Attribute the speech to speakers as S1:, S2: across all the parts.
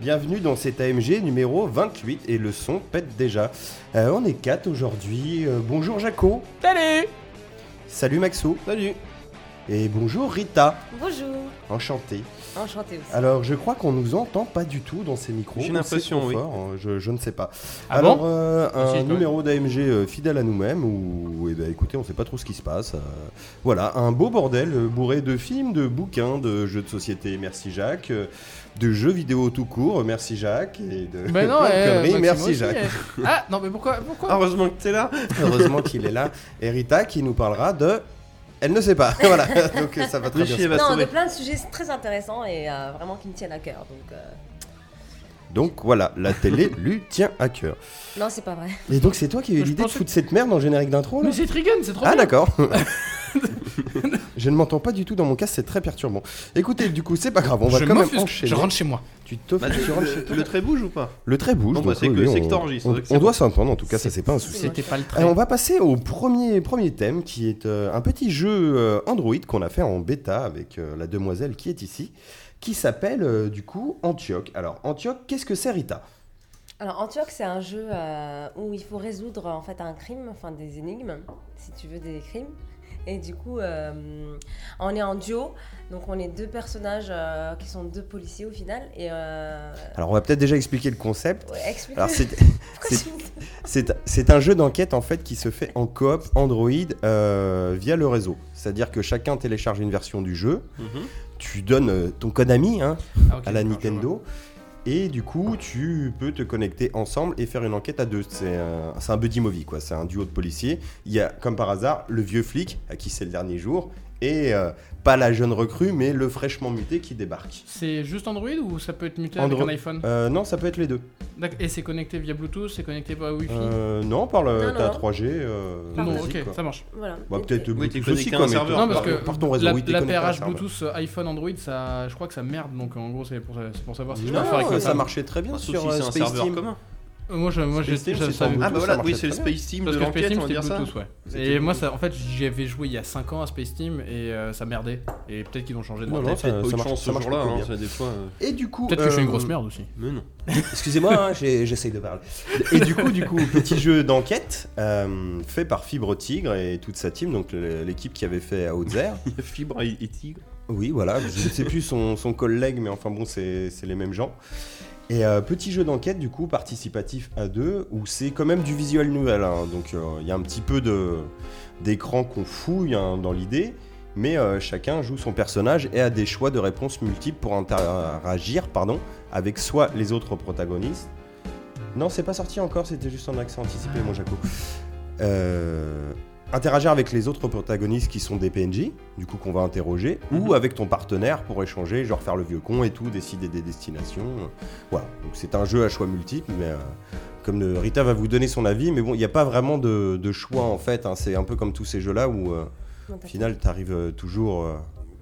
S1: Bienvenue dans cet AMG numéro 28 et le son pète déjà. Euh, on est 4 aujourd'hui. Euh, bonjour Jaco.
S2: Salut
S1: Salut Maxou.
S3: Salut
S1: Et bonjour Rita.
S4: Bonjour.
S1: Enchanté.
S4: Enchanté aussi.
S1: Alors je crois qu'on nous entend pas du tout dans ces micros.
S3: J'ai
S1: ou
S3: l'impression,
S1: c'est trop
S3: oui.
S1: fort, hein, je, je ne sais pas.
S2: Ah
S1: Alors
S2: bon
S1: euh,
S2: si,
S1: un
S2: quand
S1: numéro d'AMG euh, fidèle à nous-mêmes où eh ben, écoutez on sait pas trop ce qui se passe. euh, voilà un beau bordel euh, bourré de films, de bouquins, de jeux de société. Merci Jacques. euh, de jeux vidéo tout court. Merci Jacques. Et de
S2: Ben non,
S1: plein de
S2: eh,
S1: conneries,
S2: Maxime
S1: Merci
S2: aussi,
S1: Jacques.
S2: eh. Ah non, mais pourquoi, pourquoi
S3: Heureusement que t'es là
S1: Heureusement qu'il est là. Et Rita qui nous parlera de. Elle ne sait pas. voilà. Donc euh, ça va très
S3: Oui,
S1: bien. se
S3: je sais pas.
S1: passer.
S4: non, de
S3: sauver.
S4: plein de sujets très intéressants et euh, vraiment qui me tiennent à cœur. Donc, euh,
S1: Donc voilà, la télé lui tient à cœur.
S4: Non, c'est pas vrai.
S1: Et donc c'est toi qui as eu
S2: Je
S1: l'idée de
S2: pensais-
S1: foutre cette merde en générique d'intro là
S2: Mais c'est Trigun, c'est trop
S1: Ah
S2: bien.
S1: d'accord. je ne m'entends pas du tout dans mon casque, c'est très perturbant. Écoutez, du coup, c'est pas grave, on va
S2: je
S1: quand même
S2: m'offusque,
S1: enchaîner.
S2: je rentre chez moi.
S1: Tu t'offres,
S3: Bah,
S1: tu rentres chez
S3: le,
S1: toi.
S3: le trait bouge ou pas
S1: Le trait bouge.
S3: Bon, bah,
S1: donc,
S3: c'est
S1: oui,
S3: que-
S1: oui,
S3: c'est
S1: on-
S3: que t'enregistres,
S1: On,
S3: donc c'est
S1: on
S3: bon.
S1: doit s'entendre, en tout cas, ça c'est pas un souci.
S2: C'était pas le
S1: Euh,
S2: train.
S1: on va passer au premier, premier thème qui est euh, un petit jeu euh, Android qu'on a fait en bêta avec euh, la demoiselle qui est ici, qui s'appelle euh, du coup Antioch. Alors Antioch, qu'est-ce que c'est Rita
S4: Alors, Antioch, c'est un jeu euh, où il faut résoudre en fait un crime, enfin des énigmes, si tu veux des crimes. Et du coup, euh, on est en duo, donc on est deux personnages euh, qui sont deux policiers au final. Et euh,
S1: Alors on va peut-être déjà expliquer le concept.
S4: ouais, explique.
S1: Alors c'est
S4: Pourquoi
S1: c'est-
S4: tu me-
S1: C'est c'est un jeu d'enquête en fait qui se fait en coop Android euh, via le réseau. C'est-à-dire que chacun télécharge une version du jeu,
S2: Mhm.
S3: Bah,
S1: tu donnes euh, ton code ami hein,
S2: Ah, ok,
S1: à la
S2: d'accord,
S1: Nintendo. Et du coup, tu peux te connecter ensemble et faire une enquête à deux. C'est un, c'est un buddy movie, quoi. C'est un duo de policiers. Il y a, comme par hasard, le vieux flic, à qui c'est le dernier jour, et euh, pas la jeune recrue, mais le fraîchement muté qui débarque.
S2: je vois. C'est juste Android ou ça peut être muté
S1: Android.
S2: avec un iPhone
S1: Euh, non, ça peut être les deux.
S2: D'accord, Et c'est connecté via Bluetooth, c'est connecté via Wi-Fi
S1: Euh, non, par le,
S4: Non, non,
S1: t'as
S4: non.
S1: 3G. euh,
S2: Non,
S1: basique,
S2: ok,
S1: quoi.
S2: ça marche.
S4: Voilà.
S1: Bah,
S4: Et-
S1: peut-être
S4: et-
S1: Bluetooth
S3: t'es connecté
S1: aussi,
S3: à un
S1: quoi, mais
S3: serveur.
S1: ton-
S2: Non, parce que
S1: par ton réseau,
S2: la,
S1: oui, t'es
S2: la
S1: connecté à un
S2: PRH
S1: serveur.
S2: Bluetooth euh, iPhone Android, ça, je crois que ça merde, donc en gros c'est pour, ça- c'est pour savoir si je peux
S1: Non,
S2: le faire avec ma
S1: ça
S2: femme.
S1: marchait très bien
S3: Bah, sauf
S1: sur
S3: si
S1: euh,
S3: c'est un
S1: Space
S3: serveur
S1: Team.
S3: commun.
S2: Euh, Moi, je- moi, j'ai-
S1: Space Team,
S2: je
S1: c'est
S2: savais
S1: sans
S2: pas.
S3: Ah
S1: Bluetooth,
S3: bah
S1: ça
S3: voilà,
S1: marche
S3: oui, c'est le
S1: très bien.
S3: Space Team de
S2: Parce que Space
S3: l'enquête,
S2: Team
S3: on va
S2: c'était
S3: dire ça.
S2: Bluetooth, ouais.
S3: C'était
S2: Et moi, ça, en fait, j'y avais joué il y a 5 ans à Space Team et euh, ça merdait. Et peut-être qu'ils ont changé de
S1: Non,
S2: nom.
S1: non,
S3: T'as
S1: ça-
S3: peut-être pas
S1: ça
S3: eu de
S1: marche-
S3: chance
S1: ça
S3: ce
S1: marche
S3: jour-là,
S1: plutôt
S3: hein,
S1: bien.
S3: ça, des fois. euh,
S1: Et du coup,
S2: Peut-être que je suis une
S1: euh,
S2: grosse merde aussi.
S3: Mais non.
S1: Excusez-moi, hein, j'ai- j'essaye de parler. Et du coup, du coup, petit jeu d'enquête euh, fait par Fibre Tigre et toute sa team, donc le- l'équipe qui avait fait à Outzer.
S3: Fibre et et tigre.
S1: Oui, voilà, je ne sais plus son, son collègue, mais enfin bon, c'est c'est les mêmes gens. Et euh, petit jeu d'enquête, du coup, participatif à deux, où c'est quand même du visuel nouvel. hein. donc euh, il y a un petit peu de- d'écran qu'on fouille hein, dans l'idée, mais euh, chacun joue son personnage et a des choix de réponses multiples pour interagir pardon, avec soit les autres protagonistes. Non, c'est pas sorti encore, c'était juste en accès anticipé, mon Jaco. Euh, interagir avec les autres protagonistes qui sont des PNJ, du coup qu'on va interroger,
S3: Mhm.
S1: ou avec ton partenaire pour échanger, genre faire le vieux con et tout, décider des destinations. euh, Voilà, donc c'est un jeu à choix multiples, mais euh, comme euh, Rita va vous donner son avis, mais bon, il n'y a pas vraiment de, de choix en fait, hein. c'est un peu comme tous ces jeux-là où euh,
S4: Non, t'as-
S1: au final t'arrives euh, toujours... euh,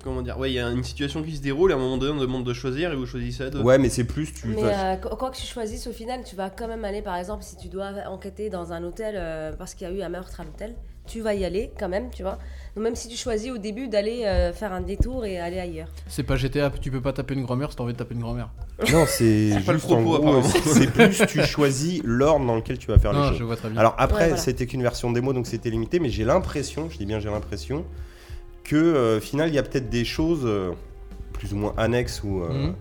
S3: Comment dire Ouais, il y a une situation qui se déroule, et à un moment donné, on demande de choisir et vous choisissez à deux.
S1: Ouais, mais c'est plus tu...
S4: Mais
S1: enfin,
S4: euh, quoi quoi que tu choisisses, au final, tu vas quand même aller, par exemple, si tu dois enquêter dans un hôtel euh, parce qu'il y a eu un meurtre à l'hôtel, tu vas y aller quand même, tu vois. Donc, même si tu choisis au début d'aller euh, faire un détour et aller ailleurs.
S2: C'est pas GTA, tu peux pas taper une grand-mère si t'as envie de taper une grand-mère.
S1: Non, c'est...
S3: C'est pas le
S1: juste, en
S3: propos,
S1: gros, euh,
S3: apparemment.
S1: C'est plus tu choisis l'ordre dans lequel tu vas faire les
S2: Non,
S1: choses.
S2: je vois très bien.
S1: Alors après,
S4: Ouais, voilà.
S1: c'était qu'une version démo, donc c'était limité, mais j'ai l'impression, je dis bien j'ai l'impression, que euh, au final, il y a peut-être des choses euh, plus ou moins annexes ou euh,
S2: Mhm.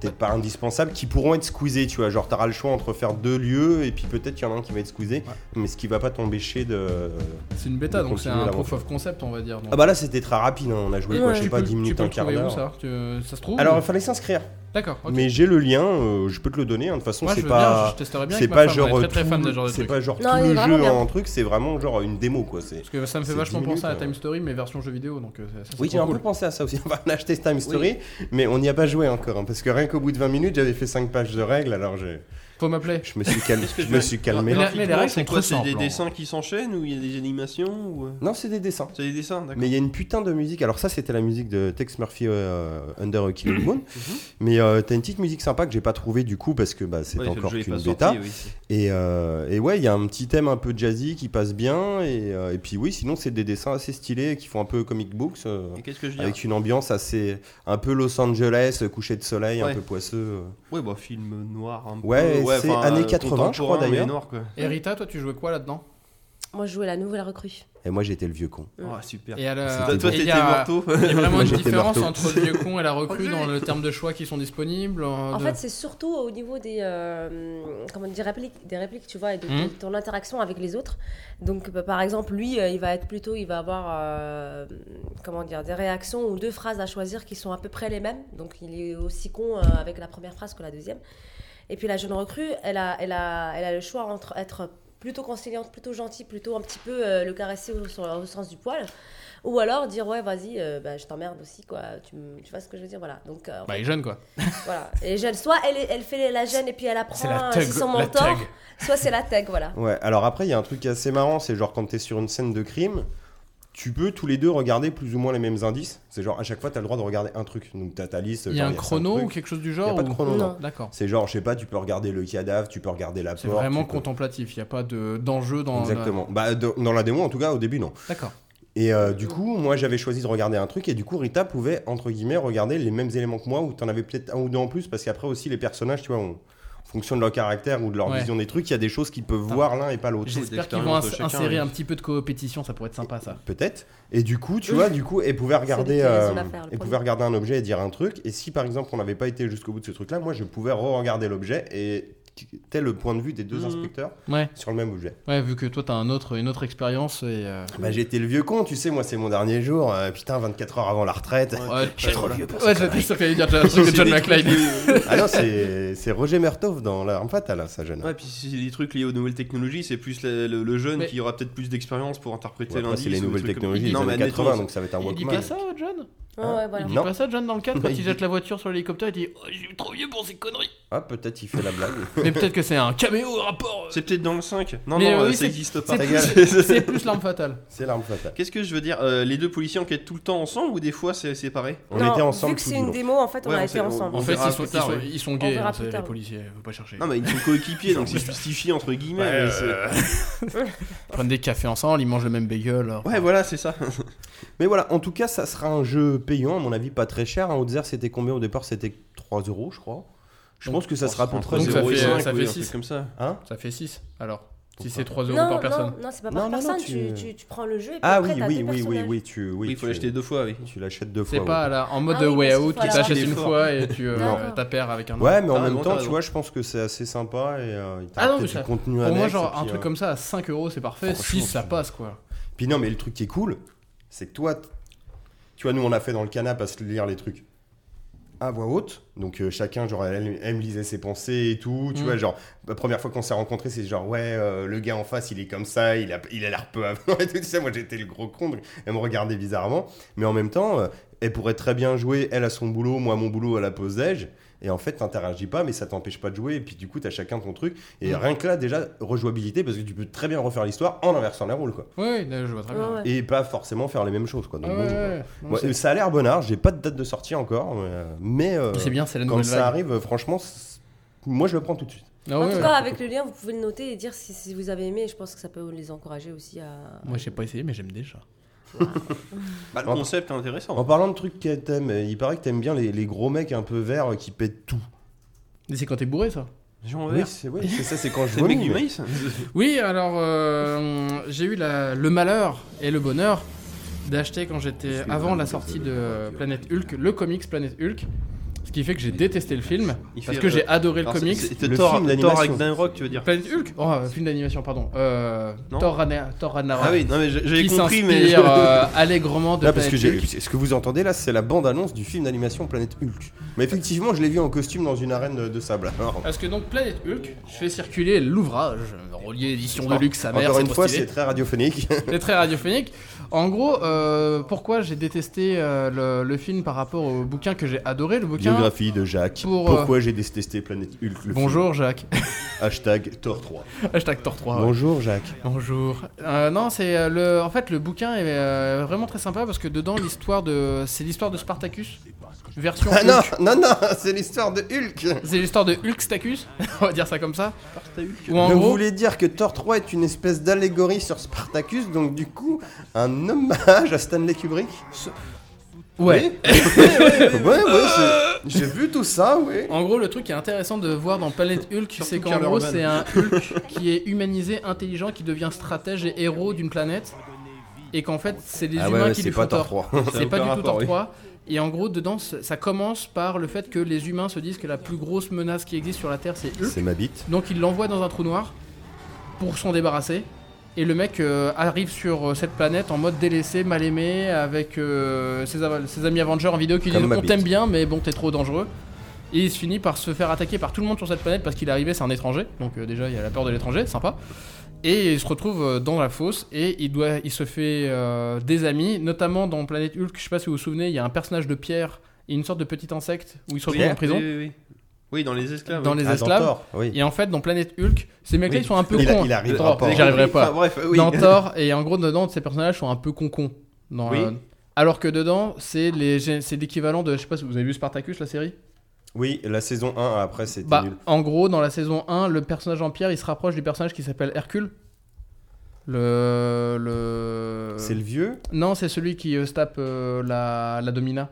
S1: peut-être pas indispensables qui pourront être squeezées, tu vois. Genre, t'auras le choix entre faire deux lieux et puis peut-être qu'il y en a un qui va être squeezé, mais ce qui va pas t'empêcher de.
S2: c'est une
S1: de
S2: bêta, donc c'est
S1: continuer
S2: un
S1: l'aventure.
S2: proof of concept, on va dire. donc. Ah bah,
S1: Ah bah là, c'était très rapide, hein, on a joué
S4: Ouais,
S1: quoi,
S4: ouais.
S1: je sais
S2: Tu
S1: pas,
S2: peux-
S1: 10 minutes,
S2: tu peux
S1: un
S2: le
S1: quart
S2: trouver où,
S1: d'heure.
S2: ça Tu- Ça se trouve
S1: Alors,
S2: ou-
S1: il fallait s'inscrire,
S2: D'accord, ok.
S1: mais j'ai le lien, euh, je peux te le donner, hein, de toute façon,
S2: Moi, je
S1: c'est
S2: veux bien, je-
S1: pas.
S2: je testerais bien
S1: C'est
S2: avec
S1: pas
S2: ma femme,
S1: genre
S2: elle est
S1: tout-
S2: très très fan de ce genre de
S1: c'est
S2: truc.
S1: pas genre
S4: Non,
S1: tout
S4: il est
S1: le
S4: vraiment
S1: jeu
S4: bien.
S1: en truc, c'est vraiment genre une démo quoi. C'est
S2: Parce que ça me fait
S1: c'est
S2: vachement
S1: 10
S2: penser à
S1: minutes,
S2: Time
S1: ouais.
S2: Story, mais version jeu vidéo, donc euh, ça, ça,
S1: Oui,
S2: c'est
S1: j'ai un
S2: trop
S1: peu
S2: cool.
S1: pensé à ça aussi. Enfin, on a acheté ce Time Story, mais on n'y a pas joué encore. hein, parce que rien qu'au bout de 20 minutes, j'avais fait 5 pages de règles, alors j'ai
S2: Faut m'appeler.
S1: Je me suis calmé.
S3: Est-ce que
S1: je
S3: tu
S1: me
S3: as-
S1: suis calmé.
S2: Mais
S3: Graphiquement,
S2: les- mais les règles
S3: c'est
S2: sont
S3: quoi,
S2: très
S3: C'est des
S2: simples, hein. en
S3: dessins qui s'enchaînent ou il y a des animations ou... euh
S1: Non, c'est des dessins.
S3: C'est des dessins, d'accord.
S1: Mais il y a une putain de musique. Alors ça, c'était la musique de Tex Murphy euh, Under a Killing Moon.
S3: Mhm.
S1: Mais euh, t'as une petite musique sympa que j'ai pas trouvée du coup parce que bah, c'est
S3: Ouais, le
S1: encore
S3: jeu est
S1: qu'une
S3: pas
S1: bêta.
S3: sorti, oui, c'est-
S1: Et, euh, et ouais, il y a un petit thème un peu jazzy qui passe bien. Et, euh, et puis oui, sinon c'est des dessins assez stylés qui font un peu comic books. euh,
S3: Et qu'est-ce que je dis
S1: avec une ambiance assez. un peu Los Angeles, euh, coucher de soleil, un
S3: Ouais.
S1: peu poisseux. euh.
S3: Ouais, bah film noir un peu.
S1: Ouais, c'est
S3: enfin,
S1: années
S3: euh,
S1: 80, je crois,
S3: contemporain, mais
S1: d'ailleurs.
S3: noir, quoi.
S2: Et Rita, toi, tu jouais quoi là-dedans
S4: Moi, je jouais la nouvelle recrue.
S1: Et moi j'étais le vieux con.
S4: Mm.
S3: Ah, super.
S2: Et à la...
S3: Toi, toi,
S2: Euh, et il
S3: t'étais
S2: y a-
S3: mortaux.
S2: Il y a vraiment
S1: Moi,
S2: une
S1: j'étais
S2: différence
S1: marteau.
S2: entre le vieux con et la recrue dans le terme de choix qui sont disponibles.
S4: En fait, c'est surtout au niveau des, euh, comment dire, répliques, des répliques, tu vois, et de,
S2: Mhm.
S4: de ton interaction avec les autres. Donc, bah, par exemple, lui, euh, il va être plutôt, il va avoir, euh, comment dire, des réactions ou deux phrases à choisir qui sont à peu près les mêmes. Donc, il est aussi con euh, avec la première phrase que la deuxième. Et puis, la jeune recrue, elle a, elle a, elle a le choix entre être plutôt conciliante, plutôt gentille, plutôt un petit peu euh, le caresser au, sur- au sens du poil. Ou alors dire, ouais, vas-y, euh, bah, je t'emmerde aussi, quoi. Tu, me- tu vois ce que je veux dire, voilà. Donc, euh,
S2: Bah, il est jeune quoi.
S4: voilà. Et jeune, soit elle, est- elle fait la gêne et puis elle apprend
S2: C'est la
S4: euh,
S2: thug.
S4: c'est son
S2: la
S4: mentor,
S2: thug.
S4: soit c'est la tag, voilà.
S1: Ouais, alors après, il y a un truc assez marrant, c'est genre quand t'es sur une scène de crime, tu peux tous les deux regarder plus ou moins les mêmes indices. C'est genre à chaque fois, t'as le droit de regarder un truc. Donc t'as ta liste.
S2: Il y
S1: genre,
S2: a un
S1: cinq
S2: chrono ou
S1: trucs.
S2: quelque chose du
S1: Il y
S2: genre
S1: a pas de
S2: ou-
S1: chrono, non.
S4: Non.
S2: D'accord.
S1: C'est genre, je sais pas, tu peux regarder le cadavre, tu peux regarder la porte.
S2: C'est vraiment hein.
S1: tu peux-
S2: contemplatif, il n'y a pas de- d'enjeu dans.
S1: Exactement. Bah, de- dans la démo, en tout cas, au début, non.
S2: D'accord.
S1: Et euh, du coup, moi, j'avais choisi de regarder un truc, et du coup, Rita pouvait, entre guillemets, regarder les mêmes éléments que moi, ou t'en avais peut-être un ou deux en plus, parce qu'après aussi, les personnages, tu vois, on... en fonction de leur caractère ou de leur
S2: Ouais.
S1: vision des trucs, il y a des choses qu'ils peuvent voir l'un et pas l'autre.
S2: J'espère
S3: d'expérience
S2: qu'ils vont
S3: de
S2: ins-
S3: chacun,
S2: insérer
S3: oui.
S2: un petit peu de coopétition, ça pourrait être sympa ça.
S1: Peut-être. Et du coup, tu vois, du coup, elle pouvait regarder,
S4: qui a raison
S1: euh,
S4: d'affaire, le
S1: elle
S4: premier.
S1: pouvait regarder un objet et dire un truc. Et si par exemple on n'avait pas été jusqu'au bout de ce truc-là, moi je pouvais re-regarder l'objet et tel le point de vue des deux
S3: Mhm.
S1: inspecteurs
S2: Mmh. Ouais,
S1: sur le même objet.
S2: ouais vu que toi t'as un autre, une autre expérience et. euh,
S1: Bah j'étais le vieux con, tu sais, moi c'est mon dernier jour. euh, putain, 24 heures avant la retraite.
S2: Ouais,
S1: Je suis trop vieux pour
S2: Ouais,
S1: ça.
S2: j'étais sûr qu'elle allait dire un truc de
S3: C'est
S2: John
S3: des
S2: McClane.
S3: trucs liés-
S1: Ah non, c'est c'est Roger Murtaugh dans l'arme fatale, ça jeune.
S3: euh, Ouais, puis c'est des trucs liés aux nouvelles technologies, c'est plus le, le- le jeune
S2: Mais-
S3: qui aura peut-être plus d'expérience pour interpréter
S1: Ouais, après,
S3: l'indice.
S1: c'est les
S3: ou des
S1: nouvelles
S3: trucs comme-
S1: technologies des
S3: Non, mais
S1: années
S3: admettons,
S1: 80, donc ça va être un
S2: Il dit
S1: Walkman.
S2: pas ça, euh, John
S4: Ouais,
S1: Ah.
S4: ouais, voilà.
S2: Il dit
S1: Non.
S2: pas ça, John, dans le cadre, quand
S1: Il
S2: il
S1: dit-
S2: jette la voiture sur l'hélicoptère, il dit Oh, je suis trop vieux pour ces conneries
S1: Ah, peut-être il fait la blague.
S2: Mais peut-être que c'est un caméo au rapport euh,
S3: C'est peut-être dans le 5. Non,
S2: Mais
S3: non,
S2: oui,
S3: euh,
S2: c'est-
S3: ça existe pas.
S2: c'est
S1: Ta
S2: plus-
S1: gueule.
S2: C'est plus l'arme fatale.
S1: C'est l'arme fatale.
S3: Qu'est-ce que je veux dire euh, Les deux policiers enquêtent tout le temps ensemble ou des fois c'est séparé
S1: On
S4: Non,
S1: était ensemble
S4: Vu que
S1: tout
S4: c'est
S1: du
S4: une
S1: long.
S4: démo, en fait, on
S3: Ouais,
S4: a
S3: on
S4: été
S3: s'est- on-
S4: ensemble.
S2: En
S3: on
S2: fait,
S3: verra
S2: ils sont,
S3: plus tard,
S2: ils sont-
S3: ouais.
S2: ils sont
S4: On
S2: gays,
S4: verra
S2: hein,
S4: plus
S2: c'est les
S4: tard.
S2: policiers, faut pas chercher.
S3: Non, mais ils sont coéquipiers, donc c'est justifié entre guillemets. mais c'est-
S1: euh,
S3: Ouais,
S2: Ils prennent des cafés ensemble, ils mangent le même bagel. alors.
S3: voilà, c'est ça.
S1: Mais voilà, en tout cas, ça sera un jeu payant, à mon avis, pas très cher. Hein. Outzer, c'était combien au départ C'était 3 euros, je crois. Je
S2: Donc,
S1: pense que ça sera pour 3
S2: Donc, ça
S1: euros.
S2: fait,
S1: et
S2: euh,
S1: cinq.
S2: ça
S3: oui,
S2: fait
S3: un truc
S2: six.
S3: comme ça.
S1: Hein
S2: Ça fait 6 alors. Si
S1: Pourquoi
S2: c'est 3 euros
S4: Non,
S2: par personne.
S4: Non, non, c'est pas
S1: Non,
S4: par
S1: non, non,
S4: personne.
S1: tu-
S4: tu... Tu, tu prends le jeu et puis
S1: ah
S4: après,
S1: oui,
S4: t'as
S1: oui,
S4: tes
S1: oui, oui,
S4: personnages.
S1: oui, tu, oui,
S3: Oui, il faut
S1: tu- Bah,
S3: l'acheter deux fois, oui.
S1: Tu l'achètes deux fois.
S2: C'est
S1: ouais.
S2: pas là, en mode
S4: Ah oui,
S2: way
S4: parce qu'il
S2: out,
S4: faut
S2: tu
S4: la-
S2: t'achètes
S3: Des
S2: une
S3: fois.
S2: fois et tu euh,
S4: Non.
S2: t'appaires avec un.
S1: Ouais, mais en
S3: T'as
S1: même
S3: raison,
S1: temps,
S3: t'as
S1: tu vois, je pense que c'est assez sympa et euh, t'as
S2: Ah non,
S1: peut-être
S2: mais
S1: du
S2: ça-
S1: contenu
S2: Pour
S1: annexe,
S2: moi,
S1: et
S2: genre,
S1: puis,
S2: un truc
S1: euh,
S2: comme ça à 5 euros, c'est parfait.
S1: Franchement,
S2: 6, ça
S1: c'est-
S2: passe quoi.
S1: Puis non, mais le truc qui est cool, c'est que toi, t- tu vois, nous, on a fait dans le canapé à se lire les trucs à voix haute. Donc euh, chacun, genre, elle, elle me lisait ses pensées et tout. Tu
S2: Mm.
S1: vois, genre, la première fois qu'on s'est rencontrés, c'est genre, ouais, euh, le gars en face, il est comme ça, il a il a l'air peu avant et tout ça. Moi, j'étais le gros con, donc elle me regardait bizarrement. Mais en même temps, euh, elle pourrait très bien jouer, elle à son boulot, moi à mon boulot, à la pause déj. Et en fait, t'interagis pas, mais ça t'empêche pas de jouer. Et puis du coup, t'as chacun ton truc. Et
S2: Mm.
S1: rien que là, déjà, rejouabilité, parce que tu peux très bien refaire l'histoire en inversant la roule, quoi
S2: Oui, oui, je vois très bien.
S4: Ouais, ouais.
S1: et pas forcément faire les mêmes choses quoi. Donc,
S2: Ah
S1: bon,
S2: ouais,
S1: voilà.
S2: ouais, non,
S1: Ouais,
S2: c'est-
S1: ça a l'air bonnard, j'ai pas de date de sortie encore, mais, euh, mais, euh,
S2: C'est bien, c'est la
S1: quand
S2: nouvelle
S1: ça
S2: vague.
S1: arrive, euh, franchement, c'est- moi je le prends tout de suite.
S2: Ah
S4: En
S2: ouais,
S4: tout
S2: ouais.
S4: cas, avec le lien, vous pouvez le noter et dire si, si vous avez aimé. Je pense que ça peut les encourager aussi à.
S2: Moi, j'ai pas essayé, mais j'aime déjà.
S3: Bah, le
S1: En-
S3: concept est intéressant.
S1: En parlant de trucs que t'aimes, euh, il paraît que t'aimes bien les, les gros mecs un peu verts euh, qui pètent tout.
S2: Mais c'est quand t'es bourré, ça
S3: Jean
S1: Oui,
S3: Vert.
S1: c'est ouais, c'est ça, c'est quand je
S3: C'est le mec
S1: vomis.
S3: du
S1: mais-
S3: maïs
S2: Oui, alors euh, j'ai eu la- le malheur et le bonheur d'acheter quand j'étais avant la sortie de Planète Hulk, le comics Planète Hulk. Ce qui fait que j'ai détesté le film
S3: Il
S2: parce
S3: fait,
S2: que
S3: euh,
S2: j'ai adoré le
S1: Ah,
S3: Alors, c'est-
S2: comics.
S3: C'était
S1: Le
S3: Thor
S1: film
S3: Thor
S1: d'animation.
S3: avec Dan Rock, tu veux dire
S2: Planète Hulk Oh, euh, film d'animation, pardon. Euh,
S3: Non.
S2: Thor, Ragna- Thor Ragnarok.
S3: Ah oui, non, mais j'ai- j'avais
S2: qui
S3: compris,
S2: s'inspire
S3: mais.
S2: euh, allègrement de
S1: Là, Ah, parce
S2: Planète
S1: que j'ai.
S2: Hulk.
S1: Ce que vous entendez là, c'est la bande-annonce du film d'animation Planète Hulk. Mais effectivement, je l'ai vu en costume dans une arène de, de sable. Alors,
S2: Parce que donc Planète Hulk, je fais circuler l'ouvrage, relié édition de luxe, sa mère,
S1: encore
S2: c'est
S1: une
S2: trop
S1: fois,
S2: stylé.
S1: c'est très radiophonique.
S2: C'est très radiophonique. En gros, euh, pourquoi j'ai détesté euh, le, le film par rapport au bouquin que j'ai adoré Le bouquin,
S1: biographie de Jacques.
S2: pour, euh,
S1: Pourquoi j'ai détesté Planète Hulk le
S2: Bonjour Jacques.
S1: film. Hashtag Thor 3.
S2: Hashtag Tor 3.
S1: Bonjour Jacques.
S2: Bonjour. Euh, non, c'est euh, le. En fait, le bouquin est euh, vraiment très sympa parce que dedans, l'histoire de, c'est l'histoire de Spartacus, version.
S1: Ah non,
S2: Hulk.
S1: non, non, c'est l'histoire de Hulk.
S2: C'est l'histoire de Hulkstacus, on va dire ça comme ça. Ou en
S1: Donc vous
S2: gros,
S1: voulez dire que Thor 3 est une espèce d'allégorie sur Spartacus, donc du coup, un hommage à Stanley Kubrick
S2: ouais.
S1: Oui, oui, oui, ouais, ouais, c'est- j'ai vu tout ça, oui.
S2: En gros, le truc qui est intéressant de voir dans Planète Hulk, c'est qu'en
S3: Karl
S2: gros,
S3: Urban.
S2: c'est un Hulk qui est humanisé, intelligent, qui devient stratège et héros d'une planète, et qu'en fait, Ah c'est
S1: Ah
S2: les humains qui lui font tort.
S1: 3.
S3: Ça
S2: C'est
S3: a aucun
S2: pas du tout
S3: rapport,
S2: Thor
S3: oui.
S2: 3. Et en gros, dedans, c- ça commence par le fait que les humains se disent que la plus grosse menace qui existe sur la Terre, c'est Hulk.
S1: C'est ma bite.
S2: Donc ils l'envoient dans un trou noir pour s'en débarrasser. Et le mec euh, arrive sur euh, cette planète en mode délaissé, mal aimé, avec euh, ses, av- ses amis Avengers en vidéo qui
S1: Comme
S2: disent
S1: ma
S2: on
S1: bite.
S2: t'aime bien mais bon t'es trop dangereux. Et il se finit par se faire attaquer par tout le monde sur cette planète parce qu'il est arrivé, c'est un étranger. Donc euh, déjà il y a la peur de l'étranger, sympa. Et il se retrouve euh, dans la fosse et il, doit, il se fait euh, des amis, notamment dans Planète Hulk, je sais pas si vous vous souvenez, il y a un personnage de pierre et une sorte de petit insecte où il se retrouve
S1: Pierre
S2: en prison.
S3: Oui, oui, oui. Oui, dans les esclaves.
S2: Dans
S3: oui.
S1: Ah,
S2: les esclaves.
S1: oui.
S2: Et en fait, dans Planète Hulk, ces mecs-là,
S3: Oui.
S2: ils sont un peu
S1: Il a-
S2: cons.
S1: il
S2: hein.
S1: arrivera
S2: Thor,
S1: pas.
S2: j'y arriverai
S3: Euh,
S2: pas.
S3: Enfin, bref, euh, oui.
S2: Dans Thor, et en gros, dedans, ces personnages sont un peu con-con. Dans,
S3: Oui.
S2: euh, alors que dedans, c'est les, c'est l'équivalent de. Je sais pas si vous avez vu Spartacus, la série
S1: Oui, la saison 1 après c'était
S2: Bah,
S1: nul.
S2: en gros, dans la saison 1, le personnage en pierre, il se rapproche du personnage qui s'appelle Hercule. Le. le...
S1: C'est le vieux
S2: Non, c'est celui qui euh, se tape euh, la, la Domina.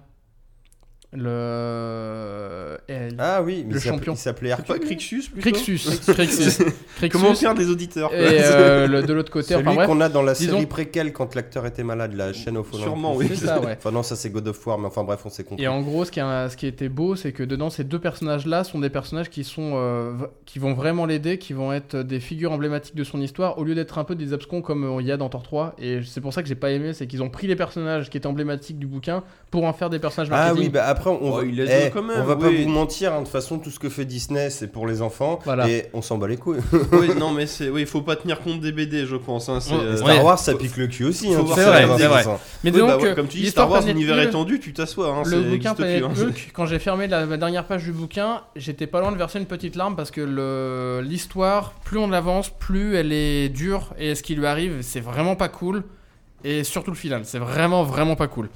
S2: Le. elle-
S1: Ah oui, mais
S2: Le
S1: il s'appelait-
S2: champion.
S1: Il s'appelait
S3: C'est pas
S1: Hercule.
S3: Crixus plutôt
S2: Crixus. Crixus. Crixus.
S3: Comment perdre les auditeurs quoi.
S2: Et euh, le- de l'autre côté,
S1: Celui
S2: enfin bref.
S1: qu'on a dans la
S2: disons-
S1: série préquelle quand l'acteur était malade, la chaîne au Folland.
S3: Sûrement, oui.
S2: C'est ça, ouais.
S1: Enfin non, ça c'est God of War, mais enfin bref, on s'est compris.
S2: Et en gros, ce qui, est- ce qui était beau, c'est que dedans, ces deux personnages-là sont des personnages qui, sont, euh, v- qui vont vraiment l'aider, qui vont être des figures emblématiques de son histoire, au lieu d'être un peu des abscons comme euh, il y a dans Thor 3. Et c'est pour ça que j'ai pas aimé, c'est qu'ils ont pris les personnages qui étaient emblématiques du bouquin pour en faire des personnages
S1: Ah oui,
S2: marketing.
S1: bah après on,
S3: Oh,
S1: va-
S3: il les a
S1: eh,
S3: quand même,
S1: on va
S3: oui.
S1: pas vous mentir, hein, de toute façon tout ce que fait Disney c'est pour les enfants
S2: Voilà.
S1: et on s'en bat les couilles.
S3: Oui, non, mais c'est. Oui, faut pas tenir compte des BD, je pense. hein, c'est,
S2: Ouais,
S1: Et
S3: euh,
S1: Star Wars ça pique le cul aussi.
S3: Faut
S1: hein,
S3: voir
S1: tout
S2: ça,
S1: ça,
S2: c'est
S1: c'est
S3: vrai.
S1: ça.
S2: Mais
S3: oui,
S2: donc,
S3: bah, ouais,
S2: euh,
S3: comme tu dis,
S2: l'histoire
S3: Star Wars,
S2: Planet
S3: univers
S2: Hulk,
S3: étendu, tu t'assois. Hein,
S2: Le
S3: c'est-
S2: bouquin
S3: existe plus,
S2: Planète
S3: hein.
S2: Hulk, quand j'ai fermé la, la dernière page du bouquin, j'étais pas loin de verser une petite larme parce que le- l'histoire, plus on avance, plus elle est dure et ce qui lui arrive, c'est vraiment pas cool. Et surtout le final, c'est vraiment, vraiment pas cool.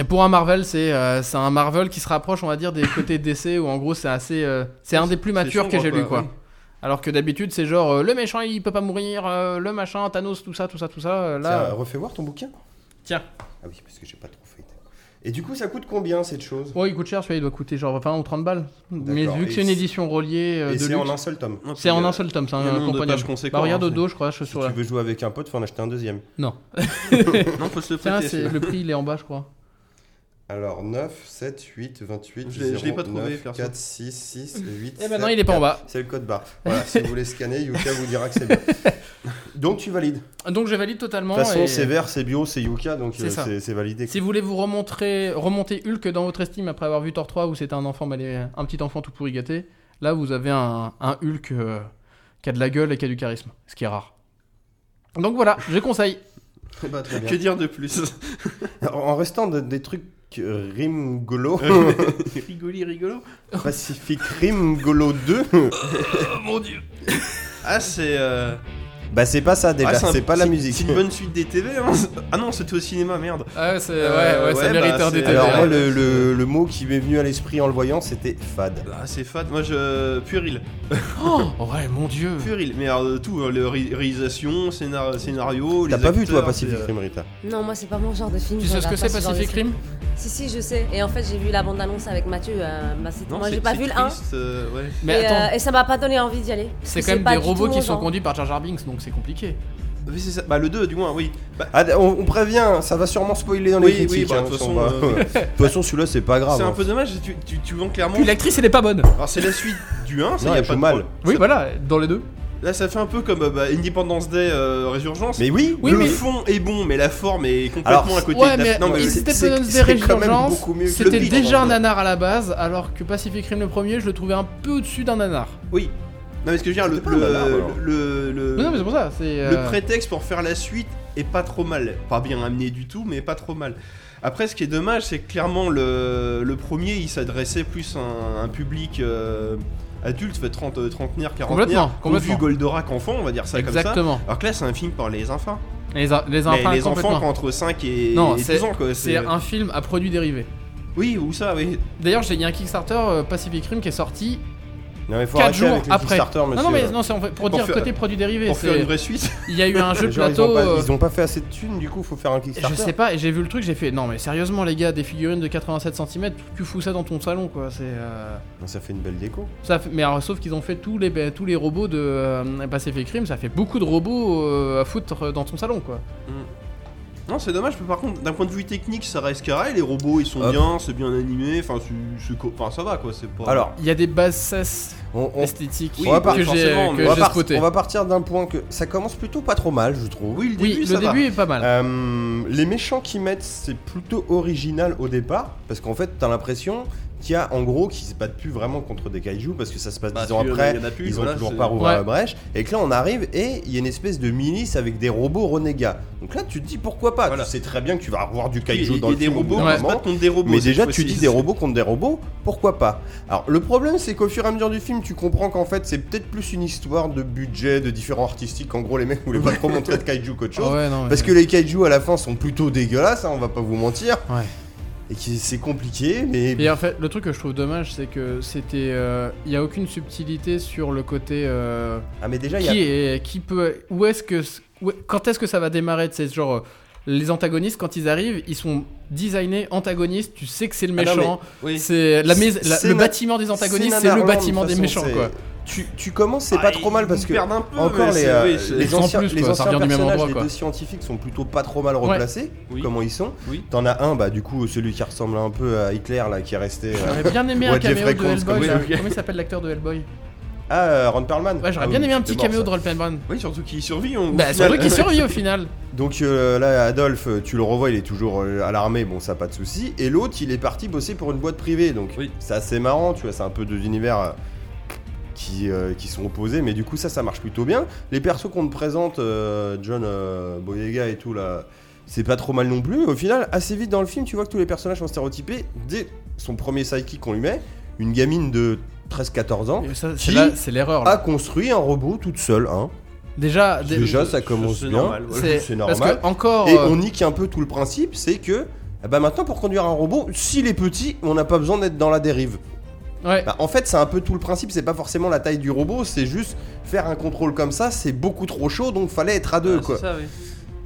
S2: Et pour un Marvel, c'est euh, c'est un Marvel qui se rapproche, on va dire, des côtés DC où en gros c'est assez. euh, c'est un des plus
S3: c'est
S2: matures que
S3: sombre,
S2: j'ai lu,
S3: quoi,
S2: quoi. Alors que d'habitude, c'est genre euh, le méchant il peut pas mourir, euh, le machin, Thanos, tout ça, tout ça, tout ça. euh, là,
S1: Tiens, refais voir ton bouquin.
S2: Tiens.
S1: Ah oui, parce que j'ai pas trop fait. Et du coup ça coûte combien cette chose
S2: Ouais, il coûte cher, celui-là, il doit coûter genre 20 ou 30 balles. Mais
S1: D'accord.
S2: vu que
S1: Et
S2: c'est une
S1: c'est-
S2: édition reliée euh,
S1: Et
S2: de
S1: c'est en
S2: luxe,
S1: un seul tome.
S3: Non,
S2: c'est en
S3: puis,
S2: un seul tome, c'est
S3: il y
S2: un,
S3: a un nombre de
S2: accompagnable.
S3: pages conséquent,
S2: Bah, regarde
S3: hein,
S2: au dos, je crois, je suis
S1: Si
S2: sur la.
S1: tu veux jouer avec un pote, faut en acheter un deuxième.
S2: Non.
S3: euh, Non, faut se le
S2: Tiens,
S3: prêter.
S2: c'est
S3: celui-là.
S2: le prix, il est en bas, je crois.
S1: Alors 9, 7, 8, 28,
S3: Je l'ai- je l'ai pas trouvé,
S1: 9,
S3: perso.
S1: 4, 6, 6, 8.
S2: Eh ben non, il est pas en bas.
S1: C'est le code barre. Voilà, si vous voulez scanner, Yuka vous dira que c'est bien. Donc tu valides.
S2: Donc je valide totalement.
S1: De toute façon,
S2: et
S1: c'est vert, c'est bio, c'est Yuka, donc
S2: C'est
S1: euh,
S2: ça.
S1: c'est c'est validé.
S2: Si vous voulez vous remonter, remonter Hulk dans votre estime après avoir vu Thor 3 où c'était un enfant mal aimé- un petit enfant tout pourri gâté, là vous avez un, un Hulk euh, qui a de la gueule et qui a du charisme, ce qui est rare. Donc voilà, je conseille.
S1: Eh ben, très bien.
S3: Que dire de plus
S1: En restant de- des trucs euh, Rimgolo,
S3: Rigoli, rigolo.
S1: Pacific Rimgolo 2,
S3: Oh mon dieu. Ah, c'est. euh,
S1: bah c'est pas ça déjà,
S3: ah, un-
S1: c'est pas la musique.
S3: C'est une bonne suite des TV. hein. Ah non, c'était au cinéma, merde.
S2: Ah, c'est,
S3: Euh,
S2: ouais, ouais, ça
S3: ouais,
S2: mérite
S3: bah,
S2: un hein.
S3: c'est-
S2: DTV.
S1: Alors
S3: Ouais,
S1: moi,
S3: ouais,
S1: le,
S3: c'est-
S1: le- le mot qui m'est venu à l'esprit en le voyant, c'était fad.
S3: Ah, c'est fat. Moi, je. Puéril.
S2: Oh, ouais, mon dieu.
S3: Puéril. Mais alors, euh, tout, hein, le ré- réalisation, scénar- scénario.
S1: T'as
S3: les
S1: pas vu toi
S3: acteurs,
S1: Pacific
S3: c'est, euh,
S1: Rim, Rita
S4: Non, moi, c'est pas mon genre de film.
S2: Tu
S4: je
S2: sais ce que
S4: regarde
S2: c'est
S4: pas ce genre de
S2: Pacific
S4: film.
S2: Rim
S4: Si, si, je sais. Et en fait, j'ai vu la bande-annonce avec Mathieu. euh, bah, c'est-
S3: Non,
S4: moi,
S3: c'est-
S4: j'ai pas
S3: c'est
S4: vu le 1.
S3: triste, euh, ouais.
S2: Mais
S4: et,
S2: attends,
S4: euh, et ça m'a pas donné envie d'y aller.
S2: C'est
S4: Parce
S2: quand
S4: que
S2: même
S4: pas
S2: des
S4: du tout
S2: robots
S4: mon
S2: qui sont
S4: genre.
S2: conduits par Jar Jar Binks, donc c'est compliqué.
S3: Oui, c'est ça. Bah, le 2, du moins, oui. Bah,
S1: Ah, on, on prévient, ça va sûrement spoiler dans les
S3: Oui, oui,
S1: critiques.
S3: bah,
S1: hein,
S3: de toute
S1: si on
S3: façon,
S1: va-
S3: euh,
S1: De toute façon, celui-là, c'est pas grave.
S3: c'est un
S1: hein.
S3: peu dommage. Tu, tu, tu vends clairement.
S2: Puis l'actrice, elle est pas bonne.
S3: Alors, c'est la suite du 1, ça
S1: Non,
S3: y a
S1: elle
S3: pas
S1: joue
S3: de
S1: mal.
S3: problème.
S2: Oui, voilà, dans les deux.
S3: Là, ça fait un peu comme euh, bah, Independence Day euh, Résurgence.
S1: Mais oui,
S2: Oui,
S3: le
S2: mais-
S3: fond est bon, mais la forme est complètement
S1: Alors,
S3: à côté
S2: Ouais,
S3: de la
S2: mais,
S3: non, mais
S1: il
S3: le-
S1: s'est-
S2: Independence
S1: c'est-
S2: Day
S1: c'est quand même
S2: Résurgence,
S1: beaucoup mieux que le
S2: c'était
S1: pitch,
S2: déjà
S1: en
S2: un
S1: vrai.
S2: nanar à la base, alors que Pacific Rim le premier, je le trouvais un peu au-dessus d'un nanar.
S3: oui. Non mais ce que je veux dire le
S1: C'était pas
S3: le,
S1: un nanar, alors.
S3: le, le-
S2: Non, non, mais c'est pour ça, c'est.
S3: Euh, le
S2: euh,
S3: prétexte pour faire la suite et pas trop mal. Pas bien amené du tout, mais pas trop mal. Après, ce qui est dommage, c'est que clairement, le, le premier, il s'adressait plus à un, un public euh, adulte, fait 30, trentenaire,
S2: Complètement,
S3: quarantenaire. qui ont
S2: complètement.
S3: vu Goldorak enfant, on va dire ça comme ça.
S2: Exactement.
S3: Alors que là, c'est un film par les enfants.
S2: Les, a- les
S3: Mais
S2: enfants,
S3: les enfants qui
S2: complètement.
S3: ont entre 5 et,
S2: Non,
S3: et
S2: c'est-
S3: 12 ans, quoi. euh,
S2: C'est un film à produit dérivé.
S3: Oui, ou ça, oui.
S2: D'ailleurs, j'ai- il y a un Kickstarter euh, Pacific Rim qui est sorti
S1: Non, mais faut
S2: 4
S1: arrêter
S2: jours
S1: avec les
S2: après.
S1: Kickstarter,
S2: Non,
S1: monsieur. euh,
S2: non, mais non, c'est en fait-
S3: Pour
S2: pour, dire
S3: faire-
S2: côté produit dérivé.
S3: Pour faire
S2: c'est-
S3: une vraie suite.
S2: Il y a eu un jeu de
S1: Genre, ils,
S2: plateau.
S1: ont pas,
S2: euh,
S1: ils ont pas fait assez de thunes, du coup, faut faire un Kickstarter.
S2: Je sais pas, et j'ai vu le truc, j'ai fait non, mais sérieusement, les gars, des figurines de 87 cm, tu fous ça dans ton salon quoi. C'est. euh,
S1: Non, Ça fait une belle déco.
S2: Ça fait- Mais alors, sauf qu'ils ont fait tous les, bah, tous les robots de euh, Pacific Rim, ça fait beaucoup de robots euh, à foutre dans ton salon quoi.
S3: Non, c'est dommage, mais par contre, d'un point de vue technique, ça reste carré. Les robots, ils sont
S1: Hop.
S3: bien, c'est bien animé. Enfin, c'est- c'est co- enfin, ça va, quoi. C'est pas.
S1: Alors,
S2: Il y a des bassesses
S1: on, on-
S2: esthétiques
S1: on va parler
S2: que j'ai
S3: forcément,
S2: que
S3: mais
S1: on va
S2: j'ai
S1: par-
S2: spotées.
S1: on va partir d'un point que ça commence plutôt pas trop mal, je trouve.
S3: oui, le début,
S2: Oui,
S3: ça
S2: le
S3: va.
S2: début est pas mal.
S1: Euh, les méchants qui mettent, c'est plutôt original au départ, parce qu'en fait, t'as l'impression qu'il y a en gros qu'ils se battent plus vraiment contre des kaijus, parce que ça se passe
S3: Bah,
S1: 10 ans
S3: puis, euh,
S1: après,
S3: y en a plus,
S1: ils
S3: voilà,
S1: ont toujours
S3: c'est-
S1: pas rouvert
S2: Ouais.
S1: la brèche, et que là on arrive et il y a une espèce de milice avec des robots renégats. Donc là, tu te dis pourquoi pas,
S3: Voilà.
S1: tu sais très bien que tu vas revoir du
S3: Et-
S1: kaiju
S3: et
S1: dans le
S3: des
S1: film au bout
S3: robots,
S1: d'un
S3: on se
S1: moment.
S3: bat contre des robots.
S1: Mais
S3: cette
S1: déjà, tu
S3: fois-ci.
S1: dis des robots contre des robots, pourquoi pas Alors, le problème, c'est qu'au fur et à mesure du film, tu comprends qu'en fait, c'est peut-être plus une histoire de budget, de différents artistiques. En gros, les mecs voulaient pas trop montrer de kaiju qu'autre
S2: Ah
S1: chose.
S2: ouais, non, mais-
S1: Parce que les kaiju à la fin sont plutôt dégueulasses, hein, on va pas vous mentir.
S2: Ouais.
S1: Et que c'est compliqué, mais.
S2: Et en fait, le truc que je trouve dommage, c'est que c'était. euh, Il y a aucune subtilité sur le côté. euh,
S1: Ah, mais déjà, il y a.
S2: qui, est, qui peut. Où est-ce que. où- quand est-ce que ça va démarrer C'est genre. euh, Les antagonistes, quand ils arrivent, ils sont designés antagonistes. Tu sais que c'est le
S1: Ah non,
S2: méchant.
S3: Oui.
S2: c'est la, mais- la-
S1: C'est
S2: le
S1: na-
S2: bâtiment des antagonistes, c'est
S1: nanar
S2: le
S1: lent, de
S2: bâtiment
S1: toute
S2: des
S1: façon,
S2: méchants,
S1: c'est-
S2: quoi.
S1: Tu, tu commences, c'est
S3: Ah,
S1: pas trop mal
S3: ils
S1: parce que.
S3: perdent un peu,
S1: Encore
S3: mais
S1: les,
S3: c'est-
S1: euh,
S3: oui, c'est-
S1: les
S2: Sans
S1: anciens,
S2: plus,
S1: les
S2: quoi,
S1: anciens
S2: ça revient du même
S1: personnages
S2: endroit,
S1: des
S2: quoi.
S1: deux scientifiques sont plutôt pas trop mal replacés,
S3: Oui.
S1: comment ils sont.
S3: Oui.
S1: T'en as un, bah du coup celui qui ressemble un peu à Hitler là, qui est resté. euh,
S2: J'aurais bien aimé un
S1: Ouais,
S2: caméo
S1: Jeffrey
S2: de
S1: Combs,
S2: Hellboy.
S3: comme-
S2: là.
S3: oui, ok.
S2: Comment il s'appelle l'acteur de Hellboy
S1: Ah, euh, Ron Perlman.
S2: Ouais, j'aurais
S1: Ah
S2: bien
S1: oui,
S2: aimé un
S1: c'était
S2: petit
S1: mort,
S2: caméo
S1: ça.
S2: de Ron Perlman.
S3: Oui, surtout qu'ils survit. on-
S2: Bah,
S3: au
S2: c'est
S3: final.
S2: vrai qu'il survit au final.
S1: Donc euh, là, Adolphe, euh, tu le revois, il est toujours euh, à l'armée, bon, ça pas de souci. Et l'autre, il est parti bosser pour une boîte privée, donc
S3: Oui.
S1: c'est assez marrant, tu vois, c'est un peu deux univers euh, qui, euh, qui sont opposés, mais du coup, ça, ça marche plutôt bien. Les persos qu'on te présente, euh, John euh, Boyega et tout, là, c'est pas trop mal non plus. Au final, assez vite dans le film, tu vois que tous les personnages sont stéréotypés dès son premier sidekick qu'on lui met, une gamine de 13-14 ans.
S2: Et ça,
S1: Qui Ah.
S2: C'est là- c'est l'erreur. là.
S1: A construit un robot toute seule, hein.
S2: Déjà, dé-
S1: Déjà,
S3: C'est-
S1: ça commence
S3: c'est
S1: bien.
S3: normal, voilà.
S2: c'est
S1: c'est
S2: parce
S1: normal.
S2: que encore.
S1: Et
S2: euh,
S1: on nique un peu tout le principe, c'est que eh ben maintenant pour conduire un robot, s'il est petit, on n'a pas besoin d'être dans la dérive.
S2: Ouais.
S1: Bah, en fait, c'est un peu tout le principe, c'est pas forcément la taille du robot, c'est juste faire un contrôle comme ça, c'est beaucoup trop chaud, donc fallait être à deux
S3: Ah, c'est
S1: quoi.
S3: ça, oui.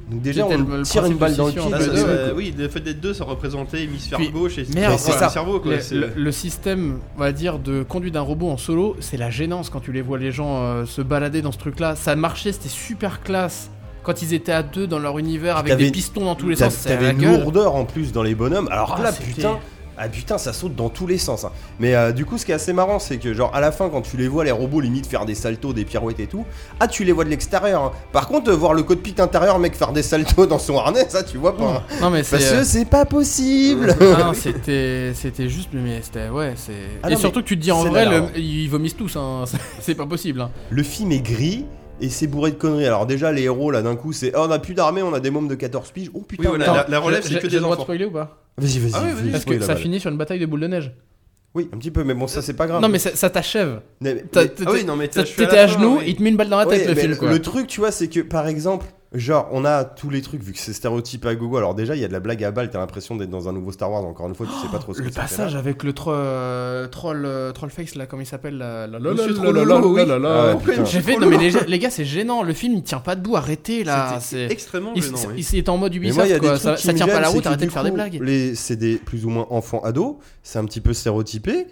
S1: Donc déjà
S2: C'était
S1: on
S2: le
S1: tire
S2: principe
S1: une balle
S2: de
S1: dans le pied.
S3: Là,
S2: scission, entre
S1: de
S3: ça,
S2: les
S1: deux,
S2: deux,
S1: quoi.
S3: euh, oui, le fait d'être deux, ça représentait hémisphère
S2: Puis-
S3: gauche et
S2: Merde,
S3: hémisphère
S1: c'est ça.
S3: cerveau. Quoi. c'est-
S2: Le, le- le système, on va dire, de conduite d'un robot en solo, c'est la gênance quand tu les vois les gens euh, se balader dans ce truc-là. Ça marchait, c'était super classe. Quand ils étaient à deux dans leur univers avec
S1: T'avais-
S2: des pistons dans tous les
S1: T'as-
S2: sens, c'est
S1: T'avais
S2: la
S1: une
S2: gueule.
S1: lourdeur en plus dans les bonhommes, alors que
S2: Ah,
S1: là
S2: c'était-
S1: putain. Ah putain, ça saute dans tous les sens. hein. Mais euh, du coup, ce qui est assez marrant, c'est que genre à la fin, quand tu les vois les robots limite faire des saltos, des pirouettes et tout, ah tu les vois de l'extérieur. hein. Par contre, euh, voir le cockpit intérieur, mec, faire des saltos dans son harnais, ça tu vois pas. hein.
S2: Non mais
S1: Parce
S2: c'est.
S1: que c'est pas possible.
S2: euh, non, c'était c'était juste mais c'était ouais c'est
S1: Ah
S2: et
S1: non,
S2: surtout que tu te dis en
S1: c'est
S2: vrai
S1: malin.
S2: le- ils vomissent tous hein. c'est pas possible hein.
S1: Le film est gris. Et c'est bourré de conneries. Alors déjà les héros là d'un coup c'est Ah, on a plus d'armée, on a des mômes de 14 piges. Oh putain.
S3: Oui, voilà,
S1: putain.
S3: la- la relève,
S2: J'ai-
S3: c'est
S2: j'ai-
S3: que
S2: j'ai
S3: des
S2: le droit de
S3: enfants.
S2: spoiler ou pas
S1: Vas-y vas-y.
S3: Ah oui, vas-y.
S1: vas-y,
S2: parce
S1: spoil
S2: que
S1: la
S2: ça
S1: balle.
S2: finit sur une bataille de boules de neige
S1: Oui, un petit peu mais bon ça c'est pas grave.
S2: non mais ça, ça t'achève
S1: Mais-
S2: T'as-
S1: mais-
S2: t'as-
S3: Ah oui, non, mais
S2: t'as-
S3: je suis
S2: t'étais
S3: la
S2: à
S3: fin,
S2: genoux
S3: oui.
S2: il te met une balle dans la
S1: Ouais,
S2: tête Ah, le
S1: mais
S2: film quoi
S1: truc, tu vois, c'est que par exemple, genre, on a tous les trucs, vu que c'est stéréotypé à gogo. Alors, déjà, il y a de la blague à balle, t'as l'impression d'être dans un nouveau Star Wars, encore une fois, tu sais pas trop ce
S2: Oh, Le
S1: que c'est,
S2: passage
S1: là.
S2: avec le tro- euh, troll, euh, trollface là, comment il s'appelle là, là, là,
S3: Monsieur
S2: là,
S3: Trollolo,
S2: là, là,
S3: oui.
S2: là, là,
S1: Ah ouais,
S2: là.
S1: putain.
S2: J'ai fait, non mais les, gars- les gars, c'est gênant. Le film il tient pas debout. Arrêtez là.
S3: C'était
S2: c'est-
S3: extrêmement
S2: Il,
S3: gênant.
S2: il-
S3: oui.
S2: il est en mode
S1: Mais moi,
S2: Ubisoft
S1: il y a des
S2: quoi.
S1: trucs
S2: Ça,
S1: qui
S2: ça
S1: me
S2: tient pas
S1: gênent,
S2: la
S1: c'est
S2: route.
S1: que
S2: Arrêtez
S1: du
S2: de faire
S1: coup,
S2: des blagues.
S1: les- C'est des plus ou moins enfants ados, c'est un petit peu stéréotypé.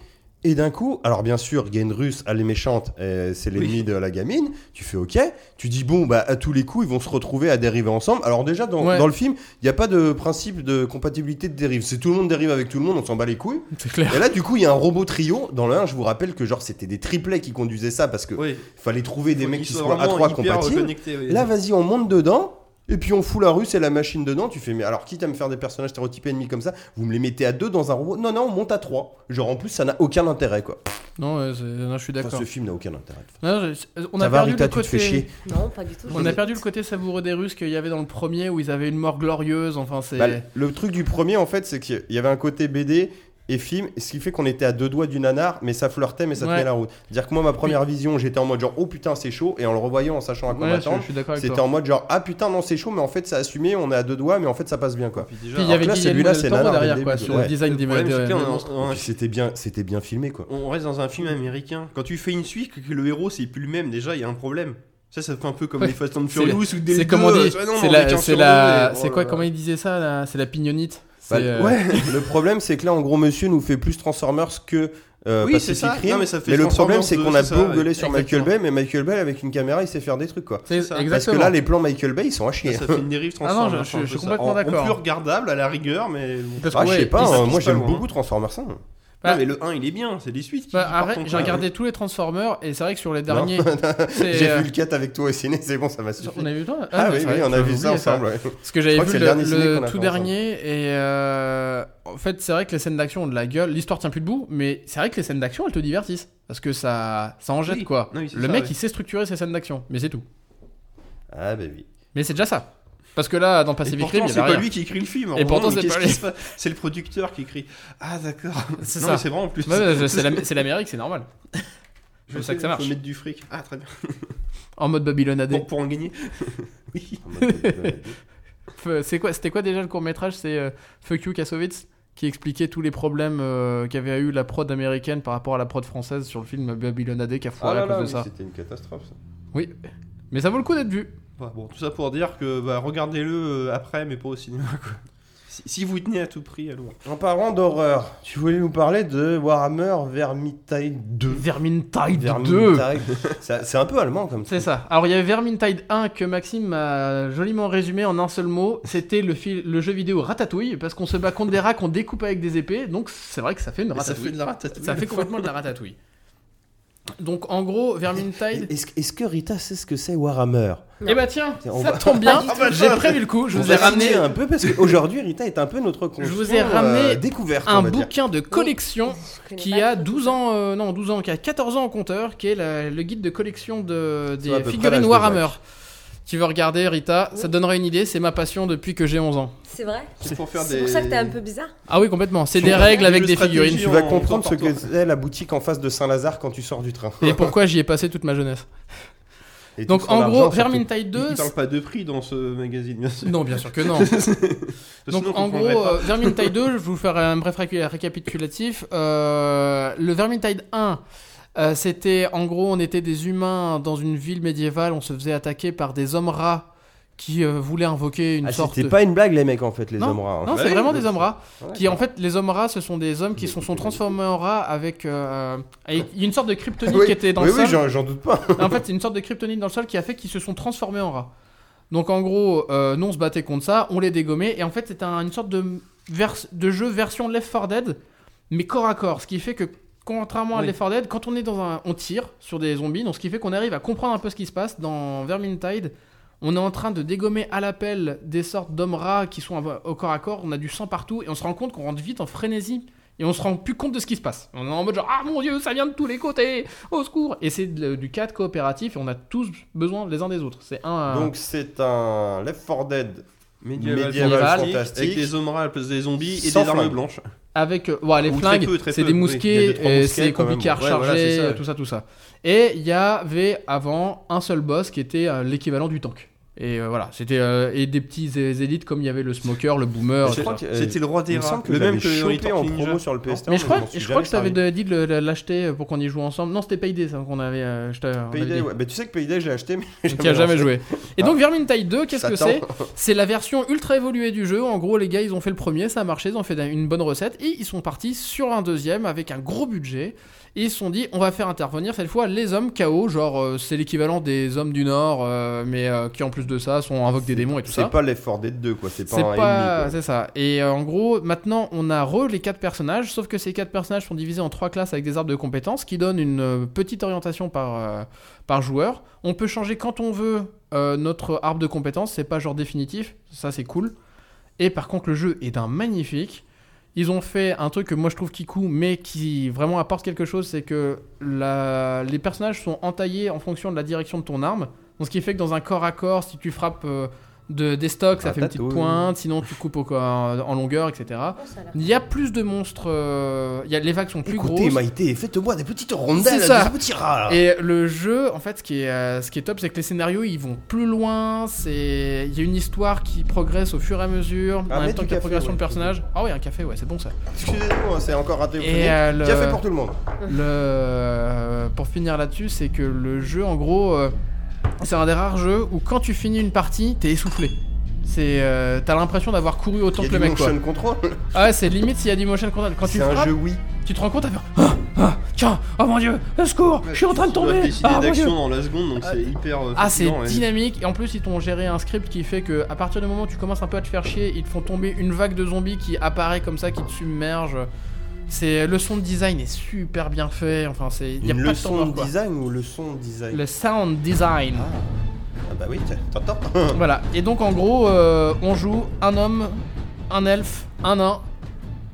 S1: Et d'un coup, alors bien sûr, Gain russe, elle est méchante, euh, c'est l'ennemi
S3: Oui.
S1: de la gamine. Tu fais ok, tu dis bon, bah à tous les coups, ils vont se retrouver à dériver ensemble. Alors déjà, dans,
S2: Ouais.
S1: dans le film, il n'y a pas de principe de compatibilité de dérive. C'est tout le monde dérive avec tout le monde, on s'en bat les couilles.
S2: C'est clair.
S1: Et là, du coup, il y a un robot trio. Dans le 1, je vous rappelle que genre c'était des triplets qui conduisaient ça parce que
S3: Oui.
S1: fallait trouver des
S3: Faut
S1: mecs
S3: qu'ils
S1: qui
S3: soient
S1: soient à
S3: vraiment
S1: trois
S3: hyper
S1: compatibles.
S3: reconnectés, oui.
S1: Là, vas-y, on monte dedans. et puis on fout la rue, c'est la machine dedans. Tu fais, mais alors quitte à me faire des personnages stéréotypés ennemis comme ça, vous me les mettez à deux dans un robot. Non, non, on monte à trois. Genre en plus, ça n'a aucun intérêt quoi.
S2: Non, ouais, c'est- non, je suis
S1: Enfin,
S2: d'accord.
S1: ce film n'a aucun intérêt.
S2: Non, je- c'est- on
S1: ça
S2: a
S1: va,
S2: perdu
S1: Rita,
S2: le
S1: tu te fais
S2: côté.
S1: chier.
S4: Non, pas du tout.
S2: On a perdu le côté savoureux des Russes qu'il y avait dans le premier où ils avaient une mort glorieuse. Enfin, c'est.
S1: Bah, le truc du premier, en fait, c'est qu'il y avait un côté BD et film, ce qui fait qu'on était à deux doigts du nanar, mais ça flirtait, mais ça
S2: Ouais.
S1: tenait la route. Dire que moi, ma première vision, j'étais en mode genre, oh putain, c'est chaud, et en le revoyant, en sachant à quoi
S2: Ouais, je, je
S1: m'attendre,
S2: suis d'accord avec
S1: c'était
S2: toi.
S1: en mode genre, ah putain, non, c'est chaud, mais en fait, ça assumé, on est à deux doigts, mais en fait, ça passe bien, quoi.
S3: Puis déjà,
S2: Puis il y
S1: Alors
S2: avait
S1: que là,
S2: Guillermo
S1: celui-là,
S2: del
S1: c'est
S2: Toro
S1: nanar dès
S2: derrière
S1: le
S2: quoi,
S1: début,
S2: sur
S1: ouais.
S2: le design
S3: le
S2: des,
S3: problème,
S2: des-
S3: c'est que là,
S2: des
S3: on-
S2: monstres.
S1: Et
S3: on-
S1: puis, c'était bien, c'était bien filmé, quoi.
S3: on reste dans un film américain. Quand tu fais une suite, que le héros c'est plus le même, déjà il y a un problème. Ça, ça fait un peu comme
S2: Ouais.
S3: les Fast and
S2: C'est-
S3: Furious ou euh, des
S2: C'est comme on dit. C'est la. C'est la.
S3: hein.
S2: C'est
S3: euh,
S2: quoi Comment ils disaient ça là C'est la pignonite.
S1: Bah,
S2: C'est, euh,
S1: Ouais, le problème, c'est que là, en gros, monsieur nous fait plus Transformers que. euh,
S3: Oui, c'est
S1: Pacific
S3: ça.
S1: Rim.
S3: Non, mais ça fait
S1: le problème,
S3: Transformers
S1: c'est qu'on
S3: deux,
S1: a
S3: c'est
S1: beau
S3: ça,
S1: gueuler sur Michael
S2: exactement.
S1: Bay, mais Michael Bay, avec une caméra, il sait faire des trucs, quoi.
S2: c'est-
S3: c'est ça.
S2: Exactement.
S1: Parce que là, les plans Michael Bay, ils sont à chier.
S3: Ça fait une dérive
S2: Ah non, je-
S3: Transformers.
S2: je-
S3: un
S2: je
S3: peu
S2: suis
S3: ça.
S2: complètement
S3: En- en
S2: d'accord.
S3: plus regardable à la rigueur, mais.
S2: Parce
S1: Ah,
S2: que,
S1: je sais
S2: ouais,
S1: pas,
S3: ils
S1: hein,
S3: s'affichent
S1: moi
S3: pas
S1: j'aime
S3: loin,
S1: beaucoup
S3: hein.
S1: Transformers 1.
S2: Bah-
S3: Non, mais le 1 il est bien, c'est les suites. qui-
S2: Bah,
S3: qui
S2: arrête,
S3: partent en
S2: j'ai
S3: couille.
S2: regardé tous les Transformers et c'est vrai que sur les derniers, c'est,
S1: euh, J'ai
S2: euh,
S1: vu le 4 avec toi au ciné, c'est bon, ça m'a suffi.
S2: on a vu toi
S1: Ah,
S2: mais
S1: oui,
S2: c'est
S1: oui,
S2: vrai,
S1: on a
S2: j'avais
S1: vu ça
S2: oublié
S1: ensemble. ouais.
S2: Parce que
S1: Je
S2: j'avais
S1: crois que c'est
S2: vu le,
S1: le dernier ciné
S2: le
S1: qu'on a fait
S2: tout
S1: ensemble.
S2: dernier et euh, en fait c'est vrai que les scènes d'action ont de la gueule, l'histoire tient plus debout, mais c'est vrai que les scènes d'action elles te divertissent parce que ça, ça en jette
S3: Oui.
S2: quoi.
S3: Non, oui, c'est
S2: le
S3: ça,
S2: mec
S3: ouais.
S2: il sait structurer ses scènes d'action, mais c'est tout.
S1: Ah, bah oui.
S2: Mais c'est déjà ça. Parce que là dans
S3: Et
S2: Pacific Rim
S3: pourtant,
S2: il y
S3: c'est
S2: avait
S3: pas
S2: rien.
S3: lui qui écrit le film.
S2: Et pourtant, c'est
S3: c'est
S2: pas lui.
S3: C'est le producteur qui écrit. Ah, d'accord.
S2: C'est
S3: Non,
S2: ça.
S3: mais C'est vrai en plus.
S2: Ouais, ouais, c'est la- c'est l'Amérique, c'est normal.
S3: Je
S2: comme ça
S3: sais,
S2: que ça marche.
S3: Faut mettre du fric. Ah, très bien.
S2: En mode Babylone AD.
S3: Pour, pour en gagner. Oui.
S1: Ah, euh,
S2: F- C'est quoi C'était quoi déjà le court métrage C'est euh, Fuck You Kassovitz qui expliquait tous les problèmes euh, qu'avait eu la prod américaine par rapport à la prod française sur le film Babylone AD qui a
S1: Ah
S2: foiré
S1: là
S2: à cause
S1: là,
S2: de
S1: oui,
S2: ça.
S1: c'était une catastrophe. ça.
S2: Oui, mais ça vaut le coup d'être vu.
S3: Bah, bon, tout ça pour dire que bah, regardez-le euh, après, mais pas au cinéma. Quoi. Si, si vous tenez à tout prix, allons.
S1: En parlant d'horreur, tu voulais nous parler de Warhammer Vermintide 2.
S2: Vermintide 2
S1: Vermintide. Ça- C'est un peu allemand comme ça.
S2: C'est ça. Alors il y avait Vermintide 1 que Maxime a joliment résumé en un seul mot. C'était le, fil- le jeu vidéo Ratatouille parce qu'on se bat contre des rats qu'on découpe avec des épées. Donc c'est vrai que ça fait une
S3: Mais Ça fait
S2: ratatouille.
S3: de la ratatouille.
S2: Ça fait complètement de la ratatouille. Donc en gros, Vermintide.
S1: Est-ce est-ce que Rita sait ce que c'est Warhammer
S2: Eh bah tiens,
S1: Tiens, on
S2: ça
S1: va-
S2: tombe bien,
S3: Ah bah,
S2: j'ai
S3: ça,
S2: prévu le coup, je
S1: On
S2: vous
S1: va
S2: ai
S1: ramener
S2: ramené
S1: un peu parce qu'aujourd'hui Rita est un peu notre
S2: Je
S1: conscient,
S2: vous ai ramené
S1: découverte. on
S2: un
S1: va dire.
S2: bouquin de collection qui a 12 ans, euh, non 12 ans, qui a 14 ans en compteur, qui est la- le guide de collection de,
S1: à
S2: des
S1: peu près
S2: figurines
S1: l'âge de
S2: Warhammer.
S1: Jacques.
S2: Tu veux regarder Rita, ça te donnera une idée, c'est ma passion depuis que j'ai 11 ans.
S4: C'est vrai
S3: C'est pour faire des.
S4: C'est pour ça que t'es un peu bizarre.
S2: Ah oui, complètement, c'est
S3: Tu
S2: des
S3: regardes
S2: règles
S3: le
S2: avec
S3: jeu
S2: des
S3: stratégie
S2: figurines.
S1: Tu
S3: en
S1: vas comprendre ce
S3: tour par
S1: que
S3: tour.
S1: c'est la boutique en face de Saint-Lazare quand tu sors du train.
S2: Et pourquoi j'y ai passé toute ma jeunesse.
S1: Et tout
S2: Donc
S1: son
S2: en gros,
S1: argent, surtout.
S2: Vermintide
S3: Il
S2: 2...
S3: parle pas de prix dans ce magazine, bien sûr.
S2: Non, bien sûr que non.
S3: Sinon,
S2: Donc
S3: on
S2: en gros,
S3: comprendrait pas.
S2: euh, Vermintide 2, je vais vous faire un bref récu- récapitulatif. Euh, le Vermintide 1, euh, c'était en gros, on était des humains dans une ville médiévale, on se faisait attaquer par des hommes rats qui euh, voulaient invoquer une
S1: Ah,
S2: sorte.
S1: C'était pas une blague, les mecs, en fait, les
S2: Non,
S1: hommes rats. hein.
S2: Non, c'est
S3: Ouais,
S2: vraiment
S3: mais-
S2: des hommes rats.
S1: Ouais,
S2: Qui en fait, les hommes rats, ce sont des hommes qui se sont transformés en rats avec. euh, avec- Il y a une sorte de kryptonite
S1: Ah Oui,
S2: qui était dans
S1: oui,
S2: le
S1: oui,
S2: sol.
S1: j'en- j'en doute pas.
S2: en fait, c'est une sorte de kryptonite dans le sol qui a fait qu'ils se sont transformés en rats. Donc en gros, euh, nous on se battait contre ça, on les dégommait, et en fait c'est un- une sorte de, vers- de jeu version Left 4 Dead, mais corps à corps, ce qui fait que contrairement à
S3: Oui.
S2: Left 4 Dead, quand on est dans un... on tire sur des zombies, donc ce qui fait qu'on arrive à comprendre un peu ce qui se passe dans Vermintide. On est en train de dégommer à l'appel des sortes d'hommes rats qui sont à- au corps à corps, on a du sang partout, et on se rend compte qu'on rentre vite en frénésie, et on se rend plus compte de ce qui se passe. On est en mode genre, ah mon dieu, ça vient de tous les côtés, au secours Et c'est de- du cadre coopératif, et on a tous besoin les uns des autres. C'est un...
S1: Donc, c'est un Left 4 Dead
S3: Médiéval,
S1: Médiéval
S3: fantastique,
S1: fantastique.
S3: Avec des hommes rats à la place des zombies et
S1: Sans
S3: des armes
S1: flingue.
S3: blanches.
S2: avec euh, voilà, les
S3: Ou très
S2: flingues,
S3: peu, très
S2: c'est
S3: peu,
S2: des
S3: oui.
S1: Il y a
S2: mousquets,
S1: deux, trois
S2: et
S1: mousquets,
S2: c'est
S1: quand même.
S2: compliqué à
S1: Ouais, voilà,
S2: recharger, euh,
S1: c'est ça, ouais.
S2: tout ça, tout ça. Et il y avait avant un seul boss qui était euh, l'équivalent du tank. Et euh, voilà, c'était euh, et des petits é- élites comme il y avait le smoker, le boomer.
S1: Mais je
S2: etc.
S1: crois que, euh,
S3: C'était le roi des
S1: Il me
S3: rats.
S1: semble que
S3: Le même que Hein, dans les
S1: chopé en
S3: Tortues Ninja.
S1: promo sur le PS1.
S2: Mais je crois,
S1: m'en suis
S2: je crois
S1: jamais
S2: que t'avais
S1: servi.
S2: dit de le- l'acheter euh, pour qu'on y joue ensemble. Non, c'était Payday ça qu'on avait euh, acheté. on avait
S1: Payday,
S2: dit.
S1: ouais. Bah, tu sais que Payday, j'ai acheté, mais j'ai
S2: Qui a jamais joué. Et
S1: Ah.
S2: donc Vermintide 2, qu'est-ce
S1: Ça
S2: que
S1: tend.
S2: c'est C'est la version ultra évoluée du jeu. En gros, les gars, ils ont fait le premier, ça a marché, ils ont fait une bonne recette et ils sont partis sur un deuxième avec un gros budget. Et ils se sont dit, on va faire intervenir cette fois les hommes KO, genre euh, c'est l'équivalent des hommes du Nord, euh, mais euh, qui en plus de ça, son invoque des démons et tout ça.
S1: C'est pas l'effort des deux, quoi. C'est pas
S2: C'est
S1: un
S2: pas-
S1: ennemi.
S2: c'est ça. Et euh, en gros, maintenant, on a re les quatre personnages, sauf que ces quatre personnages sont divisés en trois classes avec des arbres de compétences qui donnent une euh, petite orientation par, euh, par joueur. On peut changer quand on veut euh, notre arbre de compétences, c'est pas genre définitif, ça c'est cool. Et par contre, le jeu est d'un magnifique. Ils ont fait un truc que moi je trouve qui coûte, mais qui vraiment apporte quelque chose, c'est que la- les personnages sont entaillés en fonction de la direction de ton arme. Donc, ce qui fait que dans un corps à corps, si tu frappes euh, de, des stocks, ça
S1: Un
S2: fait une petite
S1: tatou.
S2: pointe, sinon tu coupes au corps- euh, en longueur, etc.
S4: Oh, ça a l'air-
S2: Il y a plus de monstres, euh, il y a, les vagues sont plus
S1: Écoutez,
S2: grosses.
S1: Maïté, faites-moi des petites
S2: C'est
S1: rondelles,
S2: ça.
S1: des petits rats. là.
S2: Et le jeu, en fait, ce qui est, euh, ce qui est top, c'est que les scénarios, ils vont plus loin. C'est, il y a une histoire qui progresse au fur et à mesure,
S1: Ah,
S2: en même
S1: mets
S2: temps
S1: du
S2: que la
S1: café,
S2: progression
S1: ouais.
S2: de personnages. Ah oui, un café, ouais, c'est bon ça.
S1: Excusez-moi, c'est encore raté.
S2: Et euh, le-
S1: Qui a fait pour tout le monde
S2: le- euh, pour finir là-dessus, c'est que le jeu, en gros, euh, c'est un des rares jeux où quand tu finis une partie, t'es essoufflé. C'est, euh, t'as l'impression d'avoir couru autant
S1: Il y
S2: que
S1: a
S2: le
S1: du
S2: mec. Quoi.
S1: motion control.
S2: Ah ouais, c'est limite s'il y a du motion control. Quand tu
S1: C'est un
S2: frappes,
S1: jeu oui.
S2: tu te rends compte, t'as fait ah, ah, tiens, oh mon dieu, au secours, je suis en train de
S3: Tu dois
S2: tomber.
S3: décider
S2: Ah, mon
S3: d'action
S2: Dieu.
S3: dans la seconde, donc c'est hyper. euh,
S2: Ah, c'est
S3: fatigant, ouais.
S2: dynamique et en plus ils t'ont géré un script qui fait que à partir du moment où tu commences un peu à te faire chier, ils te font tomber une vague de zombies qui apparaît comme ça, qui te submerge. C'est le son de design est super bien fait. Enfin, c'est il y a
S1: Une
S2: pas de temps
S1: leçon
S2: mort,
S1: de
S2: quoi.
S1: design ou leçon de design
S2: Le sound design.
S1: Ah bah oui, t'entends
S2: Voilà. Et donc en gros, euh, on joue un homme, un elfe, un nain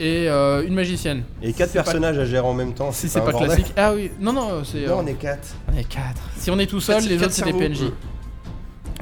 S2: et euh, une magicienne.
S1: Et quatre
S2: C'est pas-
S1: personnages à gérer en même temps.
S2: Si c'est
S1: un
S2: pas
S1: bordel.
S2: classique. Ah oui. Non non, c'est
S1: Non,
S2: euh,
S1: on est quatre.
S2: on est quatre. Si on est tout seul,
S3: Quatre-
S2: les
S3: quatre
S2: autres c'est des
S3: cerveaux,
S2: PNJ.
S3: euh.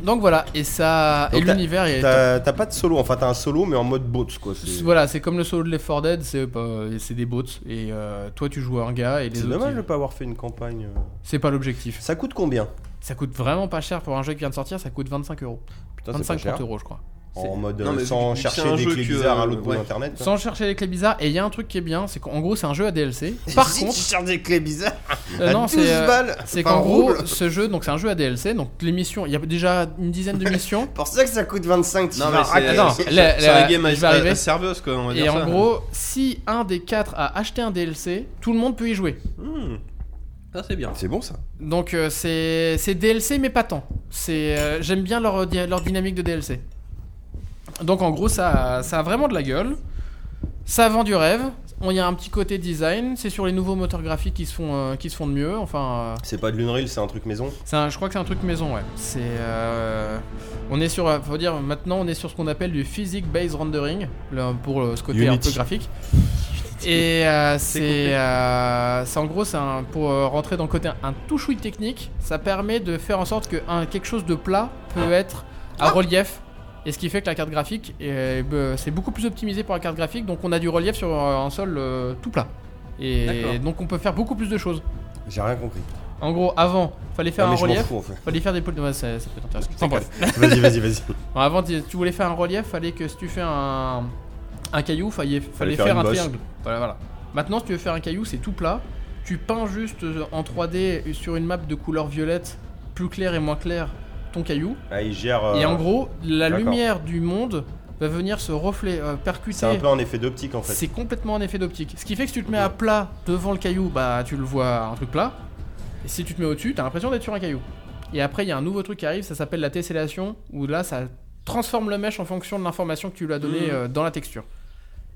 S2: Donc voilà, et ça et
S1: Donc t'as-
S2: l'univers est top.
S1: T'as t'as pas de solo, enfin t'as un solo mais en mode bots quoi. c'est-
S2: Voilà, c'est comme le solo de Left 4 Dead, c'est pas- c'est des bots et euh, toi tu joues à un gars et les
S1: C'est
S2: autres.
S1: dommage
S2: ils-
S1: de pas avoir fait une campagne. euh.
S2: C'est pas l'objectif.
S1: Ça coûte combien
S2: Ça coûte vraiment pas cher pour un jeu qui vient de sortir, ça coûte 25 euros.
S1: Putain, c'est pas
S2: 25
S1: cher.
S2: 30 euros, je crois.
S1: En mode
S3: Non,
S1: euh,
S3: mais
S1: sans
S3: vu que c'est
S1: chercher
S3: un
S1: des
S3: jeu
S1: clés
S3: que,
S1: bizarres à
S3: euh,
S1: l'autre bout
S3: ouais.
S1: d'internet.
S2: Sans chercher les clés bizarres, et il y a un truc qui est bien, c'est qu'en gros c'est un jeu à DLC. Par contre,
S1: cherches des clés bizarres.
S2: euh, non, c'est. euh,
S1: balles.
S2: C'est qu'en gros, ce jeu, donc c'est un jeu à DLC, donc les missions, il y a déjà une dizaine de missions.
S1: Pour ça que ça coûte 25.
S3: Non, mais c'est
S2: Ah, Attends,
S3: c'est-
S2: la-
S3: c'est
S2: la-
S3: un game à,
S2: je vais arriver.
S3: à serveuse, quoi. On va
S2: Et
S3: dire
S2: en
S3: ça.
S2: gros, si un des quatre a acheté un DLC, tout le monde peut y jouer.
S3: Hmm. Ça, c'est bien.
S1: C'est bon ça.
S2: Donc euh, c'est c'est DLC mais pas tant. C'est euh, j'aime bien leur di- leur dynamique de DLC. Donc en gros ça a- ça a vraiment de la gueule. Ça vend du rêve. On y a un petit côté design. C'est sur les nouveaux moteurs graphiques qui se font euh, qui se font de mieux. Enfin euh,
S1: C'est pas de l'Unreal, c'est un truc maison.
S2: c'est un- je crois que c'est un truc maison ouais. C'est euh, on est sur euh, faut dire maintenant on est sur ce qu'on appelle du physique based rendering là, pour euh, ce côté un
S1: Unity.
S2: peu graphique. Et euh, c'est
S3: complet.
S2: euh, c'est en gros c'est un- pour euh, rentrer dans le côté un, un touchoui technique, ça permet de faire en sorte que un, quelque chose de plat peut
S3: Ah.
S2: être à relief. Et ce qui fait que la carte graphique est- euh, c'est beaucoup plus optimisé pour la carte graphique, donc on a du relief sur euh, un sol euh, tout plat. Et
S3: D'accord.
S2: donc on peut faire beaucoup plus de choses.
S1: J'ai rien compris.
S2: En gros, avant, fallait faire
S1: Ah, mais
S2: un
S1: je m'en
S2: relief,
S1: fous en fait.
S2: fallait faire des poly- ouais, ça, ça peut t'intéresser. Enfin, bref.
S1: Vas-y, vas-y, vas-y.
S2: Bon, avant, tu tu voulais faire un relief, fallait que si tu fais un, un caillou, fallait, fallait,
S1: faire
S2: faire,
S1: une
S2: un
S1: bosse.
S2: triangle. Voilà, voilà. Maintenant, si tu veux faire un caillou, c'est tout plat. Tu peins juste euh, en 3D sur une map de couleur violette, plus claire et moins claire, ton caillou.
S1: Ah,
S3: Bah,
S1: il gère. euh,
S2: et en gros, la
S1: d'accord.
S2: lumière du monde va venir se refléter, percuter.
S1: c'est un peu un effet d'optique en fait.
S2: C'est complètement un effet d'optique. Ce qui fait que si tu te mets à plat devant le caillou, bah tu le vois un truc plat. Et si tu te mets au-dessus, t'as l'impression d'être sur un caillou. Et après, il y a un nouveau truc qui arrive, ça s'appelle la tessellation, où là, ça transforme le mesh en fonction de l'information que tu lui as donnée
S3: Mhm.
S2: euh, dans la texture.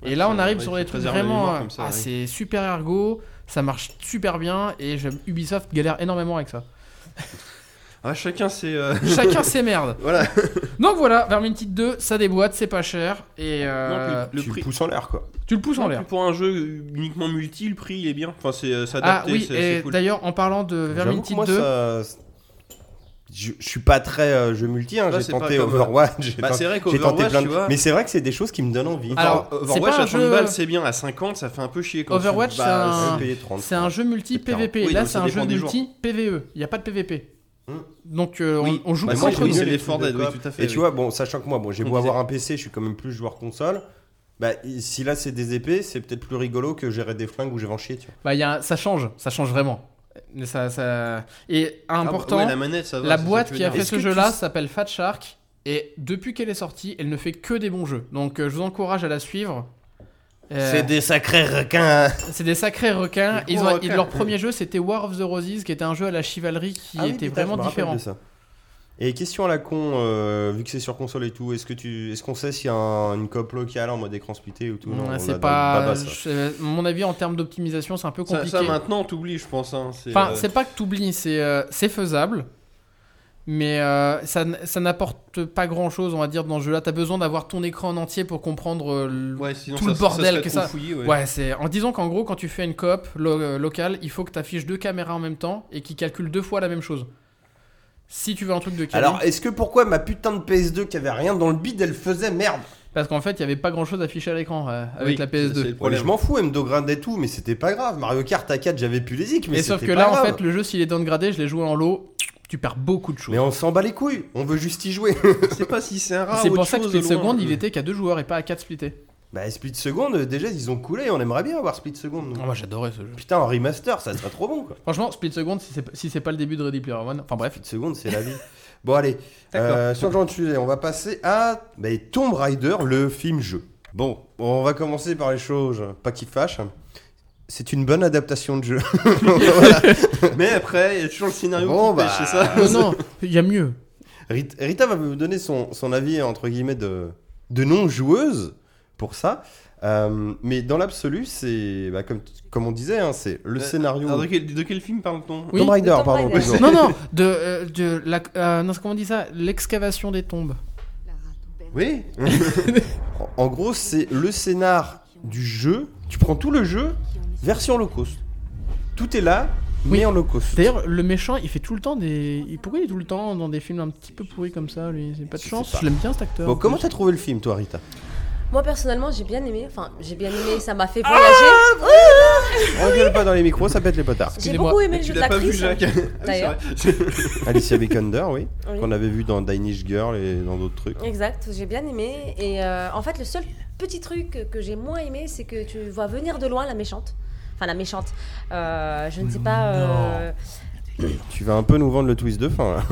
S3: Ouais,
S2: et là, on
S3: ça-
S2: arrive
S3: ouais,
S2: sur
S3: qui
S2: des trucs
S3: préserve la
S2: vraiment.
S3: mémoire
S2: euh,
S3: comme ça,
S2: ah,
S3: ouais.
S2: c'est super ergo, ça marche super bien, et j'aime- Ubisoft galère énormément avec ça.
S3: Ah, chacun, c'est. euh,
S2: Chacun ses merdes.
S3: Voilà.
S2: Donc voilà, Vermintide 2, ça déboîte, c'est pas cher, et euh,
S3: Non, puis le
S1: tu
S3: prix.
S1: pousses en l'air quoi.
S2: tu le pousses en
S3: Non,
S2: l'air.
S3: puis Pour un jeu uniquement multi, le prix il est bien. Enfin, c'est euh, c'est
S2: Ah
S3: adapté,
S2: oui,
S3: c'est
S2: et
S3: c'est cool.
S2: d'ailleurs, en parlant de
S1: J'avoue que
S2: Vermintide
S1: moi
S2: 2,
S1: ça. Je, je suis pas très euh, jeu multi, hein.
S3: Ouais,
S1: j'ai
S3: c'est pas
S1: tenté
S3: comme, euh,
S1: Overwatch, j'ai
S3: Bah,
S1: tenté,
S3: c'est vrai
S1: j'ai tenté
S3: qu'Overwatch,
S1: plein
S3: tu
S1: de
S3: vois.
S1: Mais c'est vrai que c'est des choses qui me donnent envie.
S2: Alors,
S3: Enfin,
S2: c'est
S3: Overwatch
S2: pas un
S3: à 30
S2: jeu-
S3: balles, c'est bien. À 50, ça fait un peu chier. Quand tu-
S2: Overwatch, c'est
S3: bah,
S2: un-
S1: J'ai payé 30,
S2: c'est un jeu multi
S1: C'est clair.
S2: PVP.
S3: Oui,
S2: Là,
S3: donc
S2: c'est
S3: ça
S2: un jeu
S3: dépend des
S2: multi PVE. Il n'y a pas de PVP.
S1: Hmm.
S2: Donc, euh, on-
S3: Oui.
S2: on, joue
S3: Bah,
S1: Mais
S3: moi,
S2: contre
S3: oui,
S2: nous.
S3: c'est
S1: les
S3: l'effort
S1: trucs
S3: d'aide,
S1: de
S3: oui,
S1: coop.
S3: tout à fait,
S1: Et tu
S3: oui.
S1: vois, bon, sachant que moi, bon, j'ai
S3: On
S1: beau avoir un PC, je suis quand même plus joueur console. Bah, si là c'est des épées, c'est peut-être plus rigolo que gérer des flingues ou j'ai en chier, tu vois.
S2: Bah, il y a un- ça change, ça change vraiment. Mais ça, ça- Et
S3: Ah, bah,
S2: important,
S3: ouais, la manette, ça va,
S2: la
S3: c'est ça que tu
S2: boîte
S3: veux
S2: qui a
S3: dire.
S2: fait
S1: Est-ce
S2: ce
S1: que
S2: jeu-là
S1: tu-
S2: s'appelle Fat Shark. Et depuis qu'elle est sortie, elle ne fait que des bons jeux. Donc, euh, je vous encourage à la suivre. Euh,
S1: des sacrés requins. hein.
S2: c'est des sacrés requins.
S3: Des
S2: Ils
S3: gros
S2: ont-
S3: requins.
S1: Ah
S3: Ah
S2: leur premier jeu, c'était War of the Roses, qui était un jeu à la chevalerie qui était vraiment différent.
S1: Et question à la con, euh, vu que c'est sur console et tout, est-ce que tu, est-ce qu'on sait s'il y a un- une coop locale en mode écran splitté ou tout
S2: Ouais,
S1: on l'a
S2: c'est
S1: dans
S2: pas.
S1: Baba, ça.
S2: je- à mon avis, en termes d'optimisation, c'est un peu
S3: Ça,
S2: compliqué.
S3: ça, maintenant, t'oublies, je pense. hein, c'est,
S2: Enfin,
S3: euh,
S2: c'est pas que t'oublies, c'est euh, c'est faisable, mais euh, ça, n- ça n'apporte pas grand chose, on va dire, dans ce jeu-là. T'as besoin d'avoir ton écran en entier pour comprendre euh, le-
S3: ouais, sinon
S2: tout
S3: ça-
S2: le bordel
S3: serait
S2: que
S3: trop
S2: ça-
S3: fouillis, ouais.
S2: Ouais, c'est en disant qu'en gros, quand tu fais une coop lo- euh, locale, il faut que tu affiches deux caméras en même temps et qui calculent deux fois la même chose. Si tu veux un truc de qualité,
S1: Alors, est-ce que pourquoi ma putain de PS2 qui avait rien dans le bide, elle faisait merde
S2: parce qu'en fait, il y avait pas grand chose affiché à l'écran euh, avec
S3: Ah Oui,
S2: la
S3: c'est- c'est
S2: PS2.
S3: le
S1: Ouais, mais
S3: problème.
S1: Je m'en fous, elle me dogradait tout, mais c'était pas grave. Mario Kart à 4, j'avais plus les zik, mais
S2: Et sauf
S1: c'était
S2: que
S1: pas
S2: là, en
S1: grave.
S2: fait, le jeu, s'il est downgradé, je l'ai joué en lot, tu perds beaucoup de choses.
S1: Mais on s'en bat les couilles, on veut juste y jouer.
S3: Je sais pas si c'est un rat
S2: C'est
S3: ou
S2: pour
S3: autre
S2: ça que
S3: chose
S2: Split
S3: de loin.
S2: Second, il était qu'à deux joueurs et pas à quatre splittés.
S1: bah, Split Second, euh, déjà, ils ont coulé, on aimerait bien avoir Split Second.
S3: Mmh.
S1: nous.
S2: Oh, moi, j'adorais ce jeu.
S1: Putain, un remaster, ça serait trop bon quoi.
S2: Franchement, Split Second, si c'est pas- si c'est pas le début de Ready Player One, enfin bref.
S1: Split Second, c'est la vie. Bon, allez, euh, changeons de sujet, on va passer à bah, Tomb Raider, le film-jeu. Bon, on va commencer par les choses pas qui fâchent. C'est une bonne adaptation de jeu. Voilà.
S3: Mais après, il y a toujours le scénario
S1: Bon,
S3: qui
S1: bah.
S3: pêche, c'est ça.
S2: Non, Euh, non, il y a mieux.
S1: Rit- Rita va vous donner son, son avis, entre guillemets, de, de non-joueuse pour ça. Euh, mais dans l'absolu, c'est bah, comme, comme on disait, hein, c'est le
S3: Euh,
S1: scénario.
S3: Alors, de, quel, de quel film parle-t-on
S2: Oui.
S1: Tomb Raider,
S4: De Tomb
S1: pardon.
S4: Raider.
S1: pardon.
S2: Non, non, de, euh, de la, euh, non, comment on dit ça L'excavation des tombes.
S3: Oui.
S1: En- En gros, c'est le scénar du jeu. Tu prends tout le jeu, version low cost. Tout est là, mais
S2: Oui.
S1: en low cost.
S2: D'ailleurs, le méchant, il fait tout le temps des. il- Pourquoi il est tout le temps dans des films un petit peu pourris comme ça, lui C'est pas de
S1: Je
S2: chance,
S1: sais pas.
S2: je l'aime bien cet acteur.
S1: Bon, comment t'as trouvé le film, toi, Rita
S4: Moi personnellement, j'ai bien aimé. Enfin, j'ai bien aimé. Ça m'a fait voyager.
S1: On gueule pas dans les micros, ça pète les potards.
S4: j'ai
S2: excusez-moi,
S4: beaucoup aimé
S3: Mais
S4: le
S3: tu
S4: jeu de
S3: l'as pas vu,
S4: l'actrice.
S3: Jacques. Ah oui, c'est
S4: D'ailleurs.
S3: vrai.
S1: Alicia Vikander, oui,
S4: Oui.
S1: qu'on avait vu dans Danish Girl et dans d'autres trucs.
S4: Exact, j'ai bien aimé. Et euh, en fait, le seul petit truc que j'ai moins aimé, c'est que tu vois venir de loin la méchante. Enfin, la méchante. Euh, je ne sais pas. euh,
S1: Tu vas un peu nous vendre le twist de fin, là.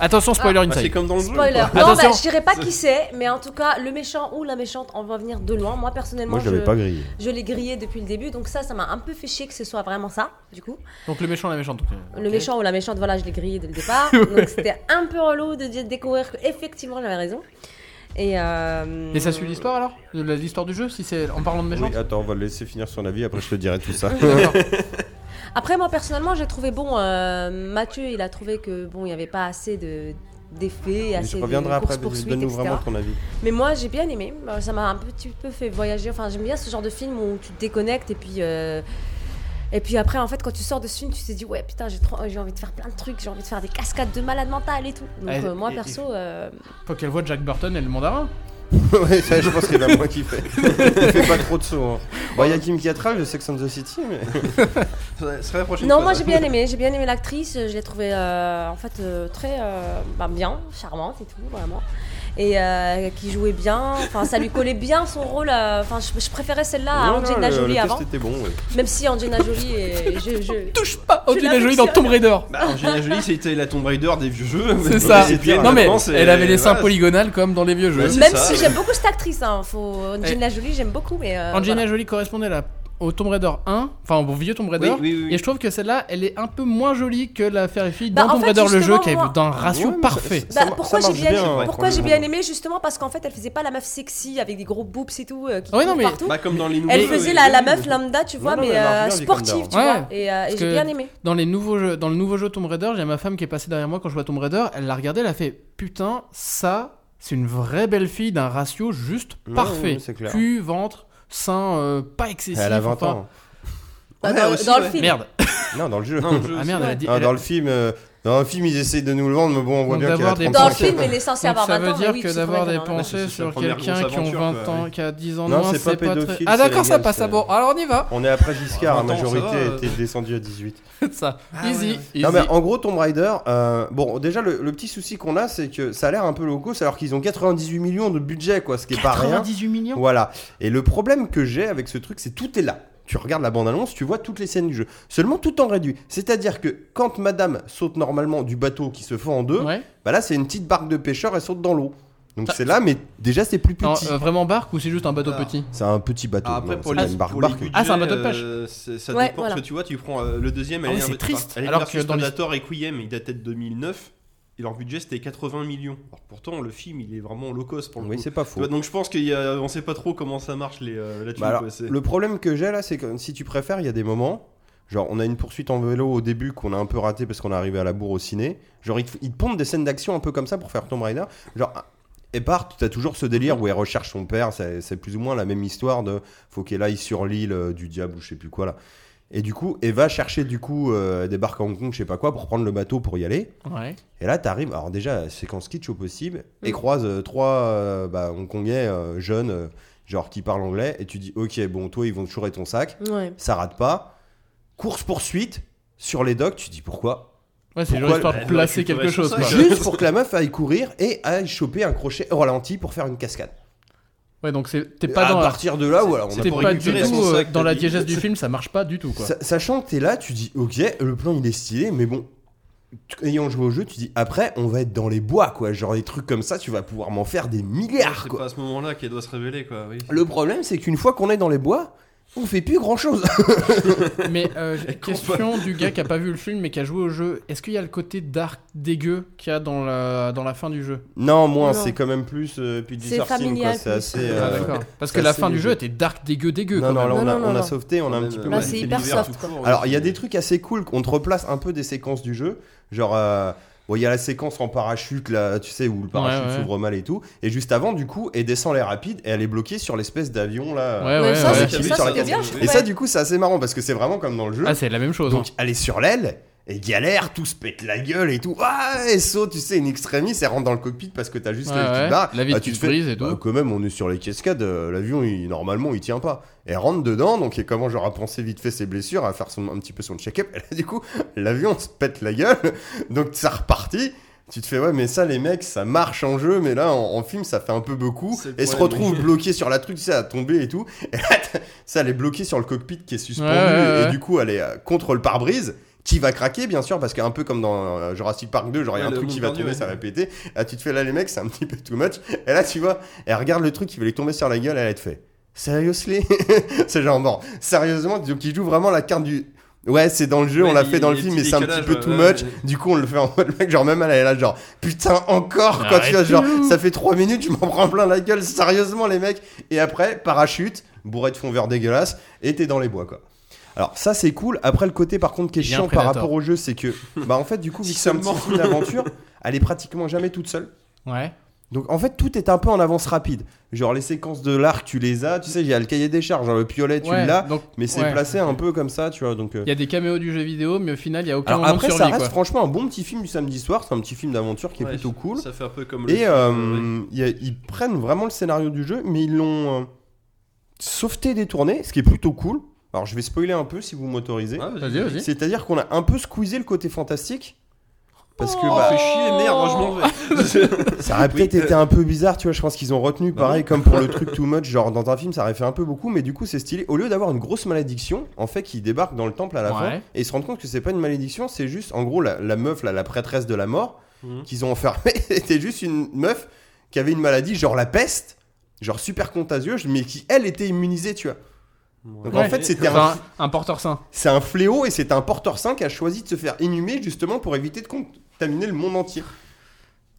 S2: Attention, spoiler
S3: Ah, c'est
S1: bah,
S2: inside.
S3: comme dans le jeu.
S4: Spoiler.
S3: quoi.
S4: Non,
S2: Attention.
S4: bah, je dirais pas qui c'est, mais en tout cas, le méchant ou la méchante, on va venir de loin. Moi, personnellement,
S1: Moi, je l'avais pas grillé.
S4: je l'ai grillé depuis le début, donc ça, ça m'a un peu fait chier que ce soit vraiment ça, du coup.
S2: Donc le méchant, la méchante. ok.
S4: Le méchant ou la méchante, voilà, je l'ai grillé dès le départ. donc c'était un peu relou de di- découvrir qu'effectivement, j'avais raison. Et, euh,
S2: Et ça suit l'histoire alors Le- L'histoire du jeu, si c'est en parlant de méchant
S1: Oui, attends, on va le laisser finir son avis, après je te dirai tout ça.
S4: Après, moi personnellement, j'ai trouvé bon. euh, Mathieu, il a trouvé que bon, il n'y avait pas assez de d'effets,
S1: Mais
S4: assez
S1: je
S4: de
S1: reviendrai après,
S4: courses-poursuites,
S1: donne-nous
S4: etc.
S1: vraiment ton avis.
S4: Mais moi, j'ai bien aimé. Euh, Ça m'a un petit peu fait voyager. Enfin, j'aime bien ce genre de film où tu te déconnectes et puis. euh, Et puis après, en fait, quand tu sors de ce film, tu te dis, ouais, putain, j'ai trop... j'ai envie de faire plein de trucs, j'ai envie de faire des cascades de malade mental et tout. Donc,
S2: Ah, et-
S4: euh, moi,
S2: et-
S4: perso, euh,
S2: Faut qu'elle voit Jack Burton et le mandarin.
S1: ouais, ça, je pense qu'il va moins kiffer. Il fait pas trop de sauts. hein. Bon, il y a Kim Cattrall de Sex and the City, mais.
S3: Ce serait la prochaine
S4: Non,
S1: euh,
S3: fois,
S4: moi
S3: ça.
S4: j'ai bien aimé, j'ai bien aimé l'actrice, je l'ai trouvée euh, en fait euh, très euh, bah, bien, charmante et tout, vraiment. Et euh, qui jouait bien, enfin ça lui collait bien son rôle, euh, enfin je, je préférais celle-là à
S1: Non, non,
S4: Angelina
S1: le-
S4: Jolie
S1: le
S4: avant,
S1: test était bon, ouais.
S4: même si Angelina Jolie est. Je, je-
S2: Touche pas Angelina
S4: l'as
S2: Jolie dans
S4: fixé.
S2: Tomb Raider
S3: Bah, Angelina Jolie, c'était la Tomb Raider des vieux jeux.
S2: C'est ça.
S1: c'est bien,
S2: non mais
S3: honnêtement, c'est-
S2: elle avait les seins
S3: voilà,
S2: polygonales comme dans les vieux jeux.
S3: Ouais, c'est
S4: Même
S3: ça.
S4: si j'aime beaucoup cette actrice, hein, faut... Angelina
S1: Eh.
S4: Jolie j'aime beaucoup, mais. euh,
S2: Angelina
S4: voilà.
S2: Jolie correspondait là au Tomb Raider 1, enfin au vieux Tomb Raider.
S3: Oui, oui, oui, oui.
S2: Et je trouve que celle-là, elle est un peu moins jolie que la fairy fille
S4: Bah,
S2: dans
S4: en
S2: Tomb
S4: fait,
S2: Raider le jeu,
S4: justement,
S2: qui est
S4: moi-
S2: d'un ratio
S1: Ouais, mais ça-
S2: parfait.
S1: ça-
S4: Bah,
S1: mar-
S4: pourquoi
S1: ça
S4: j'ai
S1: marche
S4: bien,
S1: bien, hein, ouais,
S4: pourquoi j'ai
S1: franchement.
S4: bien aimé justement parce qu'en fait elle faisait pas la meuf sexy avec des gros boobs et tout euh, qui
S2: Ouais,
S4: courent
S2: Ah non, mais-
S4: partout.
S3: Bah, comme dans les nouveaux.
S4: elle
S3: jeux,
S4: faisait
S3: oui,
S4: la,
S3: oui,
S4: la
S3: oui.
S4: meuf lambda, tu vois,
S1: non,
S4: mais
S1: mais elle marche
S4: euh,
S1: bien, Vikander.
S4: sportive, tu
S2: Ouais.
S4: vois. Et, euh, et
S2: Parce
S4: j'ai
S2: que-
S4: bien aimé.
S2: Dans les nouveaux jeux, dans le nouveau jeu Tomb Raider, j'ai ma femme qui est passée derrière moi quand je vois Tomb Raider, elle l'a regardé, elle a fait putain, ça, c'est une vraie belle fille d'un ratio juste
S1: Ouais,
S2: parfait.
S1: ouais, c'est clair.
S2: Cul, ventre, sein, euh, pas excessif.
S1: Elle a 20
S2: enfin-
S1: ans.
S4: Bah,
S3: Ouais,
S4: dans,
S3: aussi,
S4: dans le
S3: ouais.
S4: film.
S2: Merde.
S1: Non, dans le jeu.
S3: Non, je-
S2: Ah merde, elle a dit.
S1: Ah,
S2: elle a-
S1: dans le film, euh, dans le film, ils essayent de nous le vendre, mais bon, on voit
S2: Donc
S1: bien qu'elle a
S2: d'avoir des
S1: 35
S4: Dans le
S2: Donc,
S4: film, il est censé
S2: Donc
S4: avoir
S2: ça
S4: 20
S2: veut
S4: ans.
S2: dire
S4: mais oui,
S2: que
S4: c'est
S2: d'avoir
S4: très
S2: des
S4: bien, non, non.
S3: c'est
S2: pensées
S3: sa
S2: sur
S3: première
S2: quelqu'un
S3: grosse
S2: qui ont
S3: aventure,
S2: 20
S3: quoi,
S2: ans,
S3: oui.
S2: qui a 10 ans de
S1: Non,
S2: moins,
S1: c'est pas
S2: c'est pas
S1: pédophile,
S2: très... Ah
S1: c'est
S2: d'accord, ça
S1: légal,
S2: passe
S1: c'est-
S2: à bord. Alors on y va.
S1: On est après Giscard, la
S3: Attends, ça
S1: majorité
S3: va, euh.
S1: était descendue à 18.
S2: Ça,
S3: Ah,
S2: easy,
S3: ouais, ouais.
S2: easy.
S1: Non, mais en gros, Tomb Raider, euh, bon, déjà, le, le petit souci qu'on a, c'est que ça a l'air un peu low cost, alors qu'ils ont 98 millions de budget, quoi, ce qui est pas rien.
S2: 98 millions
S1: Voilà. Et le problème que j'ai avec ce truc, c'est tout est là. Tu regardes la bande-annonce, tu vois toutes les scènes du jeu. Seulement tout en réduit. C'est-à-dire que quand madame saute normalement du bateau qui se fend en deux,
S2: Ouais.
S1: bah là, c'est une petite barque de pêcheur, elle saute dans l'eau. Donc c'est là, mais déjà, c'est plus
S2: Non,
S1: petit.
S2: euh, vraiment barque ou c'est juste un bateau
S3: Ah.
S2: petit
S1: C'est un petit bateau.
S3: Ah, après,
S1: non,
S3: pour
S1: c'est pas
S3: les,
S1: une barque
S3: pour les
S1: barque.
S3: budgets,
S2: Ah, c'est un bateau de pêche.
S3: euh, c'est- ça
S4: Ouais,
S3: dépend,
S4: voilà.
S3: parce que tu vois, tu prends euh, le deuxième,
S2: Ah
S3: elle
S2: ouais,
S3: est un
S2: c'est
S3: peu-
S2: triste,
S3: elle est
S2: alors
S3: versus
S2: que dans les-
S3: Predator et Quiem, il datait de 2009. Et leur budget c'était 80 millions. Alors, pourtant le film il est vraiment low cost pour le
S1: Oui,
S3: coup.
S1: c'est pas
S3: Tu
S1: faux.
S3: vois, donc je pense qu'on sait pas trop comment ça marche les, euh, la thune,
S1: Bah alors,
S3: quoi, c'est-
S1: le problème que j'ai là, c'est que si tu préfères, il y a des moments. Genre, on a une poursuite en vélo au début qu'on a un peu raté parce qu'on est arrivé à la bourre au ciné. Genre, ils te, ils te pondent des scènes d'action un peu comme ça pour faire Tomb Raider. Genre, ah, et part, t'as toujours ce délire où elle recherche son père. C'est c'est plus ou moins la même histoire de faut qu'elle aille sur l'île euh, du diable ou je sais plus quoi là. Et du coup, et va chercher du coup, euh, elle débarque à Hong Kong, je sais pas quoi, pour prendre le bateau pour y aller.
S2: Ouais.
S1: Et là, t'arrives, alors déjà, séquence kitsch au possible, et croise euh, trois euh, bah, Hongkongais euh, jeunes, euh, genre qui parlent anglais, et tu dis, ok, bon, toi, ils vont te chourer ton sac,
S4: Ouais.
S1: ça rate pas. Course-poursuite sur les docks, tu dis pourquoi
S2: Ouais, c'est
S1: Pourquoi-
S2: juste pour
S3: Bah,
S2: placer
S3: ouais,
S2: quelque
S3: ouais,
S2: chose.
S3: c'est
S2: quoi.
S3: ça.
S1: Juste pour que la meuf aille courir et aille choper un crochet au ralenti pour faire une cascade.
S2: Ouais, donc c'est- t'es
S1: Et
S2: pas
S1: à
S2: dans la-
S1: partir de là, ou alors on a
S2: t'es
S3: pour
S2: pas du
S3: récupérer son
S2: tout euh,
S3: sac,
S2: dans
S3: t'as
S2: la
S3: dit.
S2: diégèse du film, ça marche pas du tout quoi.
S1: Sa- Sachant que t'es là, tu dis ok, le plan il est stylé, mais bon, tu- ayant joué au jeu, tu dis après on va être dans les bois quoi, genre des trucs comme ça, tu vas pouvoir m'en faire des milliards
S3: C'est
S1: quoi.
S3: pas à ce moment-là qu'elle doit se révéler quoi. Oui.
S1: Le problème c'est qu'une fois qu'on est dans les bois, on fait plus grand chose.
S2: Mais euh, j'ai une
S3: compte
S2: question du gars qui a pas vu le film mais qui a joué au jeu, est-ce qu'il y a le côté dark dégueu qu'il y a dans la, dans la fin du jeu
S1: non, moins,
S4: Non.
S1: c'est quand même plus euh, puis
S4: C'est familial,
S1: C'est
S4: plus.
S1: assez.
S2: Ah,
S1: euh,
S2: d'accord. Parce
S1: c'est
S2: que la
S1: assez
S2: fin du jeu
S1: léger.
S2: était dark dégueu dégueu
S1: Non,
S2: quand
S1: non,
S2: même.
S1: là on a,
S4: Non, non,
S1: on a
S4: non.
S1: a sauveté, on a un
S3: euh,
S1: petit peu.
S2: Bah,
S4: Là,
S1: modifié
S4: c'est
S1: le
S4: hyper
S1: univers.
S4: soft, quoi.
S1: Alors il y a des trucs assez cool qu'on te replace un peu des séquences du jeu, genre. euh, bon, il y a la séquence en parachute, là, tu sais, où le parachute
S2: ouais.
S1: s'ouvre mal et tout. Et juste avant, du coup, elle descend l'air rapide et elle est bloquée sur l'espèce d'avion, là.
S2: Ouais, ouais,
S4: ça,
S2: ouais.
S4: c'était-
S1: Qui
S4: ça,
S1: sur la
S4: c'était
S1: carte.
S4: bien, je
S1: Et ça,
S4: trouvais.
S1: du coup, c'est assez marrant parce que c'est vraiment comme dans le jeu.
S2: Ah, c'est la même chose. hein.
S1: Donc, elle est sur l'aile, et galère, tout se pète la gueule et tout. Ah, elle saute, tu sais, une extrémiste, elle rentre dans le cockpit parce que t'as juste
S2: Ouais,
S1: la vie qui
S2: ouais.
S1: te barre.
S2: La vie
S1: Ah,
S2: qui
S1: tu
S2: te
S1: te fais-
S2: brise et tout.
S1: Bah, quand même, on est sur les cascades, euh, l'avion, il, normalement, il tient pas. Elle rentre dedans, donc, et comment j'aurais pensé vite fait ses blessures, à faire son, un petit peu son check-up. Et là, du coup, l'avion se pète la gueule, donc ça repartit. Tu te fais, ouais, mais ça, les mecs, ça marche en jeu, mais là, en, en film, ça fait un peu beaucoup.
S3: C'est le
S1: Et se
S3: problème.
S1: retrouve bloqué sur la truc, tu sais, à tomber et tout. Et là, t'as- ça, elle est bloquée sur le cockpit qui est suspendu,
S2: Ouais, ouais, ouais.
S1: et du coup, elle est euh, contre le pare-brise qui va craquer bien sûr parce qu'un peu comme dans euh, Jurassic Park 2 genre il y a
S3: Ouais,
S1: un
S3: le
S1: truc qui va
S3: monde perdu,
S1: tomber
S3: ouais.
S1: ça va péter ah tu te fais là les mecs c'est un petit peu too much et là tu vois elle regarde le truc qui va lui tomber sur la gueule elle te fait seriously c'est genre bon sérieusement donc il joue vraiment la carte du ouais c'est dans le jeu
S3: Ouais,
S1: on l'a
S3: il-
S1: fait dans le
S3: il y a
S1: film
S3: des
S1: mais c'est un petit
S3: décalages,
S1: peu too
S3: ouais, ouais,
S1: much
S3: ouais.
S1: du coup on le fait en mode mec genre même elle elle est là genre putain encore quoi tu vois genre ça fait 3 minutes je m'en prends plein la gueule sérieusement les mecs et après parachute bourré de fond vert dégueulasse et t'es dans les bois quoi alors ça c'est cool. Après le côté par contre qui est
S2: Il y a un
S1: chiant par
S2: Predator.
S1: rapport au jeu, c'est que bah en fait du coup vu
S3: Si
S1: que c'est un petit
S3: seulement.
S1: film d'aventure, elle est pratiquement jamais toute seule.
S2: Ouais.
S1: Donc en fait tout est un peu en avance rapide. Genre les séquences de l'arc tu les as, tu sais il y a le cahier des charges, genre, le piolet tu
S2: Ouais,
S1: l'as,
S2: donc,
S1: mais c'est
S2: ouais.
S1: placé un peu comme ça tu vois donc. euh.
S2: Il y a des caméos du jeu vidéo, mais au final, il y a aucun
S1: Alors
S2: moment de
S1: après ça
S2: survie.
S1: reste
S2: quoi.
S1: franchement un bon petit film du samedi soir, c'est un petit film d'aventure qui est plutôt cool.
S3: Ça fait un peu comme le
S1: Et
S3: film,
S1: euh,
S3: ouais.
S1: il y a- ils prennent vraiment le scénario du jeu, mais ils l'ont euh, sauveté détourné, ce qui est plutôt cool. Alors je vais spoiler un peu si vous m'autorisez.
S3: Ah,
S2: Vas-y, vas-y.
S1: C'est-à-dire qu'on a un peu squeezé le côté fantastique. Parce que
S3: Oh,
S1: bah,
S3: fait chier, merde, moi, je m'en vais.
S1: ça aurait peut-être
S3: Oui, euh,
S1: été un peu bizarre, tu vois. Je pense qu'ils ont retenu,
S3: Bah
S1: pareil, comme pour le truc Too Much, genre dans un film, ça aurait fait un peu beaucoup, mais du coup, c'est stylé. Au lieu d'avoir une grosse malédiction, en fait, qui débarque dans le temple à la fin,
S2: Ouais.
S1: et ils se rendent compte que c'est pas une malédiction, c'est juste, en gros, la, la meuf, là, la prêtresse de la mort,
S3: Mhm.
S1: qu'ils ont enfermée, était juste une meuf qui avait une maladie, genre la peste, genre super contagieuse, mais qui, elle, était immunisée, tu vois. Donc en
S2: Ouais.
S1: fait, c'était un
S2: Enfin, un porteur sain.
S1: C'est un fléau et c'est un porteur sain qui a choisi de se faire inhumer justement pour éviter de contaminer le monde entier.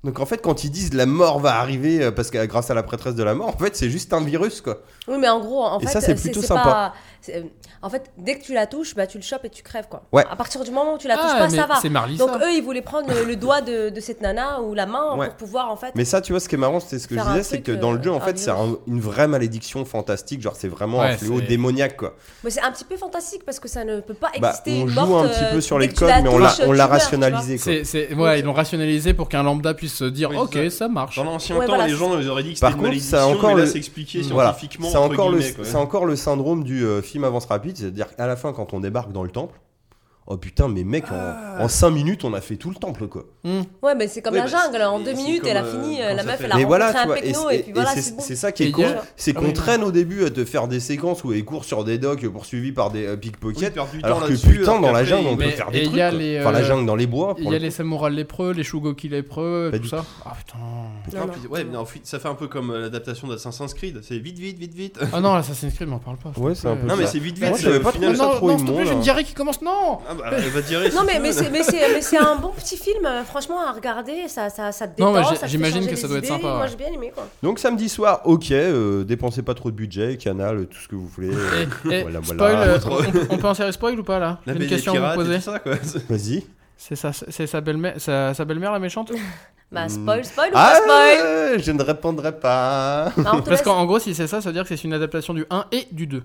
S1: Donc en fait, quand ils disent la mort va arriver euh, parce que grâce à la prêtresse de la mort, en fait, c'est juste un virus quoi.
S4: Oui, mais en gros, en
S1: Et
S4: fait,
S1: ça, c'est plutôt sympa.
S4: pas- c'est- En fait, dès que tu la touches, bah, tu le chopes et tu crèves, quoi.
S1: Ouais.
S4: À partir du moment où tu la touches
S2: Ah,
S4: pas,
S2: mais
S4: ça va.
S2: C'est Marley,
S4: Donc
S2: ça.
S4: eux, ils voulaient prendre le, le doigt de, de cette nana ou la main
S1: Ouais.
S4: pour pouvoir, en fait.
S1: Mais ça, tu vois, ce qui est marrant, c'est ce que je
S4: Faire un
S1: disais, c'est que
S4: truc,
S1: dans le jeu,
S4: euh,
S1: en fait,
S4: un
S1: c'est
S4: virus.
S1: un- une vraie malédiction fantastique. Genre, c'est vraiment un
S2: Ouais,
S1: fléau
S2: c'est-
S1: démoniaque quoi.
S4: Mais c'est un petit peu fantastique parce que ça ne peut pas
S1: Bah,
S4: exister.
S1: on
S4: une
S1: joue
S4: morte,
S1: un petit
S4: euh,
S1: peu sur les
S4: dès que tu
S1: codes,
S4: la
S1: mais on l'a,
S4: touches,
S1: on
S4: tu
S1: l'a
S4: meurs, tu vois.
S1: rationalisé quoi.
S2: C'est, c'est- ouais, ils l'ont rationalisé pour qu'un lambda puisse se dire
S3: Oui,
S2: Ok,
S3: c'est
S2: ça marche.
S3: Dans l'ancien
S4: Ouais,
S3: temps,
S4: voilà,
S3: les
S4: c'est-
S3: gens ils auraient dit que c'était
S1: Par
S3: une
S1: contre,
S3: malédiction,
S1: ça a encore
S3: mais là
S1: le-
S3: c'est expliqué
S1: Voilà.
S3: scientifiquement.
S1: C'est encore, le,
S3: entre guillemets, quoi.
S1: c'est encore le syndrome du euh, film avance rapide, c'est-à-dire à la fin, quand on débarque dans le temple, oh putain, mais mec, en-
S4: Ah.
S1: en 5 minutes, on a fait tout le temple quoi.
S2: Hum.
S4: Ouais, mais c'est comme
S3: Ouais,
S4: la
S3: bah,
S4: jungle, hein.
S3: c'est-
S4: en
S3: mais
S4: deux
S3: c'est
S4: minutes,
S3: comme,
S4: elle a
S3: euh,
S4: fini,
S3: comment
S4: euh, la
S3: ça
S4: meuf, elle a
S1: Mais
S3: s'appelle
S4: rencontré
S1: voilà, tu
S4: un
S1: vois, et,
S4: pecno,
S1: c'est-
S4: et, puis
S1: et
S4: voilà,
S1: c'est-
S4: c'est bon.
S1: c'est ça qui
S2: Et
S1: est
S2: il y
S1: con,
S2: a-
S1: c'est
S2: Ah
S1: qu'on
S2: oui.
S1: traîne au début à te faire des séquences où elle court sur des docks poursuivis par des euh,
S3: Oui,
S1: pickpockets,
S3: perdre du temps
S1: alors que
S3: là-dessus,
S1: putain, dans la
S3: qu'après,
S1: jungle, on peut
S2: Mais-
S1: faire
S2: et
S1: des
S2: il y
S1: trucs.
S2: a
S1: quoi.
S2: les,
S1: Enfin, la
S2: euh,
S1: jungle dans les bois, Oh, pour
S2: Il y
S1: le
S2: a les samouraïs lépreux, les shugoki lépreux,
S1: Pas
S2: tout
S1: du
S2: ça. Ah putain.
S4: Non,
S3: Ah,
S4: non.
S3: puis- ouais, mais en fait, ça fait un peu comme euh, l'adaptation d'Assassin's Creed. C'est vite, vite, vite, vite.
S2: Ah non, Assassin's Creed, m'en parle pas. s'il
S1: Ouais,
S2: te
S1: c'est un
S2: plaît.
S1: peu
S3: non, mais
S1: ça.
S3: c'est vite, vite.
S1: Moi, je
S3: c'est-
S1: savais
S3: au
S1: pas
S3: final,
S1: trop ça.
S2: non, non,
S1: trouve
S2: s'il te
S1: immonde,
S2: plaît, j'ai une
S1: hein.
S2: diarrhée qui commence. Non
S3: Ah, Ah bah, elle va dire. si
S4: Non,
S3: tu
S4: mais,
S3: veux.
S4: mais c'est- mais c'est mais c'est un bon petit film, euh, franchement, à regarder. Ça, ça, ça te
S2: Non,
S4: détend.
S2: mais j'ai-
S4: ça te fait
S2: j'imagine
S4: changer
S2: que ça
S4: les
S2: doit être
S4: idées.
S2: sympa,
S4: Moi,
S2: ouais.
S4: j'ai bien aimé, quoi.
S1: Donc samedi soir, ok, euh, dépensez pas trop de budget, canal, tout ce que vous voulez. euh,
S2: Et- et
S1: Voilà, voilà.
S2: Eh, spoil, euh, on, peut- on peut insérer spoil ou pas là
S3: La
S2: J'ai
S3: baie
S2: Une
S3: des
S2: question à
S3: pirates
S2: vous
S3: et
S2: poser.
S3: tout ça, quoi.
S1: Vas-y.
S2: C'est sa, c'est sa belle-mère, sa, sa belle-mère la méchante
S4: Bah,
S1: Hmm.
S4: spoil, spoil ou
S1: Ah,
S4: pas spoil
S1: je ne répondrai pas.
S4: Bah, on te
S2: Parce
S4: laisse.
S2: qu'en en gros, si c'est ça, ça veut dire que c'est une adaptation du 1 et du 2.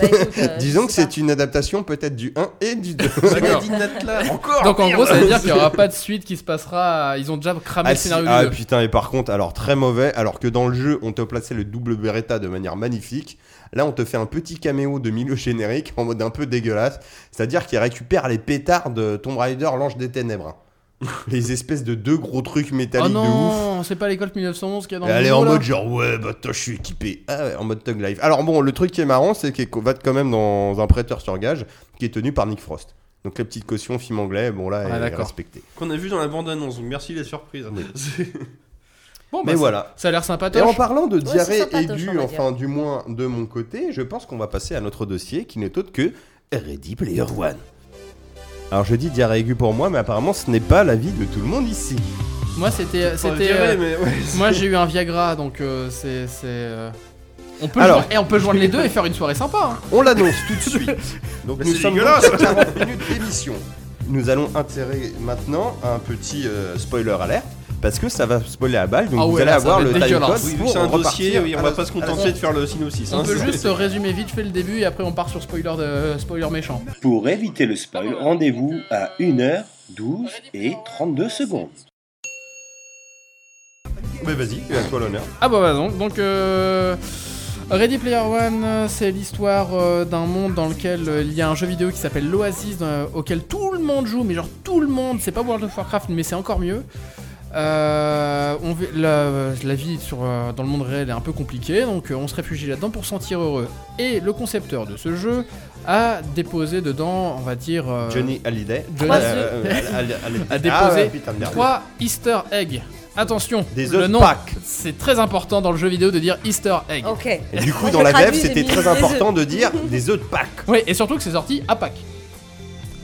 S4: Bah, écoute, euh,
S1: Disons
S4: je
S1: que
S4: sais Ah,
S1: c'est une adaptation peut-être du 1 et du 2.
S2: D'accord.
S3: Magazine Atlas. Encore
S2: Donc en
S3: pire.
S2: gros, ça veut dire qu'il n'y aura pas de suite qui se passera. à- Ils ont déjà cramé
S1: Ah,
S2: le
S1: si-
S2: scénario
S1: ah,
S2: du 2.
S1: putain, et par contre, alors très mauvais, alors que dans le jeu, on te plaçait le double Beretta de manière magnifique. Là, on te fait un petit caméo de milieu générique en mode un peu dégueulasse. C'est-à-dire qu'il récupère les pétards de Tomb Raider, l'ange des ténèbres. les espèces de deux gros trucs
S2: Oh
S1: métalliques de ouf.
S2: non, c'est pas l'école 1911 qui est dans
S1: Et
S2: le
S1: elle est
S2: nouveau,
S1: en
S2: là.
S1: mode genre ouais bah toi je suis équipé ah ouais, en mode Tug Life. Alors bon le truc qui est marrant c'est qu'on va quand même dans un prêteur sur gage qui est tenu par Nick Frost. Donc la petite caution film anglais bon là
S2: Ah,
S1: elle est
S2: d'accord.
S1: respectée.
S3: Qu'on a vu dans la bande-annonce. donc Merci les surprises.
S1: Oui.
S3: C'est-
S2: Bon, bah,
S1: Mais
S2: ça-
S1: voilà.
S2: Ça a l'air
S1: Et en
S2: sympatoche.
S1: parlant de
S4: c'est
S1: diarrhée
S4: sympatoche, on
S1: aiguë
S4: va dire.
S1: enfin du moins de mon côté je pense qu'on va passer à notre dossier qui n'est autre que Ready Player One. Alors je dis diarrhée aiguë pour moi mais apparemment ce n'est pas l'avis de tout le monde ici.
S2: Moi, c'était.
S3: Enfin, je
S2: c'était,
S3: dirais,
S2: euh,
S3: mais ouais,
S2: Moi, j'ai eu un Viagra, donc euh, c'est. c'est, euh, On peut,
S1: Alors.
S2: joindre- et on peut joindre les deux et faire une soirée sympa. hein.
S1: On l'annonce tout de suite. Donc
S3: Mais
S1: nous
S3: c'est
S1: sommes
S3: dégueulasse.
S1: dans 40 minutes d'émission. Nous allons insérer maintenant un petit euh, spoiler alert parce que ça va spoiler à balle. Donc
S2: Ah
S1: vous
S2: ouais,
S1: allez
S2: là, ça
S1: avoir
S2: va
S1: le
S2: être
S1: time
S2: dégueulasse.
S1: code
S3: Oui, vu que
S1: pour
S3: c'est un
S1: repartir
S3: dossier, oui,
S1: à
S3: on va
S1: la-
S3: pas se
S1: à la-
S3: contenter de faire le synopsis.
S2: On
S3: hein,
S2: peut
S3: c'est-
S2: juste résumer vite fait le début et après on part sur spoiler de euh, spoiler méchant.
S5: Pour éviter le spoil, rendez-vous à 1h12 et 32 secondes.
S1: Mais vas-y, à toi l'honneur.
S2: Ah bah, bah donc, donc euh, Ready Player One, euh, c'est l'histoire euh, d'un monde dans lequel euh, il y a un jeu vidéo qui s'appelle l'Oasis, dans- euh, auquel tout le monde joue, mais genre tout le monde, c'est pas World of Warcraft, mais c'est encore mieux. Euh, on vit- la, la vie sur, euh, dans le monde réel est un peu compliquée, donc euh, on se réfugie là-dedans pour se sentir heureux. Et le concepteur de ce jeu a déposé dedans, on va dire... euh,
S1: Johnny Hallyday. Ah,
S2: Johnny-
S3: Euh,
S2: A déposé Trois Easter eggs. Attention,
S1: Des
S2: le
S1: œufs
S2: nom,
S1: Pâques.
S2: c'est très important dans le jeu vidéo de dire Easter egg.
S4: pas. Ok.
S1: Et du coup,
S4: Moi,
S1: dans
S4: je
S1: la dev,
S4: traduis, j'ai
S1: c'était
S4: mis
S1: très
S4: des œufs.
S1: important de dire des œufs de Pâques.
S2: Oui, et surtout que c'est sorti à Pâques.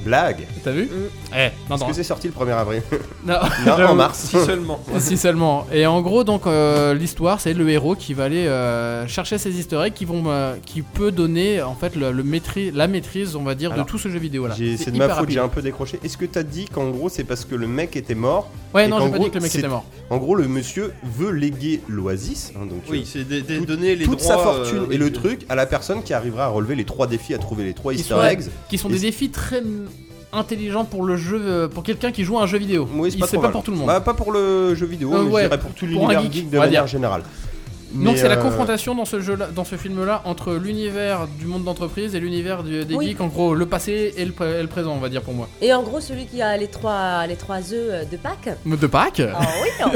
S1: Blague.
S2: T'as vu Eh, non,
S1: Est-ce
S2: non.
S1: que c'est sorti le 1er avril
S2: Non.
S1: Non, en
S2: J'avoue.
S1: mars.
S3: Si seulement.
S2: si seulement. Et en gros, donc, euh, l'histoire, c'est le héros qui va aller euh, chercher ces easter eggs qui, vont, euh, qui peut donner, en fait, le, le maîtris- la maîtrise, on va dire,
S1: Alors,
S2: de tout ce jeu vidéo là.
S1: J'ai- C'est de ma faute, j'ai un peu décroché. Est-ce que t'as dit qu'en gros, c'est parce que le mec était mort
S2: Ouais,
S1: et
S2: non,
S1: qu'en
S2: j'ai pas
S1: gros,
S2: dit que le mec
S1: c'est-
S2: était mort.
S1: En gros, le monsieur veut léguer l'Oasis, hein, donc
S3: Oui,
S1: euh,
S3: c'est des- des-
S1: Tout-
S3: donner les
S1: toute
S3: droits,
S1: sa fortune
S3: euh,
S1: et le
S3: des-
S1: truc à la personne qui arrivera à relever les trois défis, à trouver les trois
S2: Qui
S1: Easter
S2: sont-
S1: eggs.
S2: Qui sont
S1: Et
S2: des
S1: c'est-
S2: défis très mm, intelligents pour le jeu, euh, pour quelqu'un qui joue à un jeu vidéo.
S1: Oui,
S2: Il- c'est
S1: trop
S2: pas
S1: mal.
S2: pour tout le monde.
S1: Bah, pas pour le jeu vidéo,
S2: Euh,
S1: mais
S2: ouais,
S1: je dirais pour tout
S2: pour
S1: l'univers
S2: un geek,
S1: geek de
S2: on va
S1: manière
S2: dire.
S1: générale.
S2: Donc
S1: Mais,
S2: c'est la
S1: euh,
S2: confrontation dans ce jeu dans ce film là entre l'univers du monde d'entreprise et l'univers du- des
S4: Oui.
S2: geeks en gros le passé et le, pré- et le présent on va dire pour moi.
S4: Et en gros, celui qui a les trois, les trois œufs euh, de Pâques,
S2: De Pâques
S4: Ah oui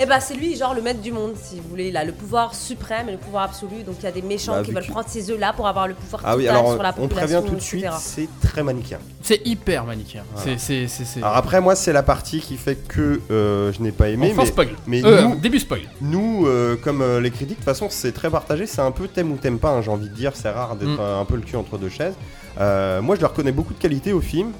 S4: Et bah c'est lui genre le maître du monde si vous voulez, il a le pouvoir suprême et le pouvoir absolu, donc il y a des méchants
S1: Bah,
S4: qui
S1: vu
S4: veulent
S1: que-
S4: prendre ces œufs là pour avoir le pouvoir
S1: Ah oui,
S4: total
S1: alors
S4: sur la
S1: on
S4: population,
S1: prévient tout de suite,
S4: etc..
S1: c'est très manichéen.
S2: C'est hyper manichéen. C'est c'est c'est c'est.
S1: Alors après, moi, c'est la partie qui fait que euh, je n'ai pas aimé.
S2: Enfin,
S1: mais
S2: spoil.
S1: mais
S2: Euh,
S1: nous,
S2: début spoil.
S1: nous euh, comme euh, les critiques, de toute façon, c'est très partagé. C'est un peu t'aimes ou t'aimes pas, hein, j'ai envie de dire. C'est rare d'être
S2: Mm.
S1: euh, un peu le cul entre deux chaises. Euh, moi, je leur reconnais beaucoup de qualité au film,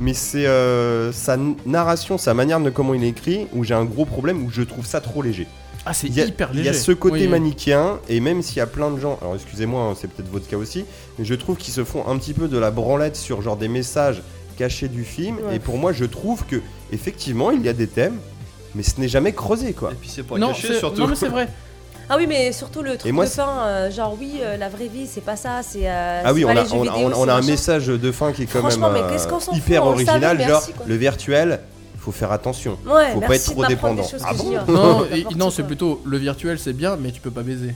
S1: mais c'est euh, sa n- narration, sa manière de comment il est écrit, où j'ai un gros problème, où je trouve ça trop léger.
S2: Ah c'est
S1: Il y a-
S2: hyper
S1: Il
S2: léger.
S1: y a ce côté
S2: Oui, oui.
S1: manichéen, et même s'il y a plein de gens, alors excusez-moi, hein, c'est peut-être votre cas aussi, mais je trouve qu'ils se font un petit peu de la branlette sur genre des messages cachés du film,
S4: Ouais.
S1: et pour moi je trouve que effectivement il y a des thèmes, mais ce n'est jamais creusé quoi.
S3: Et puis c'est pas
S2: Non,
S3: caché
S2: c'est-
S3: surtout.
S2: non mais c'est vrai.
S4: Ah oui mais surtout le truc
S1: moi,
S4: de
S1: c'est-
S4: fin, euh, genre oui euh, la vraie vie c'est pas ça, c'est... euh,
S1: Ah
S4: c'est
S1: oui,
S4: pas
S1: on a,
S4: les jeux
S1: on, a-
S4: vidéo,
S1: on a- on a
S4: c'est
S1: un
S4: machin.
S1: message de fin qui est quand même
S4: Franchement, mais
S1: euh,
S4: qu'est-ce qu'on s'en fout,
S1: hyper
S4: on le savait,
S1: original,
S4: merci,
S1: genre
S4: quoi.
S1: le virtuel, faut faire attention.
S4: Ouais,
S1: Faut pas
S4: merci
S1: être trop
S4: de m'apprendre
S1: dépendant.
S4: des choses
S1: Ah
S4: que
S1: bon
S4: je dis, hein.
S2: Non, et-
S4: N'importe
S2: non
S4: quoi.
S2: c'est plutôt le virtuel c'est bien mais tu peux pas baiser.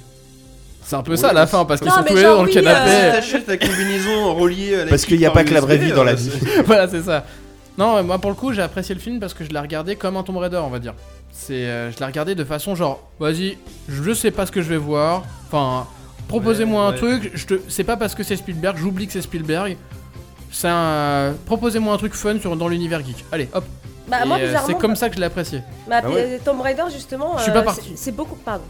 S2: C'est un peu
S1: Oui,
S2: ça la
S1: mais-
S2: fin parce qu'ils
S4: Non,
S2: sont
S4: mais
S2: tous les deux
S4: genre,
S2: dans le
S4: oui,
S3: Si
S2: canapé.
S3: t'achètes la combinaison reliée à la
S1: Parce
S3: clique
S1: qu'il n'y a
S3: par
S1: pas que la vraie
S3: USB,
S1: vie dans la
S3: euh,
S1: vie.
S3: c'est-
S2: voilà, c'est ça. Non, ouais, moi pour le coup, j'ai apprécié le film parce que je l'ai regardé comme un Tomb Raider, on va dire. C'est, euh, je l'ai regardé de façon genre, vas-y, je sais pas ce que je vais voir. Enfin, proposez-moi un
S3: Ouais,
S2: truc. Je te, c'est pas parce que c'est Spielberg, j'oublie que c'est Spielberg. C'est un, proposez-moi un truc fun sur dans l'univers geek. Allez, hop.
S4: Bah
S2: Et,
S4: moi
S2: euh, c'est
S4: bizarrement,
S2: comme ça que je l'ai apprécié.
S4: bah,
S1: Ah ouais.
S4: Tomb Raider justement,
S2: Je suis pas
S4: euh,
S2: parti.
S4: c'est- c'est beaucoup... Pardon.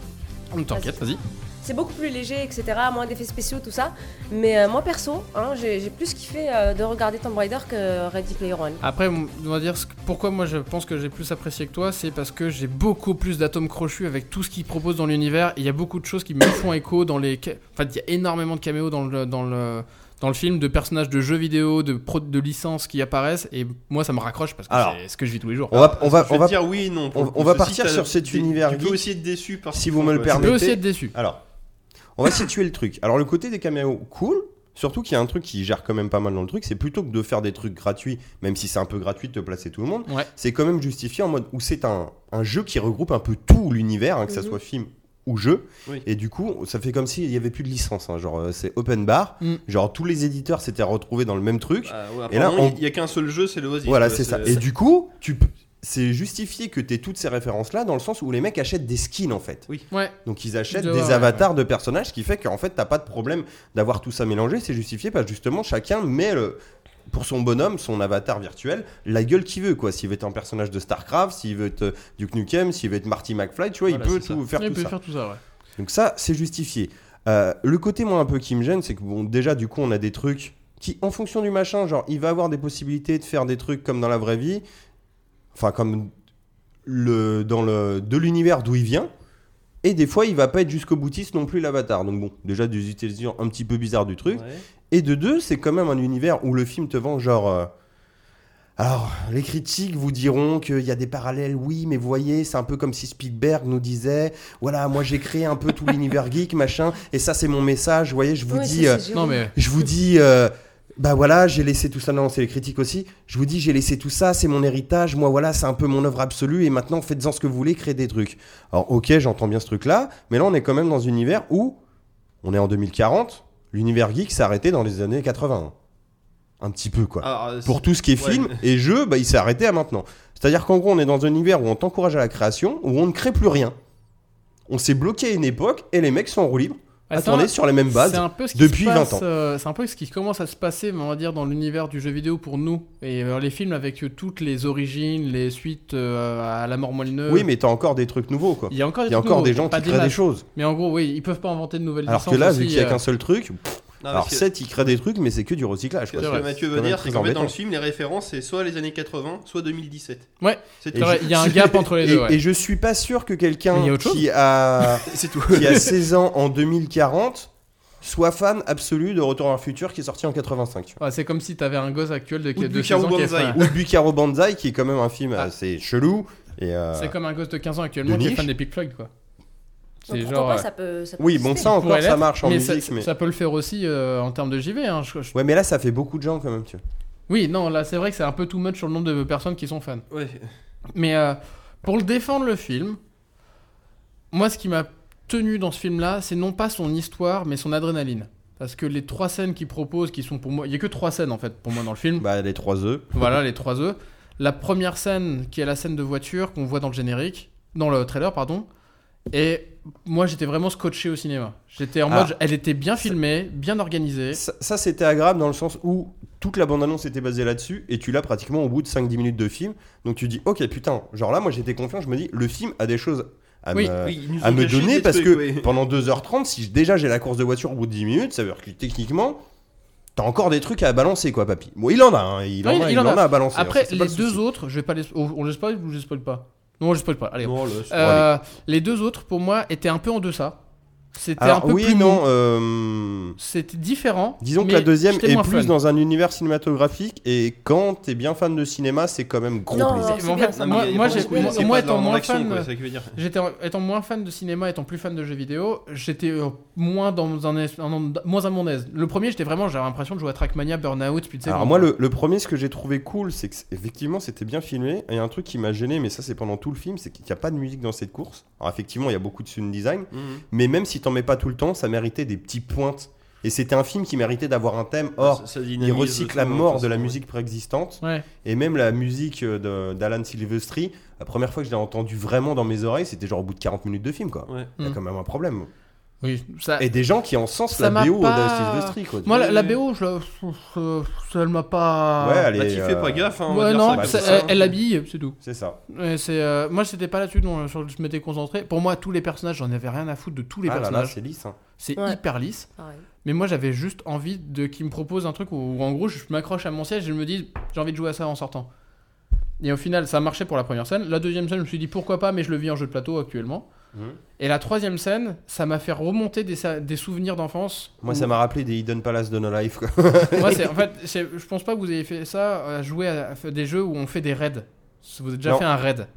S2: T'inquiète, vas-y.
S4: C'est- C'est beaucoup plus léger, etc. Moins d'effets spéciaux, tout ça. Mais euh, moi, perso, hein, j'ai j'ai plus kiffé euh, de regarder Tomb Raider que euh, Ready Player One.
S2: Après, on va dire ce que- pourquoi moi je pense que j'ai plus apprécié que toi, c'est parce que j'ai beaucoup plus d'atomes crochus avec tout ce qu'ils proposent dans l'univers. et Il y a beaucoup de choses qui me font écho dans les. ca- Enfin, il y a énormément de caméos dans le, dans le, dans le film, de personnages de jeux vidéo, de, pro- de licences qui apparaissent. Et moi, ça me raccroche parce que
S1: Alors.
S2: c'est ce que je vis tous les jours.
S1: On va, on va, on
S3: Je vais
S1: va.
S3: te dire oui et non. pour
S1: on-
S3: le coup.
S1: on va
S3: Ceci,
S1: partir
S3: t'as-
S1: sur cet
S3: t'es-
S1: univers
S3: Tu peux
S1: geek.
S3: aussi être déçu par
S1: Si vous me le
S3: Ouais.
S2: Je peux
S1: permettez.
S2: aussi être déçu.
S1: Alors, on va situer le truc. Alors, le côté des caméos, cool. Surtout qu'il y a un truc qui gère quand même pas mal dans le truc, c'est plutôt que de faire des trucs gratuits, même si c'est un peu gratuit de te placer tout le monde,
S2: Ouais.
S1: c'est quand même justifié en mode où c'est un, un jeu qui regroupe un peu tout l'univers, hein, que ça
S4: Mhm.
S1: soit film ou jeu.
S3: Oui.
S1: Et du coup, ça fait comme s'il y avait plus de licence. hein, genre, euh, c'est open bar.
S2: Mm.
S1: Genre, tous les éditeurs s'étaient retrouvés dans le même truc.
S3: Ah ouais,
S1: Et là,
S3: apparemment,
S1: on-
S3: il n'y a qu'un seul jeu, bah, c'est le Oasis.
S1: Voilà,
S3: quoi.
S1: c'est ça. Et du coup, tu peux- c'est justifié que tu aies toutes ces références-là dans le sens où les mecs achètent des skins en fait.
S2: Ouais.
S1: Donc ils achètent
S2: De-
S1: des
S2: ouais,
S1: avatars de personnages, ce qui fait qu'en fait, t'as pas de problème d'avoir tout ça mélangé. C'est justifié parce que justement, chacun met le- pour son bonhomme, son avatar virtuel, la gueule qu'il veut. quoi. S'il veut être un personnage de StarCraft, s'il veut être euh, Duke Nukem, s'il veut être Marty McFly, tu vois,
S3: Voilà,
S1: il peut
S3: c'est ça.
S1: tout, faire
S2: Il
S1: tout
S2: peut
S1: ça.
S2: faire tout ça, ouais.
S1: Donc ça, c'est justifié. Euh, le côté, moi, un peu qui me gêne, c'est que, bon, déjà, du coup, on a des trucs qui, en fonction du machin, genre, il va avoir des possibilités de faire des trucs comme dans la vraie vie, enfin, comme le, dans le, de l'univers d'où il vient, et des fois, il va pas être jusqu'au boutiste non plus, l'avatar. Donc, bon, déjà, des utilisations un petit peu bizarres du truc.
S3: Ouais.
S1: Et de deux, c'est quand même un univers où le film te vend genre. euh, Alors, les critiques vous diront qu'il y a des parallèles, oui, mais voyez, c'est un peu comme si Spielberg nous disait voilà, moi j'ai créé un peu tout l'univers geek, machin, et ça c'est mon message, vous voyez, je vous
S4: Ouais,
S1: dis.
S4: ça,
S1: euh,
S4: c'est
S2: Non,
S4: Jérôme.
S2: mais.
S1: je vous dis. euh, bah voilà, j'ai laissé tout ça, non, c'est les critiques aussi. Je vous dis, j'ai laissé tout ça, c'est mon héritage, moi voilà, c'est un peu mon œuvre absolue, et maintenant faites-en ce que vous voulez, créez des trucs. Alors ok, j'entends bien ce truc-là, mais là on est quand même dans un univers où on est en 2040, l'univers geek s'est arrêté dans les années 80. Un petit peu quoi.
S3: Alors, euh,
S1: Pour tout ce qui est
S3: ouais.
S1: film et jeu, bah, il s'est arrêté à maintenant. C'est-à-dire qu'en gros, on est dans un univers où on t'encourage à la création, où on ne crée plus rien. On s'est bloqué à une époque et les mecs sont en roue libre,
S2: Ah, ça,
S1: attendez sur les mêmes bases.
S2: C'est un peu ce qui
S1: depuis
S2: se passe,
S1: 20 ans.
S2: euh, c'est un peu ce qui commence à se passer, mais on va dire, dans l'univers du jeu vidéo pour nous. Et euh, les films avec euh, toutes les origines, les suites euh, à la mort moelle-neuve.
S1: Oui, mais t'as encore des trucs nouveaux, quoi.
S2: Il y a encore des,
S1: Il y a
S2: trucs
S1: encore
S2: nouveaux,
S1: des gens
S2: pas
S1: qui créent
S2: masses.
S1: des choses.
S2: Mais en gros, oui, ils peuvent pas inventer de nouvelles
S1: Alors
S2: licences.
S1: que là,
S2: aussi,
S1: vu qu'il y a
S2: euh,
S1: qu'un seul truc,
S3: Non,
S1: alors
S3: Ah, parce que-
S1: 7, il crée des trucs, mais c'est que du recyclage. quoi.
S3: Parce
S2: C'est
S3: que
S2: vrai.
S3: Mathieu
S1: C'est
S3: veut
S1: quand même
S3: dire,
S1: très
S3: c'est qu'en fait, dans
S1: embêtant.
S3: le film, les références, c'est soit les années 80, soit 2017.
S2: Ouais.
S3: C'est
S1: Et
S2: c'est
S3: tout.
S2: vrai,
S1: je-
S2: il y a un gap entre les
S1: Et,
S2: deux. ouais.
S1: et je suis pas sûr que
S2: Mais il y a
S1: quelqu'un
S2: autre chose
S1: qui a,
S3: C'est tout.
S1: qui a 16 ans en 2040 soit fan absolu de Retour à un futur qui est sorti en 85. tu vois.
S2: Ouais, c'est comme si t'avais un gosse actuel de,
S3: Ou de
S2: 16 ans
S3: Bucaro
S2: qui est
S3: Banzai.
S2: fan.
S1: Ou Bucaro Banzai, qui est quand même un film
S2: Ah.
S1: assez chelou. Et euh,
S2: C'est comme un gosse de 15 ans actuellement
S1: De
S2: qui est
S1: niche.
S2: fan des Pink Floyd, quoi.
S4: Donc,
S2: C'est
S4: pourquoi pas,
S2: genre. euh,
S4: ça peut, ça peut
S1: Oui, bon,
S4: exister.
S1: ça
S2: pourrait
S1: encore, ça
S2: l'être,
S1: marche en
S2: mais ça-
S1: musique. mais...
S2: ça peut le faire aussi euh, en termes de JV. hein, je- je-
S1: Ouais, mais là, ça fait beaucoup de gens quand même. Tu vois.
S2: Oui, non, là c'est vrai que c'est un peu too much sur le nombre de personnes qui sont fans.
S3: Ouais.
S2: Mais euh, pour le défendre le film, moi ce qui m'a tenu dans ce film là, c'est non pas son histoire, mais son adrénaline. Parce que les trois scènes qu'il propose, qui sont pour moi, il y a que trois scènes en fait pour moi dans le film.
S1: Bah, les trois œufs.
S2: voilà les trois œufs. La première scène qui est la scène de voiture qu'on voit dans le générique, dans le trailer pardon. Et moi j'étais vraiment scotché au cinéma. J'étais en
S1: Ah.
S2: mode, elle était bien filmée, bien organisée.
S1: Ça, ça, c'était agréable dans le sens où toute la bande-annonce était basée là-dessus et tu l'as pratiquement au bout de 5-10 minutes de film. Donc tu dis, ok, putain, genre là, moi j'étais confiant, je me dis, le film a des choses à
S2: Oui,
S1: me,
S3: Oui, ils nous
S1: à
S3: ont
S1: me
S3: caché
S1: donner
S3: des
S1: parce
S3: trucs,
S1: que
S3: ouais.
S1: pendant 2h30, si je- déjà j'ai la course de voiture au bout de 10 minutes, ça veut dire que techniquement, t'as encore des trucs à balancer, quoi, papy. Bon, il en a, hein, il,
S2: Oui,
S1: en, a, il en a à balancer.
S2: Après
S1: hein, ça, c'est
S2: les
S1: pas le
S2: deux
S1: souci.
S2: autres, je vais pas les, oh, on les spoil ou je les spoil pas Non, je les spoil pas. Allez,
S3: Non, là, c'est-
S2: Euh, les deux autres, pour moi, étaient un peu en deçà. C'était
S1: Alors,
S2: un peu
S1: oui,
S2: plus
S1: non,
S2: mou.
S1: euh,
S2: C'était différent.
S1: Disons que
S2: mais
S1: la deuxième
S2: j'étais
S1: est
S2: moins
S1: plus
S2: fun.
S1: dans un univers cinématographique et quand t'es bien fan de cinéma, c'est quand même gros
S4: Non,
S1: plaisir.
S4: c'est
S2: Mais en
S4: bien,
S2: fait,
S4: ça.
S3: Non, mais
S2: moi,
S3: il y a
S2: moi,
S3: beaucoup
S2: j'ai-
S3: de
S2: moi-
S3: c'est
S2: moi,
S3: pas
S2: étant
S3: dans
S2: moins
S3: l'action,
S2: fan,
S3: quoi, c'est ça que je veux dire.
S2: j'étais étant moins fan de cinéma, étant plus fan de jeux vidéo, j'étais euh, moins dans un, es- un en- moins à mon aise. Le premier, j'étais vraiment, j'avais l'impression de jouer à Trackmania, Burnout, puis tu sais,
S1: Alors
S2: bon,
S1: moi le, le premier ce que j'ai trouvé cool c'est que c'est- effectivement c'était bien filmé et un truc qui m'a gêné mais ça c'est pendant tout le film c'est qu'il n'y a pas de musique dans cette course. Alors effectivement il y a beaucoup de sound design
S3: Mhm.
S1: mais même si t'en mets pas tout le temps ça méritait des petites pointes et c'était un film qui méritait d'avoir un thème
S3: Ça-
S1: or
S3: ça
S1: il
S3: dynamise
S1: recycle
S3: tout,
S1: la
S3: hein,
S1: mort
S3: façon,
S1: de la
S3: ouais.
S1: musique préexistante
S2: euh, Ouais.
S1: et même la musique euh, de- d'Alan Silvestri la première fois que je l'ai entendu vraiment dans mes oreilles c'était genre au bout de 40 minutes de film quoi.
S3: Ouais.
S1: Il y a
S2: Mm.
S1: quand même un problème.
S2: Oui, ça.
S1: Et des gens qui encensent
S2: Ça
S1: la
S2: m'a
S1: BO
S2: pas-
S1: d'Astice Vestry, quoi.
S2: Moi, la, la
S3: Oui, oui.
S2: BO, je, la- pff, euh, ça, elle m'a pas.
S1: Ouais, elle est,
S3: Bah, t'y fais
S1: euh,
S3: pas gaffe, hein, on
S2: Ouais,
S3: va dire
S2: non,
S3: ça comme
S1: c'est-
S2: ça-
S3: ça.
S2: elle- elle l'habille, c'est tout.
S1: C'est ça.
S2: Ouais, c'est, euh, moi, c'était pas là-dessus dont sur- je m'étais concentré. Pour moi, tous les personnages, j'en avais rien à foutre de tous les
S1: ah là là,
S2: personnages.
S1: c'est lisse. hein.
S2: c'est
S4: Ouais.
S2: hyper lisse.
S4: Pareil.
S2: Mais moi, j'avais juste envie de qu'ils me proposent un truc où, où, en gros, je m'accroche à mon siège et je me dis, j'ai envie de jouer à ça en sortant. Et au final, ça marchait pour la première scène. La deuxième scène, je me suis dit, pourquoi pas, mais je le vis en jeu de plateau actuellement.
S1: Mhm.
S2: Et la troisième scène, ça m'a fait remonter des, sa- des souvenirs d'enfance.
S1: Moi,
S2: où-
S1: ça m'a rappelé des Hidden Palace de No Life, quoi.
S2: Moi, c'est- en fait, c'est- je pense pas que vous ayez fait ça, euh, jouer à, à des jeux où on fait des raids. Si Vous avez déjà
S1: Non.
S2: fait un raid.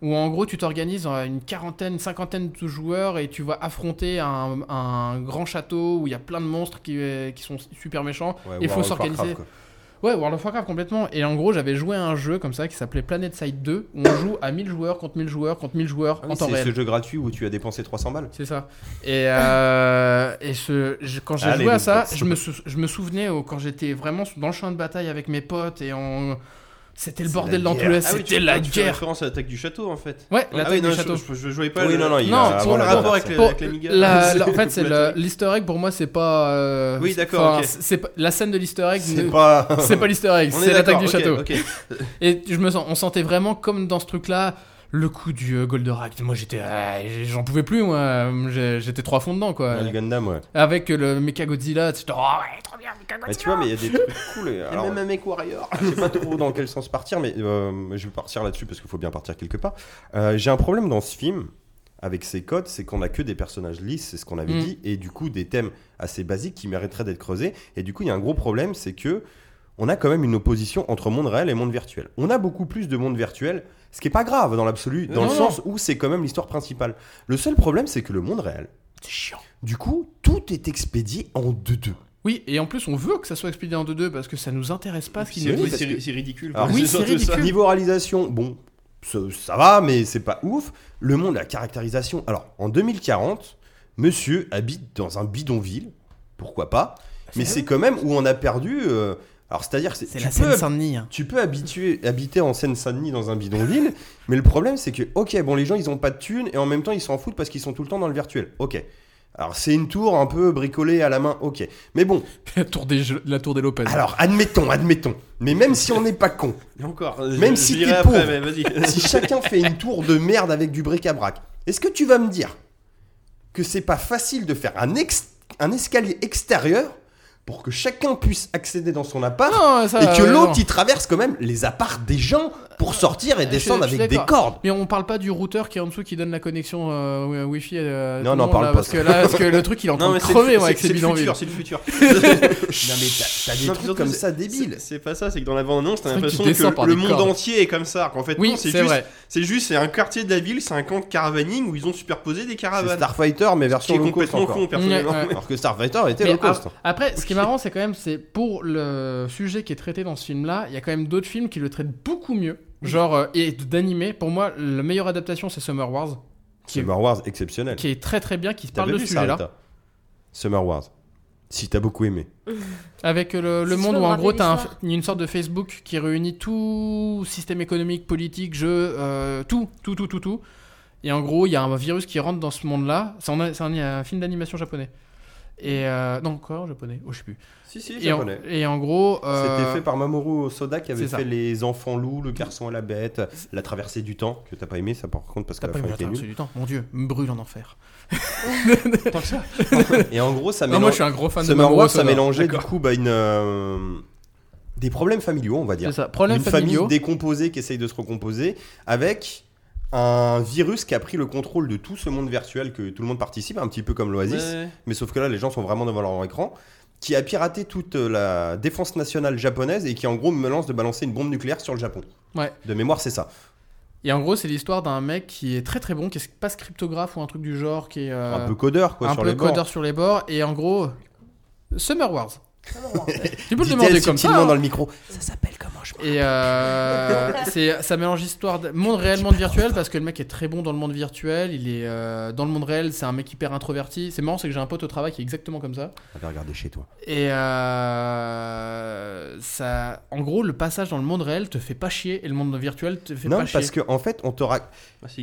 S2: Où en gros, tu t'organises euh, une quarantaine, cinquantaine de joueurs et tu vas affronter un, un grand château où il y a plein de monstres qui, euh, qui sont super méchants.
S1: Ouais,
S2: Il
S1: World
S2: faut
S1: of
S2: s'organiser.
S1: Warcraft, quoi.
S2: Ouais, World of Warcraft complètement. Et en gros, j'avais joué à un jeu comme ça qui s'appelait Planet Side 2 où on joue à 1000 joueurs contre 1000 joueurs contre 1000 joueurs
S1: Ah oui,
S2: en temps
S1: c'est ce
S2: réel.
S1: jeu gratuit où tu as dépensé 300 balles.
S2: C'est ça. Et, euh, et ce, je- quand j'ai
S1: Allez,
S2: joué à
S1: les
S2: ça,
S1: potes.
S2: je me, sou- je me souvenais au- quand j'étais vraiment dans le champ de bataille avec mes potes et on. C'était le
S1: C'est
S2: bordel
S1: la
S2: dans tout
S1: guerre.
S2: l'Est,
S3: Ah oui,
S2: c'était
S3: tu-
S2: la
S3: tu fais
S2: guerre.
S3: référence à l'attaque du château en fait.
S2: Ouais,
S3: Ah
S2: l'attaque
S3: oui, non,
S2: du
S3: je-
S2: château.
S3: Je, je, voyais pas
S1: Oui,
S3: le-
S1: non, non, il
S2: Non,
S1: a
S2: pour
S1: avant
S2: le
S1: la
S2: rapport
S1: guerre,
S3: avec
S1: ça.
S3: les-
S2: Pour-
S3: avec l'Amiga.
S2: la-
S3: C'est
S2: la- en fait, c'est le-
S3: complètement-
S2: l'Easter egg pour moi, c'est pas. euh,
S3: Oui, d'accord,
S2: enfin,
S3: ok.
S2: c'est pas- la scène de l'Easter egg.
S1: C'est
S2: ne-
S1: pas.
S2: C'est pas l'Easter egg,
S3: On est
S2: c'est l'attaque
S3: d'accord,
S2: du
S3: ok,
S2: château.
S3: ok.
S2: Et je me sens, on sentait vraiment comme dans ce truc-là le coup du euh, Goldorak. Moi, j'étais, ah, j'en pouvais plus, moi. J'ai- J'étais trois fonds dedans, quoi.
S1: Ouais, le Gundam, ouais.
S2: Avec le Mecha Godzilla, tu te dis, oh ouais, trop bien, Mecha
S1: Bah,
S2: Godzilla.
S1: tu vois, mais il y a des trucs cool. et
S3: Et
S1: alors,
S3: même un mec warrior.
S1: je sais pas trop dans quel sens partir, mais euh, je vais partir là-dessus parce qu'il faut bien partir quelque part. Euh, J'ai un problème dans ce film avec ses codes, c'est qu'on a que des personnages lisses, c'est ce qu'on avait
S2: Mm.
S1: dit, et du coup des thèmes assez basiques qui mériteraient d'être creusés. Et du coup, il y a un gros problème, c'est que on a quand même une opposition entre monde réel et monde virtuel. On a beaucoup plus de monde virtuel, ce qui est pas grave dans l'absolu, dans
S2: Non,
S1: le
S2: non.
S1: sens où c'est quand même l'histoire principale. Le seul problème, c'est que le monde réel,
S2: C'est chiant.
S1: du coup, tout est expédié en deux-deux.
S2: Oui, et en plus, on veut que ça soit expédié en 2-2 parce que ça nous intéresse pas ce qu'ils nous
S1: oui,
S3: C'est-
S2: disent.
S1: parce
S3: C'est
S1: que-
S3: c'est ridicule.
S1: Alors,
S3: quoi.
S2: oui,
S3: C'est
S2: c'est
S3: surtout ça.
S2: ridicule.
S1: Niveau réalisation, bon, ce- ça va, mais c'est pas ouf. Le monde, la caractérisation. Alors, en 2040, monsieur habite dans un bidonville, pourquoi pas, mais c'est quand même où on a perdu. euh, alors, c'est-à-dire, que
S2: Ah, C'est
S1: tu
S2: la
S1: peux
S2: scène Saint-Denis. hein.
S1: tu peux habituer, habiter en Seine-Saint-Denis dans un bidonville, mais le problème c'est que, ok, bon, les gens ils ont pas de thunes et en même temps ils s'en foutent parce qu'ils sont tout le temps dans le virtuel. Ok. Alors c'est une tour un peu bricolée à la main, ok. Mais bon,
S2: la, tour des, jeux- la tour des Lopez.
S1: alors admettons, admettons. Mais même si on n'est pas con,
S3: Et encore. euh,
S1: Même
S3: je-
S1: si
S3: je
S1: t'es
S3: dirai après,
S1: pauvre.
S3: mais vas-y.
S1: si chacun fait une tour de merde avec du bric-à-brac, est-ce que tu vas me dire que c'est pas facile de faire un, ex- un escalier extérieur pour que chacun puisse accéder dans son appart
S2: Non, ça,
S1: Ah et que
S2: euh, non. Ah,
S1: l'autre il traverse quand même les apparts des gens pour sortir et
S2: je-
S1: descendre
S2: je suis
S1: avec des cordes
S2: Mais on parle pas du routeur qui est en dessous qui donne la connexion euh, wi- Wi-Fi. euh,
S1: Non,
S2: tout le
S1: non,
S2: monde,
S1: parle
S2: là,
S1: pas,
S2: Parce
S1: ça.
S2: que là, parce que le truc, il est en train
S3: Non,
S2: de
S3: mais c'est le
S2: crever
S3: fu-
S2: moi, avec
S3: c'est-
S2: ses
S3: c'est le
S2: bidonvilles.
S3: futur, c'est le futur.
S1: Non mais t'as- t'as des
S3: Non,
S1: trucs
S3: surtout,
S1: comme
S3: c'est-
S1: ça débiles.
S3: C'est- C'est pas ça, c'est que dans la bande-annonce, t'as
S2: Ce truc qui
S3: l'impression
S2: descend
S3: que
S2: par
S3: le
S2: des
S3: monde
S2: cordes.
S3: entier est comme ça. Qu'en fait,
S2: Oui,
S3: non, c'est
S2: c'est
S3: juste,
S2: vrai.
S3: c'est juste, c'est un quartier de la ville, c'est un camp de caravaning où ils ont superposé des
S2: Ah,
S1: C'est
S3: caravanes.
S1: Starfighter mais
S3: qui
S1: version
S3: est
S1: low cost
S3: complètement
S1: encore.
S3: con, personnellement.
S2: Ouais, ouais.
S1: Alors que Starfighter était
S2: Mais ah,
S1: low cost.
S2: ap- après, ce qui est marrant, c'est quand même, c'est pour le sujet qui est traité dans ce film-là, il y a quand même d'autres films qui le traitent beaucoup mieux, genre euh, et d'animé. Pour moi, la meilleure adaptation, c'est Summer Wars, qui est,
S1: Summer Wars exceptionnel.
S2: qui est très très bien, qui
S1: T'avais
S2: parle de ce
S1: vu
S2: sujet-là,
S1: Sarita Summer Wars. Si t'as beaucoup aimé.
S2: avec euh, le, le
S4: Si je
S2: monde
S4: peux
S2: où
S4: me
S2: en gros,
S4: rappeler
S2: t'as un-
S4: l'histoire.
S2: une sorte de Facebook qui réunit tout système économique, politique, jeu, euh, tout, tout, tout, tout, tout. Et en gros, il y a un virus qui rentre dans ce monde-là. C'est un, c'est un- un film d'animation japonais. Et euh, non, quoi, japonais Oh, je sais plus.
S1: Si si,
S2: Et en, et en gros, euh,
S1: C'était fait par Mamoru Soda qui avait
S2: c'est ça.
S1: fait les enfants loups, le garçon à la bête, la traversée du temps que t'as pas aimé ça par contre parce que
S2: T'as
S1: la
S2: pas eu
S1: fin
S2: la
S1: était
S2: traversée
S1: nulle.
S2: du temps, mon dieu, me brûle en enfer.
S1: Et en gros ça
S2: Non, moi
S1: mélange
S2: je suis un gros fan de
S1: Summer
S2: Mamoru
S1: Wars ça
S2: Hosoda.
S1: mélangeait du
S2: D'accord.
S1: coup bah, une euh, des problèmes familiaux on va dire.
S2: C'est ça, problème
S1: une famille
S2: familial.
S1: décomposée qui essaye de se recomposer avec un virus qui a pris le contrôle de tout ce monde virtuel que tout le monde participe, un petit peu comme l'Oasis,
S3: Ouais.
S1: mais sauf que là les gens sont vraiment devant leur écran, qui a piraté toute euh, la défense nationale japonaise et qui en gros me lance de balancer une bombe nucléaire sur le Japon.
S2: Ouais.
S1: De mémoire c'est ça.
S2: Et en gros, c'est l'histoire d'un mec qui est très très bon, qui est pas scriptographe ou un truc du genre, qui est euh,
S1: un peu codeur quoi
S2: un
S1: sur
S2: peu
S1: les bords.
S2: codeur sur les bords. Et en gros, Summer Wars.
S4: Summer Wars.
S2: Tu peux le
S1: Dit-elle
S2: demander comme ça.
S1: subtilement
S2: hein.
S1: dans le micro.
S4: Ça s'appelle comment
S2: Et euh, c'est- ça mélange histoire, de- monde réel, monde virtuel, parce que le mec est très bon dans le monde virtuel. Il est euh, dans le monde réel, c'est un mec hyper introverti. C'est marrant, c'est que j'ai un pote au travail qui est exactement comme ça.
S1: Avait regardé Ah, chez toi.
S2: Et euh, ça, en gros, le passage dans le monde réel te fait pas chier et le monde virtuel te fait
S1: non,
S2: pas
S1: parce
S2: chier.
S1: qu'en fait, on te rac-
S3: Ah, c'est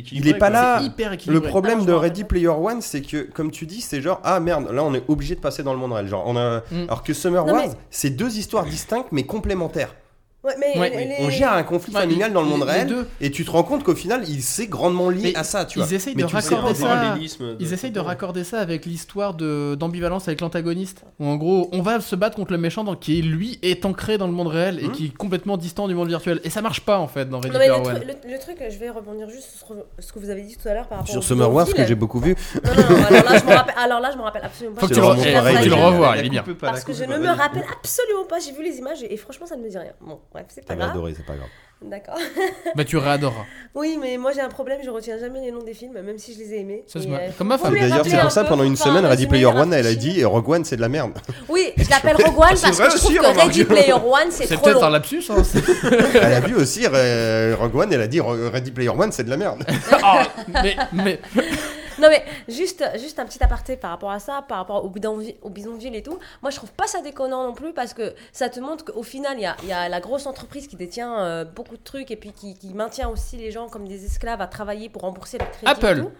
S1: Il est
S3: équilibré,
S1: pas
S3: quoi.
S1: là.
S2: c'est hyper
S1: Le
S2: équilibré.
S1: problème
S4: Ah, je
S1: de
S2: hein,
S4: m'en
S1: Ready
S4: rappelle.
S1: Player One, c'est que, comme tu dis, c'est genre, ah merde, là on est obligé de passer dans le monde réel. Genre, on a...
S2: Mm.
S1: Alors que Summer
S4: Non,
S1: Wars,
S4: mais-
S1: c'est deux histoires distinctes mais complémentaires.
S4: Ouais, mais
S2: Ouais,
S4: les-
S1: On gère un conflit
S2: Ouais,
S1: familial dans le
S2: les-
S1: monde
S2: les
S1: réel
S2: deux.
S1: et tu te rends compte qu'au final, il s'est grandement lié
S2: Mais
S1: à ça, tu
S2: ils
S1: vois.
S2: essayent
S1: Mais
S2: de
S1: tu sais
S3: C'est un
S2: raccorder
S1: pas-
S2: ça.
S3: parallélisme
S2: Ils essayent de raccorder ça avec l'histoire de- d'ambivalence avec l'antagoniste. Où en gros, on va se battre contre le méchant dans- qui, lui, est ancré dans le monde réel et
S1: Mhm.
S2: qui est complètement distant du monde virtuel. Et ça marche pas en fait dans Ready
S4: Non, mais
S2: Player
S4: le,
S2: One.
S4: truc- le- le truc, je vais rebondir juste sur ce que vous avez dit tout à l'heure par rapport au-
S1: Sur Summer
S4: au
S1: Wars, que
S4: film.
S1: j'ai beaucoup vu,
S4: Non, non, non, alors là, je me rappelle, alors là, je me rappelle absolument pas.
S2: Faut que
S1: C'est
S2: tu le,
S1: leur
S2: re-
S1: monde
S2: eh,
S1: réel,
S2: faut que tu le
S1: il-
S2: revois,
S3: La
S2: il est bien.
S3: coupe pas, la
S4: Parce que
S3: coupe
S4: je
S3: pas,
S4: ne me
S3: vas-y.
S4: rappelle absolument pas. J'ai vu les images et franchement, ça ne me dit rien. Bon, bref, c'est pas
S1: t'avais
S4: grave.
S1: adoré, c'est pas grave.
S4: D'accord.
S2: Bah tu réadoreras.
S4: Oui, mais moi j'ai un problème, je retiens jamais les noms des films, même si je les ai aimés.
S2: Ça se
S4: Et,
S2: voit.
S4: euh,
S2: Comme ma
S4: faut
S2: femme.
S4: me les
S1: D'ailleurs,
S4: rappeler
S1: c'est
S4: un
S1: pour ça,
S4: peu,
S1: pendant une
S4: enfin,
S1: semaine, Ready
S4: résumer,
S1: Player One, elle a
S4: rafraîchir.
S1: dit et Rogue One, c'est de la merde.
S4: Oui, je l'appelle Rogue One parce
S3: vrai
S4: que je trouve
S3: aussi,
S4: que
S3: remarque.
S4: Ready Player One c'est
S2: C'est
S4: trop
S2: peut-être un
S4: long.
S2: lapsus. Hein, c'est-
S1: elle a vu aussi euh, Rogue One, elle a dit Ro- Ready Player One, c'est de la merde.
S2: Ah, mais, mais
S4: Non mais juste, juste un petit aparté par rapport à ça, par rapport au, bidonvi- au bidonville et tout. Moi je trouve pas ça déconnant non plus parce que ça te montre qu'au final il y a, il y a la grosse entreprise qui détient euh, beaucoup de trucs et puis qui, qui maintient aussi les gens comme des esclaves à travailler pour rembourser les crédits. et
S2: Apple.
S4: tout.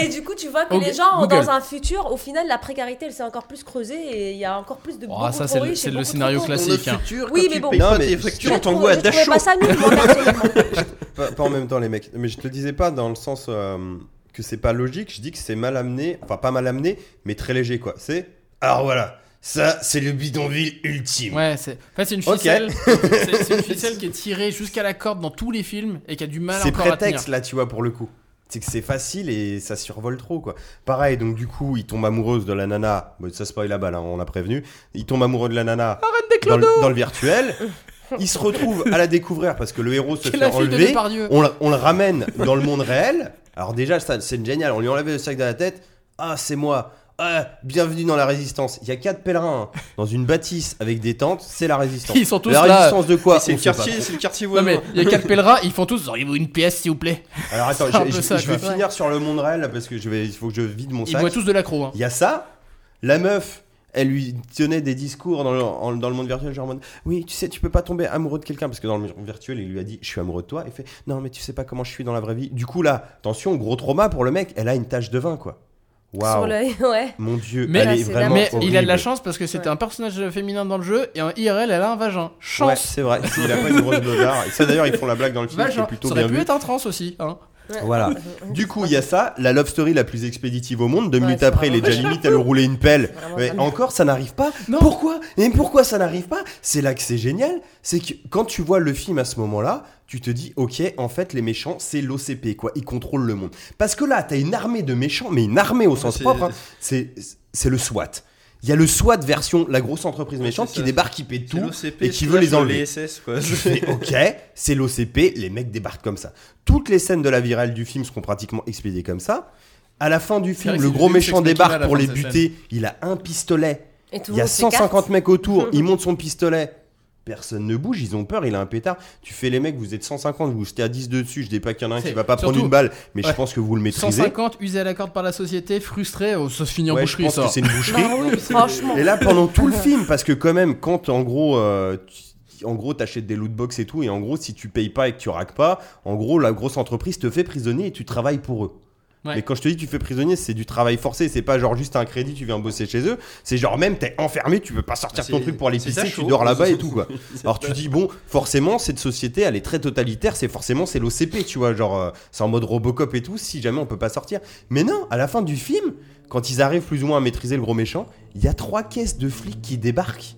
S4: Et, du coup tu vois que
S2: Ok,
S4: les gens
S2: Google.
S4: dans un futur, au final la précarité elle s'est encore plus creusée et il y a encore plus de...
S2: Oh,
S4: beaucoup
S2: ça,
S4: de
S2: c'est le-
S4: riches et
S2: c'est le
S4: beaucoup trop
S2: scénario
S4: pauvres.
S2: classique.
S3: Dans le futur,
S4: Oui,
S3: quand
S4: mais
S3: tu
S4: bon.
S3: payes
S1: Non,
S3: pas
S1: mais-
S3: tes
S4: Je
S3: factures,
S4: l'ai
S3: on
S4: trouvé-
S3: t'envoie à
S4: je trouvais
S3: Dachau.
S4: pas ça nul, moi, personnellement.
S1: pas, pas en même temps, les mecs. Mais je te disais pas dans le sens euh, que c'est pas logique. Je dis que c'est mal amené. Enfin, pas mal amené, mais très léger, quoi. C'est. Alors voilà, ça, c'est le bidonville ultime.
S2: ouais, c'est. En fait, c'est une
S1: Ok.
S2: ficelle. c'est- C'est une ficelle qui est tirée jusqu'à la corde dans tous les films et qui a du mal
S1: c'est
S2: encore à tenir.
S1: prétexte, là, tu vois, pour le coup. C'est que c'est facile et ça survole trop, quoi. Pareil, donc du coup, il tombe amoureuse de la nana. Bon, ça spoil la balle, hein, on l'a prévenu. Il tombe amoureux de la nana dans, le, dans le virtuel. Il se retrouve à la découvrir parce que le héros se
S2: C'est
S1: fait
S2: la fille de
S1: enlever.
S2: Depardieu.
S1: on, le- on le ramène dans le monde réel. Alors déjà, ça, c'est génial. On lui enlève le sac de la tête. Ah, c'est moi. Ah, bienvenue dans la résistance. Il y a quatre pèlerins hein, dans une bâtisse avec des tentes. C'est la résistance.
S2: Ils sont tous
S1: la
S2: là.
S1: résistance de quoi
S3: C'est
S1: On
S3: le
S1: sait pas
S3: quartier, c'est le quartier
S2: Non mais
S3: voisin.
S2: il y a quatre pèlerins, ils font tous. Auriez-vous une pièce, s'il vous plaît
S1: trop. Alors attends,
S2: C'est un
S1: je,
S2: peu
S1: je-
S2: ça,
S1: je vais
S2: quoi.
S1: finir sur le monde réel là, parce que je vais, il faut que je vide mon
S2: Ils
S1: sac.
S2: boivent tous de l'accro. Hein.
S1: Il y a ça. La meuf, elle lui tenait des discours dans le, en- dans le monde virtuel, genre en mode Oui, tu sais, tu peux pas tomber amoureux de quelqu'un, parce que dans le monde virtuel, il lui a dit Je suis amoureux de toi. Il fait Non, mais tu sais pas comment je suis dans la vraie vie. Du coup, là, attention, gros trauma pour le mec, elle a une tache de vin, quoi.
S4: Sur
S1: Waouh.
S4: l'œil, ouais.
S1: Mon dieu,
S2: Mais-
S1: elle est
S4: Ouais, c'est
S1: vraiment.
S4: la-
S2: Mais il a de la
S1: horrible.
S2: chance parce que c'était
S4: Ouais.
S2: un personnage féminin dans le jeu et en IRL elle a un vagin.
S1: Ouais,
S2: Chance.
S1: c'est vrai. Il a pas une grosse blodard. Et ça, d'ailleurs, ils font la blague dans le film, c'est
S2: vagin.
S1: plutôt
S2: Ça aurait
S1: bien
S2: pu
S1: vu.
S2: être un trans aussi. Hein.
S1: Voilà. Du coup, il y a ça, la love story la plus expéditive au monde. Deux
S4: Mm. Ouais,
S1: minutes
S4: c'est
S1: après, il est
S4: vraiment
S1: déjà limite à le rouler une pelle.
S4: Vraiment,
S1: Mais
S4: vraiment.
S1: encore, ça n'arrive pas. Pourquoi Et pourquoi ça n'arrive pas C'est là que c'est génial. C'est que quand tu vois le film à ce moment-là, tu te dis, ok, en fait, les méchants, c'est l'OCP, quoi. Ils contrôlent le monde. Parce que là, t'as une armée de méchants, mais une armée au sens
S3: c'est-
S1: propre. hein. C'est c'est le SWAT. Il y a le SWAT version la grosse entreprise
S3: Ouais,
S1: méchante
S3: c'est
S1: qui
S3: ça.
S1: débarque, qui pète
S3: C'est
S1: tout
S3: l'OCP,
S1: et qui veut les
S3: slash
S1: enlever.
S3: Les SS, quoi.
S1: Je fais, ok, c'est l'OCP, les mecs débarquent comme ça. Toutes les scènes de la virale du film seront pratiquement expédiées comme ça. À la fin du film,
S2: vrai que
S1: le
S2: c'est
S1: gros
S2: Luke
S1: méchant
S2: Skywalker à
S1: débarque
S2: la
S1: pour
S2: fin
S1: les
S2: de cette
S1: buter. Il a un pistolet.
S4: Et tout
S1: Il
S4: le
S1: y a
S4: monde s'écarte.
S1: 150 mecs autour. il monte son pistolet. Personne ne bouge, ils ont peur, il a un pétard. Tu fais les mecs, vous êtes 150, vous jetez à 10 de dessus. Je dis pas qu'il y en a un qui
S2: C'est-
S1: va pas prendre
S2: surtout-
S1: une balle, mais je
S2: Ouais.
S1: pense que vous le maîtrisez.
S2: 150 usés à la corde par la société, frustrés, oh, ça se finit en
S1: Ouais, je
S2: boucherie
S1: pense
S2: ça.
S1: que c'est une boucherie.
S4: Bah oui, franchement.
S1: Et là, pendant tout le film, parce que quand même, quand en gros, euh, tu- en gros, t'achètes des loot box et tout, et en gros, si tu payes pas et que tu raques pas, en gros, la grosse entreprise te fait prisonnier et tu travailles pour eux.
S2: Ouais.
S1: Mais quand je te dis tu fais prisonnier, c'est du travail forcé, c'est pas genre juste un crédit, tu viens bosser chez eux, c'est genre même t'es enfermé, tu peux pas sortir
S3: Bah,
S1: ton
S3: c'est-
S1: truc pour aller
S3: c'est
S1: pisser,
S3: ça,
S1: tu
S3: chaud.
S1: dors là-bas et tout quoi. Alors tu dis bon, forcément cette société elle est très totalitaire, c'est forcément c'est l'OCP, tu vois, genre euh, c'est en mode Robocop et tout, si jamais on peut pas sortir. Mais non, à la fin du film, quand ils arrivent plus ou moins à maîtriser le gros méchant, il y a trois caisses de flics qui débarquent.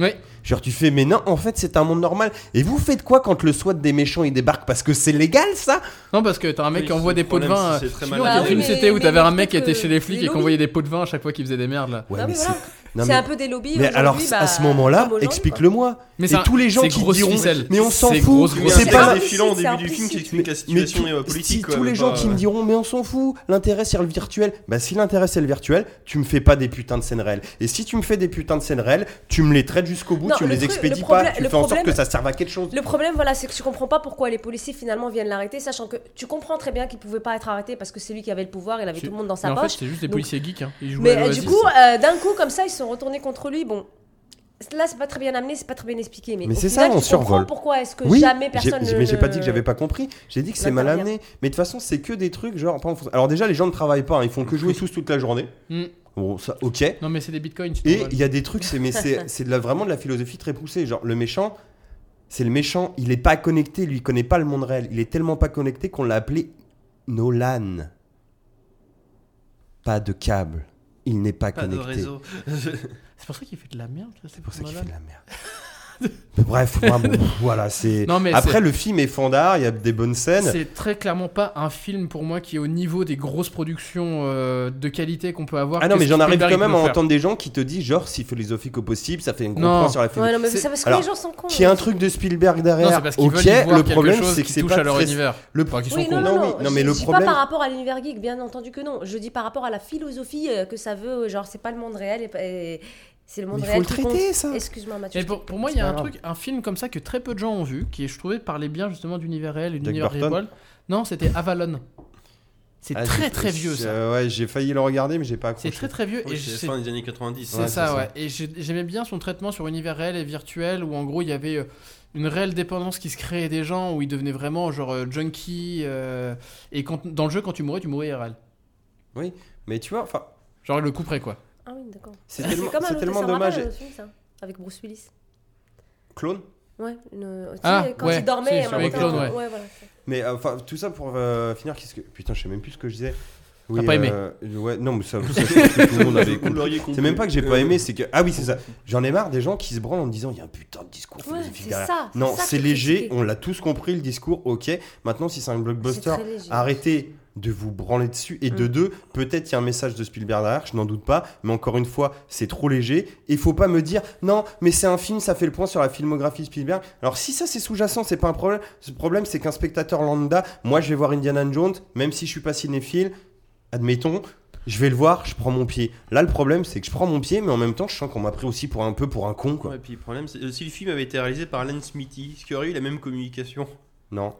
S2: Oui.
S1: Genre tu fais mais non, en fait c'est un monde normal. Et vous faites quoi quand le SWAT des méchants il débarque parce que c'est légal ça
S2: Non, parce que t'as un mec
S3: Oui,
S2: qui envoie
S3: c'est
S2: des
S3: le
S2: pots de
S3: problème,
S2: vin.
S3: c'est- c'est très
S2: euh,
S3: mal
S2: dans
S4: Ah
S2: quel
S4: oui,
S2: film
S4: mais-
S2: c'était où
S4: mais
S2: t'avais un
S4: le
S2: mec qui
S4: truc,
S2: était chez les
S4: euh, les
S2: flics et qui
S4: lobbies.
S2: envoyait des pots de vin à chaque fois qu'il faisait des merdes là.
S1: Ouais,
S4: Non,
S1: mais
S4: mais
S1: c'est-
S4: voilà.
S1: non,
S4: C'est
S1: mais-
S4: un peu des lobbies.
S1: Mais alors,
S4: aujourd'hui,
S1: à
S4: bah,
S1: ce moment-là,
S4: comme aujourd'hui, quoi.
S1: explique-le-moi.
S2: Mais
S1: Et
S2: c'est un-
S1: tous les gens
S2: c'est
S1: qui
S2: grosse
S1: diront
S2: ficelle.
S1: mais on s'en
S2: C'est
S1: fout,
S2: grosse,
S3: Il y a
S2: grosse
S3: un
S1: c'est
S4: ficelle.
S1: pas
S3: débat
S1: la-
S3: défilant au
S4: C'est
S3: début du film qui
S4: implicite.
S1: mais-
S3: explique la
S1: mais
S3: situation
S1: tout-
S3: euh, politique.
S1: si
S3: quoi,
S1: tous les
S3: mais
S1: gens
S3: pas,
S1: qui me
S3: euh,
S1: diront mais on s'en fout, l'intérêt c'est le virtuel, bah si l'intérêt c'est le virtuel, tu me fais pas des putains de scènes réelles. Et si tu me fais des putains de scènes réelles, tu me les traites t'arrêtes jusqu'au bout,
S4: Non,
S1: tu
S4: le
S1: les
S4: truc-
S1: expédies
S4: le
S1: pas,
S4: problème-
S1: tu
S4: le
S1: fais en sorte
S4: problème-
S1: que ça serve à quelque chose.
S4: Le problème, voilà, c'est que tu comprends pas pourquoi les policiers finalement viennent l'arrêter, sachant que tu comprends très bien qu'il pouvait pas être arrêté parce que c'est lui qui avait le pouvoir, il avait
S2: Si.
S4: tout le monde dans sa
S2: Mais en fait,
S4: poche.
S2: c'est juste des
S4: Donc-
S2: policiers geeks. hein. Ils jouent
S4: Mais
S2: à
S4: euh,
S2: l'Oasis.
S4: du coup, euh, d'un coup, comme ça, ils se sont retournés contre lui. Bon, là, c'est pas très bien amené, c'est pas très bien expliqué. Mais,
S1: Mais
S4: au
S1: c'est
S4: final,
S1: ça, on
S4: tu comprends
S1: survole.
S4: Pourquoi est-ce que
S1: Oui,
S4: jamais
S1: j'ai-
S4: personne
S1: j'ai-
S4: ne-
S1: mais j'ai pas
S4: ne-
S1: dit que j'avais pas compris. J'ai dit que c'est mal
S4: L'intervient.
S1: amené. Mais de toute façon, c'est que des trucs genre. par exemple, Alors déjà, les gens ne travaillent pas. hein, Ils font que jouer tous toute la journée.
S2: Hmm.
S1: Bon, ça, ok.
S2: Non, mais c'est des bitcoins. tu
S1: Et
S2: vois.
S1: il y a des trucs, c'est mais c'est c'est de la, vraiment de la philosophie très poussée. Genre le méchant, c'est le méchant. Il est pas connecté. Lui il connaît pas le monde réel. Il est tellement pas connecté qu'on l'a appelé Nolan. Pas de câble. Il n'est pas,
S3: Pas de
S1: connecté.
S3: réseau.
S2: C'est pour ça qu'il fait de la merde. là,
S1: C'est pour ça qu'il
S2: malade.
S1: fait de la merde. Mais bref, moi, bon, voilà, c'est.
S2: Non, mais
S1: Après,
S2: c'est-
S1: le film est fandard, il y a des bonnes scènes.
S2: C'est très clairement pas un film pour moi qui est au niveau des grosses productions euh, de qualité qu'on peut avoir.
S1: Ah non,
S2: que
S1: mais j'en arrive
S2: Spielberg
S1: quand même
S2: peut
S1: à
S2: faire.
S1: entendre des gens qui te disent, genre, si philosophique au possible, ça fait un gros
S2: Non.
S1: point sur la philosophie.
S4: Ouais, non, mais
S2: C'est-
S4: c'est parce que
S1: Alors,
S4: les gens sont cons. hein.
S1: Qu'il y a un truc de Spielberg
S2: Non,
S1: derrière.
S2: c'est parce qu'ils
S1: ok,
S2: veulent y voir
S1: le problème,
S2: quelque chose
S1: c'est que
S2: qui
S1: c'est
S2: touche
S1: pas
S2: à leur
S1: très-
S2: univers.
S1: Le
S2: Enfin, qu'ils sont
S4: Oui,
S2: cons.
S4: non, non,
S1: Non,
S4: non,
S1: oui, non, mais
S4: je
S1: le
S4: dis
S1: problème-
S4: pas par rapport à l'univers geek, bien entendu que non. Je dis par rapport à la philosophie euh, que ça veut, euh, genre c'est pas le monde réel et, pas- et c'est le monde
S1: Mais il faut
S4: réel
S1: le
S4: qui compte.
S1: traiter, ça.
S4: Excuse-moi Mathieu.
S2: Et
S4: je
S2: pour,
S4: t'ai-
S2: pour moi,
S1: C'est
S2: il y a
S1: pas
S2: un
S1: grave.
S2: truc, un film comme ça que très peu de gens ont vu, qui je trouvais parlait bien justement d'univers réel et d'univers
S1: Burton
S2: réel. Non, c'était Avalon. C'est
S1: Ah,
S2: très
S1: j'ai-
S2: très vieux ça.
S1: euh, ouais, j'ai failli le regarder, mais j'ai pas accroché.
S2: C'est très très vieux.
S3: Oui,
S2: et je-
S3: c'est
S2: c'est
S3: la fin des années 90.
S2: C'est
S1: Ouais, c'est
S2: ça,
S1: ça.
S2: ouais. Et j'ai- j'aimais bien son traitement sur univers réel et virtuel, où en gros il y avait euh, une réelle dépendance qui se créait des gens, où ils devenaient vraiment genre euh, junkie. euh, et quand, dans le jeu, quand tu mourais, tu mourais IRL.
S1: Mais tu vois, enfin,
S2: Genre le coup près, quoi.
S4: Ah oui, d'accord.
S1: c'est
S4: C'est
S1: tellement,
S4: comme un
S1: c'est
S4: autre-
S1: tellement
S4: ça me rappelle
S1: dommage.
S4: un autre film, ça, avec Bruce Willis.
S1: Clone
S4: Ouais, le- tu sais,
S2: Ah,
S4: quand
S2: ouais,
S4: il dormait,
S2: si,
S4: et
S2: sur
S4: en
S1: les
S4: même temps-
S1: clones,
S2: ouais.
S4: voilà.
S1: Mais euh, enfin, tout ça pour euh, finir, qu'est-ce que. Putain, je sais même plus ce que je disais. Oui,
S2: pas aimé.
S1: euh, ouais, non, mais ça, ça, je pense que tout le monde avait compris. C'est même pas que j'ai
S3: Euh.
S1: pas aimé, c'est que. Ah oui, c'est ça. J'en ai marre des gens qui se branlent en me disant il y a un putain de discours
S4: Ouais,
S1: philosophique
S4: c'est
S1: derrière.
S4: ça.
S1: Non,
S4: ça
S1: c'est
S4: qui est
S1: léger,
S4: critiqué.
S1: on l'a tous compris le discours, ok. Maintenant, si c'est un blockbuster,
S4: C'est très léger.
S1: arrêtez de vous branler dessus. Et de
S4: Mm.
S1: deux, peut-être il y a un message de Spielberg derrière, je n'en doute pas, mais encore une fois, c'est trop léger. Et faut pas me dire, non, mais c'est un film, ça fait le point sur la filmographie Spielberg. Alors si ça c'est sous-jacent, c'est pas un problème. Ce problème, c'est qu'un spectateur lambda, moi je vais voir Indiana Jones, même si je suis pas cinéphile, admettons. Je vais le voir, je prends mon pied. Là, le problème, c'est que je prends mon pied, mais en même temps, je sens qu'on m'a pris aussi pour un peu pour un con, quoi.
S3: Et puis le problème, c'est euh, si le film avait été réalisé par Alan Smithy, ce qui aurait eu la même communication.
S1: Non.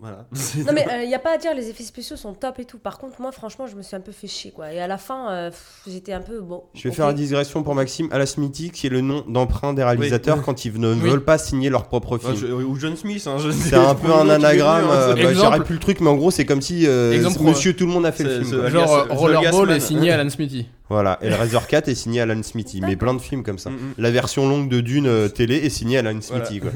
S3: Voilà.
S4: Non mais il n'y a pas à dire, les effets spéciaux sont top et tout. Par contre, moi franchement, je me suis un peu fait chier quoi. Et à la fin, euh, pff, j'étais un peu bon.
S1: Je vais
S4: ok.
S1: faire une digression pour Maxime. Alasmiti, qui est le nom d'emprunt des réalisateurs
S3: Oui.
S1: quand ils ne
S2: Oui.
S1: veulent pas signer leur propre film.
S3: Enfin, je- ou John Smith, hein, je
S1: C'est un peu un
S3: hein.
S1: anagramme. euh, bah,
S2: Exemple.
S1: Je saurais plus le truc, mais en gros, c'est comme si euh,
S2: Exemple,
S1: ce Monsieur Tout le monde a fait le
S3: c'est-
S1: film. quoi.
S3: Alias-
S2: Genre euh,
S3: The
S2: Rollerball
S3: Gasman.
S2: est signé Alan Smithy.
S1: Voilà. Et le Razor 4 est signé Alan Smithy. mais plein de films comme ça.
S3: Mm, mm.
S1: La version longue de Dune euh, télé est signée Alan Smithy. quoi.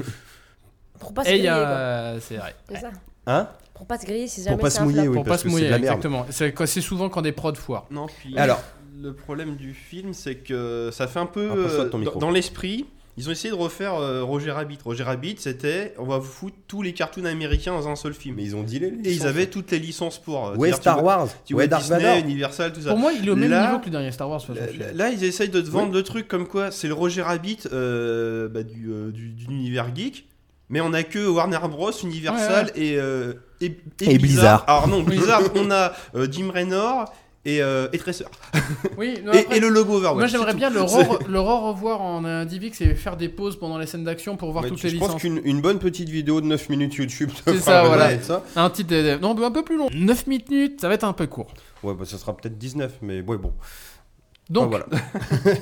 S4: Pour pas se
S2: Et il y
S4: griller. quoi.
S2: a. C'est vrai.
S4: C'est ça.
S1: Hein
S4: Pour pas se griller, si
S1: Pour
S4: jamais
S1: pas
S4: c'est
S1: se
S4: un
S1: mouiller,
S4: flop.
S1: oui,
S2: Pour pas
S1: parce
S2: se
S1: que c'est de
S2: mouiller,
S1: la merde.
S2: exactement. C'est quoi- c'est souvent quand des prods foirent.
S3: Non, puis
S1: Alors.
S3: le problème du film, c'est que ça fait un peu
S1: Rapproche-toi de ton
S3: euh,
S1: micro.
S3: dans, dans l'esprit. Ils ont essayé de refaire euh, Roger Rabbit. Roger Rabbit, c'était on va vous foutre tous les cartoons américains dans un seul film.
S1: Mais ils ont dit les.
S3: Et ils avaient toutes les licences pour. euh,
S1: Ouais,
S3: c'est-à-dire, tu
S1: Star
S3: vois-
S1: Wars.
S3: tu vois
S1: Ouais, Dark
S3: Disney,
S1: Vador.
S3: Universal, tout ça.
S2: Pour moi, il est au même
S3: Là-
S2: niveau que le dernier Star Wars. de toute façon, celui-là.
S3: Là, là, ils essayent de te vendre le truc comme quoi c'est le Roger Rabbit euh, bah, du, euh, du- de l'univers geek, mais on a que Warner Bros, Universal et, euh, et,
S1: Et Blizzard.
S3: Alors non, Blizzard, on a euh, Jim Raynor et, euh, et Tracer.
S2: Oui, non,
S3: Et,
S2: après-
S3: et le logo
S1: ah
S3: Overwatch.
S2: Moi j'aimerais
S3: c'est
S2: bien
S3: tout.
S2: le,
S3: C'est-
S2: re- le re- revoir en euh, DivX et faire des pauses pendant les scènes d'action pour voir
S1: Ouais,
S2: toutes
S1: tu-
S2: les
S1: je pense
S2: licences.
S1: qu'une une bonne petite vidéo de 9 minutes YouTube. te
S2: C'est
S1: fera
S2: ça, voilà.
S1: reconnaître ça.
S2: Un titre de- Non, mais un peu plus long. 9 minutes, ça va être un peu court.
S1: Ouais, bah, ça sera peut-être 19, mais ouais, bon.
S2: Donc,
S1: Enfin, voilà.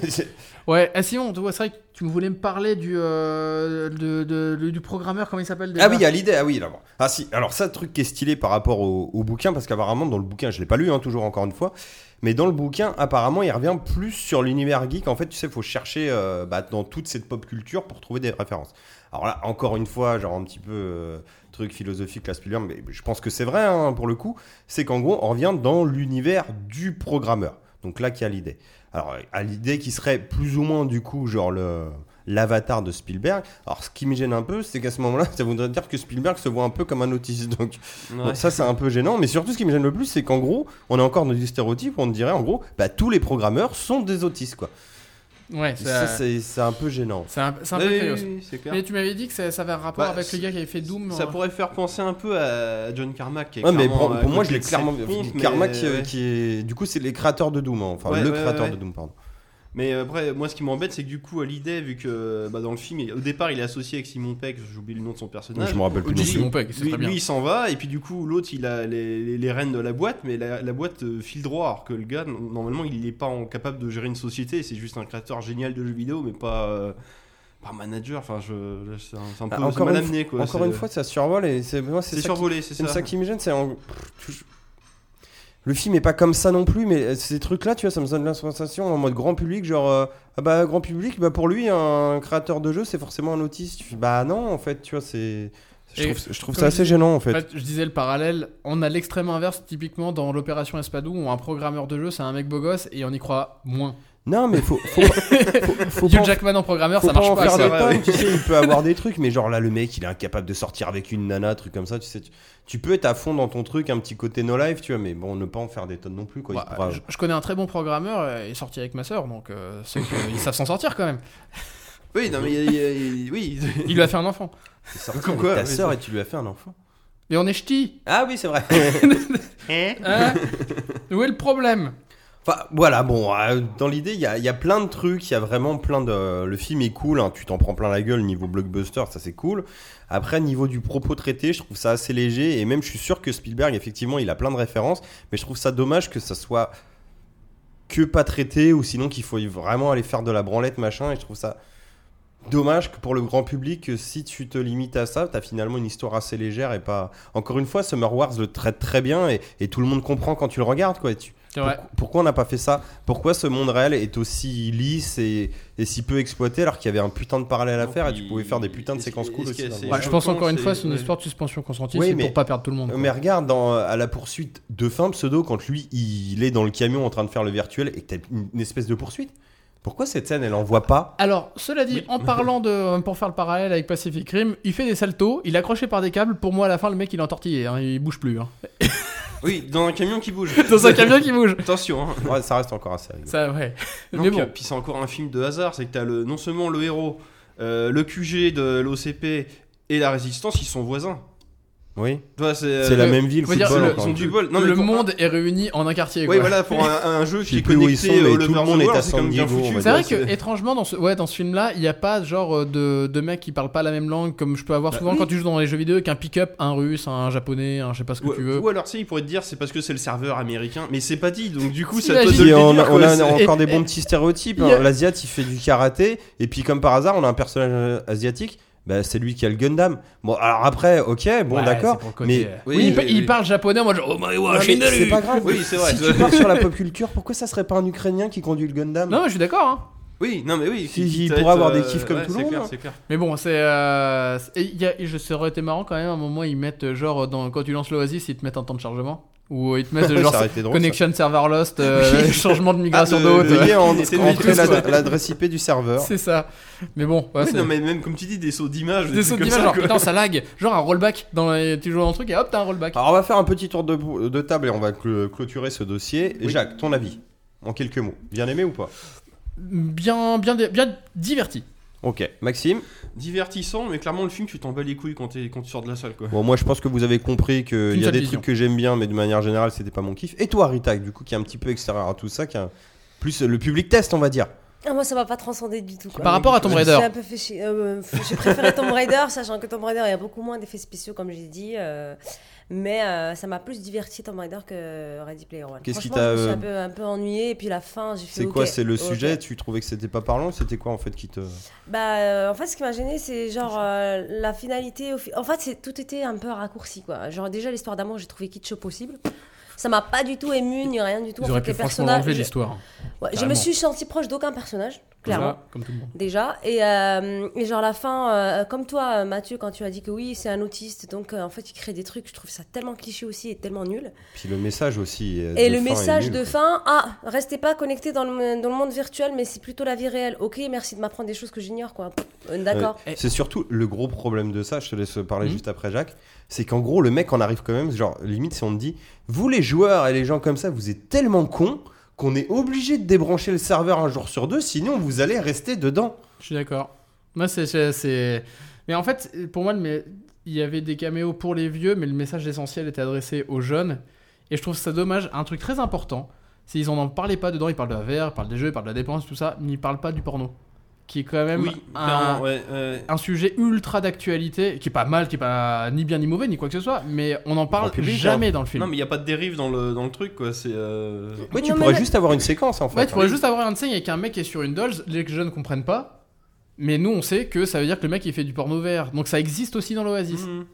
S2: ouais, ah, sinon, tu vois, c'est vrai que tu voulais me parler du, euh, de- de- du- du programmeur, comment il s'appelle déjà
S1: Ah oui, il y a l'idée, ah oui, là bon. Ah si, alors ça, truc qui est stylé par rapport au, au bouquin, parce qu'apparemment, dans le bouquin, je l'ai pas lu, hein, toujours encore une fois, mais dans le bouquin, apparemment, il revient plus sur l'univers geek. En fait, tu sais, faut chercher euh, bah, dans toute cette pop culture pour trouver des références. Alors là, encore une fois, genre un petit peu euh, truc philosophique, la Spielberg, mais je pense que c'est vrai, hein, pour le coup, c'est qu'en gros, on revient dans l'univers du programmeur. Donc là, qui a l'idée. Alors, à l'idée qui serait plus ou moins, du coup, genre le l'avatar de Spielberg. Alors, ce qui me gêne un peu, c'est qu'à ce moment-là, ça voudrait dire que Spielberg se voit un peu comme un autiste. Donc,
S3: Ouais.
S1: Bon, ça, c'est un peu gênant, mais surtout, ce qui me gêne le plus, c'est qu'en gros, on est encore dans du stéréotype où on dirait, en gros, bah, tous les programmeurs sont des autistes, quoi.
S2: Ouais,
S1: ah. Ça,
S2: ça-
S1: c'est c'est un peu gênant.
S2: c'est un, c'est un
S3: Oui,
S2: peu
S3: oui,
S2: curieux.
S3: oui, c'est clair.
S2: Mais tu m'avais dit que ça, ça avait un rapport
S3: Bah,
S2: avec le
S3: c'est-
S2: gars qui avait fait Doom.
S3: Ça
S2: euh,
S3: pourrait faire penser un peu à John Carmack. Qui est
S1: Ouais, mais
S3: clairement,
S1: pour,
S3: euh,
S1: pour moi,
S3: côté
S1: je l'ai
S3: de
S1: clairement. euh,
S3: cette pompe,
S1: Karma
S3: mais,
S1: qui,
S3: ouais.
S1: qui est. Du coup, c'est les créateurs de Doom, hein. enfin,
S3: Ouais,
S1: le
S3: ouais,
S1: créateur
S3: ouais.
S1: de Doom, pardon.
S3: Mais euh, après, moi, ce qui m'embête, c'est que du coup, Hallyday, vu que bah, dans le film, il- au départ, il est associé avec Simon Peck, j'oublie le nom de son personnage.
S1: Je me rappelle plus.
S3: Lui,
S1: non
S2: Audi
S1: plus.
S2: Simon Peck, c'est
S3: Lui,
S2: très bien.
S3: lui, il s'en va, et puis du coup, l'autre, il a les, les- les rênes de la boîte, mais la, la boîte euh, file droit, alors que le gars, n- normalement, il n'est pas en- capable de gérer une société, c'est juste un créateur génial de jeux vidéo, mais pas, euh, pas manager, enfin, je, là, c'est un, c'est un
S1: Ah,
S3: peu
S1: encore
S3: mal
S1: une
S3: amené, quoi.
S1: Encore
S3: c'est-
S1: une fois, ça survole et c'est moi,
S3: c'est
S1: c'est ça, qui-
S3: survolé, c'est
S1: c'est
S3: ça.
S1: ça qui me gêne. C'est en- le film est pas comme ça non plus, mais euh, ces trucs-là, tu vois, ça me donne la sensation en mode grand public, genre euh, ah bah grand public, bah pour lui un créateur de jeu, c'est forcément un autiste. Tu fais, Bah non, en fait, tu vois, c'est je
S2: Et
S1: trouve, je trouve
S2: comme
S1: ça
S2: je
S1: assez
S2: dis-
S1: gênant en fait.
S2: En fait, je disais le parallèle, on a l'extrême inverse typiquement dans l'opération Espadou où un programmeur de jeu c'est un mec beau gosse et on y croit moins.
S1: Non, mais faut faut, pas- faut, faut
S2: Hugh
S1: pas en-
S2: Jackman en programmeur
S1: faut
S2: ça
S1: pas
S2: marche
S1: en
S2: pas.
S1: faire
S2: ça. Bah,
S1: des
S3: ouais, ouais.
S1: tonnes, tu sais, il peut avoir des trucs, mais genre là, le mec, il est incapable de sortir avec une nana, truc comme ça, tu sais. Tu, tu peux être à fond dans ton truc, un petit côté no life, tu vois, mais bon, ne pas en faire des tonnes non plus, quoi. il
S2: Bah,
S1: pourra-
S2: je, je connais un très bon programmeur euh, et est sorti avec ma sœur donc euh, c'est que- ils savent s'en sortir quand même.
S3: Oui, non, mais il y a- il y a- oui.
S2: Il lui a fait un enfant.
S1: C'est sorti
S3: Comme
S1: avec
S3: quoi,
S1: ta
S3: oui,
S1: sœur
S3: ça.
S1: et tu lui as fait un enfant.
S2: Mais on est ch'ti.
S1: Ah oui, c'est vrai.
S2: Hein Où est le problème
S1: enfin, voilà, bon, euh, dans l'idée, il y a, il y a plein de trucs, il y a vraiment plein de... Le film est cool, hein, tu t'en prends plein la gueule niveau blockbuster, ça c'est cool. Après, niveau du propos traité, je trouve ça assez léger, et même je suis sûr que Spielberg, effectivement, il a plein de références, mais je trouve ça dommage que ça soit que pas traité, ou sinon qu'il faut vraiment aller faire de la branlette, machin, et je trouve ça... Dommage que pour le grand public, que si tu te limites à ça, t'as finalement une histoire assez légère et pas. Encore une fois, Summer Wars le traite très bien et, et tout le monde comprend quand tu le regardes, quoi. Et tu-
S2: C'est vrai.
S1: Pourquoi, pourquoi on n'a pas fait ça Pourquoi ce monde réel est aussi lisse et, et si peu exploité alors qu'il y avait un putain de parallèle à
S3: Donc,
S1: faire et
S3: il-
S1: tu pouvais faire des putains de
S3: est-ce qu'il-
S1: séquences cool
S3: est-ce
S1: aussi
S3: qu'il y a
S1: dans
S3: ces-
S1: le
S2: Ouais,
S1: jeu.
S2: Bah, je pense encore une
S3: c'est-
S2: fois, c'est une
S3: ouais.
S2: histoire de suspension consentie,
S1: Oui,
S2: c'est
S1: mais-
S2: pour pas perdre tout le monde. quoi.
S1: Mais regarde dans, euh, à la poursuite de fin pseudo quand lui il est dans le camion en train de faire le virtuel et que t'as une, une espèce de poursuite. Pourquoi cette scène elle en voit pas
S2: Alors, cela dit, en parlant de. euh, Pour faire le parallèle avec Pacific Rim, il fait des saltos, il est accroché par des câbles. Pour moi, à la fin, le mec, il est entortillé, hein, il bouge plus. hein.
S3: Oui, dans un camion qui bouge.
S2: Dans un camion qui bouge
S3: Attention, hein.
S1: Ouais, Ça reste encore assez rigolo.
S2: Ça, ouais.
S3: Non,
S2: mais
S3: puis,
S2: bon.
S3: puis c'est encore un film de hasard, c'est que t'as le, non seulement le héros, euh, le QG de l'OCP et la résistance, ils sont voisins.
S1: Oui.
S3: Tu vois, c'est
S1: C'est
S3: euh,
S1: la
S2: le-
S1: même ville.
S2: faut dire,
S1: football,
S2: le-
S1: encore
S3: ils ont
S1: une
S3: du
S1: fois.
S3: bol. Non, mais
S2: le
S3: pour-
S2: monde est réuni en un
S3: Oui,
S2: quartier. quoi.
S3: voilà, pour un, un jeu
S1: Je
S3: qui
S1: sais
S3: est
S1: plus où ils
S3: connecté
S1: sont, mais
S3: au
S1: tout le
S3: Lovers
S1: monde
S3: of
S1: est
S3: War,
S1: à
S3: c'est quand même
S1: San
S3: bien
S1: Diego,
S3: foutu.
S1: on va
S2: C'est
S1: dire.
S2: vrai que, étrangement, dans ce, ouais, dans ce film-là, il n'y a pas genre euh, de, de mecs qui parlent pas la même langue, comme je peux avoir
S3: Bah,
S2: souvent quand tu joues dans les jeux vidéo, qu'un pick-up, un russe, un japonais, un je sais pas ce que
S3: Ou,
S2: tu veux.
S3: ou alors, si, ils pourraient te dire, c'est parce que c'est le serveur américain, mais c'est pas dit, donc du coup, ça
S2: T'imagines-
S3: te
S1: Puis
S3: de le
S1: on,
S3: déduire,
S1: on
S3: quoi,
S1: a
S3: c'est-
S1: encore
S2: et-
S1: des bons petits stéréotypes.
S2: il
S1: hein.
S2: y a-
S1: L'Asiate, il fait du karaté. Et puis, comme par hasard, on a un personnage euh, asiatique. Bah, c'est lui qui a le Gundam. Bon, alors après, ok, bon,
S2: Ouais,
S1: d'accord.
S2: c'est pour le côté,
S1: mais-
S2: euh.
S3: Oui,
S2: Oui, il,
S3: oui,
S2: pa- il
S3: oui.
S2: parle japonais, moi, genre, oh my
S1: Non,
S2: gosh,
S1: mais C'est pas grave.
S3: Oui, c'est vrai.
S1: Si tu pars sur la pop culture, pourquoi ça serait pas un Ukrainien qui conduit le Gundam
S2: Non, mais je suis d'accord, hein.
S3: Oui, non, mais oui.
S1: Si,
S3: quitte
S1: il
S3: à
S1: pourrait
S3: être,
S1: avoir des
S3: euh,
S1: kiffs comme
S3: ouais,
S1: tout le
S3: c'est
S1: monde,
S3: clair,
S1: hein.
S3: C'est clair.
S2: Mais bon, c'est. Euh... et il y a- et je ça aurait été marrant quand même, à un moment, ils mettent euh, genre, dans... quand tu lances l'Oasis, ils te mettent un temps de chargement. Ou euh, ils te mettent euh,
S1: Ça
S2: genre
S1: aurait été drôle, ça.
S2: connection server lost, euh, changement de migration
S3: Ah,
S2: de
S3: le-
S2: haute.
S3: le-
S1: Veuillez en-
S3: C'est lui
S1: entrer
S3: tout,
S1: l'ad-
S3: ouais.
S1: l'adresse IP du serveur.
S2: C'est ça. Mais bon, ouais,
S3: Oui,
S2: c'est-
S3: non, mais même, comme tu dis, des sauts d'image.
S2: des sauts
S3: trucs comme
S2: d'image,
S3: ça,
S2: genre
S3: quoi.
S2: putain, ça lag. Genre un rollback, dans les- tu joues dans le truc et hop, t'as un rollback.
S1: Alors, on va faire un petit tour de, bou- de table et on va cl- clôturer ce dossier. Et Jacques, ton avis En quelques mots. Bien aimé ou pas
S2: Bien, bien, dé- bien diverti.
S1: Ok. Maxime
S3: Divertissant, mais clairement, le film, tu t'en bats les couilles quand, t'es- quand tu sors de la salle, quoi.
S1: Bon, moi, je pense que vous avez compris qu'il
S2: Une
S1: y a
S2: seule
S1: des
S2: vision.
S1: trucs que j'aime bien, mais de manière générale, c'était pas mon kiff. Et toi, Rita, du coup, qui est un petit peu extérieur à tout ça, qui a un- plus le public test, on va dire.
S4: Ah, moi, ça m'a pas transcendé du tout. Quoi.
S2: Par rapport à Tomb Raider.
S4: J'ai un peu fait chier. Euh, f- j'ai préféré Tomb Raider, sachant que Tomb Raider, il y a beaucoup moins d'effets spéciaux, comme j'ai dit. euh, mais euh, ça m'a plus diverti Tomb Raider que Ready Player One.
S1: Qu'est-ce qui
S4: Franchement,
S1: t'a,
S4: Je me suis
S1: euh,
S4: un peu, un peu ennuyée, et puis la fin, j'ai fait.
S1: C'est
S4: ok,
S1: quoi C'est le
S4: ok.
S1: sujet Tu trouvais que c'était pas parlant C'était quoi en fait qui te.
S4: Bah, euh, en fait, ce qui m'a gêné, c'est genre euh, la finalité. au fi- En fait, c'est tout était un peu raccourci, quoi. Genre déjà l'histoire d'amour, j'ai trouvé kitsch au possible. Ça m'a pas du tout ému, ni rien du tout. En
S2: Ils auraient
S4: fait,
S2: pu
S4: les
S2: franchement
S4: personnages-
S2: l'enlever
S4: je-
S2: l'histoire.
S4: ouais, je me
S2: carrément.
S4: suis sentie proche d'aucun personnage, clairement.
S2: Déjà, Comme tout le monde.
S4: Déjà, et, euh, et genre la fin, euh, comme toi euh, Mathieu, quand tu as dit que oui, c'est un autiste, donc euh, en fait il crée des trucs, je trouve ça tellement cliché aussi et tellement nul.
S1: Puis le message aussi. euh,
S4: et
S1: de
S4: le
S1: fin est
S4: message
S1: nul,
S4: de
S1: quoi.
S4: fin, ah, restez pas connectés dans le, dans le monde virtuel, mais c'est plutôt la vie réelle. Ok, merci de m'apprendre des choses que j'ignore, quoi. Pff, euh, D'accord.
S1: Ouais. C'est surtout le gros problème de ça, je te laisse parler
S2: Mhm.
S1: juste après Jacques, c'est qu'en gros le mec en arrive quand même, genre limite si on te dit, vous les joueurs et les gens comme ça, vous êtes tellement cons qu'on est obligé de débrancher le serveur un jour sur deux, sinon vous allez rester dedans.
S2: Je suis d'accord. Moi, c'est- c'est. c'est- Mais en fait, pour moi, le mé- il y avait des caméos pour les vieux, mais le message essentiel était adressé aux jeunes. Et je trouve ça dommage. Un truc très important, c'est ils en parlaient pas dedans. Ils parlent de la VR, ils parlent des jeux, ils parlent de la dépense, tout ça, mais ils parlent pas du porno, qui est quand même
S3: Oui,
S2: un,
S3: clairement, ouais, ouais.
S2: un sujet ultra d'actualité, qui est pas mal, qui est pas ni bien ni mauvais ni quoi que ce soit, mais on en parle
S1: Grand public,
S2: jamais dans le film.
S3: hein. Non, mais il n'y a pas de dérive dans le, dans le truc, quoi. C'est. euh,
S1: Ouais, tu
S4: Non, mais
S1: pourrais
S4: là-
S1: juste avoir une séquence en fait.
S2: Ouais, tu pourrais
S1: hein.
S2: juste avoir un scène avec un mec qui est sur une dolce, les jeunes comprennent pas, mais nous on sait que ça veut dire que le mec il fait du porno vert, donc ça existe aussi dans l'Oasis.
S1: Mm.
S3: Mhm.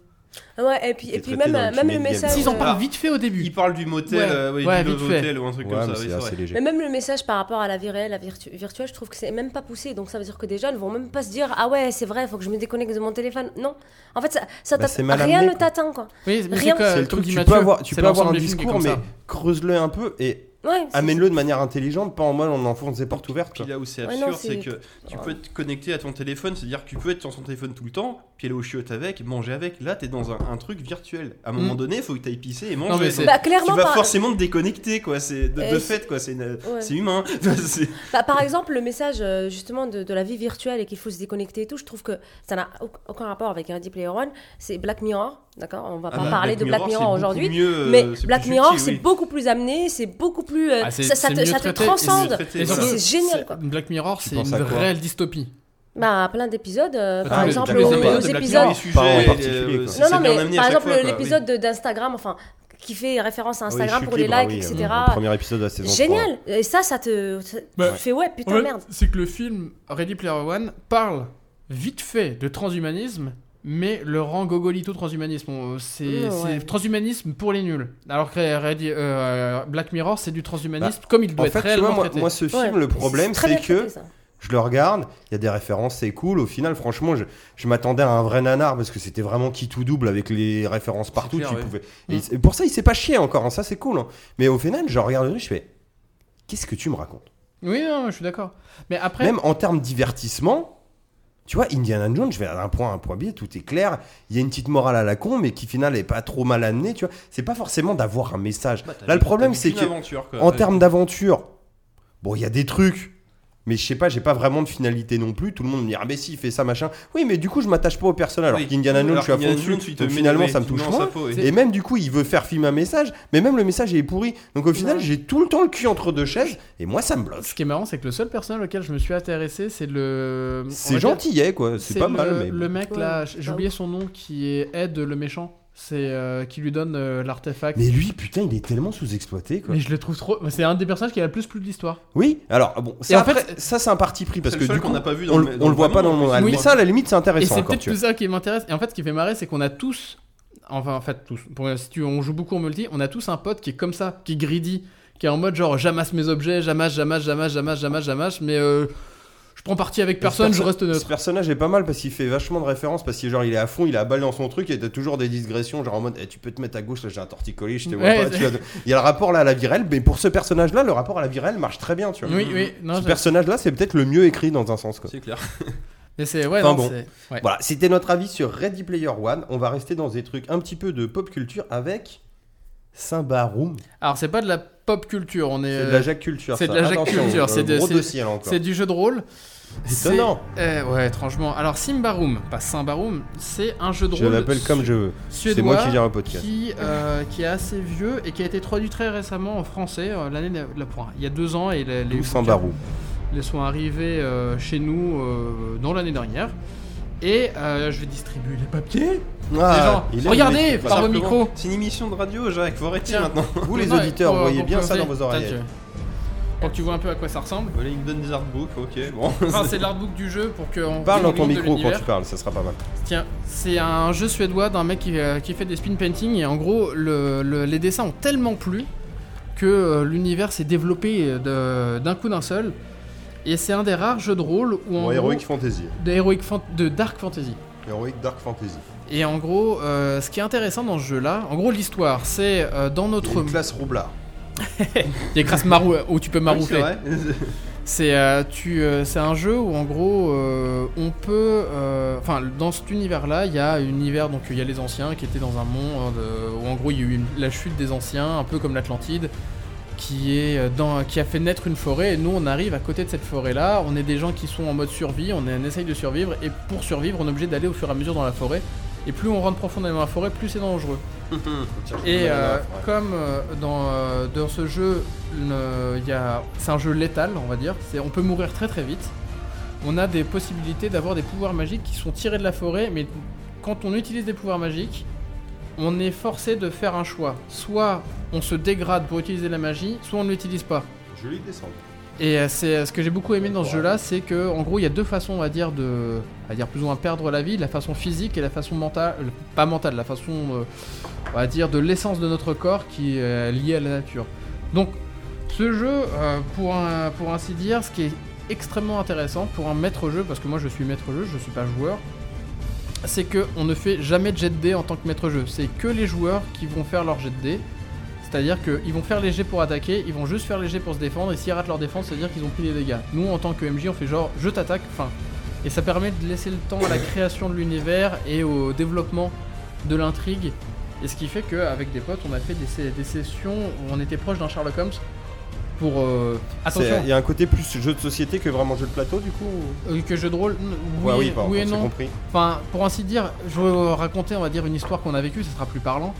S4: Ouais, et puis, et
S1: C'est
S4: puis
S1: traité
S4: même,
S1: dans le
S4: même le
S1: tunnel
S4: message.
S1: game.
S2: S'ils en
S4: euh,
S2: parlent
S3: Ah.
S2: vite fait au début.
S3: Il parle du motel,
S2: Ouais.
S3: euh, ouais,
S2: Ouais,
S3: du
S2: vite
S3: love
S2: fait.
S3: hotel ou un truc
S1: Ouais,
S3: comme ça.
S1: mais
S3: oui,
S1: c'est
S3: c'est
S1: assez
S3: vrai.
S1: léger.
S4: Mais même le message par rapport à la vie réelle, la virtu- virtuelle, je trouve que c'est même pas poussé. Donc ça veut dire que des jeunes vont même pas se dire Ah ouais, c'est vrai, faut que je me déconnecte de mon téléphone. Non. En fait, ça, ça
S1: Bah,
S4: t'att-
S1: c'est mal
S4: rien
S1: amené,
S4: ne
S1: quoi.
S4: t'atteint, quoi.
S2: Oui, mais
S4: Rien.
S2: c'est que,
S1: C'est le
S2: comme
S1: truc,
S2: dit
S1: tu
S2: Mathieu,
S1: peux avoir, tu
S2: c'est
S1: peux avoir un
S2: l'ensemble des films qui est
S1: discours,
S2: comme
S1: mais
S2: ça.
S1: creuse-le un peu et
S4: Ouais, c'est-
S1: amène-le de manière intelligente, pas en mode on enfonce des portes ouvertes.
S3: Puis
S1: quoi.
S3: là où c'est
S4: Ouais, non,
S3: absurde,
S4: c'est-
S3: c'est que tu peux être connecté à ton téléphone, c'est-à-dire que tu peux être sur son téléphone tout le temps, puis aller au chiottes avec, manger avec. Là, t'es dans un, un truc virtuel. À un moment
S2: Mm.
S3: donné, il faut que t'ailles pisser et manger.
S2: mais
S3: Donc,
S2: c'est-
S4: Bah,
S3: tu
S4: clairement,
S3: vas
S4: par...
S3: forcément te déconnecter, quoi. C'est de, de
S4: Euh,
S3: fait, quoi. C'est une-
S4: Ouais.
S3: c'est humain. C'est-
S4: bah, par exemple, le message euh, justement de, de la vie virtuelle et qu'il faut se déconnecter et tout, je trouve que ça n'a au- aucun rapport avec Ready Player One. C'est Black Mirror, d'accord On va
S3: Ah
S4: pas
S3: bah,
S4: parler de Black
S3: c'est
S4: Mirror
S3: beaucoup
S4: aujourd'hui.
S3: mieux, euh,
S4: Mais
S3: c'est
S4: Black
S3: plus
S4: Mirror,
S3: subtil,
S4: c'est
S3: oui.
S4: beaucoup plus amené, c'est beaucoup plus. euh,
S2: Ah, c'est-
S4: ça, ça
S2: c'est
S4: te,
S2: mieux
S4: ça te
S2: traité,
S4: transcende.
S3: c'est mieux traité,
S4: Et
S2: Et
S3: voilà.
S4: C'est
S2: surtout,
S4: génial, quoi.
S2: Black Mirror, c'est
S1: penses
S2: une
S1: à quoi
S2: réelle dystopie.
S4: Bah, plein d'épisodes. euh,
S2: Bah,
S4: par
S2: tous les-
S4: exemple,
S2: tous les
S4: aux,
S2: épisodes
S4: aux
S2: de Black
S4: épisodes.
S1: Mirror, Pas en particulier, quoi.
S4: Non, non, mais par exemple, l'épisode de- d'Instagram, enfin, qui fait référence à
S1: Ah oui,
S4: Instagram
S1: Chute
S4: pour les
S1: libre,
S2: bah
S4: likes,
S1: oui, euh,
S4: etc.
S1: Le premier épisode de la saison
S4: Génial! Et ça, ça te. ça-
S2: Bah,
S4: tu fais ouais, putain,
S2: Ouais,
S4: merde.
S2: C'est que le film Ready Player One parle vite fait de transhumanisme, mais le rend gogolito transhumanisme. On- C'est
S4: Ouais,
S2: c'est
S4: Mm, ouais.
S2: transhumanisme pour les nuls. Alors que Ready- euh, Black Mirror, c'est du transhumanisme comme il
S1: 3.
S2: doit
S1: Bah, En fait,
S2: être
S1: tu vois,
S2: réellement
S1: moi,
S2: traité.
S1: moi, ce film,
S4: Ouais.
S1: le problème,
S4: très
S1: c'est
S4: bien
S1: que
S4: traité, ça.
S1: je le regarde, il y a des références, c'est cool. Au final, franchement, je, je m'attendais à un vrai nanar parce que c'était vraiment qui tout double avec les références partout.
S3: clair,
S1: tu
S3: ouais.
S1: pouvais...
S4: Mm.
S1: et il- et pour ça, il s'est pas chié encore, hein, ça c'est cool. hein. Mais au final, je regarde le truc, je fais Qu'est-ce que tu me racontes
S2: Oui, non, je suis d'accord. Mais après,
S1: Même en termes divertissement, tu vois, Indiana Jones, je vais à un point, à un point B, tout est clair. Il y a une petite morale à la con, mais qui final est pas trop mal amenée, tu vois. C'est pas forcément d'avoir un message. Là, le problème, c'est que en termes d'aventure, bon, il y a des trucs. Mais je sais pas, j'ai pas vraiment de finalité non plus. Tout le monde me dit ah mais si, il fait ça machin. Oui, mais du coup, je m'attache pas au personnage. Alors qu'Indiana Jones, je suis à fond dessus. Donc, finalement, ça me touche moins. Et même du coup, il veut faire film un message, mais même le message il est pourri. Donc au final,
S4: Ouais.
S1: j'ai tout le temps le cul entre deux chaises, et moi ça me bloque.
S2: ce qui est marrant, c'est que le seul personnage auquel je me suis intéressé, c'est le. on
S1: C'est
S2: va dire-
S1: gentillet quoi, c'est pas
S2: le,
S1: mal. Mais...
S2: Le mec là, j'ai
S4: Ouais.
S2: oublié son nom, qui est aide le méchant, c'est euh, qui lui donne euh, l'artefact.
S1: Mais lui, putain, il est tellement sous-exploité, quoi.
S2: Mais je le trouve trop. C'est un des personnages qui a le plus plus de l'histoire.
S1: Oui, alors, bon,
S2: Et
S1: ça,
S2: en
S1: après,
S2: fait-
S1: ça c'est un parti pris, parce que du coup,
S3: n'a pas vu dans
S1: on, le- on le voit pas dans le
S3: monde.
S1: monde. Mais ça, à la limite, c'est
S2: Et
S1: intéressant
S2: c'est
S1: encore,
S2: peut-être
S1: tu
S2: tout
S1: vois.
S2: ça qui m'intéresse. Et en fait, ce qui fait marrer, c'est qu'on a tous, enfin, en fait, tous, pour, si tu, on joue beaucoup en multi, on a tous un pote qui est comme ça, qui est greedy, qui est en mode genre j'amasse mes objets, j'amasse, j'amasse, j'amasse, j'amasse, j'amasse, j'amasse, mais euh, je prends parti avec personne,
S1: perso-
S2: je reste
S1: Ce
S2: neutre.
S1: personnage est pas mal parce qu'il fait vachement de références, parce que genre il est à fond, il est à balle dans son truc et t'as toujours des digressions, genre en mode eh, tu peux te mettre à gauche, là j'ai un torticolis, je te vois
S2: Ouais,
S1: pas.
S2: c'est-
S1: tu vois. Il y a le rapport là à la virelle, mais pour ce personnage là, le rapport à la virelle marche très bien, tu vois.
S2: Oui, oui, non,
S1: Ce
S2: je-
S1: personnage là, c'est peut-être le mieux écrit dans un sens, quoi.
S3: C'est clair.
S2: mais c'est ouais,
S1: Enfin,
S2: non,
S1: bon.
S2: c'est- ouais.
S1: Voilà, c'était notre avis sur Ready Player One. On va rester dans des trucs un petit peu de pop culture avec Simba Room.
S2: Alors c'est pas de la pop culture, on est,
S1: C'est de
S2: euh,
S1: la jack culture.
S2: c'est de
S1: ça.
S2: la jack
S1: Attention,
S2: culture,
S1: euh,
S2: c'est de-
S1: gros
S2: c'est-
S1: dossier là encore.
S2: c'est du jeu de rôle. C'est-
S1: Étonnant.
S2: euh, ouais, étrangement. Alors Simbarum, pas Simbarum, c'est un jeu de
S1: Je
S2: rôle.
S1: l'appelle comme je veux.
S2: suédois.
S1: C'est moi qui gère le podcast.
S2: qui, euh, qui est assez vieux et qui a été traduit très récemment en français euh, l'année de la pour- il y a deux ans et les, les,
S1: Ou
S2: bouquins
S1: Simba Room.
S2: les sont arrivés euh, chez nous euh, dans l'année dernière et euh, je vais distribuer les papiers.
S1: Ah,
S2: gens,
S1: il est
S2: regardez,
S1: le mec.
S2: par vos micros.
S3: C'est une émission de radio, Jacques, faut arrêter
S2: Tiens.
S3: maintenant.
S1: Vous les
S2: Non,
S1: auditeurs,
S2: pour-
S1: voyez
S2: pour
S1: bien ça dans
S2: creuser.
S1: vos oreilles.
S2: Tac. Pour que tu vois un peu à quoi ça ressemble.
S3: Voilà, il me donne des artbooks, ok, bon.
S2: Enfin, c'est l'artbook du jeu pour qu'on
S1: Parle dans ton
S2: de
S1: micro quand
S2: l'univers.
S1: tu parles, ça sera pas mal.
S2: Tiens, c'est un jeu suédois d'un mec qui, euh, qui fait des spin painting et en gros le- le- les dessins ont tellement plu que euh, l'univers s'est développé de- d'un coup d'un seul et c'est un des rares jeux de rôle où en
S1: Bon,
S2: gros,
S1: Heroic Fantasy.
S2: de, heroic fan- de dark fantasy.
S1: Heroic Dark Fantasy.
S2: Et en gros, euh, ce qui est intéressant dans ce jeu-là, en gros l'histoire, c'est euh, dans
S1: Il y a
S2: notre
S1: Une classe roublard.
S2: il y a grâce marou où tu peux
S3: Ah oui,
S2: maroufler.
S3: c'est vrai.
S2: C'est euh, tu euh, c'est un jeu où en gros euh, on peut euh, enfin dans cet univers là il y a un univers donc il y a les anciens qui étaient dans un monde euh, où en gros il y a eu une- la chute des anciens un peu comme l'Atlantide qui est euh, dans qui a fait naître une forêt et nous on arrive à côté de cette forêt là on est des gens qui sont en mode survie on, est- on essaye de survivre et pour survivre on est obligé d'aller au fur et à mesure dans la forêt Et plus on rentre profondément dans la forêt, plus c'est dangereux. Et euh, comme euh, dans, euh, dans ce jeu, le- il y a- c'est un jeu létal, on va dire. C'est, on peut mourir très très vite. On a des possibilités d'avoir des pouvoirs magiques qui sont tirés de la forêt, mais quand on utilise des pouvoirs magiques, on est forcé de faire un choix. Soit on se dégrade pour utiliser la magie, soit on ne l'utilise pas.
S1: Je vais descendre.
S2: Et euh, c'est euh, ce que j'ai beaucoup aimé dans ce jeu-là, c'est que en gros il y a deux façons à dire de, à dire plus ou moins perdre la vie, la façon physique et la façon mentale, euh, pas mentale, la façon, euh, on va dire de l'essence de notre corps qui est euh, liée à la nature. Donc ce jeu, euh, pour un- pour ainsi dire, ce qui est extrêmement intéressant pour un maître jeu, parce que moi je suis maître jeu, je suis pas joueur, c'est que on ne fait jamais de jet de dés en tant que maître jeu. C'est que les joueurs qui vont faire leur jet de dés. C'est-à-dire qu'ils vont faire les jets pour attaquer, ils vont juste faire les jets pour se défendre, et s'ils ratent leur défense, c'est-à-dire qu'ils ont pris des dégâts. Nous, en tant que MJ, on fait genre je t'attaque, fin. Et ça permet de laisser le temps à la création de l'univers et au développement de l'intrigue. Et ce qui fait qu'avec des potes, on a fait des, sé- des sessions où on était proche d'un Sherlock Holmes pour. euh, Attention,
S1: Il y a un côté plus jeu de société que vraiment jeu de plateau, du coup ou-
S2: euh, que jeu de rôle, n- oui,
S1: Ouais, pardon,
S2: oui et
S1: j'ai
S2: non.
S1: compris.
S2: Enfin, pour ainsi dire, je vais vous raconter, on va dire, une histoire qu'on a vécue, ça sera plus parlant.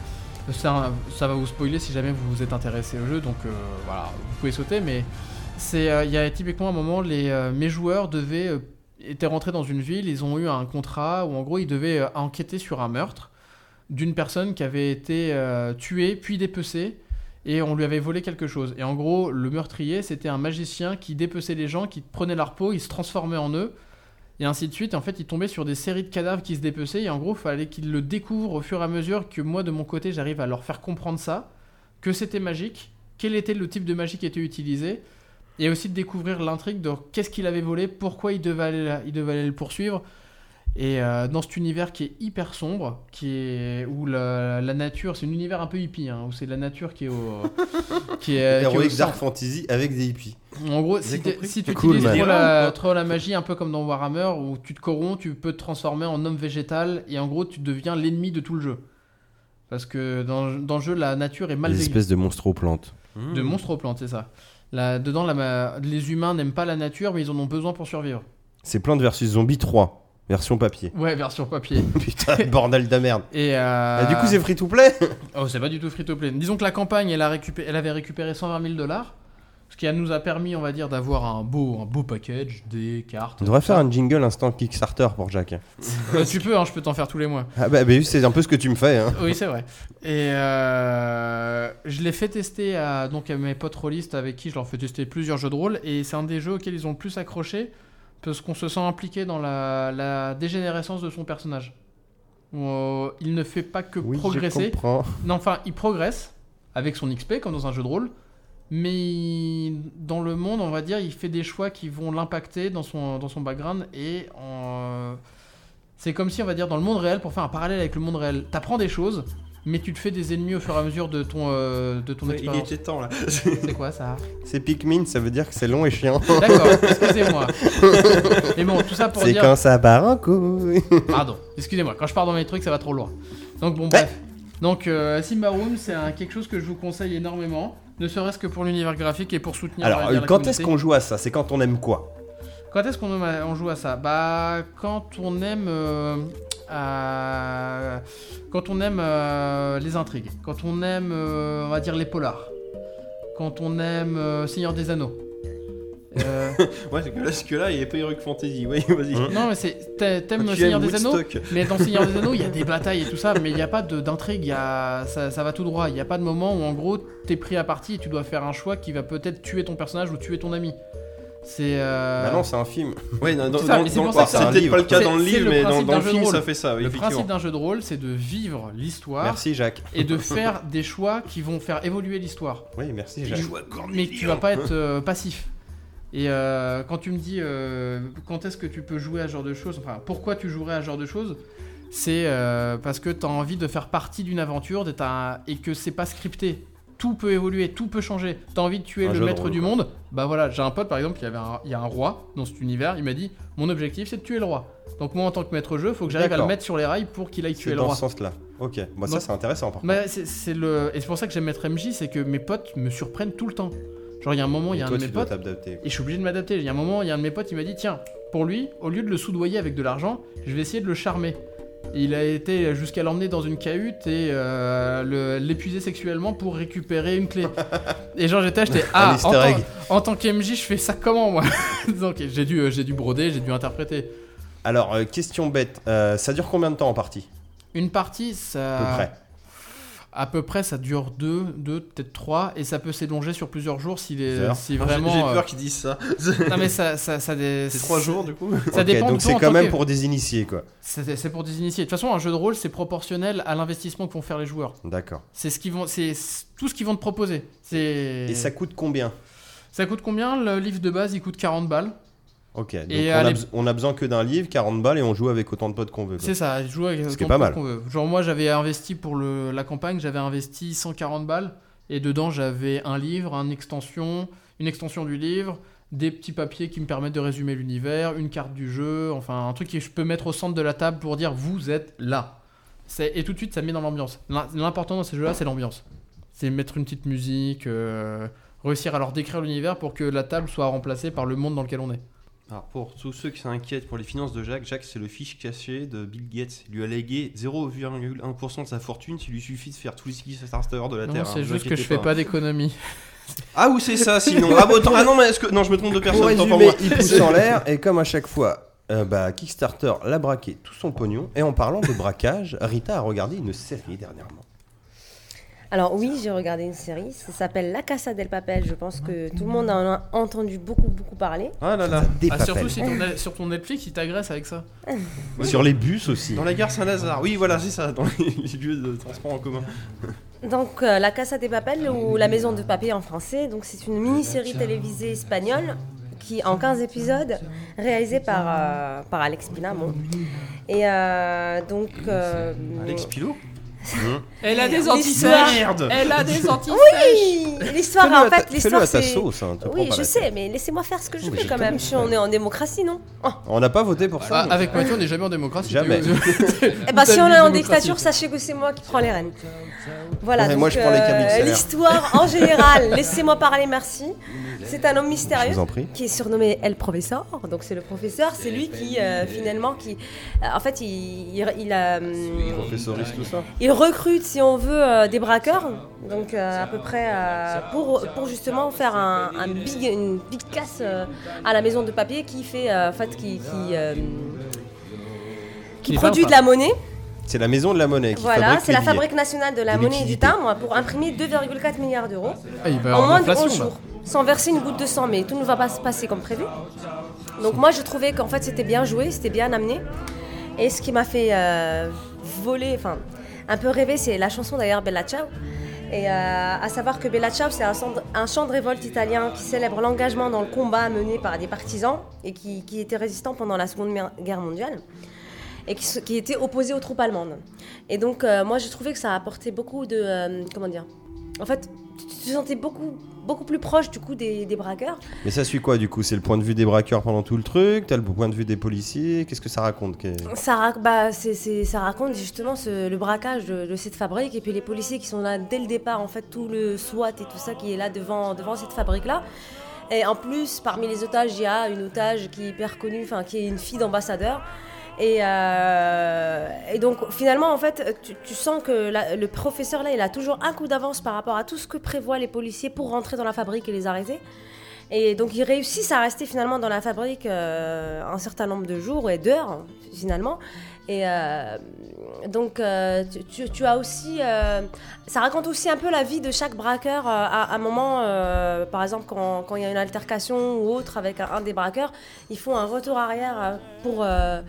S2: Ça, ça va vous spoiler si jamais vous vous êtes intéressé au jeu, donc euh, voilà, vous pouvez sauter, mais c'est, euh, il y a typiquement un moment, les, euh, mes joueurs devaient, euh, étaient rentrés dans une ville, ils ont eu un contrat où en gros ils devaient euh, enquêter sur un meurtre d'une personne qui avait été euh, tuée puis dépecée et on lui avait volé quelque chose. Et en gros, le meurtrier, c'était un magicien qui dépeçait les gens, qui prenait leur peau, il se transformait en eux et ainsi de suite. Et en fait, il tombait sur des séries de cadavres qui se dépeçaient. Et en gros, fallait qu'ils le découvrent au fur et à mesure que moi, de mon côté, j'arrive à leur faire comprendre ça, que c'était magique, quel était le type de magie qui était utilisé, et aussi de découvrir l'intrigue de qu'est-ce qu'il avait volé, pourquoi il devait aller, là- il devait aller le poursuivre. Et euh, dans cet univers qui est hyper sombre, qui est où la, la nature, c'est un univers un peu hippie, hein, où c'est la nature qui est au, euh, qui est, qui est au
S1: Heroic
S2: centre.
S1: Dark Fantasy avec des hippies.
S2: En gros,
S1: J'ai
S2: si, t'es-
S1: compris.
S2: si tu
S1: Cool,
S2: utilises
S1: man.
S2: trop la, trop la magie, un peu comme dans Warhammer, où tu te corromps, tu peux te transformer en homme végétal, et en gros, tu deviens l'ennemi de tout le jeu. Parce que dans, dans le jeu, la nature est mal
S1: Les
S2: vécue.
S1: espèces de monstres aux plantes.
S2: De monstres aux plantes, c'est ça. Là, dedans, la ma- les humains n'aiment pas la nature, mais ils en ont besoin pour survivre.
S1: C'est Plantes versus Zombies 3, version papier.
S2: Ouais, version papier.
S1: Putain, bordel de merde.
S2: Et euh,
S1: Ah, du coup, c'est free to play
S2: Oh, c'est pas du tout free to play. Disons que la campagne, elle, a récupé- elle avait récupéré 120 000 dollars. Ce qui nous a permis, on va dire, d'avoir un beau, un beau package, des cartes.
S1: On devrait
S2: tout ça.
S1: faire un jingle instant Kickstarter pour Jack.
S2: Ouais, tu peux, hein, je peux t'en faire tous les mois.
S1: Ah bah, bah, c'est un peu ce que tu me fais. Hein.
S2: Oui, c'est vrai. Et euh, je l'ai fait tester à, donc, à mes potes rôlistes avec qui je leur fais tester plusieurs jeux de rôle. Et c'est un des jeux auxquels ils ont le plus accroché parce qu'on se sent impliqué dans la, la dégénérescence de son personnage. Où, euh, il ne fait pas que
S1: Oui, je
S2: progresser.
S1: comprends.
S2: Non, enfin, il progresse avec son XP comme dans un jeu de rôle. Mais il- dans le monde, on va dire, il fait des choix qui vont l'impacter dans son, dans son background. Et en- c'est comme si, on va dire, dans le monde réel, pour faire un parallèle avec le monde réel, t'apprends des choses, mais tu te fais des ennemis au fur et à mesure de ton, euh, de ton
S3: Ouais, Il
S2: expérience.
S3: était temps là.
S2: C'est quoi ça
S1: C'est Pikmin, ça veut dire que c'est long et chiant.
S2: D'accord, excusez-moi. Mais bon, tout ça pour
S1: C'est
S2: dire.
S1: quand ça part en couille.
S2: Pardon, excusez-moi, quand je pars dans mes trucs, ça va trop loin. Donc bon, bref. Donc euh, Simba Room, c'est un- quelque chose que je vous conseille énormément, ne serait-ce que pour l'univers graphique et pour soutenir. on
S1: Alors, euh,
S2: va dire, la
S1: quand est-ce qu'on
S2: communauté.
S1: joue à ça C'est quand on aime quoi
S2: Quand est-ce qu'on on joue à ça Bah, quand on aime. euh, euh, quand on aime euh, les intrigues, quand on aime, euh, on va dire, les polars, quand on aime euh, Seigneur des Anneaux. Euh,
S3: Ouais, c'est que là, ce que là, il n'y a pas Heroic Fantasy. Ouais, vas-y.
S1: Hein
S2: non, mais c'est. t'a- T'aimes euh,
S3: Tu
S2: Seigneur
S3: aimes
S2: des Anneaux
S3: Woodstock.
S2: Mais dans Seigneur des Anneaux, il y a des batailles et tout ça, mais il n'y a pas de- d'intrigue, il y a- ça, ça va tout droit. Il n'y a pas de moment où en gros t'es pris à partie et tu dois faire un choix qui va peut-être tuer ton personnage ou tuer ton ami. C'est. euh,
S1: Bah non, c'est un film.
S3: Ouais, dans, dans,
S2: C'est ça,
S3: dans,
S2: mais c'est pour
S3: dans-
S2: ça que
S3: c'est
S1: c'est un
S3: peut-être pas le cas
S2: livre.
S3: dans le
S2: C'est-
S3: livre,
S2: c'est le
S3: mais dans,
S2: principe
S3: dans le
S2: d'un
S3: film,
S2: jeu de
S3: ça
S2: rôle.
S3: fait ça. oui,
S2: le
S3: effectivement.
S2: principe d'un jeu de rôle, c'est de vivre l'histoire
S1: Merci Jacques.
S2: et de faire des choix qui vont faire évoluer l'histoire.
S1: Oui, merci
S2: Je
S1: Jacques.
S3: Joue à Cornelius.
S2: mais tu vas pas être euh, passif. Et euh, quand tu me dis euh, quand est-ce que tu peux jouer à ce genre de choses, enfin pourquoi tu jouerais à ce genre de choses, c'est euh, parce que tu as envie de faire partie d'une aventure d'être un- et que c'est pas scripté. Tout peut évoluer, tout peut changer. T'as envie de tuer
S1: Un jeu
S2: le
S1: de
S2: maître
S1: rôle,
S2: du
S1: quoi.
S2: monde. Bah voilà, j'ai un pote par exemple, il y, avait un, il y a un roi dans cet univers, il m'a dit Mon objectif c'est de tuer le roi. Donc moi en tant que maître jeu, faut que j'arrive à le
S1: D'accord.
S2: mettre sur les rails pour qu'il aille
S1: C'est
S2: tuer le
S1: dans
S2: roi.
S1: ce sens-là. Ok, bon, ça
S2: Donc-
S1: c'est intéressant par contre.
S2: Bah, c'est c'est le... Et c'est pour ça que j'aime être MJ, c'est que mes potes me surprennent tout le temps. Genre il y a un moment, il y
S1: Et
S2: a un
S1: toi,
S2: de mes
S1: tu dois
S2: potes,
S1: t'adapter.
S2: et je suis obligé de m'adapter. Il y a un moment, il y a un de mes potes, il m'a dit tiens, pour lui, au lieu de le soudoyer avec de l'argent, je vais essayer de le charmer. Il a été jusqu'à l'emmener dans une cahute et euh, le- l'épuiser sexuellement pour récupérer une clé. Et genre j'étais acheté
S1: Un
S2: ah en,
S1: easter
S2: tant-
S1: egg.
S2: en tant qu'MJ je fais ça comment moi Donc j'ai dû euh, j'ai dû broder, j'ai dû interpréter.
S1: Alors, euh, question bête, euh, ça dure combien de temps en partie
S2: Une partie ça
S1: À peu près.
S2: à peu près, ça dure 2 deux peut-être 3 et ça peut s'élonger sur plusieurs jours si les
S1: Des heures.
S2: si
S3: J'ai-
S2: vraiment
S3: J'ai
S2: euh,
S3: peur qu'ils disent ça.
S2: Non mais ça ça ça des-
S3: C'est trois jours du coup.
S2: Ça
S1: Ok,
S2: dépend
S1: donc
S2: de toi
S1: c'est
S2: en
S1: quand
S2: tant
S1: même
S2: que-
S1: pour des initiés, quoi.
S2: C'est c'est pour des initiés. De toute façon, un jeu de rôle, c'est proportionnel à l'investissement que vont faire les joueurs.
S1: D'accord.
S2: C'est ce qu'ils vont, c'est c- tout ce qu'ils vont te proposer. C'est.
S1: Et ça coûte combien
S2: Ça coûte combien le livre de base Il coûte 40 balles.
S1: Ok, donc
S2: Et
S1: on, a
S2: allez-
S1: bes- on a besoin que d'un livre, 40 balles, et on joue avec autant de potes qu'on veut. quoi.
S2: C'est ça. Jouer avec
S1: Ce qui est pas
S2: autant de potes
S1: mal.
S2: qu'on veut. Genre moi, j'avais investi pour le, la campagne, j'avais investi 140 balles et dedans j'avais un livre, un extension, une extension du livre, des petits papiers qui me permettent de résumer l'univers, une carte du jeu, enfin un truc que je peux mettre au centre de la table pour dire vous êtes là. C'est- Et tout de suite, ça me met dans l'ambiance. L'im- L'important dans ces jeux-là, c'est l'ambiance. C'est mettre une petite musique, euh, réussir à leur décrire l'univers pour que la table soit remplacée par le monde dans lequel on est.
S3: Alors pour tous ceux qui s'inquiètent pour les finances de Jacques, Jacques c'est le fiche caché de Bill Gates. Il lui a légué 0,1% de sa fortune, il lui suffit de faire tous les skis starsters de la
S2: Non,
S3: Terre. hein,
S2: c'est
S3: vous
S2: juste que
S3: inquiétez
S2: je fais pas d'économie.
S3: Ah ou c'est ça sinon Ah bon, attends, ah non mais est-ce que... Non je me trompe de personne,
S1: Pour
S3: autant pour
S1: résumer,
S3: moi.
S1: il pousse en l'air et comme à chaque fois, euh, bah, Kickstarter l'a braqué tout son pognon. Et en parlant de braquage, Rita a regardé une série dernièrement.
S4: Alors oui, j'ai regardé une série, ça s'appelle La Casa del Papel, je pense que tout le monde en a entendu beaucoup beaucoup parler.
S3: Ah là là.
S1: Ça
S2: Ah,
S1: dépapelle.
S2: surtout si ton, sur ton Netflix, il t'agresse avec ça.
S1: Sur les bus aussi.
S3: Dans la gare Saint-Lazare, oui voilà c'est ça, dans les les lieux de transport en commun.
S4: Donc euh, La Casa del Papel ou La Maison de Papier en français, donc c'est une mini-série télévisée espagnole qui en 15 épisodes réalisée par euh, par Alex Pina bon. Et euh, donc euh,
S3: Alex Pilot
S2: Elle
S4: a des antisèches.
S3: Merde
S2: Elle a des antisèches
S4: oui, l'histoire
S1: Fais-le à
S4: en
S1: ta-
S4: fait,
S1: fais-le à
S4: l'histoire
S1: ta
S4: c'est
S1: sauce. hein, te prends
S4: Oui,
S1: pas
S4: je
S1: la
S4: sais,
S1: tête.
S4: mais laissez-moi faire ce que je
S1: Oui, mais
S4: veux
S1: j'ai
S4: quand même.
S1: compris.
S4: Je suis- on est en démocratie, non Oh.
S1: On n'a pas voté pour ça.
S2: Bah, Avec Mathieu, on n'est jamais en démocratie.
S1: Jamais.
S4: Eh ben, si on est en
S2: Démocratie.
S4: dictature, sachez que c'est moi qui prends les rênes. Voilà.
S1: Ouais,
S4: donc, euh,
S1: moi, je prends les câbles XLR.
S4: L'histoire en général, laissez-moi parler, merci. C'est un homme
S1: Je
S4: mystérieux
S1: vous en prie.
S4: qui est surnommé El Professeur. Donc c'est le professeur, c'est lui qui euh, finalement qui, euh, en fait, il, il, il, euh,
S1: Professoriste, tout ça.
S4: il recrute, si on veut, euh, des braqueurs, donc euh, à peu près euh, pour, pour justement faire un, un big, une big casse euh, à la maison de papier qui fait, euh, en fait, qui, qui, euh, qui
S2: Qui
S4: produit
S2: peint,
S4: de la monnaie.
S1: C'est la maison de la monnaie qui
S4: Voilà,
S1: fabrique
S4: c'est
S1: les
S4: la
S1: billets.
S4: fabrique nationale de la
S1: Et
S4: monnaie et du
S1: liquidité.
S4: timbre pour imprimer 2,4 milliards d'euros
S2: Ah, il va y
S4: en
S2: avoir
S4: moins de
S2: l'inflation,
S4: 11
S2: là.
S4: jours, sans verser une goutte de sang, mais tout ne va pas se passer comme prévu. Donc moi, je trouvais qu'en fait, c'était bien joué, c'était bien amené. Et ce qui m'a fait euh, voler, enfin, un peu rêver, c'est la chanson d'ailleurs Bella Ciao. Et euh, à savoir que Bella Ciao, c'est un, centre- un chant de révolte italien qui célèbre l'engagement dans le combat mené par des partisans et qui, qui étaient résistants pendant la Seconde Mer- Guerre mondiale et qui, se- qui étaient opposés aux troupes allemandes. Et donc, euh, moi, je trouvais que ça apportait beaucoup de. euh, comment dire En fait, tu tu te sentais beaucoup, beaucoup plus proche du coup des, des braqueurs.
S1: Mais ça suit quoi du coup C'est le point de vue des braqueurs pendant tout le truc T'as le point de vue des policiers Qu'est-ce que ça raconte qu'est-
S4: Ça, rac- bah, c'est- c'est- ça raconte justement ce- le braquage de, de cette fabrique et puis les policiers qui sont là dès le départ, en fait, tout le SWAT et tout ça qui est là devant, devant cette fabrique-là. Et en plus, parmi les otages, il y a une otage qui est hyper connue, enfin, qui est une fille d'ambassadeur. Et, euh, et donc, finalement, en fait, tu, tu sens que la- le professeur là, il a toujours un coup d'avance par rapport à tout ce que prévoient les policiers pour rentrer dans la fabrique et les arrêter. Et donc ils réussissent à rester finalement dans la fabrique euh, un certain nombre de jours et d'heures finalement. Et euh, donc euh, tu- tu, tu as aussi, euh, ça raconte aussi un peu la vie de chaque braqueur euh, à, à un moment, euh, par exemple quand quand il y a une altercation ou autre avec un, un des braqueurs, ils font un retour arrière euh, pour euh,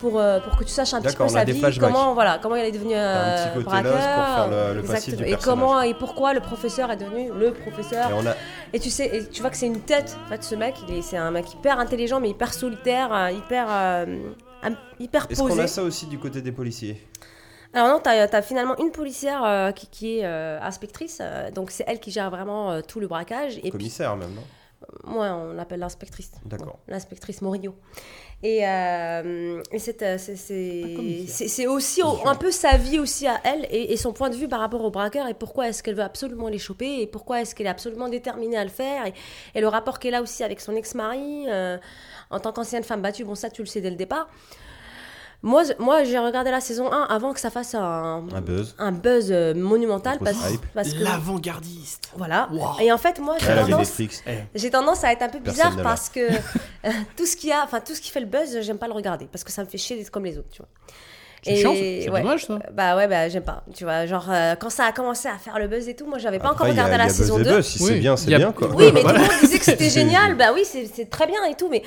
S4: pour, euh, pour que tu saches un petit
S1: D'accord,
S4: peu
S1: on a
S4: sa
S1: des
S4: vie,
S1: flashbacks.
S4: comment voilà comment il est devenu
S1: un petit
S4: euh,
S1: côté
S4: braqueur,
S1: lost pour faire le- le passif
S4: exactement.
S1: du
S4: et comment et pourquoi le professeur est devenu le professeur.
S1: Et on a-
S4: Et tu sais, et tu vois que c'est une tête. En fait, ce mec, il est- c'est un mec hyper intelligent, mais hyper solitaire, euh, hyper, euh, un- hyper
S1: Est-ce qu'on
S4: posé.
S1: a ça aussi du côté des policiers
S4: Alors non, t'as as finalement une policière euh, qui, qui est euh, inspectrice, euh, donc c'est elle qui gère vraiment euh, tout le braquage. Et puis,
S1: Commissaire même, non
S4: moi, on l'appelle l'inspectrice.
S1: D'accord.
S4: Bon, L'inspectrice Morillo. Et, euh, et c'est, euh, c'est- c'est-
S1: hein.
S2: commissaire.
S4: c'est- c'est aussi au- un peu sa vie aussi à elle et, et son point de vue par rapport aux braqueurs et pourquoi est-ce qu'elle veut absolument les choper et pourquoi est-ce qu'elle est absolument déterminée à le faire et, et le rapport qu'elle a aussi avec son ex-mari euh, en tant qu'ancienne femme battue, bon ça tu le sais dès le départ. Moi, je- moi j'ai regardé la saison 1 avant que ça fasse un,
S1: Un buzz.
S4: un buzz euh, monumental.
S1: Une
S4: Parce,
S1: grosse hype.
S4: parce que.
S2: L'avant-gardiste.
S4: Voilà.
S2: Wow.
S4: Et en fait, moi, j'ai
S1: Elle avait des
S4: tendance,
S1: tricks.
S4: j'ai tendance à être un peu bizarre
S1: Personne ne l'a.
S4: parce que euh, tout ce qui a, enfin tout ce qui fait le buzz, j'aime pas le regarder parce que ça me fait chier d'être comme les autres, tu vois.
S2: C'est
S4: Et-
S2: chiant, c'est
S4: ouais.
S2: dommage ça.
S4: Bah ouais, bah j'aime pas. Tu vois, genre euh, quand ça a commencé à faire le buzz et tout, moi j'avais pas encore
S1: Après, il y a-
S4: regardé
S1: il
S4: la
S1: y a buzz
S4: saison
S1: et
S4: 2.
S1: buzz, Si c'est
S2: Oui,
S1: bien, c'est
S2: il y a-
S1: bien quoi.
S4: Oui, mais tout le
S2: Voilà.
S4: monde disait que c'était génial. Bah oui, c'est c'est très bien et tout, mais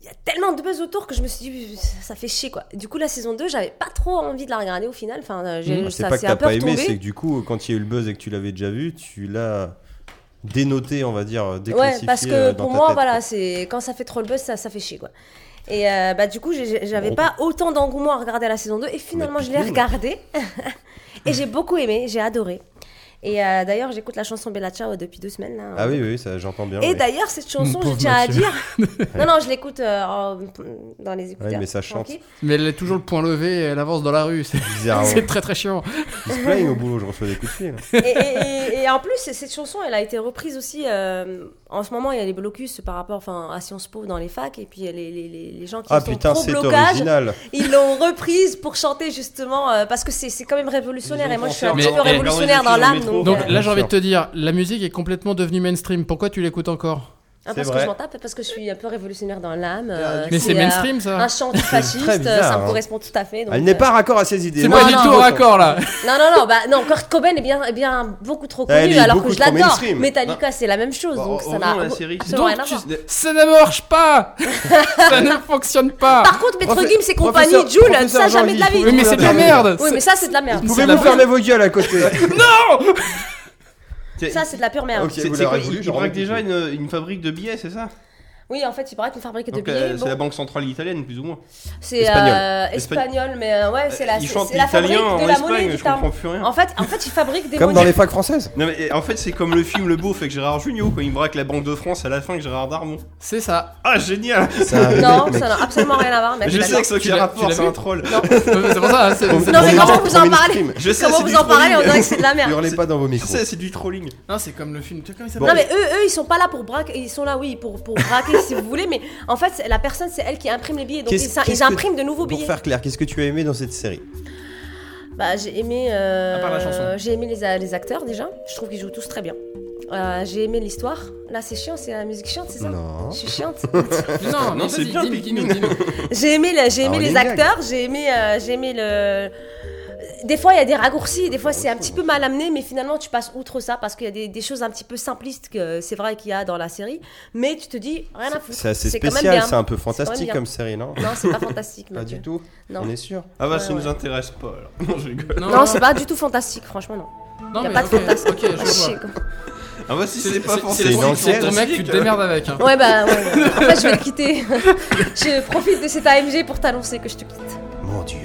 S4: il y a tellement de buzz autour que je me suis dit, ça fait chier quoi. Du coup, la saison 2, j'avais pas trop envie de la regarder au final. Enfin, euh, j'ai-
S2: Mmh.
S1: C'est
S4: ça
S1: pas que
S4: s'est un
S1: t'as
S4: peu
S1: pas
S4: retombé.
S1: aimé, c'est que du coup, quand il y a eu le buzz et que tu l'avais déjà vu, tu l'as dénoté, on va dire,
S4: Ouais,
S1: déclassifié.
S4: parce que
S1: euh, dans
S4: pour
S1: ta
S4: moi,
S1: tête,
S4: voilà,
S1: quoi.
S4: c'est quand ça fait trop le buzz, ça, ça fait chier quoi. Et euh, bah du coup, j'ai- j'avais
S1: Bon.
S4: pas autant d'engouement à regarder la saison 2 et finalement
S1: Mais
S4: je l'ai
S1: tout.
S4: regardée et j'ai beaucoup aimé, j'ai adoré. Et euh, d'ailleurs, j'écoute la chanson Bella Ciao depuis deux semaines là. hein.
S1: Ah oui, oui, ça, j'entends bien.
S4: Et
S1: oui.
S4: d'ailleurs, cette chanson,
S2: Mon
S4: je
S2: pauvre
S4: tiens à
S2: monsieur.
S4: dire. non, non, je l'écoute euh, en- dans les écouteurs.
S1: Ouais, mais ça chante.
S4: tranquille.
S2: Mais elle est toujours le point levé et elle avance dans la rue. C'est
S4: Ah
S1: Bizarre.
S2: c'est
S1: hein.
S2: très très chiant.
S1: Ils se plaignent au boulot, je reçois des coups de fil.
S4: Et, et- et- et en plus, cette chanson, elle a été reprise aussi. euh, en ce moment, il y a les blocus par rapport enfin, à Sciences Po dans les facs. Et puis, les, les, les, les gens qui
S1: Ah
S4: sont
S1: putain,
S4: pro
S1: c'est
S4: blocage,
S1: original.
S4: ils l'ont reprise pour chanter justement. euh, parce que c'est c'est quand même révolutionnaire.
S3: Ils ont
S4: Et moi, je suis un
S3: pensé
S2: à
S4: petit peu
S2: faire
S3: des
S4: révolutionnaire
S3: films
S4: dans
S3: au
S4: l'âme.
S3: métro.
S4: Donc,
S2: Donc
S4: euh,
S2: là, j'ai envie
S1: sûr.
S2: de te dire, la musique est complètement devenue mainstream. Pourquoi tu l'écoutes encore
S4: ah,
S1: c'est
S4: parce que
S1: vrai.
S4: je m'en tape, parce que je suis un peu révolutionnaire dans l'âme. euh,
S2: Mais c'est
S4: euh,
S2: mainstream ça.
S4: Un chant fasciste,
S1: hein.
S4: euh,
S1: très bizarre,
S4: ça
S1: hein.
S4: me correspond tout à fait. donc,
S1: Elle n'est
S4: euh,
S1: pas raccord à ses idées.
S2: C'est
S1: Moi,
S2: pas
S4: non,
S2: du
S4: non,
S2: tout
S4: non.
S2: raccord là.
S4: Non, non, non, bah, non, Kurt Cobain est bien, est bien beaucoup trop
S1: Elle
S4: connu,
S1: est
S4: alors
S1: beaucoup
S4: que je
S1: trop
S4: l'adore.
S1: mainstream.
S4: Metallica, c'est la même chose,
S3: Bah,
S4: donc ça
S3: heureusement,
S4: n'a
S3: la série-
S4: absolument
S2: Donc
S4: rien à
S2: tu-
S4: voir.
S2: ça ne marche pas. ça ne fonctionne pas.
S4: Par contre, Maître
S1: Profe-
S4: Gims et compagnie,
S1: professeur-
S4: Jules,
S1: professeur
S4: ça jamais de la
S1: Jean-Guy,
S4: vie.
S1: pouvez-vous
S2: Mais c'est de la merde.
S4: Oui, mais ça, c'est de la merde.
S1: Vous
S2: C'est
S1: Pouvez-vous
S2: la
S1: faire vos gueules à côté
S4: Ça, c'est de la pure merde.
S1: Ok.
S3: C'est
S1: vous
S3: c'est
S1: l'aurez
S3: quoi
S1: voulu,
S3: Il
S1: j'aurais
S3: braque déjà
S1: voulu.
S3: une, une fabrique de billets, c'est ça
S4: Oui, en fait, il paraît qu'on fabrique de
S3: Donc
S4: billets.
S3: euh,
S4: bon.
S3: c'est la banque centrale italienne, plus ou moins.
S4: C'est
S1: espagnol.
S4: euh,
S3: Espagnol.
S4: espagnol, mais euh, ouais, c'est la
S3: Ils
S4: c'est
S3: chantent
S4: c'est la fabrique
S3: l'italien en
S4: de la monnaie
S3: Espagne,
S4: du
S3: je comprends
S4: temps.
S3: plus rien.
S4: En fait, en fait, ils fabriquent des
S1: Comme dans
S4: monnaies.
S1: les facs françaises.
S3: Non, mais, eh, en fait, c'est comme le film Le Beauf avec Gérard Jugnot, quand il braque la Banque de France à la fin avec Gérard Darmon.
S2: C'est ça.
S3: Ah, génial
S1: Ça arrive,
S4: Non,
S1: mec.
S4: ça n'a absolument rien à voir. Mais
S3: Je
S4: c'est
S3: sais que
S4: d'accord.
S3: c'est aucun
S2: Tu l'as- tu
S3: rapport,
S2: l'as
S3: c'est
S2: vu
S3: un troll.
S2: c'est pour ça. hein, c'est- c'est-
S4: Non, mais
S1: Trop
S4: comment
S1: mainstream,
S4: vous
S1: trop
S4: en parlez
S1: mainstream.
S3: Je sais,
S4: Comment
S3: c'est du hein.
S4: vous en parlez On
S3: trolling.
S4: dirait que c'est de la merde.
S1: Hurlez pas dans vos
S3: Je
S1: micros.
S3: sais, c'est du trolling.
S2: Non, c'est comme le film. tu- Comment il
S4: Non
S2: s'appelle
S4: mais eux, eux, ils sont pas là pour braquer, ils sont là, oui, pour, pour braquer si vous voulez, mais en fait, c'est- la personne, c'est elle qui imprime les billets, donc
S1: Qu'est-ce-
S4: ils, ça- ils
S1: qu'est-ce que-
S4: impriment de nouveaux
S1: Pour
S4: billets.
S1: faire clair, qu'est-ce que tu as aimé dans cette série
S4: Bah, j'ai aimé, euh,
S2: À part la chanson.
S4: j'ai aimé les, a- les acteurs déjà, je trouve qu'ils jouent tous très bien. Euh, j'ai aimé l'histoire. Là, c'est chiant, c'est la musique chiante, c'est ça
S1: Non.
S4: Je suis chiante.
S2: Non,
S3: Non,
S2: mais
S3: c'est
S2: vas-y,
S3: bien
S2: dis-nous,
S3: Pikmin.
S2: dis-nous, dis-nous.
S4: j'ai aimé, la- j'ai aimé
S1: Ah, on est
S4: les
S1: gag.
S4: acteurs, j'ai aimé, euh, j'ai aimé le. Des fois, il y a des raccourcis, des fois, c'est un petit peu mal amené, mais finalement, tu passes outre ça parce qu'il y a des, des choses un petit peu simplistes que c'est vrai qu'il y a dans la série, mais tu te dis rien à foutre.
S1: C'est assez
S4: quand même
S1: spécial,
S4: bien.
S1: c'est un peu
S4: même
S1: fantastique
S4: bien.
S1: comme série, non
S4: Non, c'est pas fantastique,
S1: Pas
S4: Mathieu.
S1: du tout.
S4: Non.
S1: On est sûr.
S3: Ah bah,
S4: Ouais,
S3: ça
S4: ouais.
S3: nous intéresse pas, alors. Non, je rigole.
S4: Non, c'est pas du tout fantastique, franchement, non.
S2: Non,
S4: y a
S2: mais
S4: pas de
S2: ok,
S4: fantasme.
S2: Ok, je
S4: Ah,
S2: vois.
S4: chier, quoi.
S3: Ah bah, si c'est pas
S2: C'est
S3: français,
S1: une
S2: c'est
S1: ancienne.
S2: ton mec, tu te démerdes avec. hein.
S4: Ouais, bah, ouais. ouais. En fait, je vais le quitter. je profite de cet AMG pour t'annoncer que je te quitte.
S1: Mon dieu.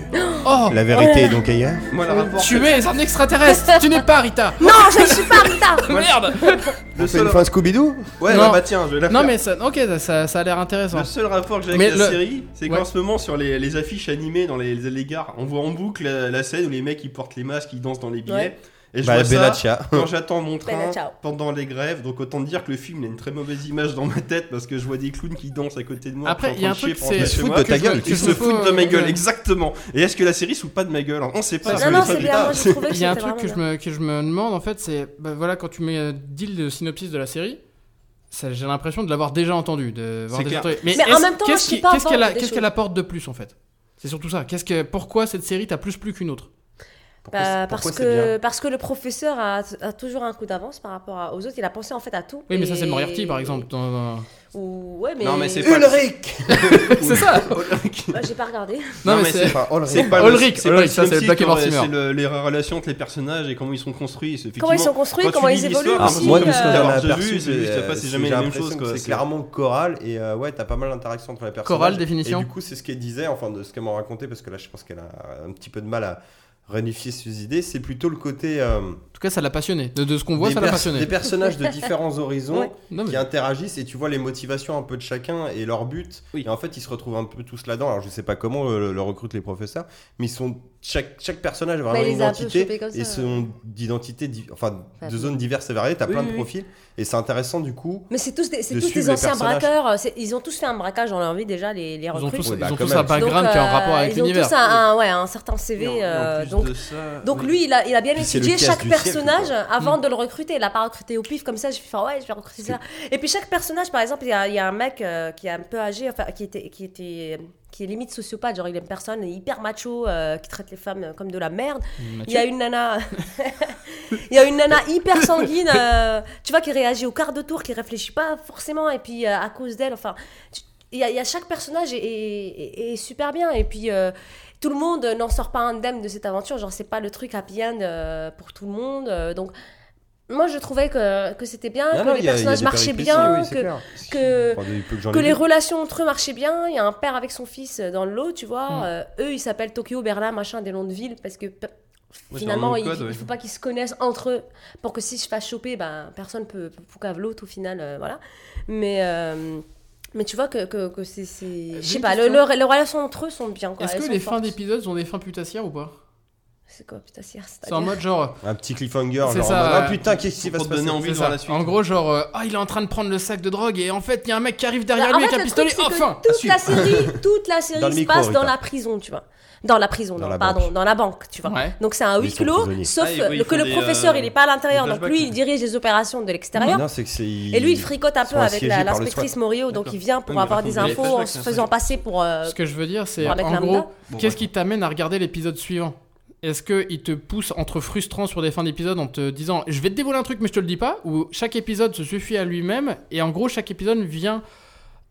S2: Oh,
S1: La vérité est donc ailleurs.
S3: Moi, le rapport...
S2: tu es un extraterrestre. Tu n'es pas Rita.
S4: Non, je ne suis pas Rita
S2: Merde.
S1: On
S3: Le
S1: fait une
S3: seul...
S1: fin Scooby-Doo
S3: Ouais,
S2: Non.
S3: bah, bah, tiens, je vais la
S2: Non
S3: faire.
S2: mais ça, ok, ça, ça a l'air intéressant.
S3: Le seul rapport que j'ai
S2: Mais
S3: avec la
S2: le-
S3: série, c'est
S2: Ouais.
S3: qu'en ce moment, sur les, les affiches animées dans les, les gares, on voit en boucle la, la scène où les mecs ils portent les masques, ils dansent dans les billets.
S4: Ouais.
S3: Et je
S1: Bah,
S3: vois ça
S1: Bella Cia.
S3: quand j'attends mon train
S4: Bella, ciao.
S3: pendant les grèves. Donc autant dire que le film il a une très mauvaise image dans ma tête parce que je vois des clowns qui dansent à côté de moi.
S2: Après,
S3: qui
S2: il y a un
S3: sont en train de
S2: truc,
S3: chier pour
S2: c'est.
S1: se
S3: rentrer chez
S1: foutent
S3: moi.
S1: de ta gueule,
S2: que
S3: Ils
S2: je
S3: se foutent de ma
S2: trouve,
S3: gueule,
S2: euh,
S3: exactement. Et est-ce que la série se fout pas de ma gueule On sait pas.
S2: Ah,
S3: parce
S4: Non,
S3: que
S4: non,
S3: les
S4: c'est
S3: habitants-
S4: bien, moi j'ai trouvé que
S2: Il y a un
S4: c'était
S2: truc
S4: vraiment
S2: que je,
S4: bien.
S2: me, que je me demande en fait, c'est bah, voilà quand tu mets euh, deal le synopsis de la série, ça, j'ai l'impression de l'avoir déjà entendu, de voir
S3: C'est
S2: déjà
S3: clair.
S2: entendu.
S4: Mais en
S2: est-ce-
S4: même temps,
S2: qu'est-ce
S4: je sais
S2: qui-
S4: pas
S2: qu'est-ce qu'elle a-
S4: vendre des
S2: qu'est-ce qu'elle
S4: choses.
S2: apporte de plus en fait C'est surtout ça. Qu'est-ce que pourquoi cette série t'a plus plu qu'une autre
S1: Pourquoi
S4: Bah,
S1: c'est- pourquoi
S4: parce,
S1: c'est bien
S4: que, parce que le professeur a, a toujours un coup d'avance par rapport à- aux autres, il a pensé en fait à tout.
S2: Oui, mais ça
S4: et-
S2: c'est Moriarty par exemple. dans- dans-
S4: Ou... Ouais, mais...
S3: Non, mais c'est pas.
S1: Ulrich
S2: c'est ça.
S4: Ouais, j'ai pas regardé.
S3: Non,
S2: Non, mais
S3: mais
S2: c'est-
S1: Enfin, Ulrich.
S3: C'est pas le-
S2: Ulrich,
S3: c'est pas le
S2: Ulrich, ça, c'est
S3: synopsis,
S2: Black
S3: quand-
S2: Hammer.
S3: C'est le- les relations entre les personnages et comment ils sont construits. c'est
S4: Comment ils sont
S3: effectivement-
S4: construits,
S3: quand tu
S4: comment
S3: lis
S4: ils évoluent
S3: l'histoire,
S4: aussi,
S1: Ah, moi,
S3: euh,
S1: de ce que j'en
S3: Alors,
S1: ai
S3: j'ai vu,
S1: aperçu,
S3: c'est juste, après, c'est jamais
S1: j'ai
S3: la même
S1: l'impression
S3: chose,
S1: que
S3: quoi,
S1: C'est
S3: c'est-
S1: clairement choral et euh, ouais, t'as pas mal d'interaction entre les personnages.
S2: Chorale, définition.
S1: Et du coup, c'est ce qu'elle disait, enfin, de ce qu'elle m'a raconté, parce que là, je pense qu'elle a un petit peu de mal à réunifier ses idées. C'est plutôt le côté euh,
S2: En tout cas, ça l'a passionné. De, de ce qu'on voit,
S1: des,
S2: ça l'a
S1: pers-
S2: passionné.
S1: des personnages de différents horizons
S4: Ouais.
S2: Non, mais-
S1: qui interagissent et tu vois les motivations un peu de chacun et leur but.
S3: Oui.
S1: Et en fait, ils se retrouvent un peu tous là-dedans. Alors, je sais pas comment le, le recrutent les professeurs, mais ils sont chaque, chaque personnage a
S4: Bah,
S1: vraiment
S4: il
S1: une
S4: les a un peu
S1: identité
S4: chopés comme ça,
S1: et
S4: ouais.
S1: son d'identité, di- enfin,
S4: Enfin,
S1: de zones diverses et variées. T'as
S4: Oui,
S1: plein de
S4: oui, oui.
S1: profils et c'est intéressant du coup.
S4: Mais c'est tous des, c'est
S1: De
S4: tous
S1: suivre
S4: des
S1: les
S4: anciens
S1: personnages.
S4: braqueurs. euh, C'est- Ils ont tous fait un braquage dans leur vie déjà, les, les
S2: Ils ont
S4: recrues.
S2: tous,
S1: Ouais, bah,
S2: ils ont
S1: quand
S2: tous
S1: même.
S2: un background qui a un
S4: euh,
S2: rapport avec
S4: ils ont
S2: l'univers.
S4: tous un, un- ouais, un certain CV.
S3: Et en- et en
S4: euh,
S3: plus
S4: donc
S3: de ça,
S4: donc
S3: oui.
S4: lui, il a, il a bien
S1: Puis c'est le Mm.
S4: étudié
S1: casse
S4: chaque
S1: du siècle,
S4: personnage
S1: quoi.
S4: avant de le recruter. Il a pas recruté au pif comme ça. Je fais ouais, je vais recruter ça. Et puis chaque personnage, par exemple, il y a, il y a un mec euh, qui est un peu âgé, enfin qui était, qui était, qui est limite sociopathe. Genre il aime personne, hyper macho, euh, qui traite les femmes euh, comme de la merde. Il y a une nana, il y a une nana hyper sanguine, euh, tu vois, qui réagit au quart de tour, qui réfléchit pas forcément, et puis euh, à cause d'elle, enfin, tu- il y, a- il y a chaque personnage est, est- est super bien, et puis euh, tout le monde n'en sort pas indemne de cette aventure, genre c'est pas le truc happy end euh, pour tout le monde, euh, donc moi je trouvais que, que c'était bien,
S1: Non,
S4: Ah, que
S1: Ah non,
S4: les
S1: il y a- il y a
S4: personnages
S1: des
S4: marchaient
S1: péripéties,
S4: bien,
S1: oui, c'est
S4: que,
S1: clair.
S4: que
S1: Enfin, depuis peu que j'en
S4: que
S1: ai
S4: les
S1: vu.
S4: relations entre eux marchaient bien. Il y a un père avec son fils euh, dans le lot, tu vois.
S2: Mm.
S4: Euh, eux, ils s'appellent Tokyo, Berlin, machin, des noms de villes, parce que pe-
S3: c'est un nom
S4: finalement,
S3: de
S4: il,
S3: code, ouais.
S4: il faut pas qu'ils se connaissent entre eux, pour que si je fasse choper, ben, personne peut peut poucave l'autre au final, euh, voilà. Mais euh, mais tu vois que, que, que c'est, c'est- je sais
S2: une
S4: pas, le,
S2: question.
S4: le- les relations entre eux sont bien. quoi.
S2: Est-ce
S4: Elles
S2: que
S4: sont
S2: les fins
S4: fortes.
S2: d'épisodes ont des fins putassières ou pas
S4: C'est quoi, putain, c'est
S2: C'est en mode genre.
S1: Un petit cliffhanger,
S2: C'est
S1: genre,
S2: ça,
S1: en mode, ah
S2: ouais.
S1: putain, qu'est-ce qui
S3: Faut
S1: va se
S3: te donner
S1: passer
S3: envie. de
S2: c'est
S3: voir
S2: ça.
S3: la suite.
S2: En gros, genre, euh, ah, il est en train de prendre le sac de drogue et en fait, il y a un mec qui arrive derrière
S4: Bah, en
S2: lui
S4: fait,
S2: avec un
S4: le
S2: pistolet.
S4: truc,
S2: Oh,
S4: c'est que
S2: fin
S4: Toute la série, toute la série
S1: Dans le
S4: se
S1: micro,
S4: passe dans
S1: Rita.
S4: la prison, tu vois. Dans la prison,
S1: Dans
S4: non,
S1: la
S4: pardon,
S1: banque.
S4: dans la banque, tu vois.
S2: Ouais.
S4: Donc c'est un
S1: Ils
S4: huis
S1: sont
S4: clos,
S1: prisonniers.
S4: sauf
S3: Ah, ils-
S4: euh,
S3: ils
S4: que
S3: font
S4: le
S3: des,
S4: professeur,
S3: euh,
S4: il est pas à l'intérieur,
S3: des
S4: donc
S3: flashbacks,
S4: lui,
S3: ouais.
S4: il dirige les opérations de l'extérieur.
S1: Non, c'est que c'est.
S4: Et lui, il fricote un
S1: Ils
S4: peu
S1: sont
S4: avec la-
S1: assiégés par le
S4: l'inspectrice Morio, donc
S3: D'accord.
S4: il vient pour
S3: Ouais, mais
S4: avoir
S3: ils
S4: des
S3: font des
S4: infos en
S3: flashbacks,
S4: se
S3: hein,
S4: faisant
S3: ça.
S4: passer pour. euh,
S2: Ce que je veux dire, c'est
S4: Avec
S2: en
S4: lambda.
S2: gros,
S3: Bon,
S2: qu'est-ce
S3: ouais.
S2: qui t'amène à regarder l'épisode suivant Est-ce qu'il te pousse entre frustrant sur des fins d'épisode en te disant je vais te dévoiler un truc mais je te le dis pas Ou chaque épisode se suffit à lui-même et en gros chaque épisode vient.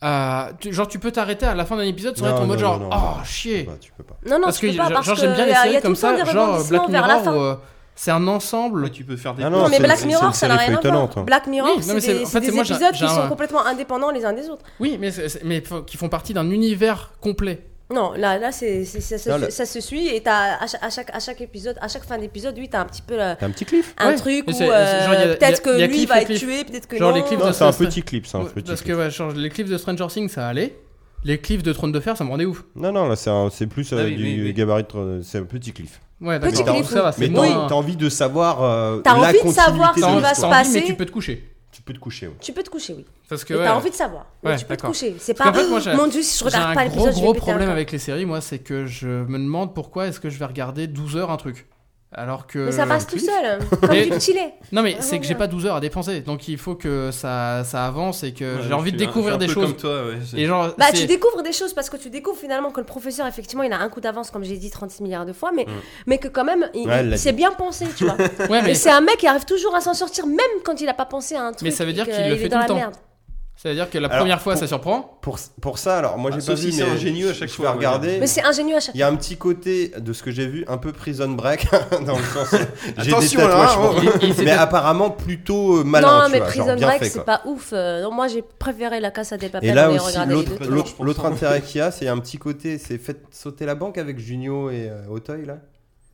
S2: à- tu- genre tu peux t'arrêter à la fin d'un épisode sans
S1: Non,
S2: être en
S1: non,
S2: mode genre
S1: non, non,
S2: oh
S1: non.
S2: chier
S1: tu peux pas.
S4: Non, non,
S2: Parce
S4: tu
S2: que
S4: peux pas,
S2: genre,
S4: parce
S2: j'aime bien
S4: que euh,
S2: les
S4: y a- y
S2: séries
S4: a tout
S2: comme
S4: le temps
S2: ça,
S4: des
S2: genre Black
S4: rebondissements vers la
S2: Mirror
S4: fin.
S2: où euh, c'est un ensemble.
S3: Ouais, tu peux faire des
S1: Ah
S3: plans,
S1: non,
S4: Non, mais
S1: c'est-
S4: Black
S1: c'est une
S4: Mirror, ça n'a
S1: série
S4: rien à voir.
S1: feuilletonnante, hein.
S4: Black Mirror,
S2: Oui, non,
S4: c'est
S2: mais c'est-
S4: des,
S2: en fait,
S4: c'est
S2: c'est
S4: des
S2: moi, j'ai-
S4: épisodes
S2: j'ai
S4: qui
S2: un-
S4: sont complètement indépendants les uns des autres.
S2: Oui, mais, c'est- c'est- mais faut- qui font partie d'un univers complet.
S4: Non, là, là c'est, c'est- ça, se-
S1: Non, le-
S4: ça se suit et t'as, à, chaque, à, chaque, à chaque épisode, à chaque fin d'épisode, lui, t'as un petit peu euh,
S1: T'as un petit cliff
S4: un
S2: Ouais.
S4: truc
S2: Mais
S4: où
S2: c'est- c'est- genre, y a-
S4: euh, peut-être
S2: y a- y a
S4: que lui
S2: cliff
S4: va
S2: et
S4: être
S2: cliff.
S4: tué, peut-être que
S2: Genre, les
S4: non.
S2: clips
S1: Non,
S2: ça,
S1: c'est un
S2: ça,
S1: petit clip, c'est un
S2: Ouais,
S1: petit
S2: Parce que
S1: clip.
S2: ouais, genre, les clips de Stranger Things ça allait. Les clips de Trône de Fer ça me rendait ouf.
S1: Non, non, là, c'est un- c'est plus euh,
S3: Ah oui,
S1: du
S3: oui, oui.
S1: gabarit. euh, C'est un petit cliff.
S2: Ouais,
S4: Petit
S2: d'accord.
S4: clip,
S2: Ça va, Ah, c'est
S1: Mais t'as
S4: Oui.
S2: moins.
S1: t'as envie de savoir. euh,
S4: T'as
S1: la
S4: envie de
S1: continuité
S4: savoir
S1: de
S4: ce qui va
S2: T'as
S1: l'histoire.
S4: se
S2: t'as
S4: passer.
S2: envie, mais tu peux te coucher.
S1: Tu peux te coucher, ouais.
S4: Tu peux te coucher, oui.
S2: Parce que
S4: Mais
S2: ouais,
S4: t'as envie de savoir. Mais
S2: Ouais,
S4: tu peux te
S2: d'accord.
S4: coucher. C'est pas.
S2: Parce qu'en fait, moi, j'ai-
S4: Mon dieu, si je
S2: j'ai
S4: regarde
S2: un
S4: pas
S2: gros
S4: l'épisode, je vais
S2: gros
S4: péter un
S2: problème
S4: câble.
S2: avec les séries, moi, c'est que je me demande pourquoi est-ce que je vais regarder 12 heures un truc. Alors que.
S4: Mais ça passe tout
S2: euh, Cliff-
S4: seul, hein, comme
S2: Mais-
S4: du petit lait.
S2: Non, mais
S4: Ah,
S2: c'est que
S4: ouais.
S2: j'ai pas 12 heures à dépenser, donc il faut que ça, ça avance et que
S3: Ouais,
S2: j'ai envie de
S3: je suis un-
S2: découvrir
S3: je
S2: des
S3: suis un peu Comme
S2: choses.
S3: toi, ouais, c'est-
S2: Et genre,
S4: Bah,
S2: c'est-
S4: tu découvres des choses parce que tu découvres finalement que le professeur, effectivement, il a un coup d'avance, comme j'ai dit 36 milliards de fois, mais, mais que quand même, il,
S1: Ouais, elle l'a
S4: il s'est bien pensé, tu vois.
S2: ouais, Mm. mais
S4: Et c'est un mec qui arrive toujours à s'en sortir, même quand il a pas pensé à un truc.
S2: Mais ça veut
S4: et
S2: dire
S4: que
S2: qu'il le
S4: il est
S2: fait
S4: dans
S2: tout le
S4: la
S2: temps.
S4: merde.
S2: ça veut dire que la
S1: Alors,
S2: première fois
S1: pour-
S2: ça surprend.
S1: Pour, pour ça, alors, moi, j'ai
S3: Ah,
S1: pas
S3: sauf
S1: vu,
S3: si
S1: mais.
S3: c'est ingénieux à chaque
S1: je
S3: fois,
S1: vais
S3: ouais.
S1: regarder.
S4: Mais c'est ingénieux à chaque
S1: Il y a un petit côté de ce que j'ai vu, un peu Prison Break, dans le sens. J'ai des
S3: Attention, là,
S1: tatouages
S3: hein,
S1: pour-
S2: Il- il s'est-
S1: Mais apparemment plutôt euh, malin,
S4: Non,
S1: tu
S4: mais
S1: vois,
S4: Prison
S1: genre bien
S4: Break,
S1: fait,
S4: c'est
S1: quoi.
S4: pas ouf. Euh, non, moi, j'ai préféré la casse à des papiers.
S1: Et là aussi, l'autre-
S3: deux.
S1: l'autre l'autre
S3: 90%.
S1: intérêt qu'il y a, c'est un petit côté, c'est faites sauter la banque avec Junio et euh, Auteuil là.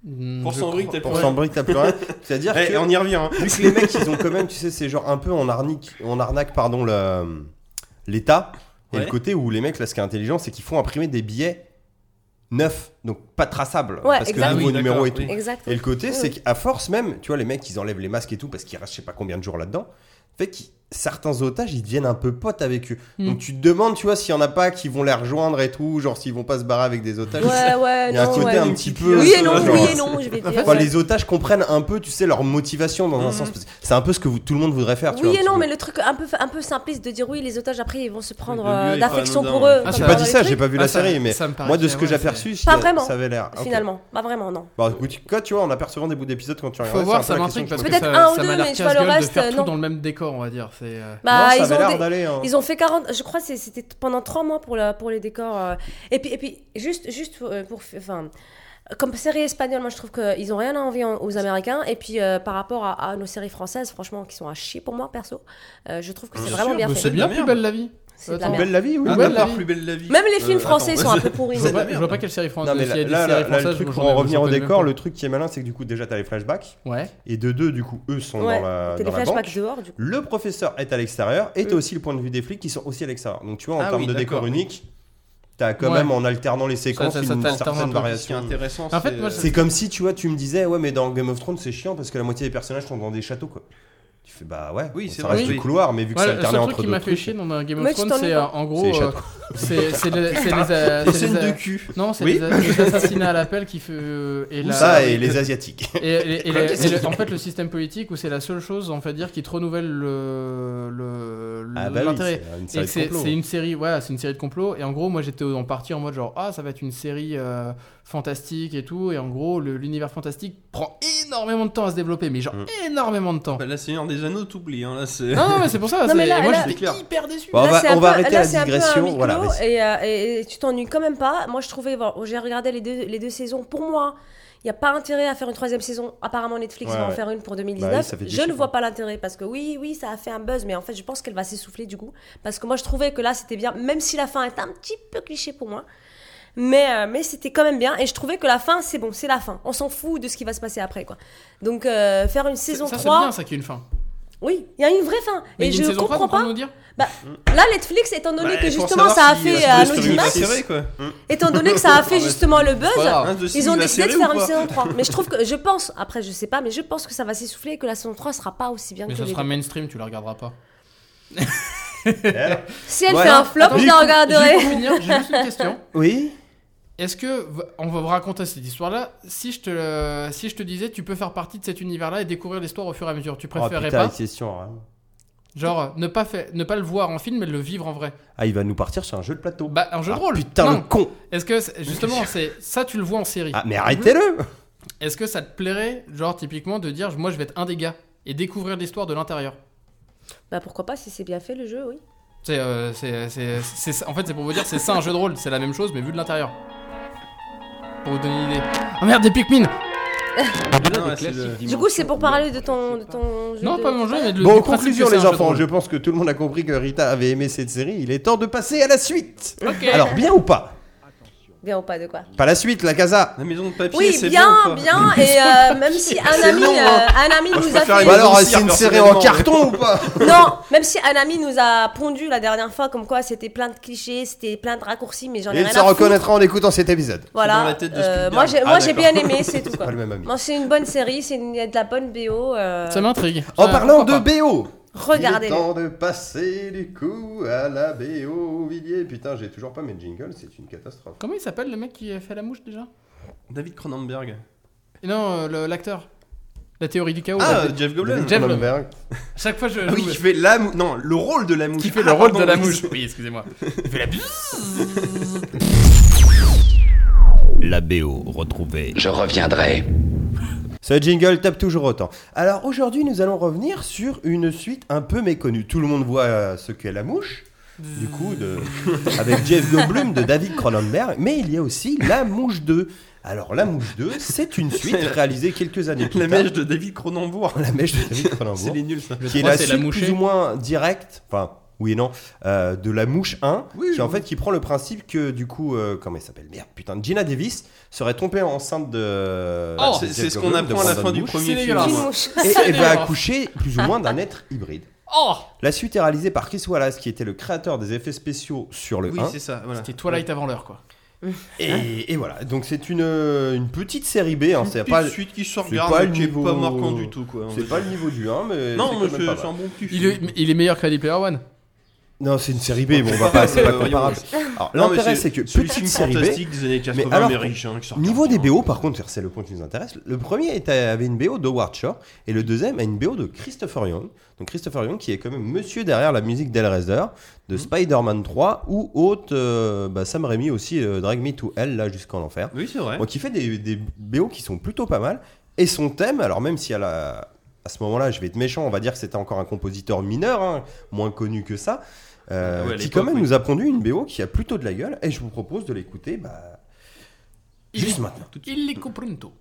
S2: Hmm,
S3: Pour
S2: je
S3: s'en brique,
S2: crois-
S3: t'es
S1: Pour
S3: Ouais.
S1: s'en brique, t'as plus rien. C'est-à-dire
S3: Eh,
S1: que
S3: on y revient. hein.
S1: vu que les mecs, ils ont quand même, tu sais, c'est genre un peu en arnaque, en arnaque pardon, le- l'État. Et
S3: Ouais.
S1: le côté où les mecs, là, ce qui est intelligent, c'est qu'ils font imprimer des billets neufs, donc pas traçables,
S4: Ouais,
S1: parce que
S4: exact.
S1: nouveau
S3: Ah oui,
S1: numéro et
S3: d'accord,
S1: tout.
S3: oui.
S4: Exact.
S1: Et le côté,
S4: Oui,
S1: c'est
S4: oui.
S1: qu'à force même, tu vois, les mecs, ils enlèvent les masques et tout parce qu'ils restent je sais pas combien de jours là-dedans. Fait que certains otages, ils deviennent un peu potes avec eux.
S2: Hmm.
S1: Donc tu te demandes, tu vois, s'il y en a pas qui vont les rejoindre et tout, genre s'ils vont pas se barrer avec des otages.
S4: Ouais, ouais,
S1: Il y a un
S4: non,
S1: côté
S4: ouais.
S1: un petit peu. euh,
S4: Oui et non,
S1: genre,
S4: oui et non, je vais dire.
S1: Enfin,
S4: ouais.
S1: les otages comprennent un peu, tu sais, leur motivation dans un
S3: Mhm.
S1: sens. parce que C'est un peu ce que vous- tout le monde voudrait faire. tu
S4: Oui
S1: vois,
S4: et non,
S1: un
S4: mais
S1: petit
S4: le truc un peu, un peu simpliste de dire oui, les otages après ils vont se prendre
S3: Le lieu
S4: euh,
S3: est pas
S4: d'affection
S3: anodin,
S4: pour eux.
S3: ouais.
S2: Ah,
S4: comme
S2: j'ai
S1: peu. J'ai
S4: dans
S1: pas
S4: les
S1: dit ça,
S4: trucs.
S1: j'ai pas vu
S2: Ah,
S1: la
S2: ça-
S1: série, mais
S2: ça me paraît
S1: moi de ce
S2: clair,
S1: que j'ai
S2: ouais, c'est-
S1: aperçu,
S4: Pas
S1: ça-
S4: vraiment.
S1: ça avait l'air. ok.
S4: Finalement, pas vraiment, non.
S1: Bah, écoute, quoi, tu vois, en apercevant des bouts d'épisodes quand tu regardes.
S2: Faut voir, ça m'intrigue parce que
S4: Peut-être un
S2: ça,
S4: ou
S2: ça
S4: deux,
S2: m'a l'air
S4: mais tu vois, le
S2: casse-gueule de
S4: reste,
S2: faire
S4: non.
S2: tout dans le même décor, on va dire. C'est euh,
S4: Bah,
S1: non, ça
S4: ils,
S1: avait
S4: ont
S1: l'air
S4: des-
S1: d'aller. hein.
S4: ils ont fait 40, je crois que c'est- c'était pendant 3 mois pour, la, pour les décors. euh. Et puis, et puis juste, juste euh, pour. Enfin, comme série espagnole, moi je trouve qu'ils ont rien à envier en- aux Américains. Et puis euh, par rapport à, à nos séries françaises, franchement, qui sont à chier pour moi, perso, euh, je trouve que c'est
S3: Bien
S4: vraiment
S3: sûr,
S4: bien
S2: Mais
S4: fait.
S2: c'est
S3: de
S2: bien
S3: la
S2: plus
S3: merde.
S2: belle la vie.
S4: C'est de la
S2: Attends.
S1: Une
S4: merde.
S1: belle la vie, oui.
S2: Ah,
S3: Ah,
S2: ouais,
S3: la
S2: la vie.
S3: plus belle la vie.
S4: Même les films
S3: Euh,
S4: français
S3: attends,
S4: sont un peu
S3: c'est-
S4: pourris.
S2: Je
S1: C'est
S2: vois,
S1: de la
S2: pas, je
S1: merde.
S2: vois pas quelle série française.
S1: Non, mais
S2: s'il y a
S1: là,
S2: des
S1: là,
S2: séries
S1: là, le
S2: françaises,
S1: truc,
S2: j'en
S1: pour
S2: ai-
S1: en
S2: j'en
S1: revenir au
S2: connais même
S1: décor,
S2: pas.
S1: le truc qui est malin, c'est que du coup, déjà, t'as les flashbacks.
S2: Ouais.
S1: Et de deux, du coup, eux sont
S4: Ouais,
S1: dans la,
S4: T'as
S1: dans
S4: les
S1: la
S4: flashbacks
S1: banque.
S4: dehors, du coup.
S1: Le professeur est à l'extérieur et t'as aussi le point de vue des flics qui sont aussi à l'extérieur. Donc, tu vois, en
S3: Ah
S1: termes
S3: oui,
S1: de décor
S3: d'accord, oui.
S1: unique, t'as quand
S2: Ouais.
S1: même en alternant les séquences
S2: ça
S1: une
S2: t'alterne un
S1: certaine
S2: peu,
S3: Ce qui est
S1: variation.
S3: intéressant,
S2: En fait,
S3: c'est-
S2: moi,
S1: C'est comme si tu vois, tu me disais ouais mais dans Game of Thrones c'est chiant parce que la moitié des personnages sont dans des châteaux quoi. Tu fais bah ouais,
S3: Oui, c'est
S1: ça
S3: vrai,
S1: reste
S3: oui.
S1: du couloir mais vu que
S2: Ouais,
S1: ça
S2: le seul
S1: alternait
S2: truc
S1: entre
S2: qui
S1: deux
S2: m'a fait
S1: trucs.
S2: chier dans Game of
S4: Mais tu
S2: Thrones,
S4: t'en
S2: c'est
S4: es
S2: euh,
S4: pas.
S2: en
S1: C'est
S2: gros.
S1: les
S2: euh,
S1: châteaux.
S2: C'est c'est les c'est les, euh,
S3: les
S2: c'est les,
S3: scènes
S2: euh,
S3: de cul.
S2: Non, c'est
S3: Oui.
S2: les, a- les assassinats à l'appel qui fait. euh, et la-
S1: Ça et les asiatiques.
S2: et- et- et le- et le- en fait, le système politique où c'est la seule chose, on va dire, qui te renouvelle le le- le-
S1: Ah bah oui,
S2: l'intérêt.
S1: c'est une série de
S2: Et que c'est
S1: complots.
S2: c'est une série, ouais, c'est une série de complots. Et en gros, moi, j'étais en partie en mode genre ah, ça va être une série euh, fantastique et tout. Et en gros, le- l'univers fantastique prend énormément de temps à se développer, mais genre
S1: Mm.
S2: énormément de temps.
S3: Bah, la Seigneur des Anneaux, t'oublies. Hein, là, c'est.
S2: Non, non, mais c'est pour ça.
S4: Non, mais
S2: c'est-
S4: là-
S2: et moi,
S4: là-
S2: j'étais
S3: C'est clair.
S2: hyper déçu.
S1: Bon, on
S4: Là,
S1: va,
S4: c'est un
S1: on va
S4: peu-
S1: arrêter
S4: là,
S1: la
S4: c'est un peu un
S1: digression.
S4: huis
S1: voilà,
S4: clos
S1: vas-y.
S4: et, euh, et- et tu t'ennuies quand même pas. Moi, je trouvais, bon, j'ai regardé les deux, les deux saisons. Pour moi, il n'y a pas intérêt à faire une troisième saison. Apparemment, Netflix
S1: Ouais,
S4: va en
S1: ouais.
S4: faire une pour
S1: Bah
S4: 2019.
S1: oui, ça fait des
S4: je ne
S1: chiffres,
S4: vois
S1: hein.
S4: pas l'intérêt parce que oui, oui, ça a fait un buzz, mais en fait, je pense qu'elle va s'essouffler du coup. Parce que moi, je trouvais que là, c'était bien, même si la fin est un petit peu cliché pour moi. Mais, euh, mais c'était quand même bien et je trouvais que la fin, c'est bon, c'est la fin. On s'en fout de ce qui va se passer après. quoi. Donc, euh, faire une saison
S2: ça,
S4: 3,
S2: c'est bien, ça qui est une fin.
S4: oui, il y a une vraie fin.
S2: Mais
S4: et
S2: il y a une
S4: je
S2: saison 3
S4: comprends
S2: qu'on peut
S4: pas.
S2: nous dire
S4: Là, Netflix, étant donné
S3: Bah,
S4: que
S3: pour
S4: justement
S3: savoir
S4: ça a
S3: si,
S4: fait
S3: euh,
S4: un
S3: Sylvester
S4: audimat,
S3: va serrer, quoi.
S4: étant donné que ça a fait justement le buzz,
S2: Voilà.
S3: Hein, de Sylvie
S4: ils ont
S3: va
S4: décidé de
S3: serrer ou
S4: faire une
S3: pas
S4: saison 3. Mais je trouve que, je pense, après je sais pas, mais je pense que ça va s'essouffler et que la saison 3 sera pas aussi bien
S2: Mais
S4: que
S2: ça
S4: les
S2: sera
S4: deux.
S2: mainstream, tu la regarderas pas.
S4: Si elle
S1: Voilà.
S4: fait un flop,
S2: Attends,
S4: je
S2: du
S4: la
S2: coup,
S4: regarderai.
S2: Juste pour finir, j'ai juste une question.
S1: Oui.
S2: Est-ce que v- on va vous raconter cette histoire-là Si je te le- si je te disais, tu peux faire partie de cet univers-là et découvrir l'histoire au fur et à mesure. Tu
S1: Oh
S2: préférerais
S1: putain,
S2: pas
S1: les questions, hein.
S2: Genre euh, ne pas fait- ne pas le voir en film, mais le vivre en vrai.
S1: Ah, il va nous partir sur un jeu de plateau.
S2: Bah un jeu
S1: Ah,
S2: de rôle.
S1: Putain, le
S2: Non.
S1: con.
S2: Est-ce que c'est- justement c'est ça tu le vois en série
S1: Ah, mais arrêtez-le.
S2: Est-ce que ça te plairait, genre typiquement de dire moi je vais être un des gars et découvrir l'histoire de l'intérieur
S4: Bah pourquoi pas, si c'est bien fait le jeu, oui.
S2: C'est euh, c'est- c'est- c'est ça- en fait c'est pour vous dire c'est ça un jeu de rôle, c'est la même chose mais vu de l'intérieur. Pour vous donner une idée. Oh merde des Pikmin
S3: Non, là, c'est le-
S4: Du coup, c'est pour parler de ton, de ton jeu.
S2: Non
S4: de-
S2: pas mon jeu mais de le
S1: Bon, en
S2: du principe
S1: conclusion,
S2: que c'est
S1: les
S2: un jeu de
S1: enfants,
S2: rôle.
S1: je pense que tout le monde a compris que Rita avait aimé cette série. Il est temps de passer à la suite.
S2: Ok.
S1: Alors, bien ou pas
S4: Bien ou pas de quoi
S1: Pas la suite, la casa.
S3: La maison de papier,
S4: Oui,
S3: c'est
S4: bien,
S3: ou pas
S4: bien, et euh, même si un ami,
S3: long, hein.
S4: euh, un ami
S3: Moi, je
S4: nous a
S3: préfère
S4: fait
S1: Ou
S3: les
S1: alors,
S3: autres,
S1: c'est une série en
S3: personnellement,
S1: carton ou pas
S4: Non, même si un ami nous a pondu la dernière fois, comme quoi c'était plein de clichés, c'était plein de raccourcis, mais j'en ai
S1: Il
S4: rien
S1: se
S4: à foutre.
S1: reconnaîtra en écoutant cet épisode.
S4: Voilà.
S3: Dans la tête de
S4: euh,
S3: Spielberg.
S4: moi, j'ai,
S1: Ah,
S4: moi, j'ai bien
S1: d'accord.
S4: aimé, c'est tout quoi.
S1: Pas le même ami.
S4: Non, c'est une bonne série, c'est une- il y a de la bonne BO. euh,
S2: Ça m'intrigue.
S1: En
S2: Ça,
S1: parlant de
S2: pourquoi pas.
S1: BO, Il est
S4: Regardez-le.
S1: temps de passer du coup à la BO Villiers. Putain, j'ai toujours pas mes jingles, c'est une catastrophe.
S2: Comment il s'appelle le mec qui a fait la mouche déjà
S3: David Cronenberg.
S2: Et Non, euh, le- l'acteur. La théorie du chaos.
S3: Ah,
S2: là.
S3: euh, Jeff Goldblum.
S2: Jeff-
S1: Cronenberg.
S2: Chaque fois je
S3: Ah oui,
S2: je-
S3: qui fait la mou- Non, le rôle de la mouche.
S2: qui fait
S3: Ah,
S2: le rôle de
S3: pardon,
S2: la
S3: oui,
S2: mouche.
S3: c'est-
S2: Oui, excusez-moi. Il fait la
S6: La BO retrouvée.
S5: Je reviendrai.
S1: Ce jingle tape toujours autant. Alors aujourd'hui, nous allons revenir sur une suite un peu méconnue. Tout le monde voit euh, ce qu'est la mouche. Du coup, de... avec Jeff Goldblum de David Cronenberg, mais il y a aussi La Mouche 2. Alors, La Mouche 2, c'est une suite réalisée quelques années plus
S3: La
S1: tard.
S3: mèche de David Cronenberg.
S1: La mèche de David
S3: C'est
S1: Cronenberg.
S3: les nuls, ça.
S1: qui est
S2: trois,
S1: la
S2: c'est la
S1: suite
S2: mouchée.
S1: plus ou moins directe, enfin oui et non, euh, de la mouche 1,
S3: Oui,
S1: qui en
S3: oui.
S1: fait qui prend le principe que du coup, euh, comment elle s'appelle Merde, putain, Gina Davis serait tombée enceinte de.
S2: Oh,
S1: de
S3: C'est c'est
S1: Jeff
S3: ce qu'on
S1: Goldblum, de
S3: apprend à la
S1: Brandon
S3: fin du
S1: Mouche,
S3: premier
S2: C'est
S3: film.
S2: dégueulasse.
S3: moi.
S1: Et
S2: C'est
S1: elle va
S2: dégueulasse.
S1: accoucher plus ou moins d'un être hybride.
S2: Oh
S1: La suite est réalisée par Chris Wallace, qui était le créateur des effets spéciaux sur le
S3: Oui,
S1: 1.
S3: c'est ça. Voilà.
S2: C'était Hein Twilight avant l'heure quoi.
S1: Et, et voilà, donc c'est une, euh, une petite série B, hein, c'est
S3: Petite
S1: pas,
S3: suite qui se
S1: c'est
S3: regarde,
S1: pas
S3: mais
S1: le
S3: qui est
S1: niveau-
S3: pas marquant du tout, quoi.
S1: c'est pas le niveau du 1, mais. c'est
S3: Non, mais
S1: quand
S3: c'est
S1: même pas
S3: c'est
S1: mal.
S3: un bon petit
S2: Il est,
S3: film.
S2: il est meilleur que Ready Player One.
S1: Non, c'est une série B, bon, on va pas, c'est pas
S3: Euh, voyons.
S1: comparable. Alors,
S3: Non, mais
S1: l'intérêt, c'est que
S3: C'est le
S1: petite
S3: film
S1: série B,
S3: fantastique des années 80,
S1: alors,
S3: mais riche, hein, qui se
S1: Niveau
S3: regarde
S1: des
S3: bien.
S1: BO, par contre, c'est le point qui nous intéresse. Le premier était- avait une BO d'Howard Shore et le deuxième a une BO de Christopher Young. Donc Christopher Young qui est quand même monsieur derrière la musique d'Hellraiser,
S3: Mhm.
S1: de Spider-Man 3 ou autre euh, bah, Sam Raimi aussi, euh, Drag Me to Hell, là jusqu'en enfer.
S3: Oui, c'est vrai.
S1: Donc il fait des, des BO qui sont plutôt pas mal. Et son thème, alors même si à, la- à ce moment-là, je vais être méchant, on va dire que c'était encore un compositeur mineur, hein, moins connu que ça, euh,
S3: Ah ouais, à
S1: qui
S3: l'époque,
S1: quand même
S3: oui.
S1: nous a pondu une BO qui a plutôt de la gueule. Et je vous propose de l'écouter bah,
S2: Il-
S1: juste maintenant.
S2: Il les comprendo.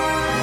S1: Voilà.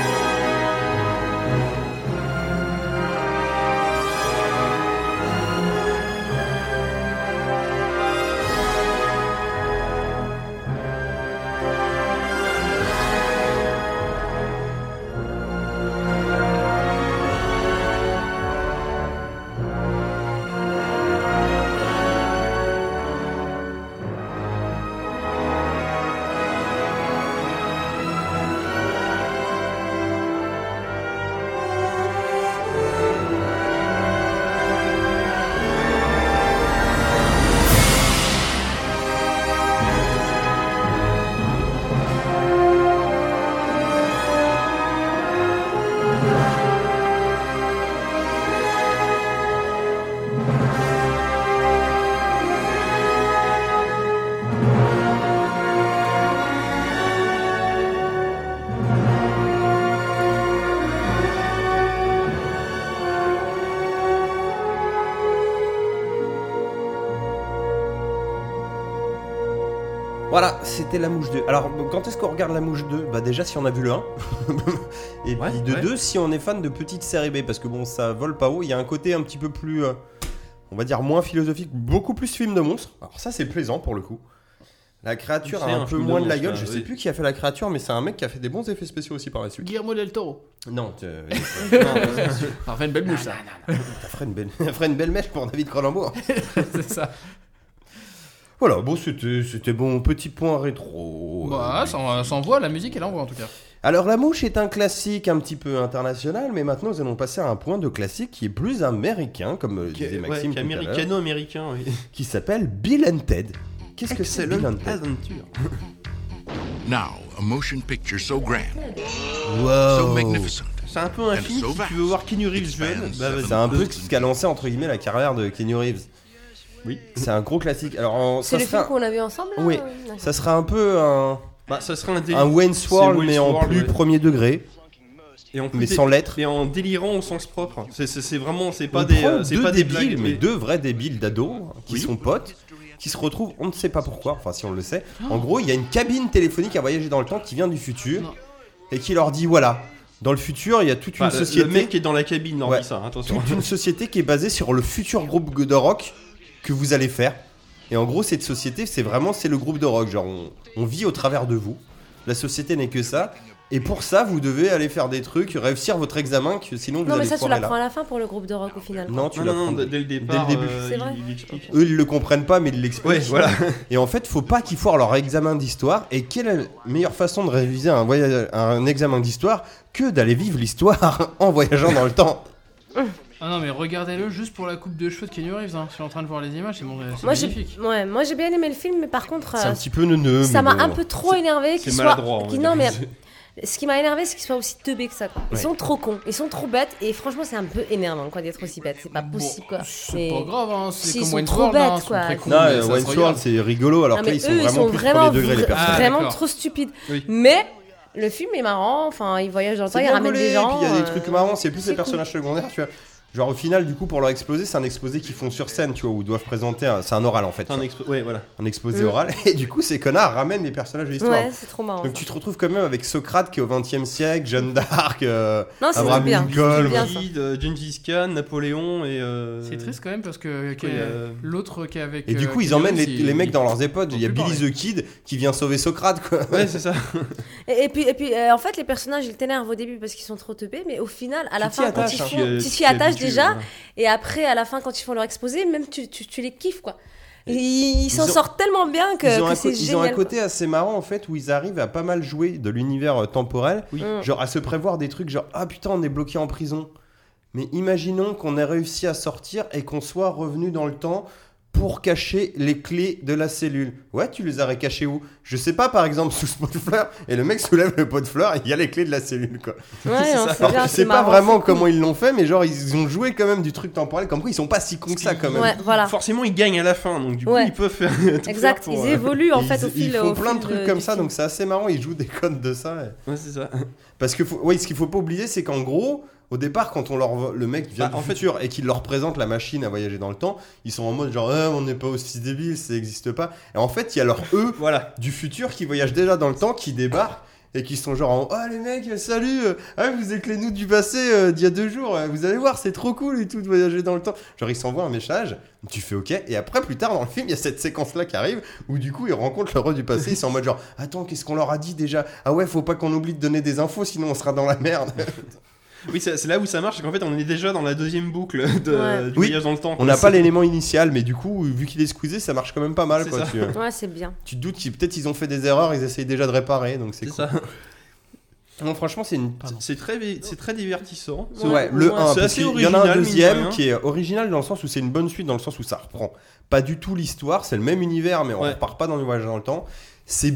S1: Voilà, c'était La Mouche 2. Alors, quand est-ce qu'on regarde La Mouche 2 Bah, déjà, si on a vu le 1. Et
S3: Ouais,
S1: puis, de
S3: ouais.
S1: deux, si on est fan de petites séries B. Parce que bon, ça vole pas haut. Il y a un côté un petit peu plus. euh, on va dire moins philosophique, beaucoup plus film de monstre. Alors, ça, c'est plaisant pour le coup. La créature a
S3: C'est
S1: un,
S3: un
S1: peu
S3: film de
S1: moins de, la
S3: monstre,
S1: gueule.
S3: là,
S1: Je sais
S3: oui.
S1: plus qui a fait la créature, mais c'est un mec qui a fait des bons effets spéciaux aussi par la suite.
S2: Guillermo del Toro.
S1: Non, tu-
S2: Ça fait une belle mouche, ça.
S1: ça ferait une belle, ça ferait une belle mèche pour David Cronenbourg.
S2: C'est ça.
S1: Voilà, bon, c'était c'était bon, petit point rétro.
S2: Bah, ça en- ça envoie, la musique, elle envoie en tout cas.
S1: Alors la mouche est un classique un petit peu international, mais maintenant nous allons passer à un point de classique qui est plus américain, comme euh,
S3: Qui
S1: disait Maxime tout à l'heure,
S3: américano-américain, oui.
S1: qui s'appelle Bill and Ted. Qu'est-ce que c'est Bill and
S3: Excellente
S1: Ted
S3: aventure.
S7: Now, a motion picture so grand, so
S1: Wow.
S7: magnificent,
S3: C'est un peu un
S7: And
S3: film,
S7: so
S3: si tu
S7: vast.
S3: veux voir Keanu Reeves jeune, bah vas-y.
S1: C'est un peu ce qui a lancé entre guillemets la carrière de Kenny Reeves.
S3: Oui.
S1: C'est un gros classique. Alors en-
S4: C'est
S1: ça
S4: le film
S1: sera,
S4: qu'on a vu ensemble là,
S1: Oui.
S4: euh,
S1: ça sera un peu un,
S3: Bah, ça serait un
S1: un
S3: délire.
S1: Wayne's
S3: C'est
S1: World,
S3: Wayne's
S1: mais en
S3: World,
S1: plus
S3: ouais.
S1: premier degré,
S3: Et en plus,
S1: mais
S3: des-
S1: sans lettres.
S3: et en délirant au sens propre. C'est- C'est c'est vraiment, c'est
S1: On
S3: pas des,
S1: prend
S3: euh, c'est
S1: deux
S3: pas des
S1: débiles,
S3: blagues,
S1: mais deux vrais débiles d'ados hein, qui sont potes, qui se retrouvent, on ne sait pas pourquoi, enfin si on le sait.
S4: Oh.
S1: En gros, il y a une cabine téléphonique à voyager dans le temps qui vient du futur
S2: Non.
S1: et qui leur dit voilà, dans le futur, il y a toute une
S3: Enfin, le-
S1: société,
S3: Le mec qui est dans la cabine, leur
S1: Ouais.
S3: dit ça, attention.
S1: toute une société qui est basée sur le futur groupe de rock que vous allez faire. Et en gros, cette société, c'est vraiment c'est le groupe de rock, genre on, on vit au travers de vous. La société n'est que ça. Et pour ça, vous devez aller faire des trucs, réussir votre examen, que sinon vous
S4: Non, mais
S1: allez
S4: ça, tu
S1: foirer
S4: l'apprends
S1: là.
S4: à la fin pour le groupe de rock au final.
S1: Non, tu
S3: Non, non,
S1: l'apprends
S3: non,
S1: dès-
S3: dès le départ,
S1: début.
S3: euh,
S4: C'est
S3: il-
S4: vrai.
S3: il explique.
S1: Eux, ils le comprennent pas, mais ils l'expliquent.
S3: Ouais, voilà.
S1: Et en fait, faut pas qu'ils foirent leur examen d'histoire. Et quelle est la meilleure façon de réviser un, voyage, un examen d'histoire que d'aller vivre l'histoire en voyageant dans le temps
S2: Ah non, mais regardez-le juste pour la coupe de cheveux de Kenny Reeves. Hein. Je suis en train de voir les images, c'est bon, c'est
S4: Moi, j'ai
S2: magnifique.
S4: ouais, moi, j'ai bien aimé le film, mais par contre,
S1: C'est
S4: euh,
S1: un petit peu neuneux.
S4: ça
S1: mais
S4: m'a
S1: bon.
S4: un peu trop énervé.
S3: C'est
S4: qu'il soit-
S3: maladroit. on
S4: qu'il-
S3: va
S4: Non, mais
S3: dire.
S4: ce qui m'a énervé, c'est qu'ils soient aussi teubés que ça. quoi. Ils
S1: Ouais.
S4: sont trop cons, ils sont trop bêtes, et franchement, c'est un peu énervant quoi d'être aussi bête. C'est pas possible quoi.
S2: C'est
S4: Mais-
S2: pas grave, hein. c'est
S4: s'ils
S2: comme
S4: sont
S2: Wayne's
S4: trop
S2: World, hein.
S4: bêtes,
S2: Ils sont
S4: quoi.
S2: très cons,
S1: Non,
S2: mais
S1: euh,
S2: ça se
S1: Wayne's
S2: regarde.
S1: World, c'est rigolo. Alors
S4: Non,
S1: que
S4: mais
S1: là, ils sont
S4: eux,
S1: vraiment plus premier degré, les
S4: vra-
S1: personnes.
S2: Ah,
S4: vraiment
S2: d'accord.
S4: trop stupides.
S3: Oui.
S4: Mais le film est marrant, enfin, ils voyagent dans le temps, ils ramènent des
S1: puis
S4: gens.
S1: il y a des
S4: euh,
S1: trucs marrants, c'est plus
S4: c'est
S1: les personnages secondaires, tu vois. Genre au final, du coup, pour leur exposé, c'est un exposé qu'ils font sur scène, tu vois, où ils doivent présenter. un- C'est un oral en fait.
S3: C'est un expo- Ouais, voilà.
S1: Un exposé
S4: Mm.
S1: oral. Et du coup, ces connards ramènent les personnages de l'histoire.
S4: Ouais, c'est trop marrant.
S1: Donc
S4: ça.
S1: tu te retrouves quand même avec Socrate qui est au 20 e siècle, Jeanne d'Arc, euh,
S4: Non, c'est trop
S1: Abraham
S4: bien.
S1: Lincoln.
S4: C'est bien,
S1: voilà.
S4: ça.
S3: David, euh, Gengis Khan, Napoléon et. euh,
S2: C'est triste quand même parce que que- euh,
S3: il y a-
S2: l'autre qui est avec.
S1: Et du
S2: euh,
S1: coup, ils
S2: Kenny
S1: emmènent les,
S2: Reeves, il-
S1: les mecs dans leurs épodes.
S2: ils
S1: Il y a
S2: ont plus
S1: Billy the Kid qui vient sauver Socrate, quoi.
S3: Ouais, c'est ça.
S4: Et, et puis, et puis euh, en fait, les personnages, ils t'énervent au début parce qu'ils sont trop teubés, mais au final, à la
S1: Tu t'y
S4: fin, quand
S1: attaches,
S4: ils
S1: hein.
S4: font-
S3: Qui, euh,
S4: tu
S3: qui
S4: t'y attaches
S3: habitue,
S4: déjà,
S3: voilà.
S4: et après, à la fin, quand ils font leur exposé, même tu, tu, tu les kiffes, quoi. Ils- Ils s'en
S1: ont-
S4: sortent tellement bien que,
S1: Ils ont,
S4: que
S1: un, co-
S4: c'est
S1: ils ont un
S4: génial. quoi.
S1: côté assez marrant en fait où ils arrivent à pas mal jouer de l'univers euh, temporel,
S3: Oui.
S4: Mm.
S1: genre à se prévoir des trucs genre ah putain on est bloqué en prison, mais imaginons qu'on ait réussi à sortir et qu'on soit revenu dans le temps pour cacher les clés de la cellule. Ouais tu les aurais cachées où Je sais pas par exemple sous ce pot de fleurs et le mec soulève le pot de fleurs et il y a les clés de la cellule quoi.
S4: Ouais, non, c'est
S1: Alors
S4: bien,
S1: tu
S4: c'est
S1: sais pas
S4: marrant,
S1: vraiment
S4: c'est
S1: comment ils l'ont fait mais genre ils ont joué quand même du truc temporel comme quoi ils sont pas si cons que ça quand
S4: cool.
S1: même.
S4: Ouais, voilà.
S3: Forcément, ils gagnent à la fin, donc du coup,
S4: Ouais.
S3: ils peuvent faire. tout faire
S4: Exact,
S3: pour,
S4: ils
S3: euh,
S4: évoluent en
S1: Ils-
S4: fait au
S1: ils
S4: fil
S1: font
S4: au
S1: plein de
S4: fil
S1: trucs
S4: de-
S1: comme
S4: du
S1: ça,
S4: film.
S1: donc c'est assez marrant. Ils jouent des codes de ça. ouais.
S3: Ouais, c'est ça.
S1: Parce que, faut- ouais, ce qu'il faut pas oublier, c'est qu'en gros, au départ, quand on leur, vo- le mec vient
S3: Bah,
S1: du
S3: en fait-
S1: futur et qu'il leur présente la machine à voyager dans le temps, ils sont en mode genre, Ah, on n'est pas aussi débiles, ça n'existe pas. Et en fait, il y a leur eux
S3: Voilà.
S1: du futur qui voyagent déjà dans le temps, qui débarquent et qui sont genre, en, oh les mecs, salut, euh, ah, vous êtes les nous du passé euh, d'il y a deux jours, euh, vous allez voir, c'est trop cool et tout de voyager dans le temps. Genre, ils s'envoient un message, tu fais ok, et après, plus tard dans le film, il y a cette séquence-là qui arrive où du coup, ils rencontrent leur eux du passé, ils sont en mode genre, attends, qu'est-ce qu'on leur a dit déjà Ah ouais, faut pas qu'on oublie de donner des infos, sinon on sera dans la merde.
S3: Oui, c'est c'est là où ça marche, c'est qu'en fait, on est déjà dans la deuxième boucle de,
S4: Ouais.
S3: du
S1: Oui.
S3: voyage dans le temps.
S1: on n'a pas l'élément initial, mais du coup, vu qu'il est squeezé, ça marche quand même pas mal,
S3: C'est
S1: quoi.
S3: ça.
S1: Tu, euh,
S4: Ouais, c'est bien.
S1: tu te doutes qu'ils peut-être ils ont fait des erreurs, ils essayent déjà de réparer, donc c'est
S3: C'est
S1: cool.
S3: ça.
S1: Non, franchement, c'est une
S3: C'est- C'est très, vi- c'est très divertissant.
S1: Ouais, le 1,
S3: C'est
S1: parce
S3: assez
S1: qu'il y en a un
S3: original, mine de
S1: deuxième
S3: rien.
S1: qui est original dans le sens où c'est une bonne suite, dans le sens où ça reprend pas du tout l'histoire, c'est le même univers, mais on
S3: Ouais.
S1: repart pas dans le voyage dans le temps. C'est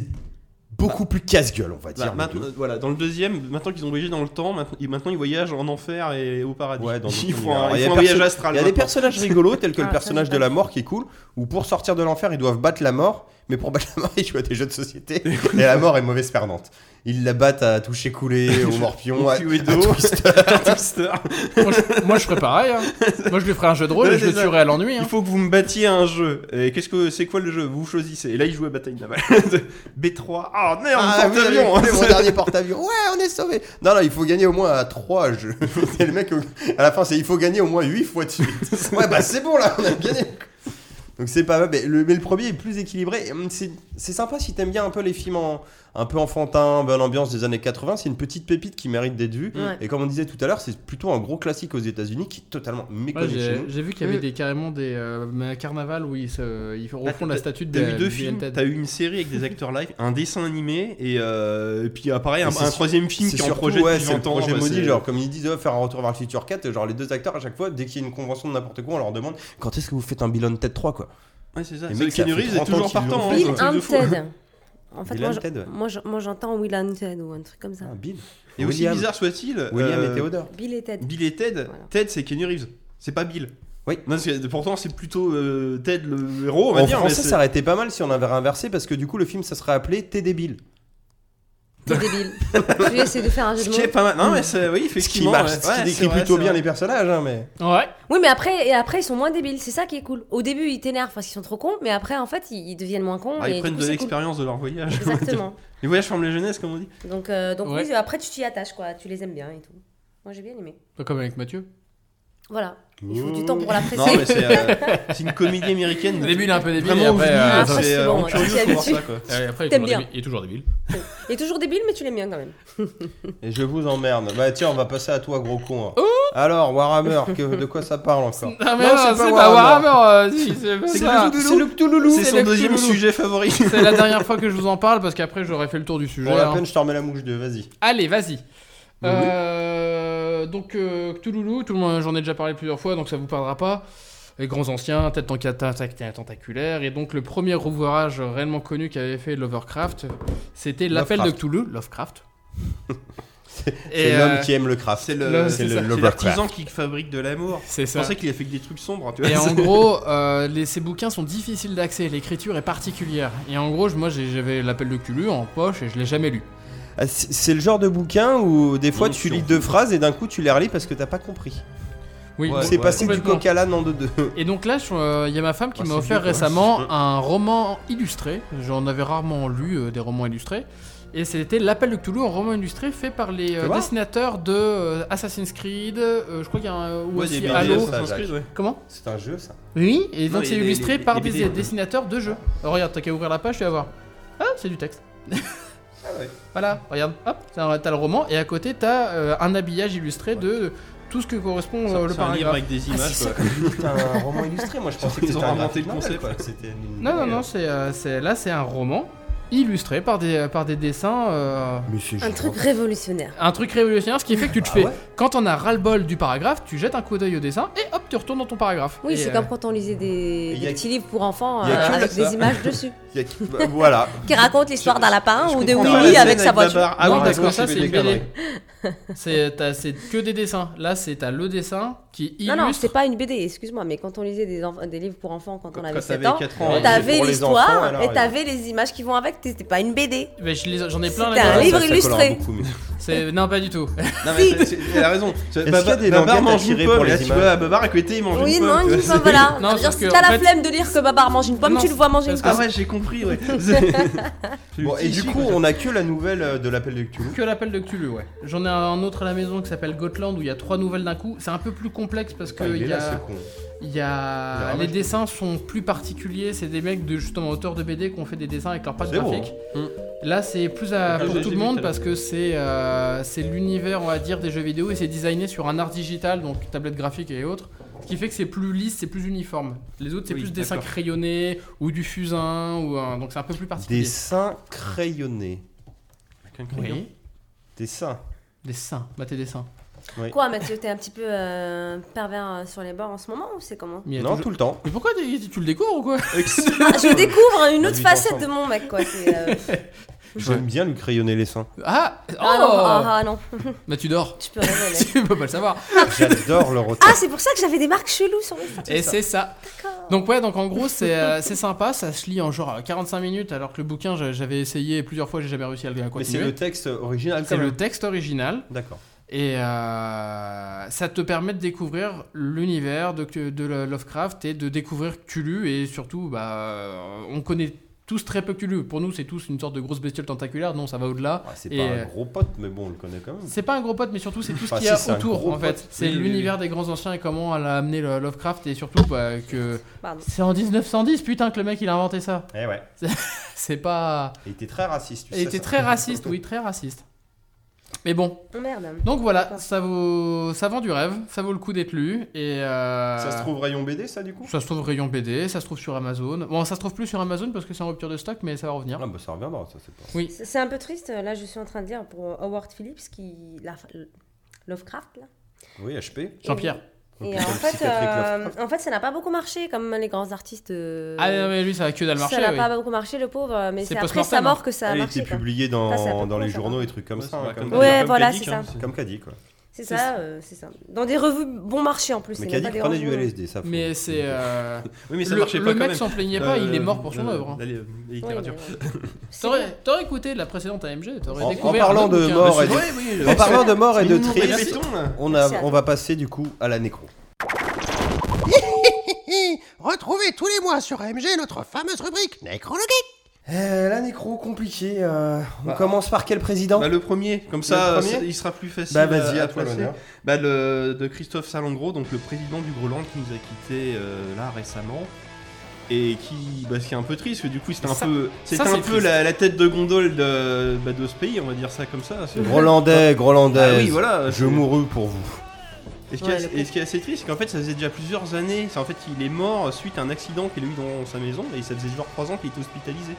S1: beaucoup plus casse-gueule, on va
S3: Bah,
S1: dire.
S3: maintenant-
S1: le deux.
S3: voilà, dans le deuxième, maintenant qu'ils ont voyagé dans le temps, maintenant, ils- maintenant ils voyagent en enfer et au paradis.
S1: Ouais, dans d'autres
S3: ils font
S1: univers.
S3: un,
S1: Il
S3: ils
S1: y a
S3: font un
S1: perso-
S3: voyage astral.
S1: Il y a des
S3: maintenant.
S1: personnages rigolos, tels que
S4: Ah,
S1: le
S4: ça,
S1: personnage
S4: j'ai
S1: de
S4: pas
S1: la mort qui est cool, où pour sortir de l'enfer, ils doivent battre la mort, mais pour battre la mort, ils jouent à des jeux de société, et la mort est mauvaise perdante. ils la battent à toucher couler, au morpion, à,
S3: Cluedo.
S1: à Twister.
S3: Twister.
S2: Moi, je- moi, je ferais pareil. hein. Moi je lui ferais un jeu de rôle
S3: Ouais,
S2: et je
S3: c'est
S2: le
S3: ça.
S2: tuerais à l'ennui. hein.
S3: Il faut que vous me battiez à un jeu. Et qu'est-ce que c'est quoi le jeu Vous choisissez. Et là, il jouait Bataille navale. B3. Ah merde,
S1: Ah, vous avez
S3: porte-avions.
S1: coupé mon dernier porte-avions. Ouais, on est sauvé. Non, non, il faut gagner au moins à 3 jeux. C'est le mec, au- à la fin, c'est il faut gagner au moins 8 fois de suite. Ouais, bah c'est bon là, on a gagné. Donc c'est pas mal, mais le, mais le premier est plus équilibré. Et, hum, C'est c'est sympa si t'aimes bien un peu les films en- un peu enfantins, bonne ambiance des années 80. C'est une petite pépite qui mérite d'être vue.
S4: Ouais.
S1: Et comme on disait tout à l'heure, c'est plutôt un gros classique aux États-Unis qui est totalement
S2: Ouais,
S1: méconnu chez
S2: j'ai
S1: nous.
S2: j'ai vu qu'il y avait
S4: Mm.
S2: des, carrément des euh, carnavals où ils, se, ils refont
S3: Ah, t'as-
S2: la statue de
S3: T'as eu deux
S2: de
S3: films,
S2: Bill Ted.
S3: t'as eu une série avec des acteurs live, un dessin animé et, euh, et puis ah, pareil, un,
S1: Mais c'est
S3: un
S1: sur-
S3: troisième film qui
S1: C'est
S3: est en
S1: surtout,
S3: projet
S1: ouais,
S3: depuis
S1: c'est le
S3: 20 ans,
S1: projet
S3: bah,
S1: maudit,
S3: c'est-
S1: genre comme ils disent, euh, faire un retour vers le futur 4, genre les deux acteurs à chaque fois, dès qu'il y a une convention de n'importe quoi, on leur demande quand est-ce que vous faites un bilan de tête 3 quoi.
S3: Ouais, c'est ça.
S1: Les
S3: C'est-
S1: mecs, ça
S3: Keanu
S1: fait
S3: Reeves
S1: 30
S3: est
S1: ans
S3: toujours
S1: qu'ils l'ont
S3: partant. hein,
S1: fait.
S3: c'est
S4: Bill
S3: un truc de fou.
S4: Hunted. En fait,
S1: Bill
S4: moi, je-
S1: Hunted, ouais.
S4: moi, je- moi, j'entends Will Hunted ou un truc comme ça.
S1: Ah, Bill.
S3: Et aussi
S1: William.
S3: bizarre soit-il,
S1: William
S3: euh,
S1: et Théodore.
S4: Bill et Ted.
S3: Bill et Ted,
S4: Voilà.
S3: Ted c'est Kenny Reeves, c'est pas Bill.
S1: Oui.
S3: Non, parce que pourtant c'est plutôt euh, Ted le héros, on va
S1: En
S3: dire.
S1: français,
S3: mais
S1: ça aurait été pas mal si on avait inversé parce que du coup, le film ça serait appelé T'es débile.
S4: T'es débile. je vais essayer de faire un jeu
S3: c'est- Ce
S4: de
S3: qui est
S4: mots.
S3: pas mal. Non, mais c'est oui,
S1: Ce qui
S3: effectivement.
S1: marche,
S3: ouais.
S1: ce
S3: Ouais,
S1: qui
S3: c'est
S1: décrit
S3: vrai,
S1: plutôt
S3: c'est
S1: bien
S3: vrai.
S1: les personnages, hein, mais.
S2: Ouais.
S4: Oui, mais après, et après, ils sont moins débiles. C'est ça qui est cool. Au début, ils t'énervent parce qu'ils sont trop cons, mais après, en fait, ils, ils deviennent moins cons.
S3: Ah,
S4: et
S3: ils
S4: du
S3: prennent
S4: coup,
S3: de
S4: c'est cool.
S3: l'expérience de leur voyage.
S4: Exactement.
S3: Les voyages forment la jeunesse, comme on dit.
S4: Donc, euh, donc
S2: Ouais.
S4: oui, après, tu t'y attaches, quoi. Tu les aimes bien et tout. Moi, j'ai bien aimé.
S2: Pas comme avec Mathieu.
S4: Voilà. Il faut du temps pour l'apprécier.
S3: Non, mais c'est euh, c'est une comédie américaine.
S2: Au début, il est un peu débile.
S3: Vraiment,
S2: et après,
S4: Ah,
S3: au début,
S2: euh,
S4: après,
S3: c'est
S4: c'est
S3: euh,
S4: bon,
S3: on est curieux
S4: tu t'y
S3: de voir
S4: habitues.
S3: ça, quoi.
S2: euh, après, il est
S4: T'aimes
S2: toujours
S4: bien.
S2: débile- il est toujours débile.
S4: Il est toujours débile, mais tu l'aimes bien quand même.
S1: Et je vous emmerde. Bah tiens, on va passer à toi, gros con. hein. Alors, Warhammer, que- de quoi ça parle encore
S2: Non, Ah, mais
S1: Non,
S2: non,
S1: c'est pas
S2: c'est pas
S1: Warhammer.
S2: Warhammer. euh, si, C'est pas ça.
S1: C'est le Cthulhu.
S3: C'est
S2: le
S3: son deuxième
S2: Cthulhu.
S3: sujet favori.
S2: C'est la dernière fois que je vous en parle parce qu'après, j'aurais fait le tour du sujet.
S1: Pour la
S2: hein.
S1: peine, je te remets la mouche de, vas-y.
S2: Allez, vas-y. Euh, donc, euh, Cthulhu, tout le monde, j'en ai déjà parlé plusieurs fois, donc ça vous parlera pas. Les grands anciens, tête en cata- tac- tentaculaire, et donc le premier ouvrage réellement connu qu'avait fait Lovecraft, c'était l'appel de
S1: Lovecraft.
S2: Cthulhu, Lovecraft. Et,
S1: C'est
S2: euh,
S1: l'homme qui aime le craft.
S3: C'est le-
S2: Le-
S1: c'est
S3: c'est ça,
S1: le
S3: c'est
S1: Lovecraft.
S3: l'artisan qui fabrique de l'amour.
S2: C'est
S3: Je
S2: ça.
S3: pensais qu'il a fait que des trucs sombres. Tu vois.
S2: Et en gros, euh, les, ces bouquins sont difficiles d'accès, l'écriture est particulière. Et en gros, je- moi j'ai- j'avais l'appel de Cthulhu en poche et je l'ai jamais lu.
S1: Ah, C'est c'est le genre de bouquin où des fois
S3: Non,
S1: tu
S3: si,
S1: lis
S3: on-
S1: deux phrases et d'un coup tu les relis parce que t'as pas compris.
S2: Oui,
S3: Ouais.
S1: c'est passé du
S2: complètement.
S1: coq à l'âne en deux deux.
S2: Et donc là, euh, il y a ma femme qui
S3: Ah,
S2: m'a
S3: c'est
S2: offert
S3: vieux, ouais.
S2: récemment un roman illustré. J'en avais rarement lu euh, des romans illustrés. Et c'était L'Appel de Cthulhu, un roman illustré fait par les euh,
S1: Tu vois
S2: dessinateurs de euh, Assassin's Creed, euh, je crois qu'il y a un, ou
S3: Ouais,
S2: aussi
S3: des BD,
S2: Halo.
S1: ça.
S3: Assassin's Creed, ouais.
S2: Comment
S1: C'est un jeu ça.
S2: Oui, et
S3: Non,
S2: donc
S3: il y
S2: c'est
S3: a des-
S2: illustré
S3: des-
S2: par
S3: des
S2: des,
S3: BD.
S2: dessinateurs de jeux. Oh, regarde, t'as qu'à ouvrir la page, tu vas voir. Ah, c'est du texte.
S1: ouais.
S2: Voilà, regarde, hop, t'as t'as le roman, et à côté, t'as euh, un habillage illustré de tout ce que correspond euh, le
S3: C'est un livre
S2: paragraphe.
S3: avec des
S4: Ah,
S3: images.
S4: c'est
S3: quoi.
S1: C'est un roman illustré, moi je pensais que
S3: Ils ont
S1: c'était un
S3: inventé le
S1: graphic novel,
S3: concept.
S1: quoi. C'était une-
S2: Non, non, non, c'est, euh, c'est- là c'est un roman illustré par des, par des dessins. euh,
S1: Mais c'est
S4: Un truc révolutionnaire.
S2: un truc révolutionnaire, ce qui fait que tu te
S1: Ah
S2: fais.
S1: ouais
S2: Quand on a ras-le-bol du paragraphe, tu jettes un coup d'œil au dessin et hop, tu retournes dans ton paragraphe.
S4: Oui,
S2: Et,
S4: c'est
S2: euh,
S4: comme quand on lisait des,
S1: il y
S4: des
S1: a-
S4: petits livres pour enfants
S1: il y a
S4: euh,
S1: que
S4: avec
S1: ça.
S4: des images dessus.
S1: Il y a qui- bah, Voilà.
S4: Qui raconte l'histoire d'un lapin
S3: Je
S4: ou de
S3: comprends pas la
S4: Willy
S3: scène
S4: avec sa voiture.
S3: Babar. Ah
S2: non,
S3: oui,
S2: parce que
S3: d'accord,
S2: ça
S3: j'ai
S2: c'est
S3: fait
S2: une
S3: des
S2: BD.
S3: conneries.
S2: C'est t'as- c'est que des dessins. Là, c'est t'as le dessin qui
S4: Non,
S2: illustre.
S4: non, c'est pas une BD, excuse-moi, mais quand on lisait des, enf- des livres pour enfants quand on
S3: Quand
S4: avait
S3: t'avais
S4: 7 ans,
S3: 4 ans,
S1: ouais. C'est
S4: t'avais
S1: pour les enfants,
S4: l'histoire
S1: alors,
S4: et t'avais les images qui vont avec, c'était pas une BD.
S2: Mais je les- j'en ai plein
S4: C'était un
S2: là.
S1: Ouais,
S4: livre
S1: ça, ça
S4: illustré.
S1: colore beaucoup, mais-
S2: C'est- Non, pas du tout.
S3: Non, mais c'est- c'est- elle a raison.
S1: qu'il y a
S3: Babar-
S1: des
S3: Babar
S1: languettes à
S3: mange une
S1: tirer
S3: pomme.
S1: pour
S3: et
S1: les
S3: Là, tu
S1: images
S3: vois, à Babar à côté, il mange
S4: Oui,
S3: une pomme.
S4: non,
S3: tu
S4: une
S3: vois,
S4: pomme, voilà.
S2: Non,
S4: Je veux dire,
S2: sauf
S4: si
S2: que,
S4: t'as
S2: en
S4: la
S2: fait-
S4: flemme de lire que Babar mange une pomme,
S2: Non,
S4: tu le vois manger une
S2: parce
S3: Ah
S4: pomme.
S3: ouais, j'ai compris, ouais.
S1: Bon, et du coup, on a que la nouvelle euh, de l'appel de Cthulhu.
S2: Que l'appel de Cthulhu, ouais. J'en ai un autre à la maison qui s'appelle Gotland où il y a trois nouvelles d'un coup. C'est un peu plus complexe parce que
S1: Ah, il
S2: Euh, il
S1: est
S2: y
S1: là,
S2: a.
S1: ce con.
S2: Il y
S1: Il y
S2: a...
S1: aura
S2: Les
S1: vachement.
S2: dessins sont plus particuliers, c'est des mecs de justement auteurs de BD qui ont fait des dessins avec leur patte
S1: C'est bon,
S2: graphique. Là c'est plus à...
S3: Ah,
S2: pour
S3: j'ai-
S2: tout
S3: j'ai
S2: le
S3: vu tout
S2: monde
S3: à
S2: parce que c'est euh, c'est l'univers on va dire des jeux vidéo et c'est designé sur un art digital donc tablette graphique et autres. Ce qui fait que c'est plus lisse, c'est plus uniforme. Les autres c'est
S3: Oui,
S2: plus dessins
S3: d'accord.
S2: crayonnés ou du fusain ou un- donc c'est un peu plus particulier.
S1: Dessin crayonné.
S2: Oui.
S1: Dessin.
S2: Dessins, bah tes dessins.
S4: Quoi, Mathieu, t'es un petit peu euh, pervers euh, sur les bords en ce moment ou c'est comment
S2: Mais il y a
S1: Non,
S2: toujours-
S1: tout le temps.
S2: Mais pourquoi tu tu le découvres ou quoi
S4: Ah, Je découvre une
S1: On
S4: autre
S1: vit
S4: facette
S1: ensemble.
S4: de mon mec, quoi. c'est, euh,
S1: J'aime bien lui crayonner les seins.
S2: Ah Oh
S4: Ah non, ah, ah, non,
S2: Bah, tu dors.
S4: tu peux révéler.
S2: tu peux pas le savoir.
S1: J'adore leur
S4: ah, c'est pour ça que j'avais des marques cheloues sur mes photos.
S2: Et c'est ça.
S4: D'accord.
S2: Donc ouais, donc en gros c'est euh, c'est sympa, ça se lit en genre euh, 45 minutes alors que le bouquin j'a- j'avais essayé plusieurs fois, j'ai jamais réussi à le
S1: Mais c'est le
S2: continuer.
S1: texte original
S2: C'est
S1: quand
S2: le,
S1: même.
S2: texte original
S1: D'accord.
S2: et euh, ça te permet de découvrir l'univers de, de Lovecraft et de découvrir Cthulhu et surtout bah euh, on connaît tous très peu Cthulhu. Pour nous c'est tous une sorte de grosse bestiole tentaculaire, non ça va au-delà.
S1: Ah, c'est
S2: Et,
S1: pas un
S2: euh,
S1: gros pote, mais bon, on le connaît quand même.
S2: C'est pas un gros pote, mais surtout c'est tout ce
S1: Enfin,
S2: qu'il y a
S1: si, c'est un
S2: autour
S1: gros
S2: en fait.
S1: pote.
S2: C'est
S1: Oui, oui,
S2: l'univers des grands anciens et comment elle a amené le- Lovecraft et surtout bah, que
S4: Pardon.
S2: c'est en 1910 putain que le mec il a inventé ça.
S1: Eh ouais.
S2: C'est pas.
S1: Il était très raciste. tu
S2: Il
S1: sais,
S2: était
S1: ça.
S2: très raciste, oui, très raciste. Mais bon,
S4: Oh, merde.
S2: donc voilà, ça vaut, ça vend du rêve, ça vaut le coup d'être lu et. euh,
S1: Ça se trouve rayon BD, ça, du coup
S2: Ça se trouve rayon BD, ça se trouve sur Amazon. Bon, ça se trouve plus sur Amazon parce que c'est en rupture de stock, mais ça va revenir.
S1: Ah, bah ça reviendra, ça, c'est pas.
S4: C'est c'est un peu triste. Là, je suis en train de lire pour Howard Phillips qui. la- Lovecraft, là.
S1: Oui, HP.
S2: Jean-Pierre.
S4: Et
S1: Hôpital
S4: en fait,
S1: psychiatrique
S4: euh,
S1: Lovecraft.
S4: en fait, ça n'a pas beaucoup marché comme les grands artistes. euh,
S2: Ah non, mais lui, ça a que dalle marché.
S4: ça n'a
S2: oui.
S4: pas beaucoup marché, le pauvre. euh, Mais
S2: C'est
S4: c'est après
S2: post-mortem,
S4: sa mort
S2: hein.
S4: que ça a
S1: Elle a
S4: marché.
S1: été
S4: quoi.
S1: publiée
S4: Ça, c'est à peu
S1: dans, dans
S4: près
S1: les
S4: ça.
S1: journaux et trucs comme ça. hein, comme,
S4: Ouais, voilà, c'est ça.
S1: comme Kadik, quoi.
S4: C'est
S2: C'est
S4: ça, euh, c'est ça. Dans des revues bon marché en plus.
S1: Mais
S4: c'est même pas
S1: Kadik
S4: des
S1: prenait du
S4: revues, hein.
S1: LSD, ça. faut-
S2: Mais c'est. euh,
S3: Oui, mais ça
S2: le
S3: marchait
S2: le
S3: pas quand
S2: mec
S3: même.
S2: s'en plaignait pas, il est mort pour son
S3: Euh,
S2: œuvre. hein.
S3: La, la- la
S4: Oui,
S3: littérature.
S4: mais, euh, c'est bien.
S2: T'aurais t'aurais écouté la précédente AMG, t'aurais
S1: En- en
S2: découvert.
S1: parlant
S2: d'autres
S1: de
S2: bouquins.
S1: mort et de-
S2: Ouais, oui,
S1: En parlant de mort et de
S3: Très
S1: triste,
S3: béton, là.
S1: On,
S4: Merci à
S1: a,
S4: toi.
S1: on va passer du coup à la nécro.
S8: Retrouvez tous les mois sur AMG notre fameuse rubrique Nécrologique.
S1: Euh, la nécro compliquée. euh, on commence par quel président
S3: Bah, le premier, comme ça,
S1: Le premier
S3: ça- il sera plus facile.
S1: Bah, vas-y, à toi
S3: placer.
S1: l'honneur.
S3: Bah, le, de Christophe Salengro, donc le président du Groland qui nous a quitté euh, là récemment. Et qui, bah, ce qui est un peu triste, parce que du coup, c'était un
S2: Ça-
S3: peu, c'était
S2: ça,
S3: un
S2: c'est
S3: peu la, la tête de gondole de, bah, de ce pays, on va dire ça comme ça. C'est-
S1: Grolandais, Grolandais.
S3: Ah oui, voilà.
S1: Je
S3: c'est-
S1: mourus pour vous.
S3: Et ce, qui est
S4: Ouais,
S3: assez-
S4: le
S3: et ce qui est assez triste, c'est qu'en fait, ça faisait déjà plusieurs années. C'est en fait, il est mort suite à un accident qu'il a eu dans sa maison, et ça faisait genre 3 ans qu'il était hospitalisé.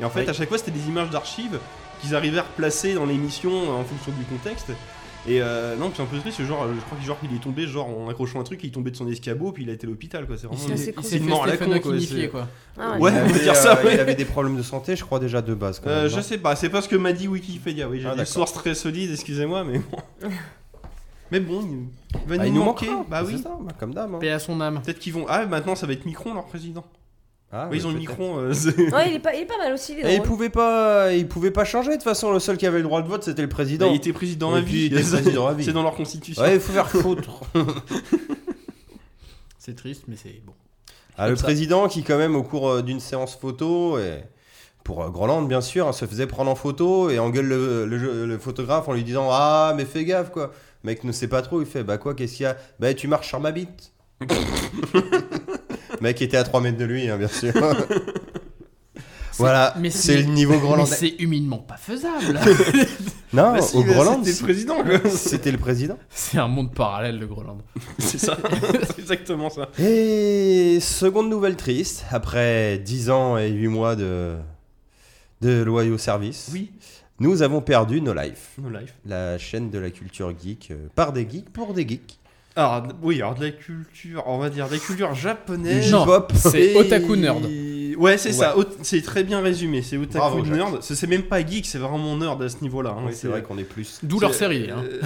S3: Et en fait,
S1: Oui.
S3: à chaque fois, c'était des images d'archives qu'ils arrivaient à replacer dans l'émission en fonction du contexte. Et euh, non, c'est un peu triste, genre, euh, je crois que genre il est tombé genre en accrochant un truc, il est tombé de son escabeau, puis il a été à l'hôpital, quoi. C'est
S2: Il
S3: vraiment.
S2: s'est- il
S4: c'est
S2: s'est
S4: con.
S2: fait
S3: Mort à la
S2: Stephen
S3: con, quoi,
S2: Hawking
S3: c'est-
S2: quoi.
S4: Ah ouais.
S3: Ouais,
S1: il
S3: on peut
S1: avait,
S3: dire ça,
S1: euh,
S3: ouais.
S1: Il avait des problèmes de santé, je crois, déjà de base. Quand
S3: Euh,
S1: même,
S3: je
S1: non
S3: sais pas, c'est pas ce que m'a dit Wikipédia. Oui, j'ai
S1: Ah,
S3: des
S1: d'accord.
S3: sources très solides, excusez-moi, mais bon. mais bon, il va
S1: Ah,
S3: nous manquer.
S1: manquera,
S3: Bah
S1: c'est
S3: oui.
S1: ça, bah, comme dame. hein.
S2: Paix à son âme.
S3: Peut-être qu'ils vont. Ah, maintenant ça va être Micron leur président.
S1: Ah,
S3: Ouais, ils
S1: oui,
S3: ont le
S1: peut-être.
S3: Micron. euh, c'est-
S4: Ouais, il est pas, il est pas mal aussi. Il
S1: Et
S4: est
S1: il
S4: drôle.
S1: pouvait pas, il pouvait pas changer de toute façon. Le seul qui avait le droit de vote, c'était le président.
S3: Bah, il était président à
S1: Et puis, il
S3: vie.
S1: était président à vie.
S3: C'est dans leur constitution.
S1: Ouais, il faut faire foutre.
S2: C'est triste, mais c'est bon.
S1: Ah, le président qui, quand même, au cours euh, d'une séance photo, et pour euh, Groland, bien sûr, hein, se faisait prendre en photo et engueule le, le jeu- le photographe en lui disant Ah, mais fais gaffe, quoi. Le mec ne sait pas trop. Il fait Bah, quoi, qu'est-ce qu'il y a Bah, tu marches sur ma bite. Le mec était à 3 mètres de lui, hein, bien sûr. voilà,
S2: mais
S1: c'est le niveau
S2: Mais
S1: Groland.
S2: c'est humilement pas faisable.
S1: Non,
S3: Bah, si,
S1: au
S3: bah,
S1: Groland,
S3: C'était président, quoi.
S1: c'était le président.
S2: c'est un monde parallèle, le Groenland.
S3: C'est ça. C'est exactement ça.
S1: Et seconde nouvelle triste, après 10 ans et 8 mois de, de loyaux services,
S3: Oui.
S1: nous avons perdu No Life,
S3: No life.
S1: la chaîne de la culture geek, euh, par des geeks, pour des geeks.
S3: Alors, d- oui, alors de la culture, on va dire, de la culture
S1: Du
S3: japonaise.
S2: Non,
S1: J-pop.
S2: c'est
S3: Et-
S2: Otaku Nerd.
S3: Ouais, c'est
S1: Ouais.
S3: ça. Ot- C'est très bien résumé. C'est Otaku
S1: Bravo, Jacques.
S3: Nerd. C'est c'est même pas geek, c'est vraiment nerd à ce niveau-là. hein.
S1: Oui, c'est vrai qu'on est plus.
S2: D'où leur
S3: C'est-
S2: série. hein.
S3: euh,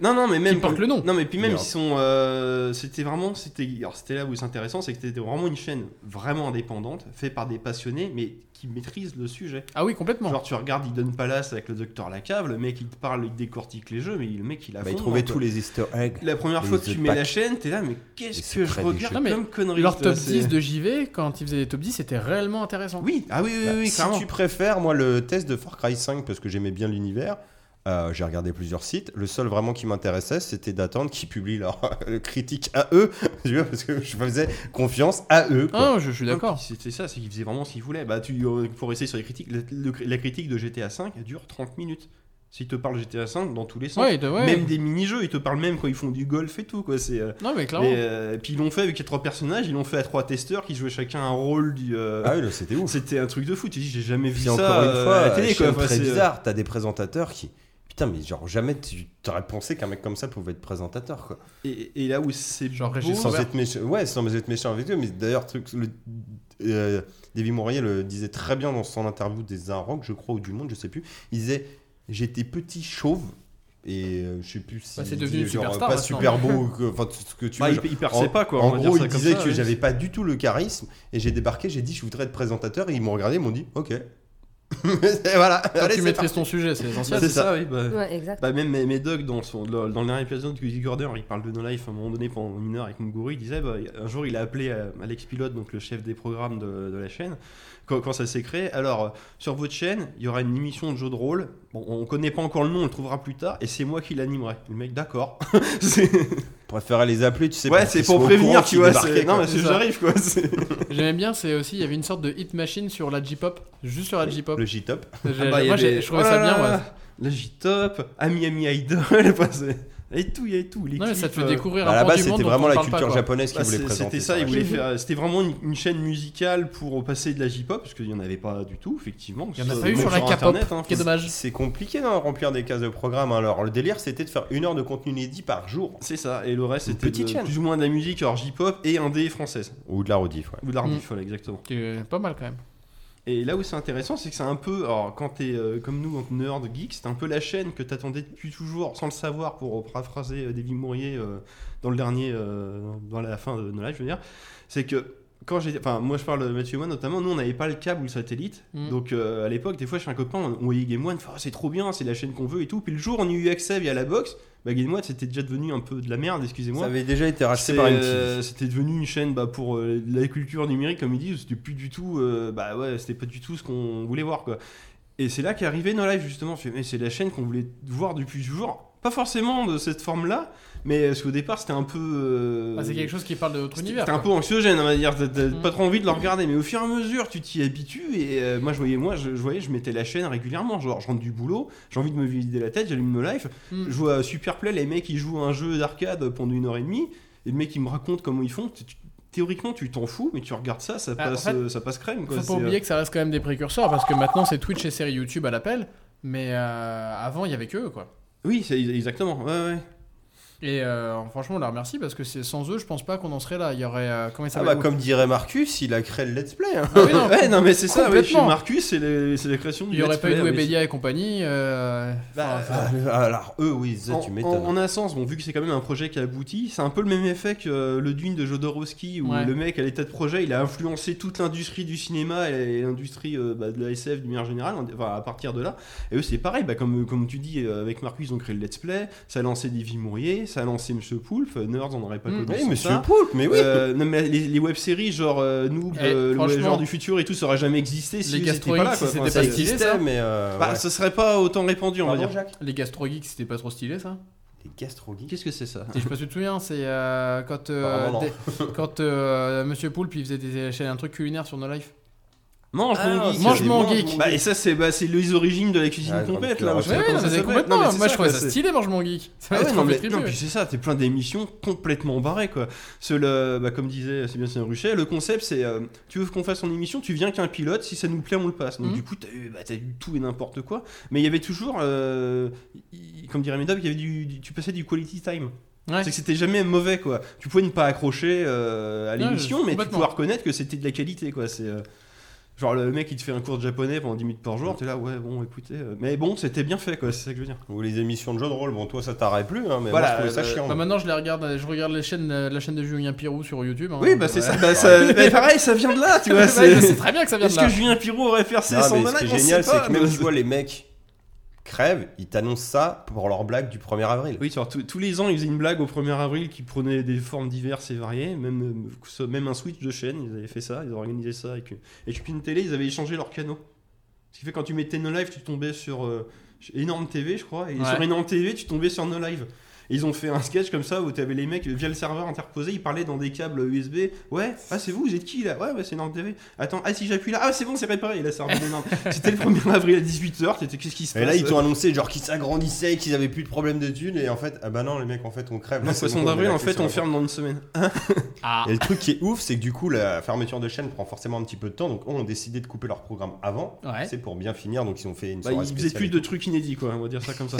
S3: Non, non, mais même.
S2: Qui porte le nom.
S3: Non, mais puis même,
S1: Merde.
S3: ils sont. euh, c'était vraiment. C'était, alors, c'était là où c'est intéressant, c'est que c'était vraiment une chaîne vraiment indépendante, faite par des passionnés, mais qui maîtrisent le sujet.
S2: Ah oui, complètement.
S3: Genre, tu regardes Eden Palace avec le docteur Lacave, le mec, il te parle, il décortique les jeux, mais le mec, il a hein,
S1: Bah, ils trouvaient tous les easter eggs.
S3: La première
S1: les
S3: fois que tu
S1: The
S3: mets
S1: Pack.
S3: la chaîne, t'es là, mais
S1: Et
S3: qu'est-ce
S1: c'est
S3: que je
S1: très
S3: regarde
S1: déchirant.
S2: Non, mais
S3: comme conneries
S2: Leur
S3: tu
S2: top
S3: vois, c'est-
S2: 10 de JV, quand ils faisaient des top 10, c'était réellement intéressant.
S3: Oui, ah oui, oui,
S1: Bah,
S3: oui,
S1: si
S3: clairement.
S1: tu préfères, moi, le test de Far Cry 5, parce que j'aimais bien l'univers, euh, j'ai regardé plusieurs sites. Le seul vraiment qui m'intéressait, c'était d'attendre qu'ils publient leur critique à eux, tu vois, parce que je faisais confiance à eux. quoi.
S2: Ah, je, je suis
S3: Ah,
S2: d'accord.
S3: puis C'était ça, c'est qu'ils faisaient vraiment ce qu'ils voulaient. Bah, tu, euh, pour rester sur les critiques, la, le- la critique de GTA V elle dure 30 minutes. S'ils te parlent GTA V dans tous les sens,
S2: Ouais, de- ouais.
S3: même des mini-jeux, ils te parlent même quand ils font du golf et tout. Quoi. C'est, euh,
S2: Non, mais
S3: mais,
S2: clairement.
S3: euh, et puis ils l'ont fait avec les trois personnages, ils l'ont fait à trois testeurs qui jouaient chacun un rôle du. euh,
S1: Ah oui, là, c'était ouf.
S3: C'était un truc de fou, tu dis, j'ai jamais vu
S1: Puis
S3: ça
S1: encore une
S3: euh,
S1: fois,
S3: à la télé.
S1: chaîne
S3: Quoi. Enfin,
S1: très
S3: c'est, euh,
S1: bizarre, t'as des présentateurs qui. putain, mais genre jamais tu t'aurais pensé qu'un mec comme ça pouvait être présentateur, quoi.
S3: Et, et là où c'est
S2: Genre
S3: beau-
S2: Régis
S1: Sans
S2: Robert.
S1: être méchant, ouais, sans être méchant avec eux, mais d'ailleurs, truc, le, euh, David Mourier le disait très bien dans son interview des Un Rock, je crois, ou du Monde, je sais plus. Il disait J'étais petit chauve, et euh, je sais plus si.
S2: Bah, c'est
S1: il
S2: devenu
S1: disait,
S2: une
S1: genre,
S2: superstar,
S1: Pas
S2: maintenant.
S1: super beau, ou que- enfin, tout ce que tu
S3: hein, Bah,
S1: veux.
S3: il, il perçait
S1: en-
S3: pas quoi. on
S1: en
S3: va
S1: gros,
S3: dire ça
S1: il
S3: comme
S1: disait
S3: ça,
S1: que
S3: ouais.
S1: j'avais pas du tout le charisme et j'ai débarqué, j'ai dit je voudrais être présentateur et ils m'ont regardé, ils m'ont dit ok. Et voilà.
S2: Toi,
S1: Allez,
S2: tu
S1: c'est
S2: maîtrises ton sujet, c'est
S3: Bah,
S2: essentiel.
S3: c'est
S1: C'est ça.
S3: ça, oui. Bah,
S4: Ouais, exact.
S3: bah, même Medoc, dans, son, dans dans le dernier épisode de Cusy Gordon, il parle de No Life à un moment donné pendant une heure avec Muguru. Il disait bah, un jour, il a appelé euh, Alex Pilote, donc le chef des programmes de, de la chaîne, quand, quand ça s'est créé. Alors, euh, sur votre chaîne, il y aura une émission de jeu de rôle. Bon, on connaît pas encore le nom, on le trouvera plus tard, et c'est moi qui l'animerai. Le mec, d'accord. C'est-
S1: préférer les appeler, tu sais.
S3: ouais,
S1: qu'ils
S3: c'est
S1: soient
S3: pour
S1: au
S3: prévenir,
S1: courant
S3: tu
S1: qu'ils
S3: vois.
S1: débarquaient,
S3: c'est- Non,
S1: quoi.
S3: mais c'est-
S2: C'est ça.
S3: j'arrive, quoi. c'est-
S2: J'aimais bien, c'est aussi, il y avait une sorte de hit machine sur la J-pop, juste sur la J-pop.
S1: Le J-Top.
S2: J'ai-
S3: Ah bah, il y
S2: Moi, j'ai-
S3: avait-
S2: je trouvais
S3: Oh
S2: ça
S3: là
S2: bien,
S3: là
S2: ouais.
S3: là. La J-Top, Ami Ami Idol, enfin, c'est- il y avait tout, il y avait tout. les
S2: Non, mais ça te
S3: clips,
S2: fait
S3: euh,
S2: découvrir
S1: À la
S2: un pan
S1: base,
S2: du monde
S1: c'était
S2: dont
S1: vraiment
S2: on
S1: la
S2: parle pas,
S1: culture
S2: quoi.
S1: japoise qui
S3: Bah,
S1: voulait
S3: c'est-
S1: présenter.
S3: C'était ça, il voulait faire. C'était vraiment une, une chaîne musicale pour euh, passer de la J-pop, parce qu'il n'y en avait pas du tout,
S1: hein.
S3: effectivement.
S2: Il y en a
S3: Ça,
S2: pas eu
S3: même
S2: sur la K-pop,
S3: Internet, hein,
S2: qui est
S3: faut-
S2: dommage.
S1: C'est compliqué de remplir des cases de programme. hein. Alors, le délire, c'était de faire une heure de contenu inédit par jour.
S3: C'est ça, et le reste
S1: Une
S3: c'était
S1: petite
S3: de-
S1: chaîne.
S3: plus ou moins de la musique, alors J-pop et indé française,
S1: Ou de la rediff, ouais.
S3: ou de
S2: Mm.
S3: l'art du folle, exactement.
S2: Qui est Pas mal quand même.
S3: Et là où c'est intéressant, c'est que c'est un peu, alors quand t'es euh, comme nous, donc nerd geek, c'est un peu la chaîne que t'attendais depuis toujours, sans le savoir, pour paraphraser euh, David Mourier euh, dans le dernier, euh, dans la fin de No Life, je veux dire, c'est que quand j'ai, enfin moi je parle de Mathieu et moi notamment, nous on n'avait pas le câble ou le satellite,
S2: Mm.
S3: donc euh, à l'époque des fois chez un copain, on, on voyait Game One, on fait, Ah, c'est trop bien, c'est la chaîne qu'on veut et tout, puis le jour on y a eu accès via la box, bah Game One c'était déjà devenu un peu de la merde, excusez-moi.
S1: Ça avait déjà été racheté
S3: C'est,
S1: par une
S3: euh, C'était devenu une chaîne bah, pour euh, la culture numérique, comme ils disent. C'était plus du tout, euh, bah ouais, c'était pas du tout ce qu'on voulait voir, quoi. Et c'est là qu'est arrivé No Life justement. Je fais, mais c'est la chaîne qu'on voulait voir depuis toujours. Pas forcément de cette forme-là, mais parce qu'au départ c'était un peu. euh,
S2: Ah, c'est quelque chose qui parle de notre
S3: c'était-
S2: univers.
S3: C'était un
S2: quoi.
S3: peu anxiogène, on va dire. T'as- T'as
S2: Mm.
S3: pas trop envie de le regarder, mais au fur et à mesure, tu t'y habitues. Et euh, moi, je voyais, moi, je, je voyais, je mettais la chaîne régulièrement. Genre, je rentre du boulot, j'ai envie de me vider la tête, j'allume No Life.
S2: Mm.
S3: Je vois Superplay, les mecs, ils jouent à un jeu d'arcade pendant une heure et demie, et le mec, il me raconte comment ils font. Tu- tu- Théoriquement, tu t'en fous, mais tu regardes ça, ça
S2: Ah,
S3: passe,
S2: en fait,
S3: euh, ça passe crème. Quoi.
S2: Faut
S3: C'est,
S2: pas
S3: euh,
S2: oublier que ça reste quand même des précurseurs parce que maintenant c'est Twitch et série YouTube à l'appel, mais euh, avant il y avait que eux quoi.
S3: Oui, c'est exactement. Ouais, ouais.
S2: Et euh, franchement on leur remercie parce que c'est sans eux je pense pas qu'on en serait là. Il y aurait euh, comment il
S1: Ah bah,
S2: s'appelle
S1: comme dirait Marcus, il a créé le Let's Play. hein.
S2: Ah oui, non,
S3: ouais, non, mais c'est ça, ouais, chez
S2: complètement.
S3: Marcus, c'est, les- c'est la création du.
S2: Il y aurait
S3: Let's
S2: pas eu de
S3: Play, mais
S2: Webedia et compagnie. euh,
S3: Bah,
S2: enfin,
S1: Ah, Alors, eux, oui, ça,
S3: En,
S1: tu
S3: en-
S1: m'étonnes.
S3: en un sens, bon, vu que c'est quand même un projet qui a abouti, c'est un peu le même effet que euh, le Dune de Jodorowsky, où
S2: Ouais.
S3: le mec à l'état de projet, il a influencé toute l'industrie du cinéma et l'industrie euh, bah, de la SF d'une manière générale, en- enfin, à partir de là. Et eux, c'est pareil, bah, comme, comme tu dis, euh, avec Marcus, ils ont créé le Let's Play, ça a lancé Davy Mourier, ça a lancé Monsieur Poulpe, euh, Nerds, on n'aurait pas connu
S2: Mm.
S1: Oui,
S3: sans
S1: Eh, monsieur
S3: ça.
S1: Poulpe, mais oui.
S3: Euh, non, mais les, les web-séries genre euh, Noob,
S2: Eh,
S3: euh, le
S2: franchement,
S3: genre du futur et tout, ça aurait jamais existé si eux,
S2: les
S3: ils étaient
S2: Gastroïdes,
S3: pas là.
S2: si
S3: quoi.
S2: c'était
S3: Enfin,
S2: pas
S1: ça
S3: c'est-
S2: stylé,
S1: existait,
S2: ça
S1: mais. euh,
S3: bah,
S1: ouais.
S3: ce serait pas autant répandu, on va
S1: Pardon,
S3: dire.
S1: Jacques
S2: les gastro geeks c'était pas trop stylé ça.
S1: Les gastrogeeks.
S3: Qu'est-ce que c'est ça
S2: Je sais pas si tu te souviens c'est euh, quand euh,
S1: Apparemment, non.
S2: des- quand euh, Monsieur Poulpe il faisait des, un truc culinaire sur nos lives.
S3: Mange
S1: Ah,
S3: mon geek.
S2: mange
S3: c'est-
S2: mon
S3: mange
S2: geek.
S3: Bah, et ça, c'est bah, c'est les origines de la cuisine
S1: Ah,
S3: complète.
S1: donc,
S3: Là,
S1: euh,
S3: je sais
S2: Ouais,
S3: pas
S2: ouais,
S3: comment
S2: non,
S3: ça
S2: mais
S3: s'appelle.
S2: complètement. hein.
S3: Non, mais c'est
S2: Moi je
S3: ça,
S2: trouvais
S3: quoi,
S2: ça
S3: c'est-
S2: stylé mange mon geek. Ça
S3: Ah
S2: va
S3: ouais,
S2: être
S3: non,
S2: un
S3: mais,
S2: métier
S3: non,
S2: de-
S3: puis c'est ça, t'es plein d'émissions complètement barrées quoi. C'est le, bah, comme disait Sébastien Ruchet, le concept c'est euh, tu veux qu'on fasse en émission, tu viens qu'un pilote, si ça nous plaît on le passe. Donc
S2: Mhm.
S3: du coup t'as eu, bah, t'as eu tout et n'importe quoi, mais il y avait toujours, euh, y- comme dirait Médoc, il y avait du, du- tu passais du quality time.
S2: Ouais.
S3: C'est que c'était jamais mauvais quoi. Tu pouvais ne pas accrocher euh, à
S2: Ouais,
S3: l'émission, mais tu
S2: complètement.
S3: pouvais reconnaître que c'était de la qualité quoi. C'est euh, genre le mec il te fait un cours de japonais pendant 10 minutes par jour, t'es là ouais bon écoutez, euh, mais bon c'était bien fait quoi, c'est ça que je veux dire.
S1: Ou les émissions de jeux de rôle. Bon, toi, ça t'arrête plus, hein, mais
S3: Voilà,
S1: moi, je trouvais ça
S3: euh,
S1: chiant.
S2: Bah, maintenant je les regarde, euh, je regarde les chaînes, euh, la chaîne de Julien Pirou sur YouTube. hein.
S3: Oui, bah c'est
S1: Ouais.
S3: ça. Bah, ça- bah, pareil, ça vient de là, tu vois.
S2: Ouais,
S3: c'est-
S2: je sais très bien que ça vient de
S3: Est-ce
S2: là.
S3: que Julien Pirou aurait fait ça
S1: Non,
S3: sans
S1: mais ce qui
S3: blague
S1: est
S3: On
S1: génial,
S3: sait
S1: c'est
S3: pas,
S1: que même
S3: mais-
S1: tu vois les mecs crèvent, ils t'annoncent ça pour leur blague du 1er avril.
S3: Oui, genre, tous- tous les ans, ils faisaient une blague au 1er avril qui prenait des formes diverses et variées, même, euh, que ce- même un switch de chaîne, ils avaient fait ça, ils avaient organisé ça. avec- Et puis une télé, ils avaient échangé leurs canaux. Ce qui fait que quand tu mettais No Live, tu tombais sur euh, Énorme TV, je crois, et
S2: Ouais.
S3: sur Énorme TV, tu tombais sur No Live. Et ils ont fait un sketch comme ça où t'avais les mecs via le serveur interposé, ils parlaient dans des câbles USB. Ouais, ah c'est vous, vous êtes qui là Ouais, bah, c'est Norme TV. Attends, ah si j'appuie là, ah c'est bon, c'est réparé. Et là, c'est un énorme. C'était le 1er avril à 18h, t'étais qu'est-ce qui se passe
S1: Et là, ils t'ont annoncé genre qu'ils s'agrandissaient, qu'ils avaient plus de problème de thunes, et en fait, ah bah non, les mecs, en fait, on crève.
S3: Le
S1: Là, c'est
S3: poisson
S1: bon, on est
S3: d'avril, en
S1: lâché
S3: fait,
S1: sur
S3: on
S1: la-
S3: ferme dans une semaine.
S2: Ah,
S1: Et le truc qui est ouf, c'est que du coup, la fermeture de chaîne prend forcément un petit peu de temps, donc on a décidé de couper leur programme avant.
S2: Ouais.
S1: C'est pour bien finir, donc ils ont fait une
S3: Bah,
S1: soirée
S3: ils faisaient
S1: spéciale.
S3: plus de trucs inédits, quoi, on va dire ça comme ça.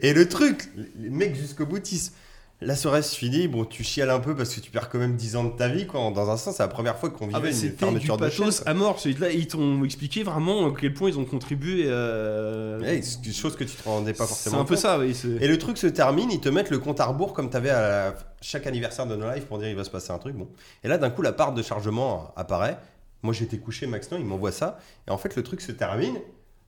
S1: Et le truc, les mecs jusqu'au boutissent. La soirée se finit, bon, tu chiales un peu parce que tu perds quand même 10 ans de ta vie, quoi. Dans un sens, c'est la première fois qu'on vivait
S3: Ah bah,
S1: une
S3: c'était du
S1: fermeture de chaîne.
S3: pathos à mort. Celui-là, ils t'ont expliqué vraiment à quel point ils ont contribué. à-
S1: Ouais, Eh, c'est une chose que tu te rendais pas
S3: c'est
S1: forcément
S3: un peu
S1: compte.
S3: ça, oui. c'est-
S1: Et le truc se termine, ils te mettent le compte à rebours comme t'avais à la- chaque anniversaire de nos lives pour dire il va se passer un truc. Bon. Et là, d'un coup, la part de chargement apparaît. Moi, j'étais couché, Max, non, il m'envoie ça. Et en fait, le truc se termine.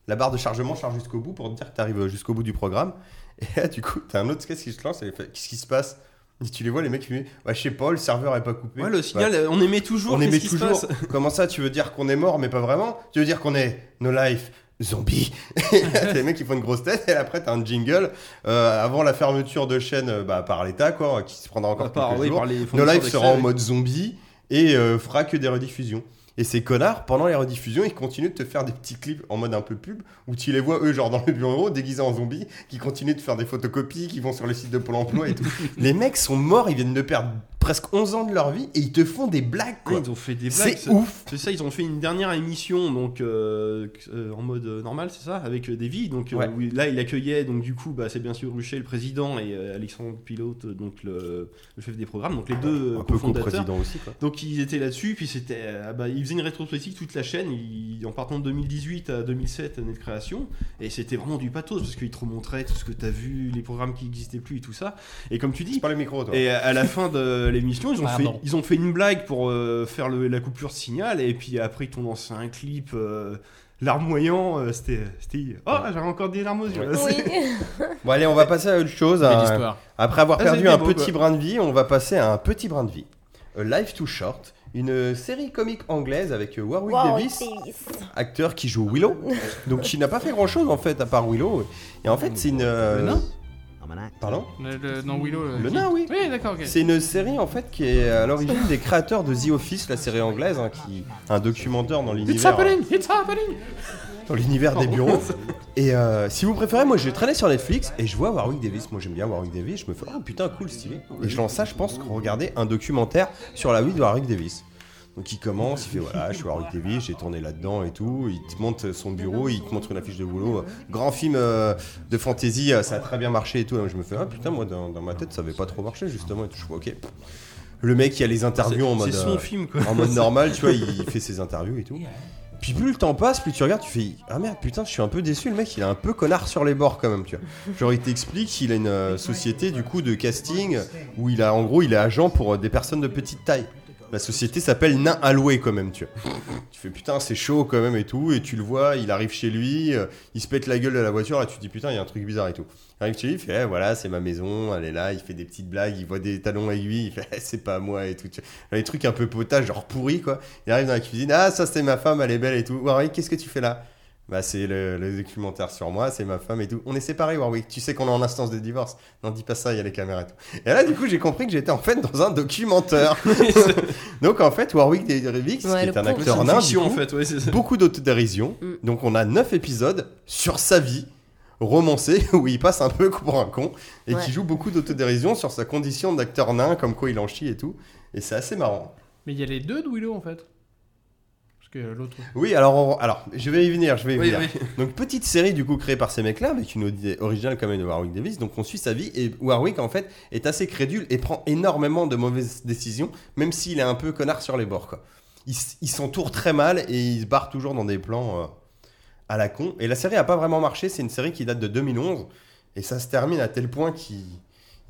S1: La barre de chargement charge jusqu'au bout pour te dire que t'arrives jusqu'au bout du programme. Et là, du coup, t'as un autre sketch qui se lance et il fait, qu'est-ce qui se passe Et tu les vois, les mecs, ils disent ouais, je sais pas, le serveur est pas coupé.
S3: Ouais, le signal, on aimait toujours.
S1: bah, On
S3: qu'est-ce
S1: aimait
S3: qui se
S1: toujours.
S3: passe
S1: Comment ça, tu veux dire qu'on est mort, mais pas vraiment Tu veux dire qu'on est nos life zombies T'as les mecs qui font une grosse tête, et après, t'as un jingle euh, avant la fermeture de chaîne euh, bah, par l'État, quoi, qui se prendra encore
S3: À part,
S1: quelques
S3: oui,
S1: jours.
S3: Bah, par les
S1: Nos
S3: fournisseurs
S1: lives
S3: d'accès,
S1: sera en
S3: oui.
S1: mode zombie et euh, fera que des rediffusions. Et ces connards, pendant les rediffusions, ils continuent de te faire des petits clips en mode un peu pub, où tu les vois, eux, genre dans le bureau, déguisés en zombies, qui continuent de faire des photocopies, qui vont sur le site de Pôle emploi et tout. les mecs sont morts, ils viennent de perdre presque 11 ans de leur vie, et ils te font des blagues, quoi.
S3: Ouais, Ah, Ils ont fait des blagues.
S1: C'est ouf
S3: C'est ça, ils ont fait une dernière émission donc euh, euh, en mode euh, normal, c'est ça, avec euh, des vies. Donc euh,
S1: Ouais.
S3: où il- là, il accueillait donc du coup, bah, c'est bien sûr Ruchet, le président, et euh, Alexandre Pilote, donc le, le chef des programmes, donc les deux euh,
S1: un peu
S3: cofondateurs.
S1: co-président aussi quoi.
S3: Donc ils étaient là-dessus, puis c'était, euh, ah bah, ils faisaient une rétrospective toute la chaîne, ils- en partant de 2018 à 2007, année de euh, création, et c'était vraiment du pathos parce qu'ils te remontraient tout ce que t'as vu, les programmes qui n'existaient plus et tout ça. Et comme tu dis,
S1: C'est pas le micro toi.
S3: et euh, à à la fin de l'émission, ils ont fait,
S2: Pardon.
S3: ils ont fait une blague pour euh, faire le- la coupure de signal, et puis après ils t'ont lancé un clip. euh, Larmoyant, euh, c'était. c'était- Oh, j'avais encore des larmes aux yeux. là, c'est-
S4: Oui,
S1: Bon allez, on va passer à autre chose.
S2: belle
S1: hein.
S2: histoire.
S1: Après avoir
S3: Ah,
S1: perdu
S3: c'était
S1: un
S3: beau,
S1: petit
S3: quoi.
S1: brin de vie, on va passer à un petit brin de vie. A Life Too Short, une série comique anglaise avec euh, Warwick
S4: Wow,
S1: Davis,
S4: Davis.
S1: acteur qui joue Willow, donc qui n'a pas fait grand chose en fait à part Willow. Et en fait, c'est une. euh,
S2: Le nain
S1: Pardon
S2: Le, le- non, Willow. euh,
S1: Le
S2: qui-
S1: nain, oui.
S2: Oui, d'accord, ok.
S1: C'est une série en fait qui est à l'origine des créateurs de The Office, la série anglaise, hein, qui un documentaire dans
S2: It's
S1: l'univers.
S2: happening, it's happening.
S1: dans l'univers des bureaux. Et euh, si vous préférez, moi j'ai traîné sur Netflix et je vois Warwick Davis. Moi j'aime bien Warwick Davis. Je me fais oh putain cool stylé. Et je lance ça, je pense regarder un documentaire sur la vie de Warwick Davis. Donc il commence, il fait voilà, je suis Warwick Davis, j'ai tourné là-dedans et tout. Il te montre son bureau, il te montre une affiche de boulot. Grand film euh, de fantasy, euh, ça a très bien marché et tout. Je me fais ah putain moi dans, dans ma tête ça avait pas trop marché justement et tout. Je vois ok. Le mec il y a les interviews en mode
S3: C'est son
S1: euh,
S3: film, quoi.
S1: en mode normal, tu vois, il fait ses interviews et tout. Puis plus le temps passe, plus tu regardes, tu fais Ah merde, putain, je suis un peu déçu, le mec il est un peu connard sur les bords quand même, tu vois. Genre il t'explique qu'il a une euh, société du coup de casting où il a en gros il est agent pour euh, des personnes de petite taille. La société s'appelle Nain Alloué quand même, tu vois. tu fais putain, c'est chaud quand même et tout, et tu le vois, il arrive chez lui, euh, il se pète la gueule de la voiture, là tu te dis putain, il y a un truc bizarre et tout. Il arrive chez lui, il fait Eh, voilà, c'est ma maison, elle est là, il fait des petites blagues, il voit des talons aiguilles, il fait Eh, c'est pas à moi et tout. tu vois. Les trucs un peu potage, genre pourri quoi. Il arrive dans la cuisine, ah ça c'est ma femme, elle est belle et tout. Warwick, qu'est-ce que tu fais là Bah c'est le, le documentaire sur moi, c'est ma femme et tout. On est séparés Warwick, tu sais qu'on est en instance de divorce. Non dis pas ça, il y a les caméras et tout. Et là du coup j'ai compris que j'étais en fait dans un documentaire. Donc en fait Warwick Davis,
S4: Ouais,
S1: qui
S4: le
S1: est un
S4: pauvre.
S3: C'est
S1: acteur
S3: une
S1: nain,
S3: fiction,
S1: du
S3: en
S1: coup,
S3: fait, ouais, c'est ça.
S1: beaucoup d'autodérision.
S4: Mm.
S1: Donc on a 9 épisodes sur sa vie romancée où il passe un peu pour un con et
S4: Ouais.
S1: qui joue beaucoup d'autodérision sur sa condition d'acteur nain, comme quoi il en chie et tout. Et c'est assez marrant.
S2: Mais il y a les deux de Willow en fait. Parce que l'autre.
S1: Oui, alors, on- alors je vais y venir, je vais y
S3: Oui,
S1: venir.
S3: oui.
S1: Donc petite série du coup créée par ces mecs-là avec une idée originale quand même de Warwick Davis. Donc on suit sa vie et Warwick en fait est assez crédule et prend énormément de mauvaises décisions, même s'il est un peu connard sur les bords quoi. Il, s- il s'entoure très mal et il se barre toujours dans des plans euh, à la con. Et la série a pas vraiment marché. C'est une série qui date de 2011 et ça se termine à tel point qu'il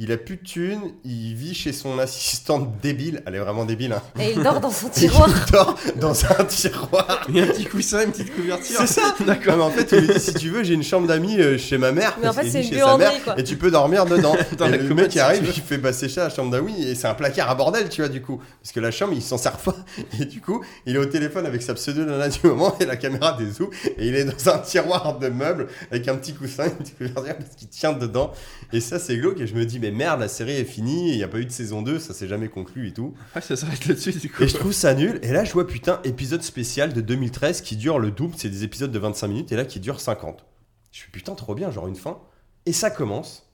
S1: il a plus de thunes, il vit chez son assistante débile, elle est vraiment débile, hein.
S4: Et il dort dans son
S1: il
S4: tiroir.
S1: dort dans un tiroir.
S3: Il y a un petit coussin, une petite couverture.
S1: C'est ça D'accord. mais en fait, il lui dit si tu veux, j'ai une chambre d'amis euh, chez ma mère.
S4: Mais en
S1: parce
S4: fait,
S1: qu'il
S4: c'est
S1: vit
S4: une
S1: chez sa
S4: buanderie,
S1: mère,
S4: quoi.
S1: Et tu peux dormir dedans.
S3: Dans
S1: Et
S3: la
S1: le
S3: commode,
S1: mec
S3: si
S1: qui arrive,
S3: tu veux.
S1: il fait passer ça à la chambre d'amis et c'est un placard à bordel, tu vois, du coup. Parce que la chambre, il s'en sert pas. Et du coup, il est au téléphone avec sa pseudo nana du moment et la caméra des zoos. Et il est dans un tiroir de meubles avec un petit coussin, une petite couverture, parce qu'il tient dedans. Et ça, c'est glauque. Et je me dis, mais mais merde, la série est finie, il n'y a pas eu de saison 2, ça s'est jamais conclu et tout.
S3: Ouais, ça s'arrête là-dessus, du coup.
S1: Et je trouve ça nul. Et là, je vois putain, épisode spécial de 2013 qui dure le double, c'est des épisodes de 25 minutes, et là qui dure 50. Je suis putain, trop bien, genre une fin. Et ça commence.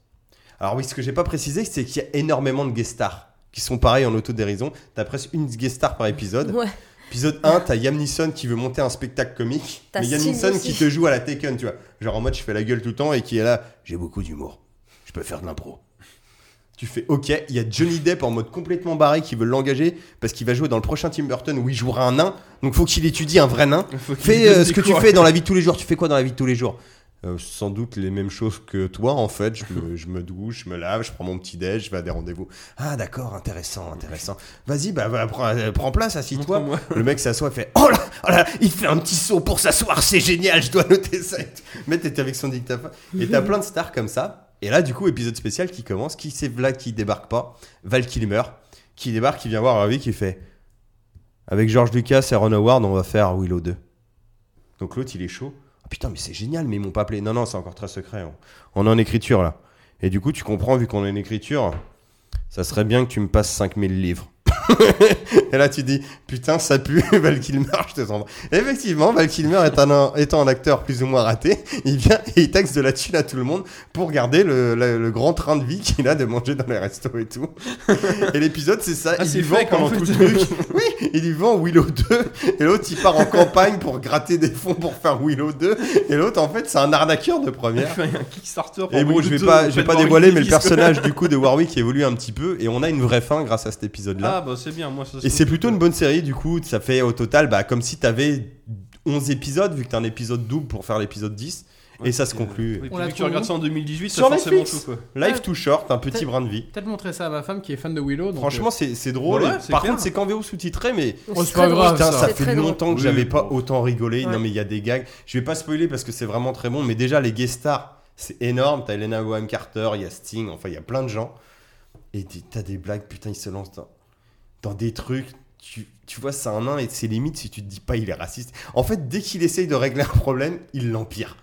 S1: Alors oui, ce que j'ai pas précisé, c'est qu'il y a énormément de guest stars qui sont pareils en autodérision. T'as presque une guest star par épisode.
S4: Ouais.
S1: Épisode 1, t'as Liam Neeson qui veut monter un spectacle comique.
S4: T'as
S1: mais Liam
S4: Steve
S1: Neeson
S4: aussi.
S1: qui te joue à la Taken, tu vois. Genre en mode, je fais la gueule tout le temps et qui est là, j'ai beaucoup d'humour. Je peux faire de l'impro. Tu fais OK. Il y a Johnny Depp en mode complètement barré qui veut l'engager parce qu'il va jouer dans le prochain Tim Burton où il jouera un nain. Donc faut qu'il étudie un vrai nain.
S3: Faut qu'il
S1: Fais
S3: donne
S1: euh,
S3: des
S1: ce que tu
S3: cours.
S1: fais dans la vie de tous les jours. Tu fais quoi dans la vie de tous les jours Euh, Sans doute les mêmes choses que toi en fait. Je me, je me douche, je me lave, je prends mon petit déj, je vais à des rendez-vous. Ah d'accord, intéressant, intéressant. Vas-y, bah, bah, prends, euh, prends place, assis-toi.
S3: Montre-moi.
S1: Le mec s'assoit, fait oh là, oh là, il fait un petit saut pour s'asseoir, c'est génial, je dois noter ça. et tout. Mais t'étais avec son dictaphone. Et t'as plein de stars comme ça. Et là, du coup, épisode spécial qui commence, qui c'est là qui débarque pas, Val Kilmer, qui débarque, qui vient voir Harvey, qui fait avec George Lucas et Ron Howard, on va faire Willow 2. Donc l'autre, il est chaud. Ah, putain, mais c'est génial, mais ils m'ont pas appelé. Non, non, c'est encore très secret. On, on est en écriture là. Et du coup, tu comprends, vu qu'on est en écriture, ça serait bien que tu me passes 5000 livres. et là, tu dis, putain, ça pue, Val Kilmer, je te sens. Effectivement, Val Kilmer est un, étant un acteur plus ou moins raté, il vient et il taxe de la thune à tout le monde pour garder le, le- le grand train de vie qu'il a de manger dans les restos et tout. et l'épisode, c'est ça.
S3: Ah,
S1: il
S3: c'est
S1: lui vend
S3: fake, en
S1: pendant
S3: fait.
S1: tout le truc. Oui, il lui vend Willow 2, et l'autre, il part en campagne pour gratter des fonds pour faire Willow 2, et l'autre, en fait, c'est un arnaqueur de
S3: Il
S1: première.
S3: fait un Kickstarter. pour
S1: Et bon,
S3: Windows
S1: je vais
S3: deux,
S1: pas,
S3: en
S1: je
S3: fait,
S1: vais pas
S3: dans
S1: dévoiler, mais le
S3: Windows Vista.
S1: personnage du coup de Warwick évolue un petit peu et on a une vraie fin grâce à cet épisode-là.
S3: Ah, bah c'est bien, moi ça se
S1: et c'est
S3: trouve,
S1: plutôt une bonne série, du coup, ça fait au total bah, comme si t'avais 11 épisodes, vu que t'as un épisode double pour faire l'épisode 10,
S3: Ouais,
S1: et ça se
S3: c'est-
S1: conclut.
S3: Oui,
S2: On
S3: puis
S2: la
S3: vu que tu
S2: trouve
S3: regardes
S2: où
S3: ça en 2018, ça
S1: Sur
S3: forcément
S1: Netflix.
S3: tout quoi.
S1: Life too short, un petit
S2: Peut-être-
S1: brin de vie.
S2: Peut-être montrer ça à ma femme qui est fan de Willow. donc,
S1: Franchement, c'est c'est drôle.
S3: Voilà,
S1: et
S3: euh, bah c'est
S1: par
S3: clair.
S1: contre, c'est qu'en VO sous-titré, mais
S2: Oh,
S4: très
S2: c'est pas
S4: drôle.
S2: grave,
S1: Putain,
S2: ça.
S1: ça
S4: C'est
S1: fait
S4: très drôle.
S1: longtemps que
S3: Oui,
S1: j'avais
S3: bon.
S1: pas autant rigolé.
S4: Ouais.
S1: Non, mais il y a des gags. Je vais pas spoiler parce que c'est vraiment très bon, mais déjà, les guest stars, c'est énorme. T'as Elena Bonham Carter, il y a Sting, enfin, il y a plein de gens. Et des- t'as des blagues, putain, ils se lancent dans, dans des trucs. Tu, tu vois, c'est un nain et c'est limite si tu te dis pas il est raciste. En fait, dès qu'il essaye de régler un problème, il l'empire.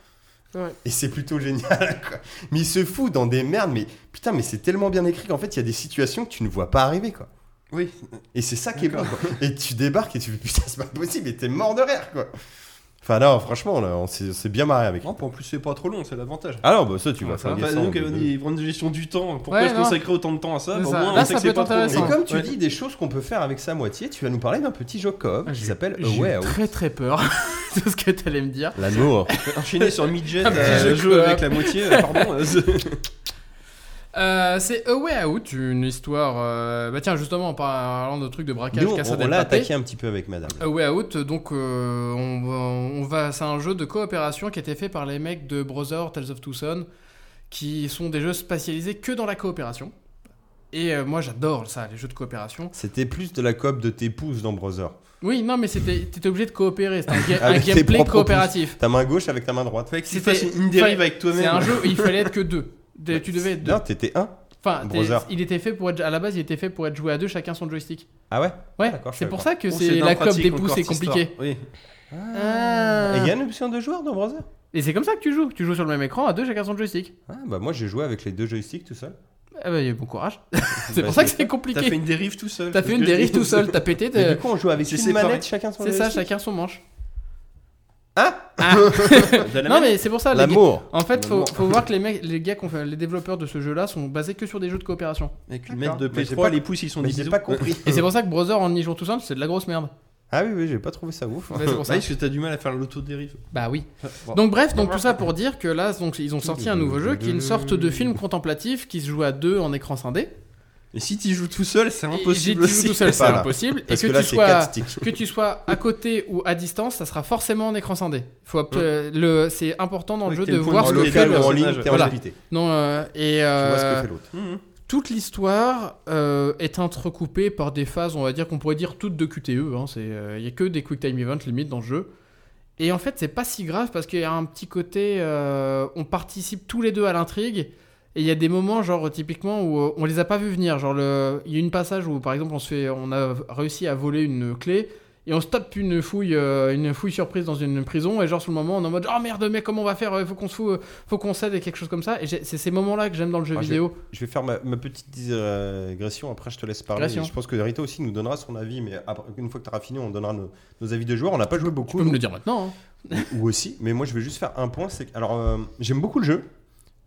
S4: Ouais.
S1: Et c'est plutôt génial. quoi. Mais il se fout dans des merdes. Mais putain, mais c'est tellement bien écrit qu'en fait, il y a des situations que tu ne vois pas arriver, quoi.
S3: Oui,
S1: Et c'est ça qui est bon. quoi. Et tu débarques et tu fais putain, c'est pas possible, et t'es mort de rire quoi. Enfin, non, franchement, là, on s'est on s'est bien marré avec.
S3: Oh, en plus c'est pas trop long, c'est l'avantage.
S1: Alors, bah, ça, tu vas
S2: Ouais, ça
S1: faire
S2: va.
S1: gaffe,
S3: Bah,
S1: ça,
S3: donc,
S1: on
S3: on
S1: est
S3: dit, prendre une gestion du temps. Pourquoi
S2: Ouais,
S3: je
S2: non.
S3: consacrer autant de temps à ça
S2: C'est
S3: Au
S2: ça.
S3: moins,
S2: Là,
S3: on sait
S2: ça
S3: que c'est
S2: peut
S3: pas
S2: être
S3: trop long.
S1: deux.
S2: intéressant.
S1: Et comme tu
S3: Ouais.
S1: dis des choses qu'on peut faire avec sa moitié, tu vas nous parler d'un petit jeu coop
S2: Ah,
S1: qui
S2: j'ai-
S1: s'appelle A
S2: j'ai
S1: Way Out.
S2: très très peur de ce que t'allais me dire.
S1: L'amour.
S3: Enchaîner sur Midget,
S2: Un petit
S3: euh,
S2: jeu
S3: le jeu
S2: coop.
S3: avec la moitié, euh, pardon. euh, c'est-
S2: Euh, c'est A Way Out, une histoire. euh, Bah tiens, justement, en parlant de trucs de braquage,
S1: Nous, on,
S2: cassade
S1: on
S2: et
S1: l'a
S2: papé.
S1: attaqué un petit peu avec madame.
S2: A Way Out, donc euh, on, va- on va, c'est un jeu de coopération qui a été fait par les mecs de Brother, Tales of Tucson, qui sont des jeux spatialisés que dans la coopération. Et euh, moi j'adore ça, les jeux de coopération.
S1: C'était plus de la coop de tes pouces dans Brother.
S2: Oui, non mais c'était, t'étais obligé de coopérer, c'était un, ga- un
S1: Avec tes
S2: gameplay
S1: propres
S2: coopératif.
S1: Ta main gauche avec ta main droite.
S3: Fait que tu
S2: C'était-
S3: fasses une dérive
S2: fallait-
S3: avec
S2: C'est un
S3: toi-même.
S2: jeu où il fallait être que deux. Des- Tu devais être deux.
S1: Non, t'étais un.
S2: Enfin, t'es-
S1: Brother.
S2: il était fait pour être, à la base, il était fait pour être joué à deux, chacun son joystick.
S1: Ah ouais
S2: Ouais,
S1: D'accord, je
S2: c'est
S1: savais
S2: pour
S1: pas.
S2: ça que
S3: Oh,
S2: c'est la
S3: dingue,
S2: coop
S3: pratique
S2: des pouces,
S3: encore,
S2: c'est
S3: cette
S2: compliqué.
S3: histoire. Oui.
S2: Ah.
S1: Et il y a une option de joueur dans Brother
S2: Et c'est comme ça que tu joues, que tu joues sur le même écran à deux, chacun son joystick.
S1: Ah, bah moi j'ai joué avec les deux joysticks tout seul.
S2: Ah bah, bon courage. c'est
S1: Bah,
S2: pour ça que
S1: c'est-
S3: T'as
S2: c'est
S3: fait
S2: compliqué.
S3: une dérive tout seul.
S2: T'as fait une dérive tout seul, t'as pété.
S1: Et
S2: t'as-
S1: du coup, on joue avec
S3: c'est
S1: une
S3: séparé.
S1: manette chacun son
S2: C'est ça,
S1: joystick.
S2: chacun son manche.
S1: Hein
S2: Ah.
S3: De la
S2: Non
S3: même-
S2: mais c'est pour ça. les gars-
S1: L'amour.
S2: En fait, faut,
S3: L'amour.
S2: faut voir que les mecs, les gars, qu'on fait, les développeurs de ce jeu-là sont basés que sur des jeux de coopération.
S3: Avec une mètre de
S1: D'accord. Mais j'ai
S3: P3,
S1: pas-
S3: les pouces ils sont
S1: Mais j'ai
S3: divisés.
S1: pas compris.
S2: Et c'est pour ça que Brother en y jouant tout seul, c'est de la grosse merde.
S1: Ah oui, oui, j'ai pas trouvé ça ouf.
S2: Bah, c'est pour
S3: Ouais,
S2: ça.
S3: parce que t'as du mal à faire l'autodérive.
S2: Bah oui.
S3: Bon.
S2: Donc bref, donc tout ça pour dire que là, donc, ils ont sorti un nouveau jeu qui est une sorte de film contemplatif qui se joue à deux en écran scindé.
S3: Et si t'y joues tout seul, c'est
S2: Et si tu
S3: impossible
S2: joues
S3: aussi.
S2: tout seul, c'est
S1: Voilà.
S2: impossible. Et
S1: Parce
S2: que,
S1: que, là,
S2: tu
S1: c'est 4
S2: sois,
S1: sticks.
S2: que tu sois à côté ou à distance, ça sera forcément en écran scindé. Faut app- euh, le, c'est important dans le
S3: Ouais,
S2: jeu
S3: que
S2: de
S3: t'aies le
S2: voir
S1: En
S2: ce que
S3: point de
S2: fait
S1: local
S3: vue
S1: ou
S2: le.
S1: en
S3: personnage.
S1: ligne, t'es en
S2: Voilà.
S1: invité.
S2: Non, euh, et
S1: Tu vois
S2: euh,
S1: ce que fait l'autre.
S3: Mhm.
S2: toute l'histoire euh, est entrecoupée par des phases, on va dire qu'on pourrait dire toutes de QTE. hein, c'est, euh, Il n'y a que des quick time events limite dans le jeu. Et en fait, c'est pas si grave parce qu'il y a un petit côté, euh, on participe tous les deux à l'intrigue. Et il y a des moments, genre typiquement où euh, on les a pas vus venir. Genre le, il y a une passage où par exemple on se fait, on a réussi à voler une clé Et on se tape une fouille, euh, une fouille surprise dans une prison. Et genre, sur le moment, on est en mode Oh merde, mais comment on va faire Faut qu'on se fout, euh, faut qu'on cède et quelque chose comme ça. Et j'ai- c'est ces moments-là que j'aime dans le jeu
S1: Ah, je-
S2: vidéo.
S1: Je vais faire ma, ma petite digression, après je te laisse parler.
S2: Digression.
S1: Je pense que Rita aussi nous donnera son avis, mais après- une fois que tu auras fini, on donnera nos, nos avis de joueurs. On n'a pas joué
S2: Tu
S1: beaucoup.
S2: peux me
S1: nous,
S2: le dire maintenant. hein.
S1: Ou aussi, mais moi je vais juste faire un point. C'est que- alors, euh, j'aime beaucoup le jeu.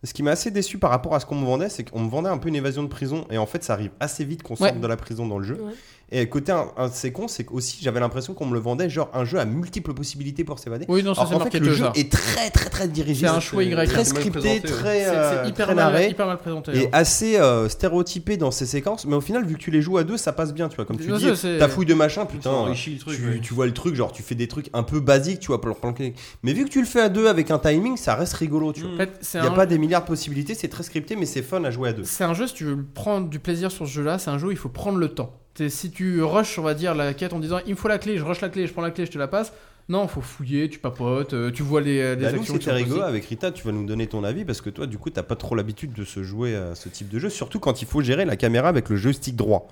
S1: Ce qui m'a assez déçu par rapport à ce qu'on me vendait, c'est qu'on me vendait un peu une évasion de prison. Et en fait, ça arrive assez vite qu'on
S2: Ouais.
S1: sorte de la prison dans le jeu.
S4: Ouais.
S1: Et côté un, un de ces cons, c'est que aussi j'avais l'impression qu'on me le vendait genre un jeu à multiples possibilités pour s'évader.
S2: Oui, non, ça
S1: Alors
S2: c'est
S1: qu'en fait,
S2: marketeur.
S1: le jeu
S2: ça.
S1: est très très très dirigé.
S2: C'est un
S1: c'est
S2: choix Y.
S1: Très
S3: c'est mal
S1: scripté,
S3: présenté, ouais.
S1: très,
S2: C'est-
S1: euh,
S2: c'est hyper,
S1: très
S2: mal,
S1: narré
S2: hyper mal présenté.
S1: et
S2: hein.
S1: assez euh, stéréotypé dans ces séquences, mais au final, vu que tu les joues à deux, ça passe bien, tu vois. Comme tu
S2: Non,
S1: dis,
S2: ça, c'est-
S1: ta fouille de machin,
S3: Ça
S1: putain, euh,
S3: enrichit le truc.
S1: tu,
S3: ouais.
S1: tu vois le truc, genre tu fais des trucs un peu basiques, tu vois, pour le planquer. Mais vu que tu le fais à deux avec un timing, ça reste rigolo, tu vois.
S2: En fait, Mm, c'est
S1: Il n'y a
S2: un-
S1: pas des milliards de possibilités, c'est très scripté, mais c'est fun à jouer à deux.
S2: C'est un jeu, si tu veux prendre du plaisir sur ce jeu-là, c'est un jeu où il faut prendre le temps. T'es- si tu rushes, on va dire, la quête en disant il me faut la clé, je rush la clé, je prends la clé, je te la passe. Non, faut fouiller, tu papotes, euh, tu vois les, les
S1: Bah, nous,
S2: actions. qui
S1: c'était
S2: sont
S1: rigolo
S2: possibles.
S1: avec Rita, tu vas nous donner ton avis parce que toi, du coup, t'as pas trop l'habitude de se jouer à ce type de jeu, surtout quand il faut gérer la caméra avec le joystick droit.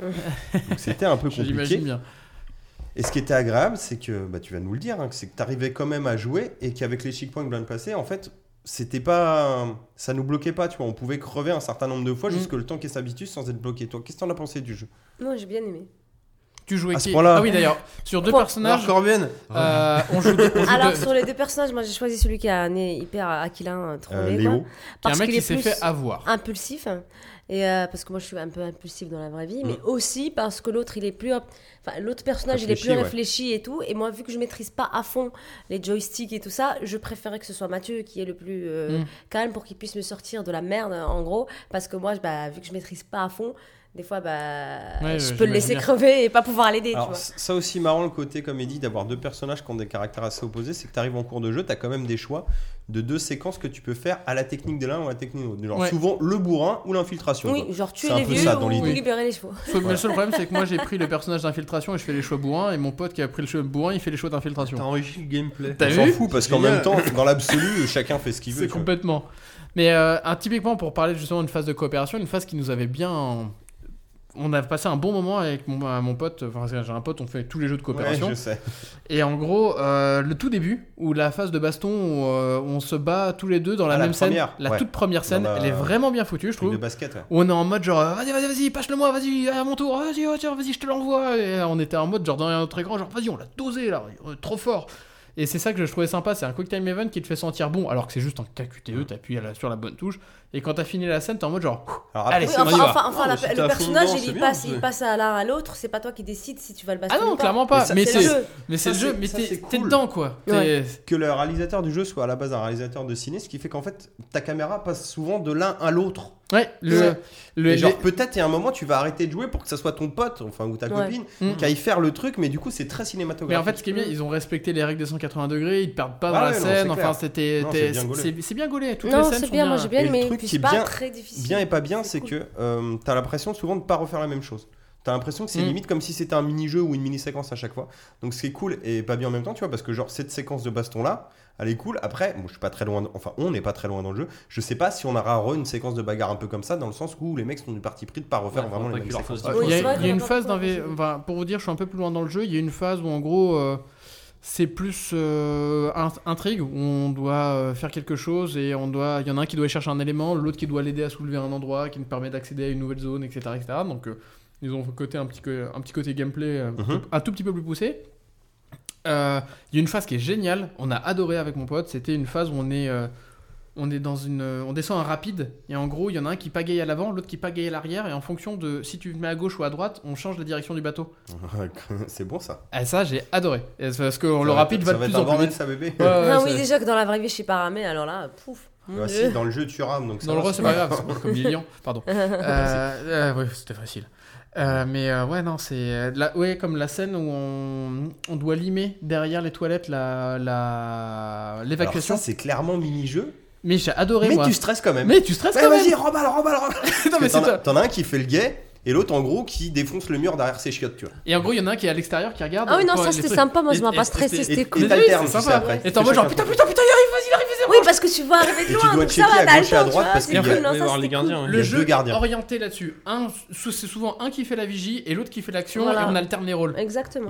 S1: Donc c'était un peu
S2: Je
S1: compliqué.
S2: l'imagine bien.
S1: Et ce qui était agréable, c'est que, bah, tu vas nous le dire, hein, que c'est que tu arrivais quand même à jouer et qu'avec les chic points blind placés, en fait, c'était pas. Ça nous bloquait pas, tu vois. On pouvait crever un certain nombre de fois
S2: Mm.
S1: jusque le temps qu'ils s'habitue sans être bloqué. Toi, qu'est-ce que t'en as pensé du jeu
S4: Non, j'ai bien aimé.
S2: Tu jouais
S1: À ce
S2: qui
S1: point-là.
S2: Ah oui, d'ailleurs, sur deux
S4: Bon.
S2: personnages,
S3: Corben
S2: euh, on joue deux. on joue
S4: Alors,
S2: deux-
S4: sur les deux personnages, moi j'ai choisi celui qui a un nez hyper aquilin, euh,
S1: Euh, Léo
S4: trollé. quoi,
S2: Il y a un
S4: parce
S2: mec
S4: qu'il
S2: qui
S4: est
S2: s'est
S4: plus
S2: fait avoir.
S4: impulsif. Et euh, parce que moi je suis un peu impulsif dans la vraie vie,
S2: Mm.
S4: mais aussi parce que l'autre il est plus. hop- Enfin, l'autre personnage il est plus
S1: Réfléchi, ouais.
S4: réfléchi et tout. Et moi, vu que je maîtrise pas à fond les joysticks et tout ça, je préférais que ce soit Mathieu qui est le plus euh,
S2: Mm.
S4: calme pour qu'il puisse me sortir de la merde en gros. Parce que moi, bah, vu que je maîtrise pas à fond. Des fois, bah,
S2: Ouais, ouais,
S4: je peux le laisser
S2: j'imagine bien.
S4: crever et pas pouvoir l'aider. tu
S1: Alors,
S4: vois.
S1: c- ça aussi marrant, le côté comédie d'avoir deux personnages qui ont des caractères assez opposés, c'est que tu arrives en cours de jeu, tu as quand même des choix de deux séquences que tu peux faire à la technique de l'un ou à la technique de l'autre. Genre,
S2: Ouais.
S1: souvent le bourrin ou l'infiltration.
S4: Oui,
S1: quoi.
S4: genre tuer
S1: C'est un
S4: les
S1: peu
S4: vieux
S1: ça dans
S4: ou
S1: l'idée.
S4: libérer les chevaux.
S2: Sauf- Mais le seul problème, c'est que moi j'ai pris le personnage d'infiltration et je fais les choix bourrins, et mon pote qui a pris le choix bourrin, il fait les choix d'infiltration.
S3: T'as enrichi le gameplay.
S2: T'as
S1: On
S2: vu
S1: s'en fout parce
S3: C'est
S1: qu'en même
S3: génial.
S1: temps, dans l'absolu, chacun fait ce qu'il veut.
S2: C'est
S1: tu vois.
S2: complètement. Mais euh, un- typiquement, pour parler justement d'une phase de coopération, une phase qui nous avait bien. On a passé un bon moment avec mon, euh, mon pote. Enfin, j'ai un pote, on fait tous les jeux de coopération.
S1: Ouais, je sais.
S2: Et en gros, euh, le tout début, où la phase de baston, où, euh, on se bat tous les deux dans la
S1: Ah, la
S2: même scène,
S1: première,
S2: la
S1: ouais.
S2: toute première scène,
S1: Dans la-
S2: elle est vraiment bien foutue, je
S1: Truc de
S2: trouve.
S1: basket, ouais.
S2: Où on est en mode genre, euh, vas-y, vas-y, vas-y, passe-le-moi, vas-y, à mon tour, vas-y, oh, tiens, vas-y, je te l'envoie. Et euh, on était en mode genre dans un autre écran, genre, vas-y, on l'a dosé là, euh, trop fort. Et c'est ça que je trouvais sympa, c'est un quick time event qui te fait sentir bon, alors que c'est juste un KQTE, E, t'appuies à la- sur la bonne touche. Et quand t'as fini la scène, t'es en mode genre,
S1: Alors après,
S2: Allez,
S4: Oui,
S2: c'est-
S4: enfin,
S2: on y va.
S4: enfin, enfin,
S1: Ah,
S3: Non,
S4: la-
S3: mais si t'es
S4: le
S3: à fond
S4: personnage,
S3: dedans,
S4: il,
S3: c'est
S4: il
S3: bien,
S4: passe,
S3: c'est-
S4: il passe à l'un à l'autre. C'est pas toi qui décides si tu vas le
S2: ah
S4: bastonner
S2: non,
S4: ou pas.
S2: clairement pas, mais,
S4: C'est le
S2: c'est.
S4: jeu.
S2: Mais c'est
S1: ça,
S2: le jeu,
S1: c'est-
S2: mais
S1: ça,
S2: t'es
S1: c'est
S2: t'es
S1: cool.
S2: dedans quoi. T'es-
S4: Ouais.
S1: que le réalisateur du jeu soit à la base un réalisateur de ciné, ce qui fait qu'en fait ta caméra passe souvent de l'un à l'autre.
S2: Ouais, le.
S1: Ouais.
S2: le-
S1: Et
S2: les-
S1: genre peut-être il y a un moment tu vas arrêter de jouer pour que ça soit ton pote, enfin ou ta
S4: Ouais.
S1: copine,
S2: Mm.
S1: qui aille faire le truc, mais du coup c'est très
S2: Mais en
S1: cinématographique.
S2: fait, ce qui est bien, ils ont respecté les règles des 180 degrés, ils te perdent pas
S1: Ah
S2: dans la
S1: ouais, non,
S2: scène.
S1: c'est
S2: enfin,
S1: clair.
S2: c'était.
S1: Non,
S2: t'es-
S1: c'est bien gaulé.
S2: C'est c'est bien gaulé. Toutes les
S4: Non,
S2: scènes
S4: c'est
S2: sont
S4: bien, moi j'ai bien
S1: Et le
S4: aimé.
S1: truc
S4: Puis
S1: qui est
S4: c'est pas
S1: bien-
S4: très difficile.
S1: bien et pas bien, c'est
S4: cool.
S1: que euh, t'as l'impression souvent de pas refaire la même chose. T'as l'impression que c'est
S2: Mm.
S1: limite comme si c'était un mini-jeu ou une mini-séquence à chaque fois. Donc ce qui est cool et pas bien en même temps, tu vois, parce que genre cette séquence de baston là, elle est cool. Après, bon, je suis pas très loin, de- enfin on n'est pas très loin dans le jeu. Je sais pas si on aura re une séquence de bagarre un peu comme ça, dans le sens où les mecs sont du parti pris de pas refaire
S3: Ouais,
S1: vraiment les
S3: faudrait pas
S1: mêmes
S3: qu'ils leur
S1: séquences.
S3: fassent
S4: Oui,
S2: il y a,
S4: c'est vrai
S2: il y a
S4: qu'il y en a
S2: une
S4: pas
S2: phase
S4: beaucoup,
S2: d'un V-
S4: c'est vrai.
S2: enfin, pour vous dire, je suis un peu plus loin dans le jeu. Il y a une phase où en gros, euh, c'est plus euh, int- intrigue où on doit euh, faire quelque chose et on doit. Il y en a un qui doit chercher un élément, l'autre qui doit l'aider à soulever un endroit, qui nous permet d'accéder à une nouvelle zone, etc., etc. Donc euh, ils ont côté un petit co- un petit côté gameplay euh,
S1: Mhm.
S2: un tout petit peu plus poussé. Euh, Il y a une phase qui est géniale, on a adoré avec mon pote, c'était une phase où on est, euh, on est dans une, euh, on descend un rapide, et en gros il y en a un qui pagaye à l'avant, l'autre qui pagaye à l'arrière, et en fonction de si tu te mets à gauche ou à droite, on change la direction du bateau.
S1: c'est bon ça.
S2: Et ça j'ai adoré, Et c'est parce que le
S1: Ça
S2: rapide
S1: être-
S2: va
S1: ça
S2: de plus
S1: être un
S2: en plus
S1: bordel,
S2: vite.
S1: ça bébé.
S2: Ouais, ouais,
S4: Ah
S2: c'est-
S4: oui, déjà que dans la vraie vie je suis pas ramée, alors là, pouf. mon
S1: Bah, si,
S4: Dieu.
S1: dans le jeu, tu rames. Donc ça
S2: Dans le
S1: va,
S2: roi, c'est pas grave, c'est pas comme Lilian, pardon.
S4: Ah,
S2: Euh, euh, ouais, c'était facile. Euh, mais euh, ouais, non, c'est. euh, la- ouais, comme la scène où on, on doit limer derrière les toilettes la- la-
S1: Alors
S2: l'évacuation.
S1: ça, c'est clairement mini-jeu.
S2: mais j'ai adoré,
S1: Mais
S2: moi.
S1: tu stresses quand même.
S2: Mais tu stresses
S1: Ouais,
S2: quand même
S1: vas-y, remballe, remballe, remballe.
S2: Non,
S1: Parce
S2: mais
S1: que
S2: c'est
S1: T'en as-
S2: ça.
S1: t'en as un qui fait le guet et l'autre en gros qui défonce le mur derrière ses chiottes, tu vois.
S2: Et en gros, il y en a un qui est à l'extérieur qui regarde.
S4: Ah oui, non,
S2: quand
S4: ça
S2: les
S4: c'était
S2: trucs-
S4: sympa. Moi
S2: Et-
S4: je m'en
S2: et-
S4: pas stressé,
S2: et-
S4: c'était
S1: et-
S4: cool.
S1: et t'alternes, tu
S2: Oui,
S1: sais,
S2: sympa.
S1: après.
S2: Et t'es en mode genre, putain, putain, putain, il arrive, vas-y, il arrive, vas-y,
S4: Oui, parce que tu vois arriver de
S1: Et tu
S4: loin,
S1: dois
S4: donc ça
S1: checker
S4: va,
S1: à
S4: t'as le
S1: gauche et à
S4: temps, tu
S1: droite,
S4: vois,
S1: parce
S4: c'est
S1: qu'il y a-
S4: cool,
S1: il
S4: non,
S3: doit y
S4: ça,
S3: avoir
S4: c'est
S3: les
S4: cool.
S3: gardiens.
S1: y
S2: Le
S1: a
S2: jeu
S1: deux
S2: est
S1: gardiens.
S2: orienté là-dessus. Un, sou- c'est souvent un qui fait la vigie et l'autre qui fait l'action
S4: Voilà.
S2: et on alterne les rôles.
S4: Exactement.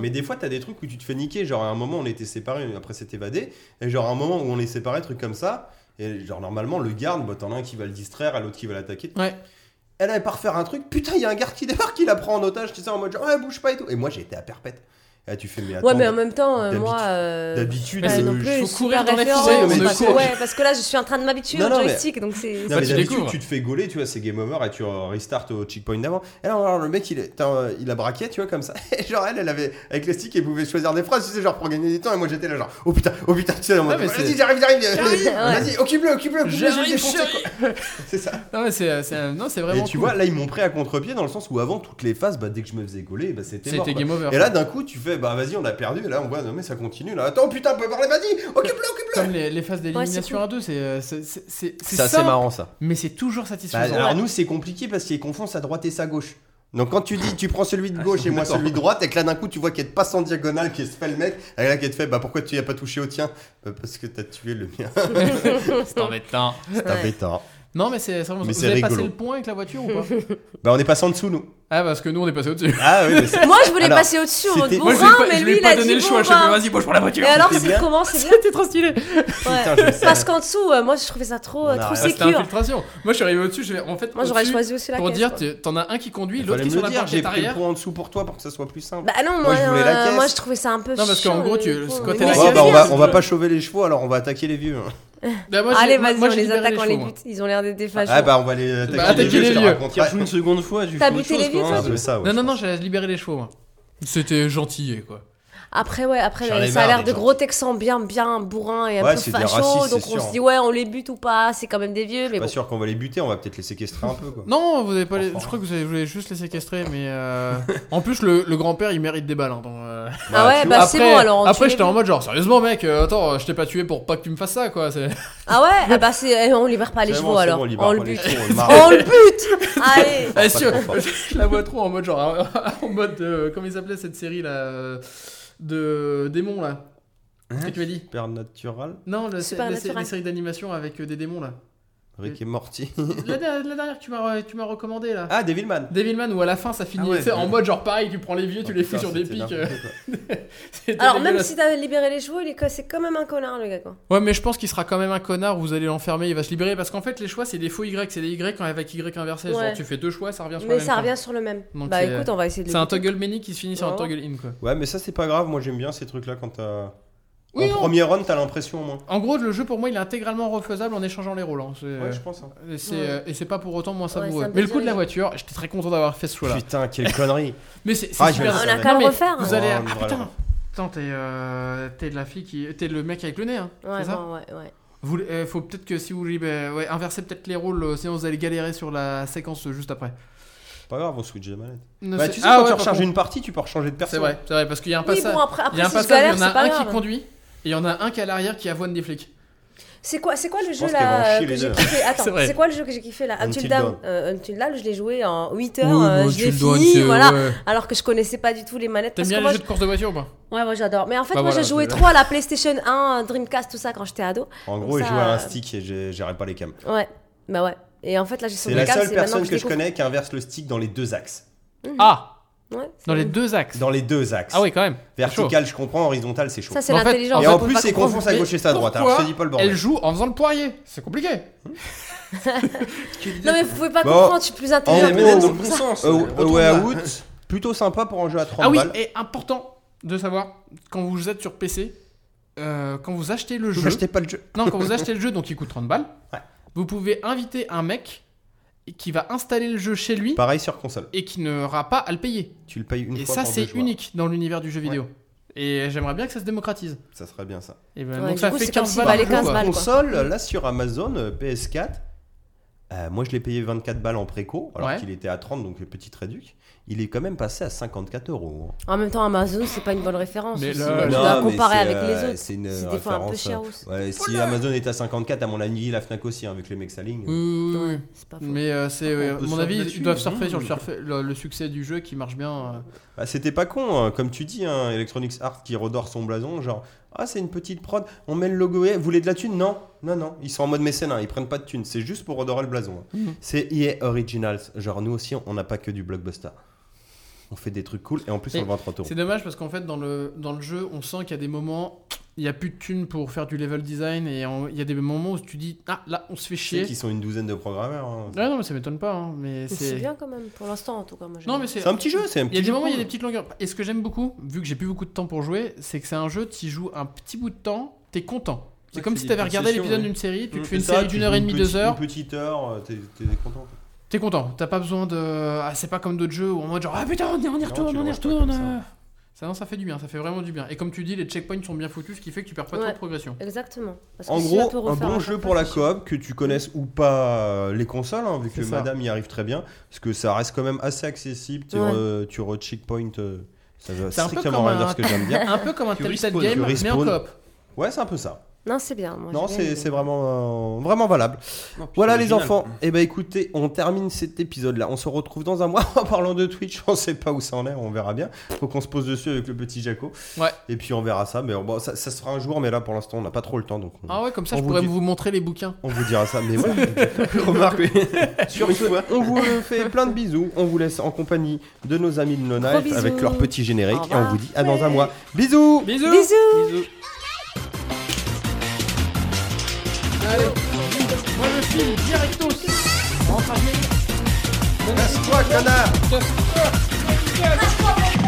S1: Mais des fois, t'as des trucs où tu te fais niquer. Genre, à un moment, on était séparés, après, c'est évadé. Et genre, à un moment où on est séparés, truc comme ça. Et genre, normalement, le garde, bah, t'en as un qui va le distraire, à l'autre qui va l'attaquer.
S2: Ouais.
S1: Elle allait pas refaire un truc. Putain, il y a un garde qui débarque, qui la prend en otage, tu sais, en mode genre, ouais, bouge pas et tout. Et moi, j'étais à perpète. Et là, tu fais, mais attends.
S4: Ouais, mais en même temps, euh,
S1: d'habitude-
S4: moi. euh,
S1: d'habitude,
S4: je suis pas
S1: euh,
S4: non
S1: je-
S4: plus
S2: faut
S4: super
S2: courir dans la
S4: référente,
S2: fusée,
S1: mais
S4: parce
S1: de
S4: que-
S1: course.
S4: Ouais, parce que là, je suis en train de m'habituer
S1: Non,
S4: au
S1: non, mais-
S4: joystick, donc c'est.
S1: Non, mais
S2: tu
S1: d'habitude,
S2: découvres.
S1: tu te fais gauler, tu vois, c'est game over et tu euh, restart au checkpoint d'avant. Et là, alors, le mec, il, est, t'as, euh, il a braqué, tu vois, comme ça. Et genre, elle, elle avait, avec les sticks, elle pouvait choisir des phrases, tu sais, genre pour gagner du temps. Et moi, j'étais là, genre, oh putain, oh putain, tu sais, en mode,
S2: mais
S1: vas-y,
S2: c'est-
S1: j'arrive, j'arrive,
S4: J'arrive,
S1: vas-y, occupe-le, occupe-le, occupe-le, je vais le
S2: J'arrive,
S1: défoncer,
S2: chérie.
S1: quoi. C'est ça.
S2: Non, mais Ah c'est, c'est- non, c'est
S1: Et
S2: vraiment.
S1: tu
S2: cool.
S1: vois, là, ils m'ont pris à contre-pied dans le sens où avant, toutes les phases, bah, dès que je me faisais gauler, bah, c'était mort.
S2: c'était
S1: quoi.
S2: game over.
S1: Et là, d'un coup, tu fais, bah, vas-y, on a perdu. Et là, on voit, non, mais ça continue, là. Attends, putain, on peut parler, vas-y, occupe-le, occupe-le.
S2: Comme les, les phases d'élimination
S4: cool.
S2: à deux, c'est, euh, c'est, c'est, c'est, c'est
S1: Ça, c'est
S2: simple,
S1: marrant, ça.
S2: Mais c'est toujours
S1: Bah,
S2: satisfaisant.
S1: alors nous c'est compliqué parce qu'ils confondent sa droite et sa gauche. Donc quand tu dis tu prends celui de gauche et moi celui de droite et que là d'un coup tu vois qu'elle te passe en diagonale, qu'elle se fait le mec, et là qu'elle te fait bah pourquoi tu y as pas touché au tien Euh, Parce que t'as tué le mien.
S2: c'est embêtant.
S1: C'est un
S4: Ouais.
S1: bêtard.
S2: Non, mais c'est, c'est vraiment.
S1: Mais
S2: Vous
S1: c'est
S2: avez passé
S1: rigolo.
S2: le point avec la voiture ou pas
S1: Bah on est passé en dessous nous.
S2: Ah, parce que nous, on est passé au-dessus.
S1: Ah oui mais c'est-
S4: Moi, je voulais
S1: Alors,
S4: passer au-dessus en mode
S1: c'était-
S4: bon
S1: Moi,
S2: je lui ai
S4: vin,
S2: pas-
S4: mais
S2: je lui ai
S4: lui, il
S2: pas
S4: a
S2: donné
S4: dit
S2: le
S4: bon
S2: choix, je lui ai
S4: vin.
S2: dit, vas-y, bon, je prends la
S4: Et
S2: voiture.
S4: alors,
S1: C'était
S4: c'est
S1: bien.
S4: comment C'est bien
S2: C'était trop stylé.
S1: putain
S4: Ouais.
S1: je sais.
S4: Parce qu'en dessous, euh, moi, je trouvais ça trop,
S1: On
S4: euh,
S1: a
S4: trop
S1: rien.
S2: Ah, C'était
S4: sécure.
S2: infiltration. Moi, je suis arrivé au-dessus. Je vais, en fait,
S4: Moi, j'aurais
S2: au-dessus,
S4: choisi aussi la
S2: Pour
S4: caisse,
S2: dire,
S4: quoi.
S2: tu- t'en as un qui conduit,
S1: Il
S2: l'autre
S1: fallait
S2: qui
S1: me
S2: sur la
S1: le dire,
S2: porte
S1: j'ai
S2: est
S1: pris le
S2: arrière.
S1: point en dessous pour toi pour que ça soit plus simple.
S4: Bah non, moi,
S1: Moi, je voulais la
S4: euh,
S1: caisse.
S4: moi, je trouvais ça un peu
S2: Non, parce
S4: chiant,
S2: qu'en gros,
S4: mais
S2: tu-
S4: bon,
S2: quand
S4: mais
S2: t'es la
S4: bon,
S2: caisse,
S1: Ouais, bah, on,
S2: bien,
S1: va,
S2: c'est
S1: on va
S2: cool.
S1: pas chauver les chevaux alors on va attaquer les vieux. hein.
S2: Bah, moi, j'ai-
S4: Allez,
S2: moi,
S4: vas-y, on
S2: moi, j'ai
S4: les
S2: libéré
S4: attaque, on les
S2: chevaux, moi.
S4: bute. Ils ont l'air d'être des fachos.
S1: Ah bah on va les attaquer,
S2: Bah, attaquer les
S1: je te
S2: vieux.
S1: raconterai.
S3: Tire-joue une seconde fois, tu
S4: T'as
S3: fais autre
S4: buté
S3: chose,
S4: les vieux,
S3: quoi,
S1: Ouais,
S3: hein.
S1: ça doit être ça, ouais,
S2: Non,
S1: je
S2: non,
S1: pense.
S2: non, j'ai libéré les chevaux. moi. C'était gentil, quoi.
S4: Après, ouais, après,
S1: J'en ai
S4: ça a
S1: marre
S4: l'air
S1: des
S4: de
S1: gens.
S4: gros Texans bien, bien bourrins et un
S1: Ouais,
S4: peu
S1: c'est des
S4: fachos.
S1: racistes,
S4: donc
S1: c'est
S4: on
S1: sûr.
S4: se dit, ouais, on les bute ou pas, c'est quand même des vieux, mais
S1: Pas
S4: bon.
S1: sûr qu'on va les buter, on va peut-être les séquestrer un peu quoi.
S2: Non, vous avez pas les...
S1: Enfin.
S2: je crois que vous avez- vous voulez juste les séquestrer, mais euh, en plus le, le grand-père il mérite des balles. hein, donc, euh,
S4: Ah ouais,
S1: tu
S4: bah c'est bon alors. on tue
S2: après
S4: les
S2: j'étais
S4: vieux.
S2: en mode genre sérieusement mec, euh, attends, euh, je t'ai pas tué pour pas que tu me fasses ça quoi. c'est-
S4: Ah ouais, ah bah c'est, eh, on libère pas les
S1: C'est
S4: chevaux
S1: bon, c'est
S4: alors.
S1: bon, on libère
S4: on
S1: pas
S4: le
S1: les
S4: bute.
S1: chevaux, on le marque.
S4: On le bute. Allez.
S2: Eh,
S1: Ah, pas
S2: si, euh,
S1: trop fort.
S2: je la vois trop en mode genre euh, en mode euh, comment il s'appelait cette série là euh, de démons là.
S1: Hein?
S2: Qu'est-ce que tu m'as dit
S1: Supernatural,
S2: Non, la, sé- la sé-
S4: Supernatural.
S2: la série d'animation avec euh, des démons là.
S1: Rick et Morty.
S2: La, der- la dernière que tu m'as re- tu m'as recommandé là.
S1: Ah, Devilman.
S2: Devilman où à la fin ça finit
S3: Ah ouais.
S2: tu sais, en mode genre pareil, tu prends les vieux, tu les fous
S1: Oh, Putain,
S2: sur des
S1: c'était
S2: pics. euh,
S1: n'importe quoi.
S2: c'était
S4: Alors même
S2: dégueulasse.
S4: si t'as libéré les chevaux, il est co- c'est quand même un connard le gars quoi.
S2: Ouais, mais je pense qu'il sera quand même un connard, vous allez l'enfermer, il va se libérer. Parce qu'en fait, les choix, c'est des faux Y, c'est des Y avec Y inversé.
S4: Ouais.
S2: Genre, tu fais deux choix, ça revient sur la
S4: Mais
S2: même
S4: ça
S2: chose.
S4: revient sur le même.
S2: Donc
S4: Bah
S2: c'est- euh,
S4: écoute, on va essayer de. le
S2: C'est un
S4: buter.
S2: toggle many qui se finit sur un
S4: Ouais.
S2: toggle in, quoi.
S1: Ouais, mais ça, c'est pas grave. Moi, j'aime bien ces trucs-là quand t'as.
S2: Oui,
S1: en
S2: non.
S1: premier run, t'as l'impression au moins.
S2: En gros, le jeu pour moi, il est intégralement refaisable en échangeant les rôles. hein. C'est, euh,
S1: Ouais, je pense. hein.
S2: et c'est, euh, et c'est pas pour autant moins
S4: Ouais,
S2: savoureux.
S4: ça me
S2: mais le
S4: fait
S2: coup de la
S4: rire.
S2: voiture, j'étais très content d'avoir fait ce choix-là.
S1: Putain, quelle connerie.
S2: Mais c'est, c'est
S1: Ah, je
S2: super.
S1: vais
S4: On
S1: le
S4: a
S1: faire.
S4: qu'à
S2: Non,
S4: le
S2: mais
S4: refaire.
S2: Vous
S1: hein.
S2: allez.
S1: Ouais,
S2: Ah
S1: on devrait le
S2: putain
S1: refaire.
S2: Putain, t'es, euh, t'es de la fille qui. T'es le mec avec le nez, hein.
S4: Ouais,
S2: c'est ça
S4: bon, ouais, ouais.
S2: Vous- euh, faut peut-être que si vous voulez bah, ouais, inverser peut-être les rôles, euh, sinon vous allez galérer sur la séquence euh, juste après.
S1: Pas grave, on switch les manettes.
S2: Ne
S1: Bah,
S2: sais-
S1: tu sais, quand
S2: Ah ouais,
S1: tu
S2: par
S1: recharges
S2: contre.
S1: une partie, tu peux rechanger de
S2: C'est
S1: personne.
S2: vrai, c'est vrai, parce qu'il y a un
S4: Oui
S2: passage.
S4: bon après
S2: il y
S4: après
S2: a un
S4: si je
S2: passage,
S4: galère
S2: il y en
S4: c'est
S2: a
S4: pas
S2: un qui
S4: grave.
S2: conduit et il y en a un qui est à l'arrière qui avoine des flics.
S4: C'est quoi, c'est quoi le jeu
S1: pense qu'elles vont
S4: là euh,
S1: chier
S4: que
S1: les
S4: j'ai
S1: deux.
S4: kiffé Attends,
S2: C'est vrai.
S4: c'est quoi le jeu que j'ai kiffé là Until
S1: Until
S4: Dawn.
S1: Dawn.
S4: Euh, Until Dawn, je l'ai joué en 8 heures, euh, je l'ai fini, voilà. Alors que je connaissais pas du tout les manettes.
S2: T'aimes
S4: Parce que
S2: bien les
S4: moi,
S2: jeux de course de voiture ou pas
S4: je- ouais, moi j'adore. Mais en fait,
S2: Bah
S4: moi
S2: voilà,
S4: j'ai joué
S2: je-
S4: trop à la PlayStation 1, Dreamcast, tout ça quand j'étais ado.
S1: En
S4: Comme
S1: gros, il
S4: ça,
S1: jouait à
S4: euh,
S1: un stick et j'ai- j'arrête pas les cams.
S4: Ouais, bah ouais. Et en fait, là j'ai sur
S1: C'est
S4: le
S1: la
S4: câble,
S1: seule
S4: c'est maintenant
S1: personne
S4: que je
S1: que je
S4: découvre.
S1: connais qui inverse le stick dans les deux axes.
S4: Mm.
S2: Ah
S4: Ouais, c'est-
S2: Dans les deux axes
S1: Dans les deux axes.
S2: Ah oui, quand même
S1: Vertical, je comprends, horizontal, c'est chaud.
S4: Ça, c'est
S2: Mais en fait,
S4: l'intelligence.
S1: Et en
S4: on
S1: plus,
S4: peut
S1: c'est
S4: pas comprendre.
S1: confond à gauche et ça à droite. hein. Alors, je te dis pas le
S2: Elle
S1: bordel.
S2: joue en faisant le poirier, c'est compliqué
S4: Non, mais vous pouvez pas
S1: Bon.
S4: comprendre, je suis plus
S1: En
S4: intelligent.
S1: gros,
S4: que
S1: Mais
S4: vous.
S1: manettes dans
S3: le bon sens.
S1: Euh,
S3: Retourne
S1: A Way
S3: là.
S1: Out, plutôt sympa pour un jeu à 30
S2: Ah oui,
S1: balles.
S2: et important de savoir, quand vous êtes sur PC, euh, quand vous achetez le
S1: Vous
S2: jeu,
S1: achetez pas le jeu.
S2: non, quand vous achetez le jeu, donc il coûte 30 balles,
S1: Ouais.
S2: vous pouvez inviter un mec qui va installer le jeu chez lui
S1: Pareil sur console.
S2: et qui n'aura pas à le payer.
S1: Tu le payes une
S2: Et
S1: fois
S2: ça,
S1: pour deux
S2: c'est
S1: joueurs.
S2: unique dans l'univers du jeu vidéo. Et j'aimerais bien que ça se démocratise.
S1: Ça serait bien ça.
S2: Et
S4: Ouais,
S2: ben, donc
S4: du
S2: ça
S4: coup,
S2: fait
S4: c'est comme
S2: 15
S4: si
S2: balles.
S4: valait
S2: par jour,
S4: 15
S2: quoi.
S4: Bah, balles. quoi.
S1: console, là sur Amazon euh, PS4, euh, moi je l'ai payé 24 balles en préco, alors
S2: Ouais.
S1: qu'il était à 30, donc petit réduc. Il est quand même passé à 54 euros. hein.
S4: En même temps, Amazon, c'est pas une bonne référence.
S2: Mais
S4: aussi.
S2: là, Euh,
S4: tu
S2: là,
S4: dois
S1: mais
S4: comparer
S1: c'est,
S4: avec
S1: euh,
S4: les autres.
S1: C'est une
S4: C'est des fois un peu
S1: référence.
S4: cher
S1: euh,
S4: aussi.
S1: ouais, si Amazon est à 54, à mon avis, la Fnac aussi, hein, avec les mecs saling.
S2: Oui, oui, oui, oui.
S4: C'est pas faux.
S2: Mais euh, c'est, euh, à
S3: On peut
S2: mon
S3: surfer
S2: avis, ils
S3: dessus,
S2: doivent
S3: mais
S2: surfer
S3: bon.
S2: sur le, surfait- le- le succès du jeu qui marche bien. euh.
S1: Bah, C'était pas con, hein, comme tu dis, hein, Electronics Arts qui redore son blason, genre Ah, c'est une petite prod, on met le logo. eh, Vous voulez de la thune Non, non, non. Ils sont en mode mécène, hein, ils prennent pas de thune. C'est juste pour odorer le blason. hein.
S2: Mhm.
S1: C'est EA Originals. Genre, nous aussi, on n'a pas que du blockbuster. On fait des trucs cool et en plus,
S2: Et
S1: on le vend à 30 euros.
S2: C'est dommage parce qu'en fait, dans le, dans le jeu, on sent qu'il y a des moments, il n'y a plus de thunes pour faire du level design et on- il y a des moments où tu dis, ah là, on se fait
S1: Tu sais
S2: chier.
S1: qu'ils sont une douzaine de programmeurs. hein.
S2: Ouais, non, mais ça m'étonne pas. hein, mais
S4: C'est
S2: c'est.
S4: bien quand même, pour l'instant en tout cas. Moi, j'aime
S2: Non, mais
S4: bien.
S2: c'est.
S1: C'est un petit jeu, c'est un
S2: Il y
S1: petit
S2: a des
S1: jeu
S2: moments, il y a
S1: cool.
S2: des petites longueurs. Et ce que j'aime beaucoup, vu que j'ai plus beaucoup de temps pour jouer, c'est que c'est un jeu, tu joues un petit bout de temps, t'es content. C'est
S1: Ouais,
S2: comme
S1: c'est
S2: si
S1: des
S2: t'avais
S1: petites
S2: regardé
S1: sessions,
S2: l'épisode
S1: ouais.
S2: d'une série, tu te
S1: Mmh.
S2: fais une
S1: C'est ça,
S2: série
S1: tu
S2: d'une
S1: fais
S2: heure et
S1: une
S2: demie,
S1: petite-
S2: deux heures,
S1: Une petite heure, euh, t'es t'es content.
S2: t'es content. T'as pas besoin de. Ah, c'est pas comme d'autres jeux où en mode genre, ah putain, on y, on y
S1: Non,
S2: retourne,
S1: tu le vois
S2: on y
S1: pas
S2: retourne.
S1: comme ça.
S2: euh. Ça, non, ça fait du bien, ça fait vraiment du bien. Et comme tu dis, les checkpoints sont bien foutus, ce qui fait que tu perds pas trop
S4: Ouais.
S2: de progression.
S4: Exactement. Parce que
S1: En
S4: si
S1: gros,
S4: on peut
S1: un
S4: refaire
S1: bon
S4: à
S1: jeu
S4: chaque
S1: pour la
S4: fois, c'est
S1: coop, que tu connaisses ou pas euh, les consoles, hein, vu
S2: C'est
S1: que
S2: ça.
S1: madame y arrive très bien, parce que ça reste quand même assez accessible. Tu,
S4: Ouais.
S1: re- tu re-checkpoint, euh, ça veut
S2: C'est un peu
S1: strictement
S2: comme
S1: rien
S2: un-
S1: dire ce que j'aime bien.
S2: Un peu comme un
S1: Tu
S2: Telltale
S1: respawns,
S2: Game,
S1: tu
S2: mais en
S1: respawns.
S2: coop.
S1: Ouais, c'est un peu ça.
S4: Non, c'est bien. Moi,
S1: Non,
S4: j'ai
S1: c'est
S4: bien
S1: c'est
S4: aimé.
S1: vraiment, euh, vraiment valable. Voilà les enfants, et ben écoutez, on termine cet épisode là. On se retrouve dans un mois en parlant de Twitch. On sait pas où ça en est, on verra bien. Faut qu'on se pose dessus avec le petit Jaco.
S2: Ouais.
S1: Et puis on verra ça. Mais bon, ça, ça se fera un jour, mais là pour l'instant on n'a pas trop le temps donc on,
S2: Ah ouais, comme ça,
S1: On
S2: je
S1: vous
S2: pourrais
S1: dit-
S2: vous montrer les bouquins.
S1: on vous dira ça. Mais ouais,
S3: Remarque, sur une fois.
S1: on vous fait plein de bisous. On vous laisse en compagnie de nos amis de No
S4: Gros
S1: Life avec
S4: bisous.
S1: leur petit générique. Et
S4: Au
S1: on
S4: revoir.
S1: vous dit à dans un mois. Bisous!
S2: Bisous
S4: Bisous.
S2: Bisous. Allez, moi je file directos. Rentre à pied.
S1: Casse-toi, connard
S2: Casse-toi. Casse-toi, mec.